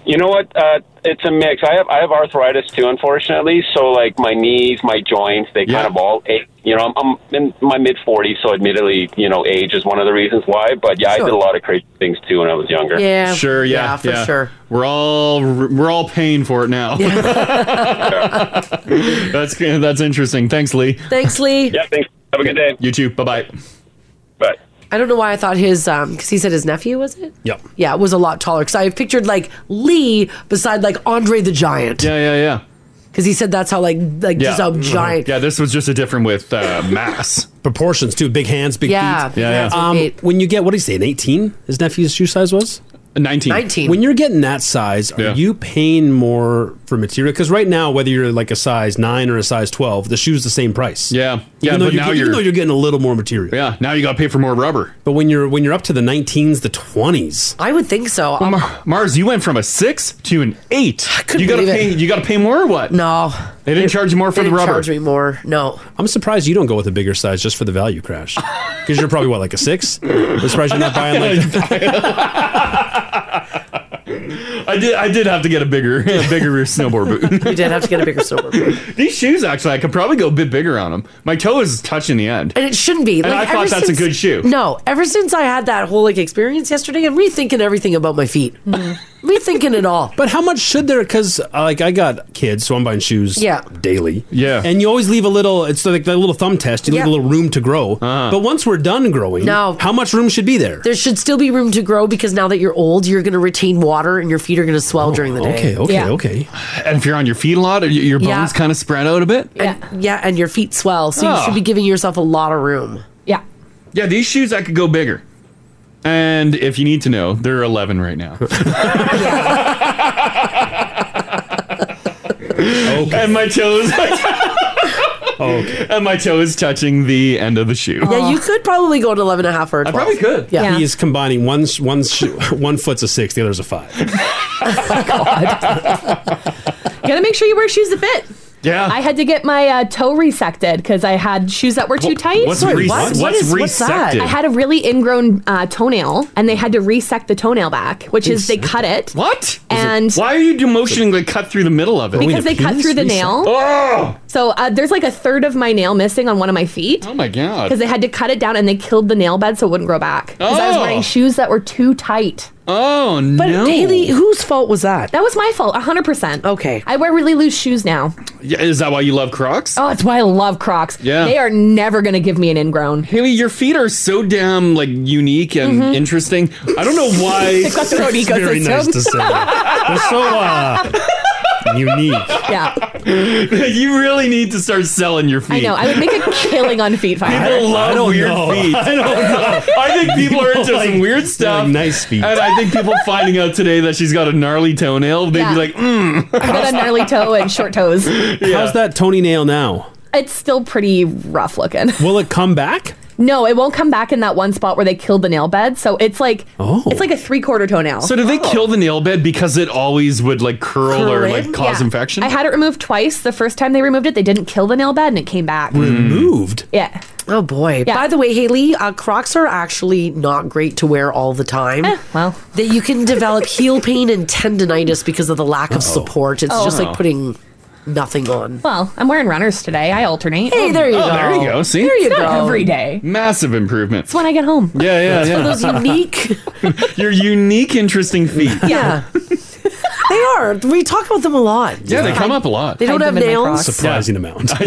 S21: You know what? Uh, it's a mix. I have I have arthritis too, unfortunately. So like my knees, my joints, they kind of all ache. You know, I'm, I'm in my mid 40s, so admittedly, you know, age is one of the reasons why. But yeah, I did a lot of crazy things too when I was younger.
S4: Sure. Yeah.
S21: yeah, for sure.
S4: We're all we're all paying for it now. that's that's interesting. Thanks, Lee.
S5: Thanks, Lee.
S21: Yeah. Thanks. Have a good day.
S4: You too. Bye bye.
S21: Bye.
S5: I don't know why I thought his um because he said his nephew was it?
S4: Yep.
S5: Yeah, it was a lot taller because I pictured like Lee beside like Andre the Giant.
S4: Yeah, yeah, yeah.
S5: Because he said that's how like like just how giant.
S4: Yeah, this was just a different with uh, mass
S8: proportions too. Big hands, big
S5: Yeah,
S8: feet.
S5: big Yeah, hands, yeah. big
S8: Um, when you get what do you say? An eighteen? His nephew's shoe size was.
S4: 19.
S5: 19.
S8: When you're getting that size, are you paying more for material? Because right now, whether you're like a size nine or a size twelve, the shoe's the same price.
S4: Yeah,
S8: Even
S4: yeah.
S8: though you're
S4: But now
S8: get- even
S4: you're,
S8: though you're getting a little more material.
S4: Yeah, now you got to pay for more rubber.
S8: But when you're when you're up to the 19s, the 20s,
S5: I would think so. Um,
S4: Well, Mar- Mars, you went from a six to an eight.
S5: couldn't
S4: you gotta
S5: believe
S4: pay.
S5: it.
S4: You got to pay more or what?
S5: No,
S4: they didn't charge you more for
S5: They
S4: the
S5: didn't
S4: rubber.
S5: charge me more. No,
S8: I'm surprised you don't go with a bigger size just for the value crash. Because you're probably what like a six. I'm surprised you're not buying like
S4: I did. I did have to get a bigger, a bigger snowboard boot.
S5: you did have to get a bigger silver. boot.
S4: These shoes, actually, I could probably go a bit bigger on them. My toe is touching the end.
S5: And it shouldn't be.
S4: And I thought
S5: ever
S4: that's a good shoe.
S5: No, ever since I had that whole like experience yesterday, I'm rethinking everything about my feet, rethinking it all.
S8: But how much should there? Because like I got kids, so I'm buying shoes
S5: Yeah.
S8: daily.
S4: Yeah,
S8: and you always leave a little. It's like that little thumb test. You leave
S5: Yeah.
S8: a little room to grow.
S4: Uh-huh.
S8: But once we're done growing,
S5: No.
S8: how much room should be there?
S5: There should still be room to grow because now that you're old, you're going to retain water and your feet are going to swell during
S4: Oh,
S5: the day.
S8: okay.
S4: And if you're on your feet a lot, y- your bones
S5: Yeah.
S4: kind of spread out a bit.
S5: And, yeah, and your feet swell, so
S4: Oh.
S5: you should be giving yourself a lot of room. Yeah.
S4: Yeah, these shoes I could go bigger. And if you need to know, they're 11 right now. And my toes. and my toe is touching the end of the shoe.
S5: Yeah, you could probably go to 11 and a half or 12. I probably
S4: could.
S5: Yeah.
S8: He is combining one s- one s- one foot's a six, the other's a five.
S9: You gotta make sure you wear shoes that fit.
S4: Yeah.
S9: I had to get my uh, toe resected because I had shoes that were too
S4: Wha-
S9: tight.
S4: what's Sorry, res- what? what's What is- what's that? resected?
S9: I had a really ingrown uh, toenail, and they had to resect the toenail back, which is they cut it.
S4: What?
S9: And
S4: why are you demotioning like cut through the middle of it?
S9: because they cut through the nail.
S4: Oh!
S9: So uh, there's like a third of my nail missing on one of my feet.
S4: Oh my god!
S9: Because they had to cut it down and they killed the nail bed so it wouldn't grow back. Because I was
S4: Oh.
S9: wearing shoes that were too tight.
S4: Oh no!
S9: But
S5: Haley, whose fault was that?
S9: That was my fault, 100%.
S5: Okay.
S9: I wear really loose shoes now.
S4: Yeah, is that why you love Crocs?
S9: Oh, it's why I love Crocs.
S4: Yeah.
S9: They are never going to give me an ingrown.
S4: Haley, your feet are so damn like unique and
S9: Mhm.
S4: interesting. I don't know why.
S9: They've got their own That's very ecosystem. nice to say. They're
S4: so uh, unique.
S9: Yeah.
S4: you really need to start selling your
S9: I
S4: feet.
S9: know. I would make a killing on feet fire.
S4: People love weird feet.
S8: I don't know.
S4: I think people are into
S8: Like,
S4: some weird stuff. nice feet. And I think people finding out today that she's got a gnarly toenail, they'd
S9: Yeah.
S4: be like, mm.
S9: I got a gnarly toe and short toes.
S8: How's that Tony nail now?
S9: It's still pretty rough looking.
S8: Will it come back?
S9: No, it won't come back in that one spot where they killed the nail bed. So it's like
S4: Oh.
S9: it's like a three quarter toenail.
S4: So did they kill the nail bed because it always would like
S5: Oh.
S4: curl, or
S9: Oh. Curl
S4: like
S9: in?
S4: cause
S9: Yeah.
S4: infection?
S9: I had it removed twice. The first time they removed it, they didn't kill the nail bed and it came back.
S8: removed.
S9: Yeah.
S5: Oh boy! By the way, Haley, uh, Crocs are actually not great to wear all the time.
S9: well,
S5: that you can develop heel pain and tendonitis because of the lack of support. It's
S9: Oh.
S5: just
S9: Oh.
S5: like putting nothing on.
S9: Well, I'm wearing runners today. I alternate.
S5: Hey, there you
S4: oh,
S5: go.
S4: there you go. See,
S5: There you
S9: It's not
S5: go.
S9: every day.
S4: Massive improvement.
S9: It's when I get home.
S4: Yeah, yeah,
S5: It's
S4: yeah.
S5: for those unique.
S4: Your unique, interesting feet.
S5: Yeah. they are. We talk about them a lot.
S4: Yeah, they come up a lot.
S5: They don't have nails.
S8: Surprising amount.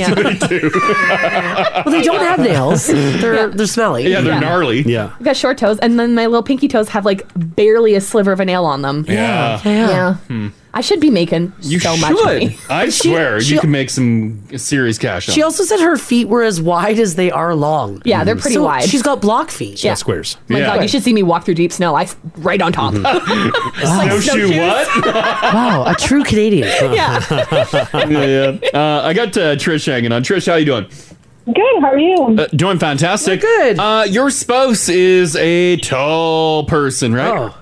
S5: Well, they don't have nails. They're they're smelly.
S4: Yeah, they're gnarly.
S8: Yeah.
S9: I've got short toes, and then my little pinky toes have like barely a sliver of a nail on them.
S4: Yeah.
S9: Yeah. I should be making
S4: You
S9: so
S4: should.
S9: much money.
S4: I
S5: She-
S4: swear,
S5: she-
S4: you can make some serious cash. on
S5: She
S4: it.
S5: also said her feet were as wide as they are long.
S9: Yeah, they're pretty
S5: So
S9: wide.
S5: She's got block feet.
S9: Yeah. Oh
S8: squares.
S9: My
S4: Yeah. Mm-hmm.
S9: God, you should see me walk through deep snow. I s- right on top.
S4: Snowshoe what?
S5: wow, a true Canadian.
S4: yeah, yeah. Uh, I got uh, Trish hanging on. Trish, how you doing?
S10: Good. How are you?
S4: Uh, doing fantastic. good. Uh, your spouse is a tall person, right?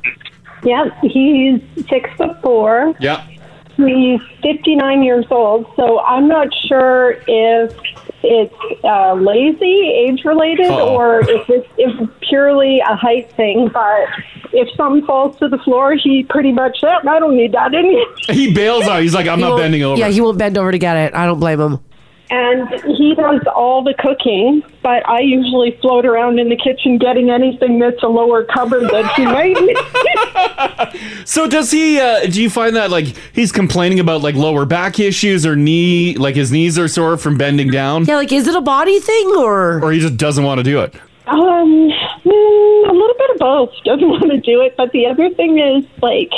S10: Yep. He's six foot four.
S4: Yeah.
S10: He's 59 years old. So I'm not sure if it's uh, lazy, age related,
S4: Uh-oh.
S10: or if it's if purely a height thing. But if something falls to the floor, he pretty much, "Oh, I don't need that any.
S4: He bails out. He's like, I'm
S5: He
S4: not
S5: won't-
S4: bending over.
S5: Yeah, he won't bend over to get it. I don't blame him.
S10: And he does all the cooking, but I usually float around in the kitchen getting anything that's a lower cupboard that he might
S4: so does he? Uh, do you find that like he's complaining about like lower back issues or knee, like his knees are sore from bending down?
S5: Yeah, like is it a body thing or
S4: or he just doesn't want to do it?
S10: Um, mm, a little bit of both. Doesn't want to do it, but the other thing is like,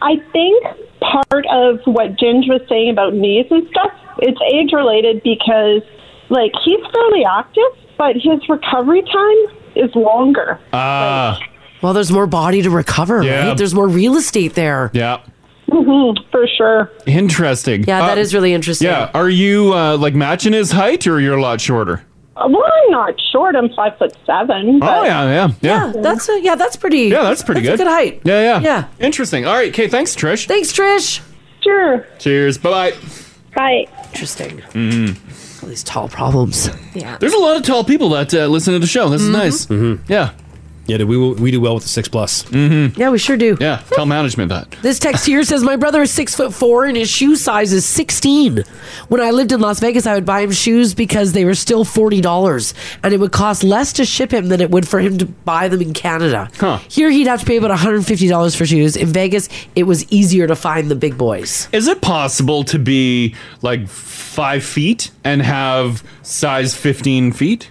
S10: I think part of what Ginge was saying about knees and stuff, it's age related because like he's fairly active, but his recovery time is longer.
S4: Ah.
S5: well, there's more body to recover,
S4: Yeah.
S5: right? There's more real estate there.
S4: Yeah.
S10: Mm-hmm, for sure.
S4: Interesting.
S5: Yeah, that
S4: that is
S5: is really interesting.
S4: Yeah. Are you uh, like matching his height, or you're a lot shorter?
S10: Uh, Well, I'm not short. I'm five foot seven.
S4: Oh yeah, yeah, yeah.
S5: Yeah, that's a, yeah, that's pretty.
S4: Yeah, that's pretty
S5: that's
S4: good.
S5: A good height.
S4: Yeah, yeah,
S5: Yeah.
S4: Interesting. All right, okay. Thanks, Trish.
S5: Thanks, Trish.
S10: Sure.
S4: Cheers. Bye bye.
S10: Bye.
S5: Interesting.
S4: Mm.
S5: All these tall problems. Yeah.
S4: There's a lot of tall people that uh, listen to the show. This is nice. Mm-hmm. Yeah.
S8: Yeah, dude, we will- we do well with the six plus.
S4: Mm-hmm.
S5: Yeah, we sure do.
S4: Yeah. Tell management that.
S5: This text here says my brother is six foot four and his shoe size is sixteen. When I lived in Las Vegas, I would buy him shoes because they were still forty dollars, and it would cost less to ship him than it would for him to buy them in Canada. Here, he'd have to pay about one hundred fifty dollars for shoes. In Vegas, it was easier to find the big boys.
S4: Is it possible to be like five feet and have size 15 feet?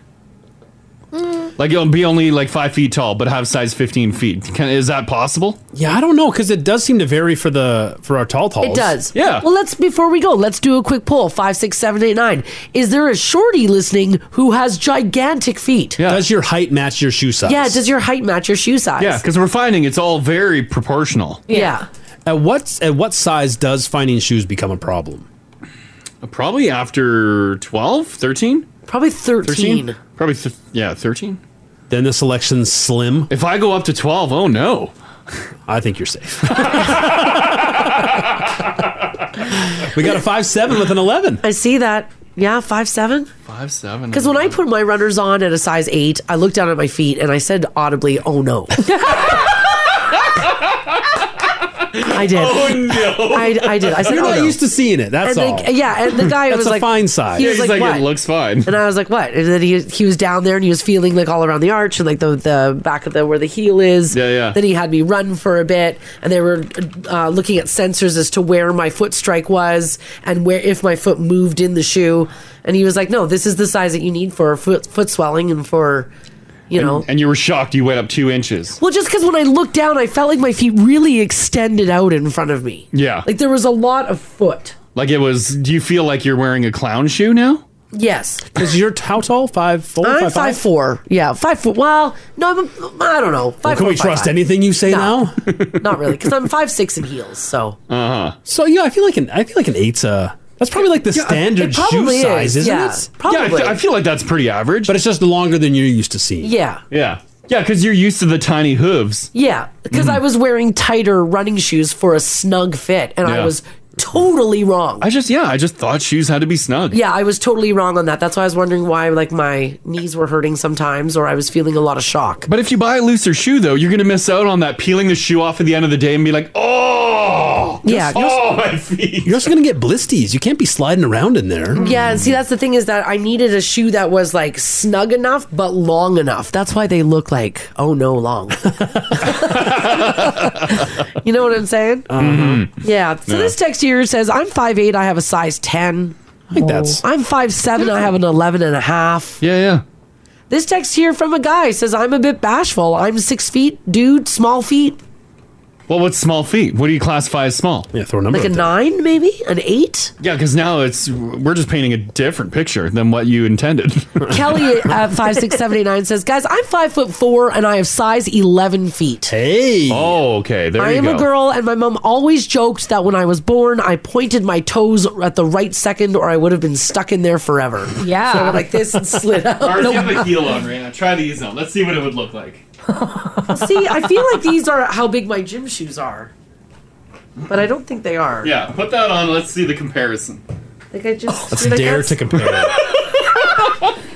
S10: Mm.
S4: Like you'll be only like five feet tall, but have size 15 feet. Can, is that possible?
S8: Yeah, I don't know because it does seem to vary for the for our tall talls.
S5: It does.
S8: Yeah.
S5: Well, let's before we go, let's do a quick poll. Five, six, seven, eight, nine. Is there a shorty listening who has gigantic feet?
S8: Does your height match your shoe size?
S5: Yeah. Does your height match your shoe size?
S4: Yeah, because we're finding it's all very proportional.
S5: Yeah.
S8: At what at what size does finding shoes become a problem?
S4: Probably after 12, 13?
S5: Probably 13.
S4: Probably, th- yeah, 13. Then the selection's slim. If I go up to 12, oh no. I think you're safe.
S8: We got a five seven with an eleven.
S5: I see that. Yeah, five seven.
S4: Five, seven.
S5: Because when I put my runners on at a size eight, I looked down at my feet and I said audibly, "Oh no." I did.
S8: Oh, no.
S5: I, I did. I said,
S8: You're
S5: "Oh
S8: not
S5: no."
S8: used to seeing it. That's
S5: And
S8: all.
S5: the- yeah, and the guy
S8: that's
S5: was
S8: a
S5: like-
S8: fine size.
S5: he was Yeah, he's like, like, "What?"
S4: it looks fine.
S5: And I was like, "What?" And then he he was down there and he was feeling like all around the arch and like the the back of the where the heel is.
S4: Yeah, yeah.
S5: Then he had me run for a bit, and they were uh, looking at sensors as to where my foot strike was and where if my foot moved in the shoe. And he was like, "No, this is the size that you need for foot foot swelling and for, you
S4: And-
S5: know."
S4: And you were shocked you went up two inches.
S5: well, just because when I looked down, I felt like my feet really extended out in front of me.
S4: Yeah.
S5: Like there was a lot of foot.
S4: Like it was, do you feel like you're wearing a clown shoe now?
S5: Yes.
S8: Because you're how tall? Five four?
S5: I'm
S8: five, five?
S5: five four. Yeah, five foot. Well, no, I'm. A, I don't know. Five,
S8: Well, can we trust anything you say
S5: now? Not really, because I'm five six in heels. So
S4: Uh-huh.
S8: Uh huh. So yeah, I feel like an I feel like an eight's uh that's probably like the
S5: Yeah,
S8: standard
S5: it
S8: shoe
S5: probably is,
S8: size, isn't
S5: yeah,
S8: it?
S5: probably. Yeah, I fe- I
S4: feel like that's pretty average.
S8: But it's just longer than you're used to seeing.
S5: yeah,
S4: Yeah. Yeah, because you're used to the tiny hooves.
S5: yeah, because
S8: Hmm.
S5: I was wearing tighter running shoes for a snug fit, and I
S4: Yeah.
S5: was totally wrong.
S4: I just, yeah, I just thought shoes had to be snug.
S5: Yeah, I was totally wrong on that. That's why I was wondering why like my knees were hurting sometimes, or I was feeling a lot of shock.
S4: But if you buy a looser shoe, though, you're going to miss out on that peeling the shoe off at the end of the day and be like, oh,
S5: Yeah,
S4: oh,
S5: you're-
S4: my feet.
S8: You're also gonna get blisties. You can't be sliding around in there.
S5: Yeah, and see, that's the thing is that I needed a shoe that was like snug enough but long enough. That's why they look like oh no long. you know what I'm saying? Yeah. So
S3: Yeah.
S5: this text here says, I'm 5'8, I have a size 10. I
S8: think that's-
S5: I'm 5'7, I have an 11 and a half.
S4: Yeah, yeah.
S5: This text here from a guy says, I'm a bit bashful. I'm six feet, dude, small feet,
S4: Well, what's small feet? What do you classify as small?
S8: Yeah, throw a
S5: like a nine, maybe? An eight?
S4: Yeah, because now it's we're just painting a different picture than what you intended.
S5: Kelly uh, at 5'679 says, Guys, I'm five foot four and I have size 11 feet.
S8: Hey.
S4: Oh, okay. There
S5: I
S4: you
S5: am
S4: go.
S5: a girl, and my mom always joked that when I was born, I pointed my toes at the right second, or I would have been stuck in there forever.
S9: Yeah.
S5: so I went like this and slid out.
S4: Or if you have a heel on right now, try these on. Let's see what it would look like.
S5: See, I feel like these are how big my gym shoes are, but I don't think they are.
S4: Yeah, put that on. Let's see the comparison.
S5: Like I just
S8: Let's
S5: like,
S8: dare
S5: that's-
S8: to compare.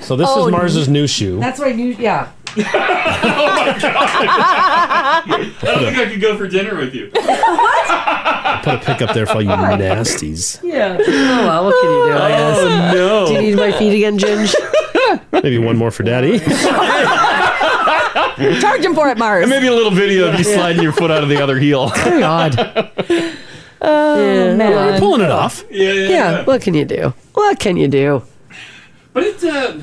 S8: so this
S5: Oh,
S8: is Mars's new shoe. Oh
S5: That's my new yeah.
S4: I don't think I could go for dinner with you.
S8: I put a pick up there for all you nasties.
S5: Yeah. Oh well, what can you do? I guess.
S8: Oh, no.
S5: Do you need my feet again, Ginge?
S8: Maybe one more for daddy.
S9: Charge him for it, Mars.
S4: And maybe a little video of you
S9: Yeah.
S4: sliding your foot out of the other heel.
S5: Very odd.
S9: Oh, man.
S4: you're pulling it off. Yeah, yeah, yeah.
S5: What can you do? What can you do?
S4: But it's uh,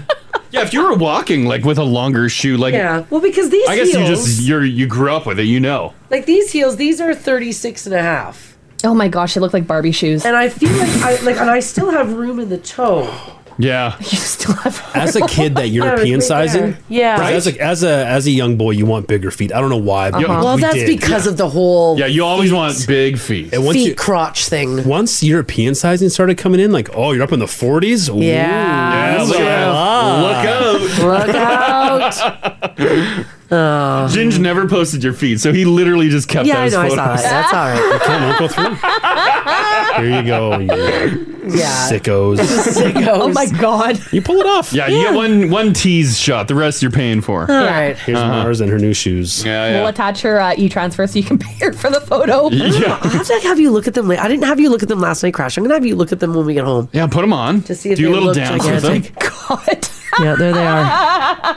S4: yeah. If you were walking like with a longer shoe, like
S5: yeah. Well, because these
S4: I guess
S5: heels,
S4: you just you're you grew up with it. You know.
S5: like these heels, these are 36 and a half. Oh my gosh, they look like Barbie shoes. And I feel like I like, and I still have room in the toe.
S4: Yeah.
S8: You still have as a kid that European
S5: Yeah, right there.
S8: sizing.
S5: Yeah.
S8: 'cause As a, as a as a young boy, you want bigger feet. I don't know why. but
S5: Uh-huh. Well,
S8: we
S5: that's
S8: did.
S5: because of the whole
S8: Yeah,
S4: you always want big feet.
S8: And once
S5: feet
S8: you,
S5: crotch thing.
S8: once European sizing started coming in, like, oh, you're up in the 40s? Ooh.
S5: Yeah.
S4: Yeah, look out.
S5: Look out.
S4: Uh, Ginge never posted your feed, so he literally just kept
S5: Oh. Yeah, I
S4: those
S5: know, I
S4: photos.
S5: saw that. That's all right.
S8: Okay, won't go through. Here you go. You
S5: Yeah.
S8: Sickos.
S5: Sickos. Oh my
S9: god.
S8: You pull it off.
S4: Yeah, you get one one tease shot. The rest you're paying for. Uh-huh.
S5: All right.
S8: Here's Mars and her new shoes.
S4: Yeah,
S9: We'll
S4: yeah.
S9: attach her uh, e-transfer so you can pay her for the photo.
S5: I'll have to have you look at them later. I didn't have you look at them last night, Crash. I'm gonna have you look at them when we get home.
S4: Yeah, put them on.
S5: To see if
S4: Do a
S5: they
S4: little
S5: look
S4: dance with them.
S5: gigantic. God. yeah, there they are.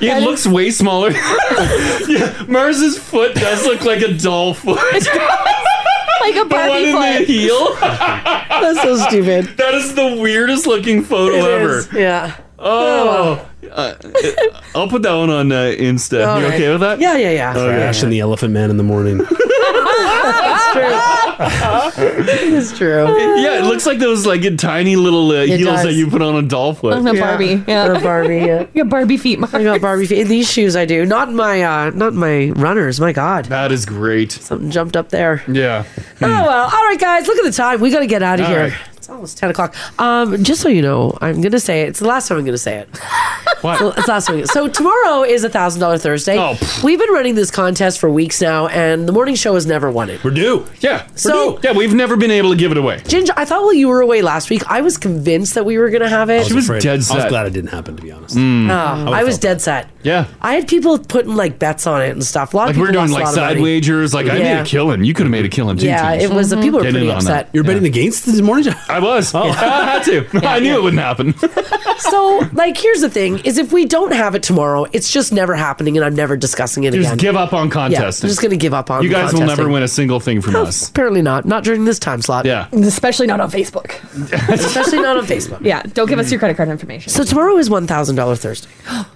S4: It looks way smaller. yeah, Mars's foot does look like a doll foot.
S9: like a
S4: the one
S9: Barbie
S4: in the
S9: foot.
S4: heel.
S5: That's so stupid.
S4: That is the weirdest looking photo
S5: It
S4: ever.
S5: is, Yeah.
S4: Oh, uh, uh, I'll put that one on uh, Insta.
S5: All
S4: you
S5: right.
S4: okay with that?
S5: Yeah, yeah, yeah.
S4: Okay.
S8: Crash and the Elephant Man in the morning.
S5: That's true. it's true.
S4: Yeah, it looks like those like tiny little uh,
S5: It
S4: heels
S5: does.
S4: that you put on a doll foot.
S5: Yeah. Or a Barbie. Yeah. you
S9: got Barbie feet. Mark.
S5: I got Barbie feet. In these shoes, I do. Not in my, uh, not in my runners. My God.
S4: That is great.
S5: Something jumped up there. Ah.
S4: Yeah.
S5: Oh well. All right, guys. Look at the time. We got to get out of
S4: All
S5: here.
S4: right.
S5: It's all Almost 10 o'clock. Um, just so you know, I'm going to say it. It's the last time I'm going to say it.
S4: What?
S5: It's the last time. I'm gonna- So tomorrow is a $1,000 Thursday. Oh, We've been running this contest for weeks now, and the morning show has never won it.
S4: We're due. Yeah.
S5: So-
S4: we're due. yeah, we've never been able to give it away.
S5: Ginger, I thought while you were away last week, I was convinced that we were going to have it.
S4: She was dead
S8: I
S4: set. Hmm.
S8: was glad Mm. it didn't happen, to be honest.
S5: Oh, I was dead set.
S4: Yeah.
S5: I had people putting like bets on it and stuff. A lot of
S4: Like we
S5: people
S4: were
S5: lost
S4: doing
S5: a
S4: like
S5: lot of
S4: side
S5: money.
S4: wagers. Like I made
S5: Yeah.
S4: a killing. You could have made a killing too.
S5: Yeah,
S4: Times.
S5: it was- the people were
S4: Get in
S5: pretty
S4: on
S5: upset. Oh.
S4: that.
S5: You're
S4: betting
S8: against this morning.
S4: I was. I had to. I knew it wouldn't happen.
S5: so, like, here's the thing: is if we don't have it tomorrow, it's just never happening, and I'm never discussing it
S4: Just
S5: again.
S4: give up on
S5: Yeah, I'm
S4: contesting.
S5: just gonna give up on.
S4: You guys will never
S5: contesting.
S4: win a single thing from us.
S5: Apparently not. Not during this time slot.
S4: Yeah.
S9: Especially not on Facebook.
S5: Especially not on Facebook.
S9: Yeah, don't give us your credit card information.
S5: So tomorrow is one thousand dollar Thursday. I'm so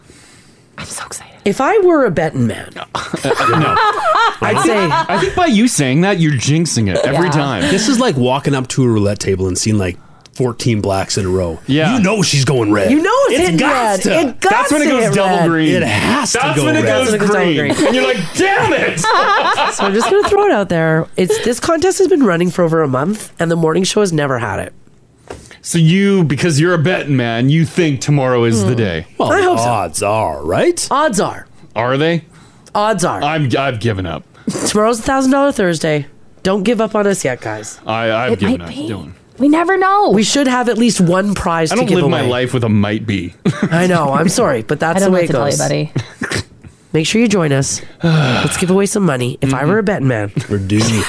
S5: excited. If I were a betting man,
S4: no.
S5: I'd say
S4: I think by you saying that, you're jinxing it every time.
S8: This is like walking up to a roulette table and seeing like 14 blacks in a row. Yeah. You know she's going red.
S5: You know it's
S8: It's
S5: hitting
S8: gots
S5: red.
S8: to.
S5: It gots
S8: That's when it
S5: to
S8: goes
S5: hit
S8: double
S5: red.
S8: green. It has to That's go when it red. goes
S5: That's when it
S8: green.
S5: goes double
S8: And you're like, "Damn it!"
S5: so I'm just gonna throw it out there. It's this contest has been running for over a month, and the morning show has never had it.
S4: So you, because you're a betting man, you think tomorrow is Hmm. the day.
S5: Well, I hope so.
S4: odds are, right?
S5: Odds are.
S4: Are they?
S5: Odds are.
S4: I'm. I've given up.
S5: Tomorrow's a thousand dollar Thursday. Don't give up on us yet, guys.
S4: I. I've
S5: It
S4: given
S5: might
S4: up.
S5: be.
S4: Doing.
S5: We never know. We should have at least one prize
S4: I
S5: to
S4: don't
S5: give
S4: live my
S5: away.
S4: life with a might be.
S5: I know. I'm sorry, but that's
S9: I don't
S5: the way
S9: know what
S5: it
S9: to tell you,
S5: goes. Make sure you join us. Let's give away some money. If I were a betting man,
S8: we're due.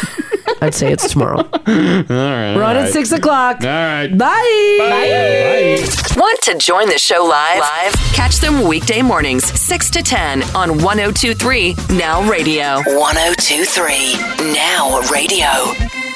S5: I'd say it's tomorrow. all
S4: right.
S5: We're on
S4: all
S5: at
S4: right.
S5: six o'clock.
S4: All right.
S5: Bye.
S2: Bye. Want to join the show live? Live? Catch them weekday mornings, 6 to 10 on 1023 Now Radio. 1023 Now Radio.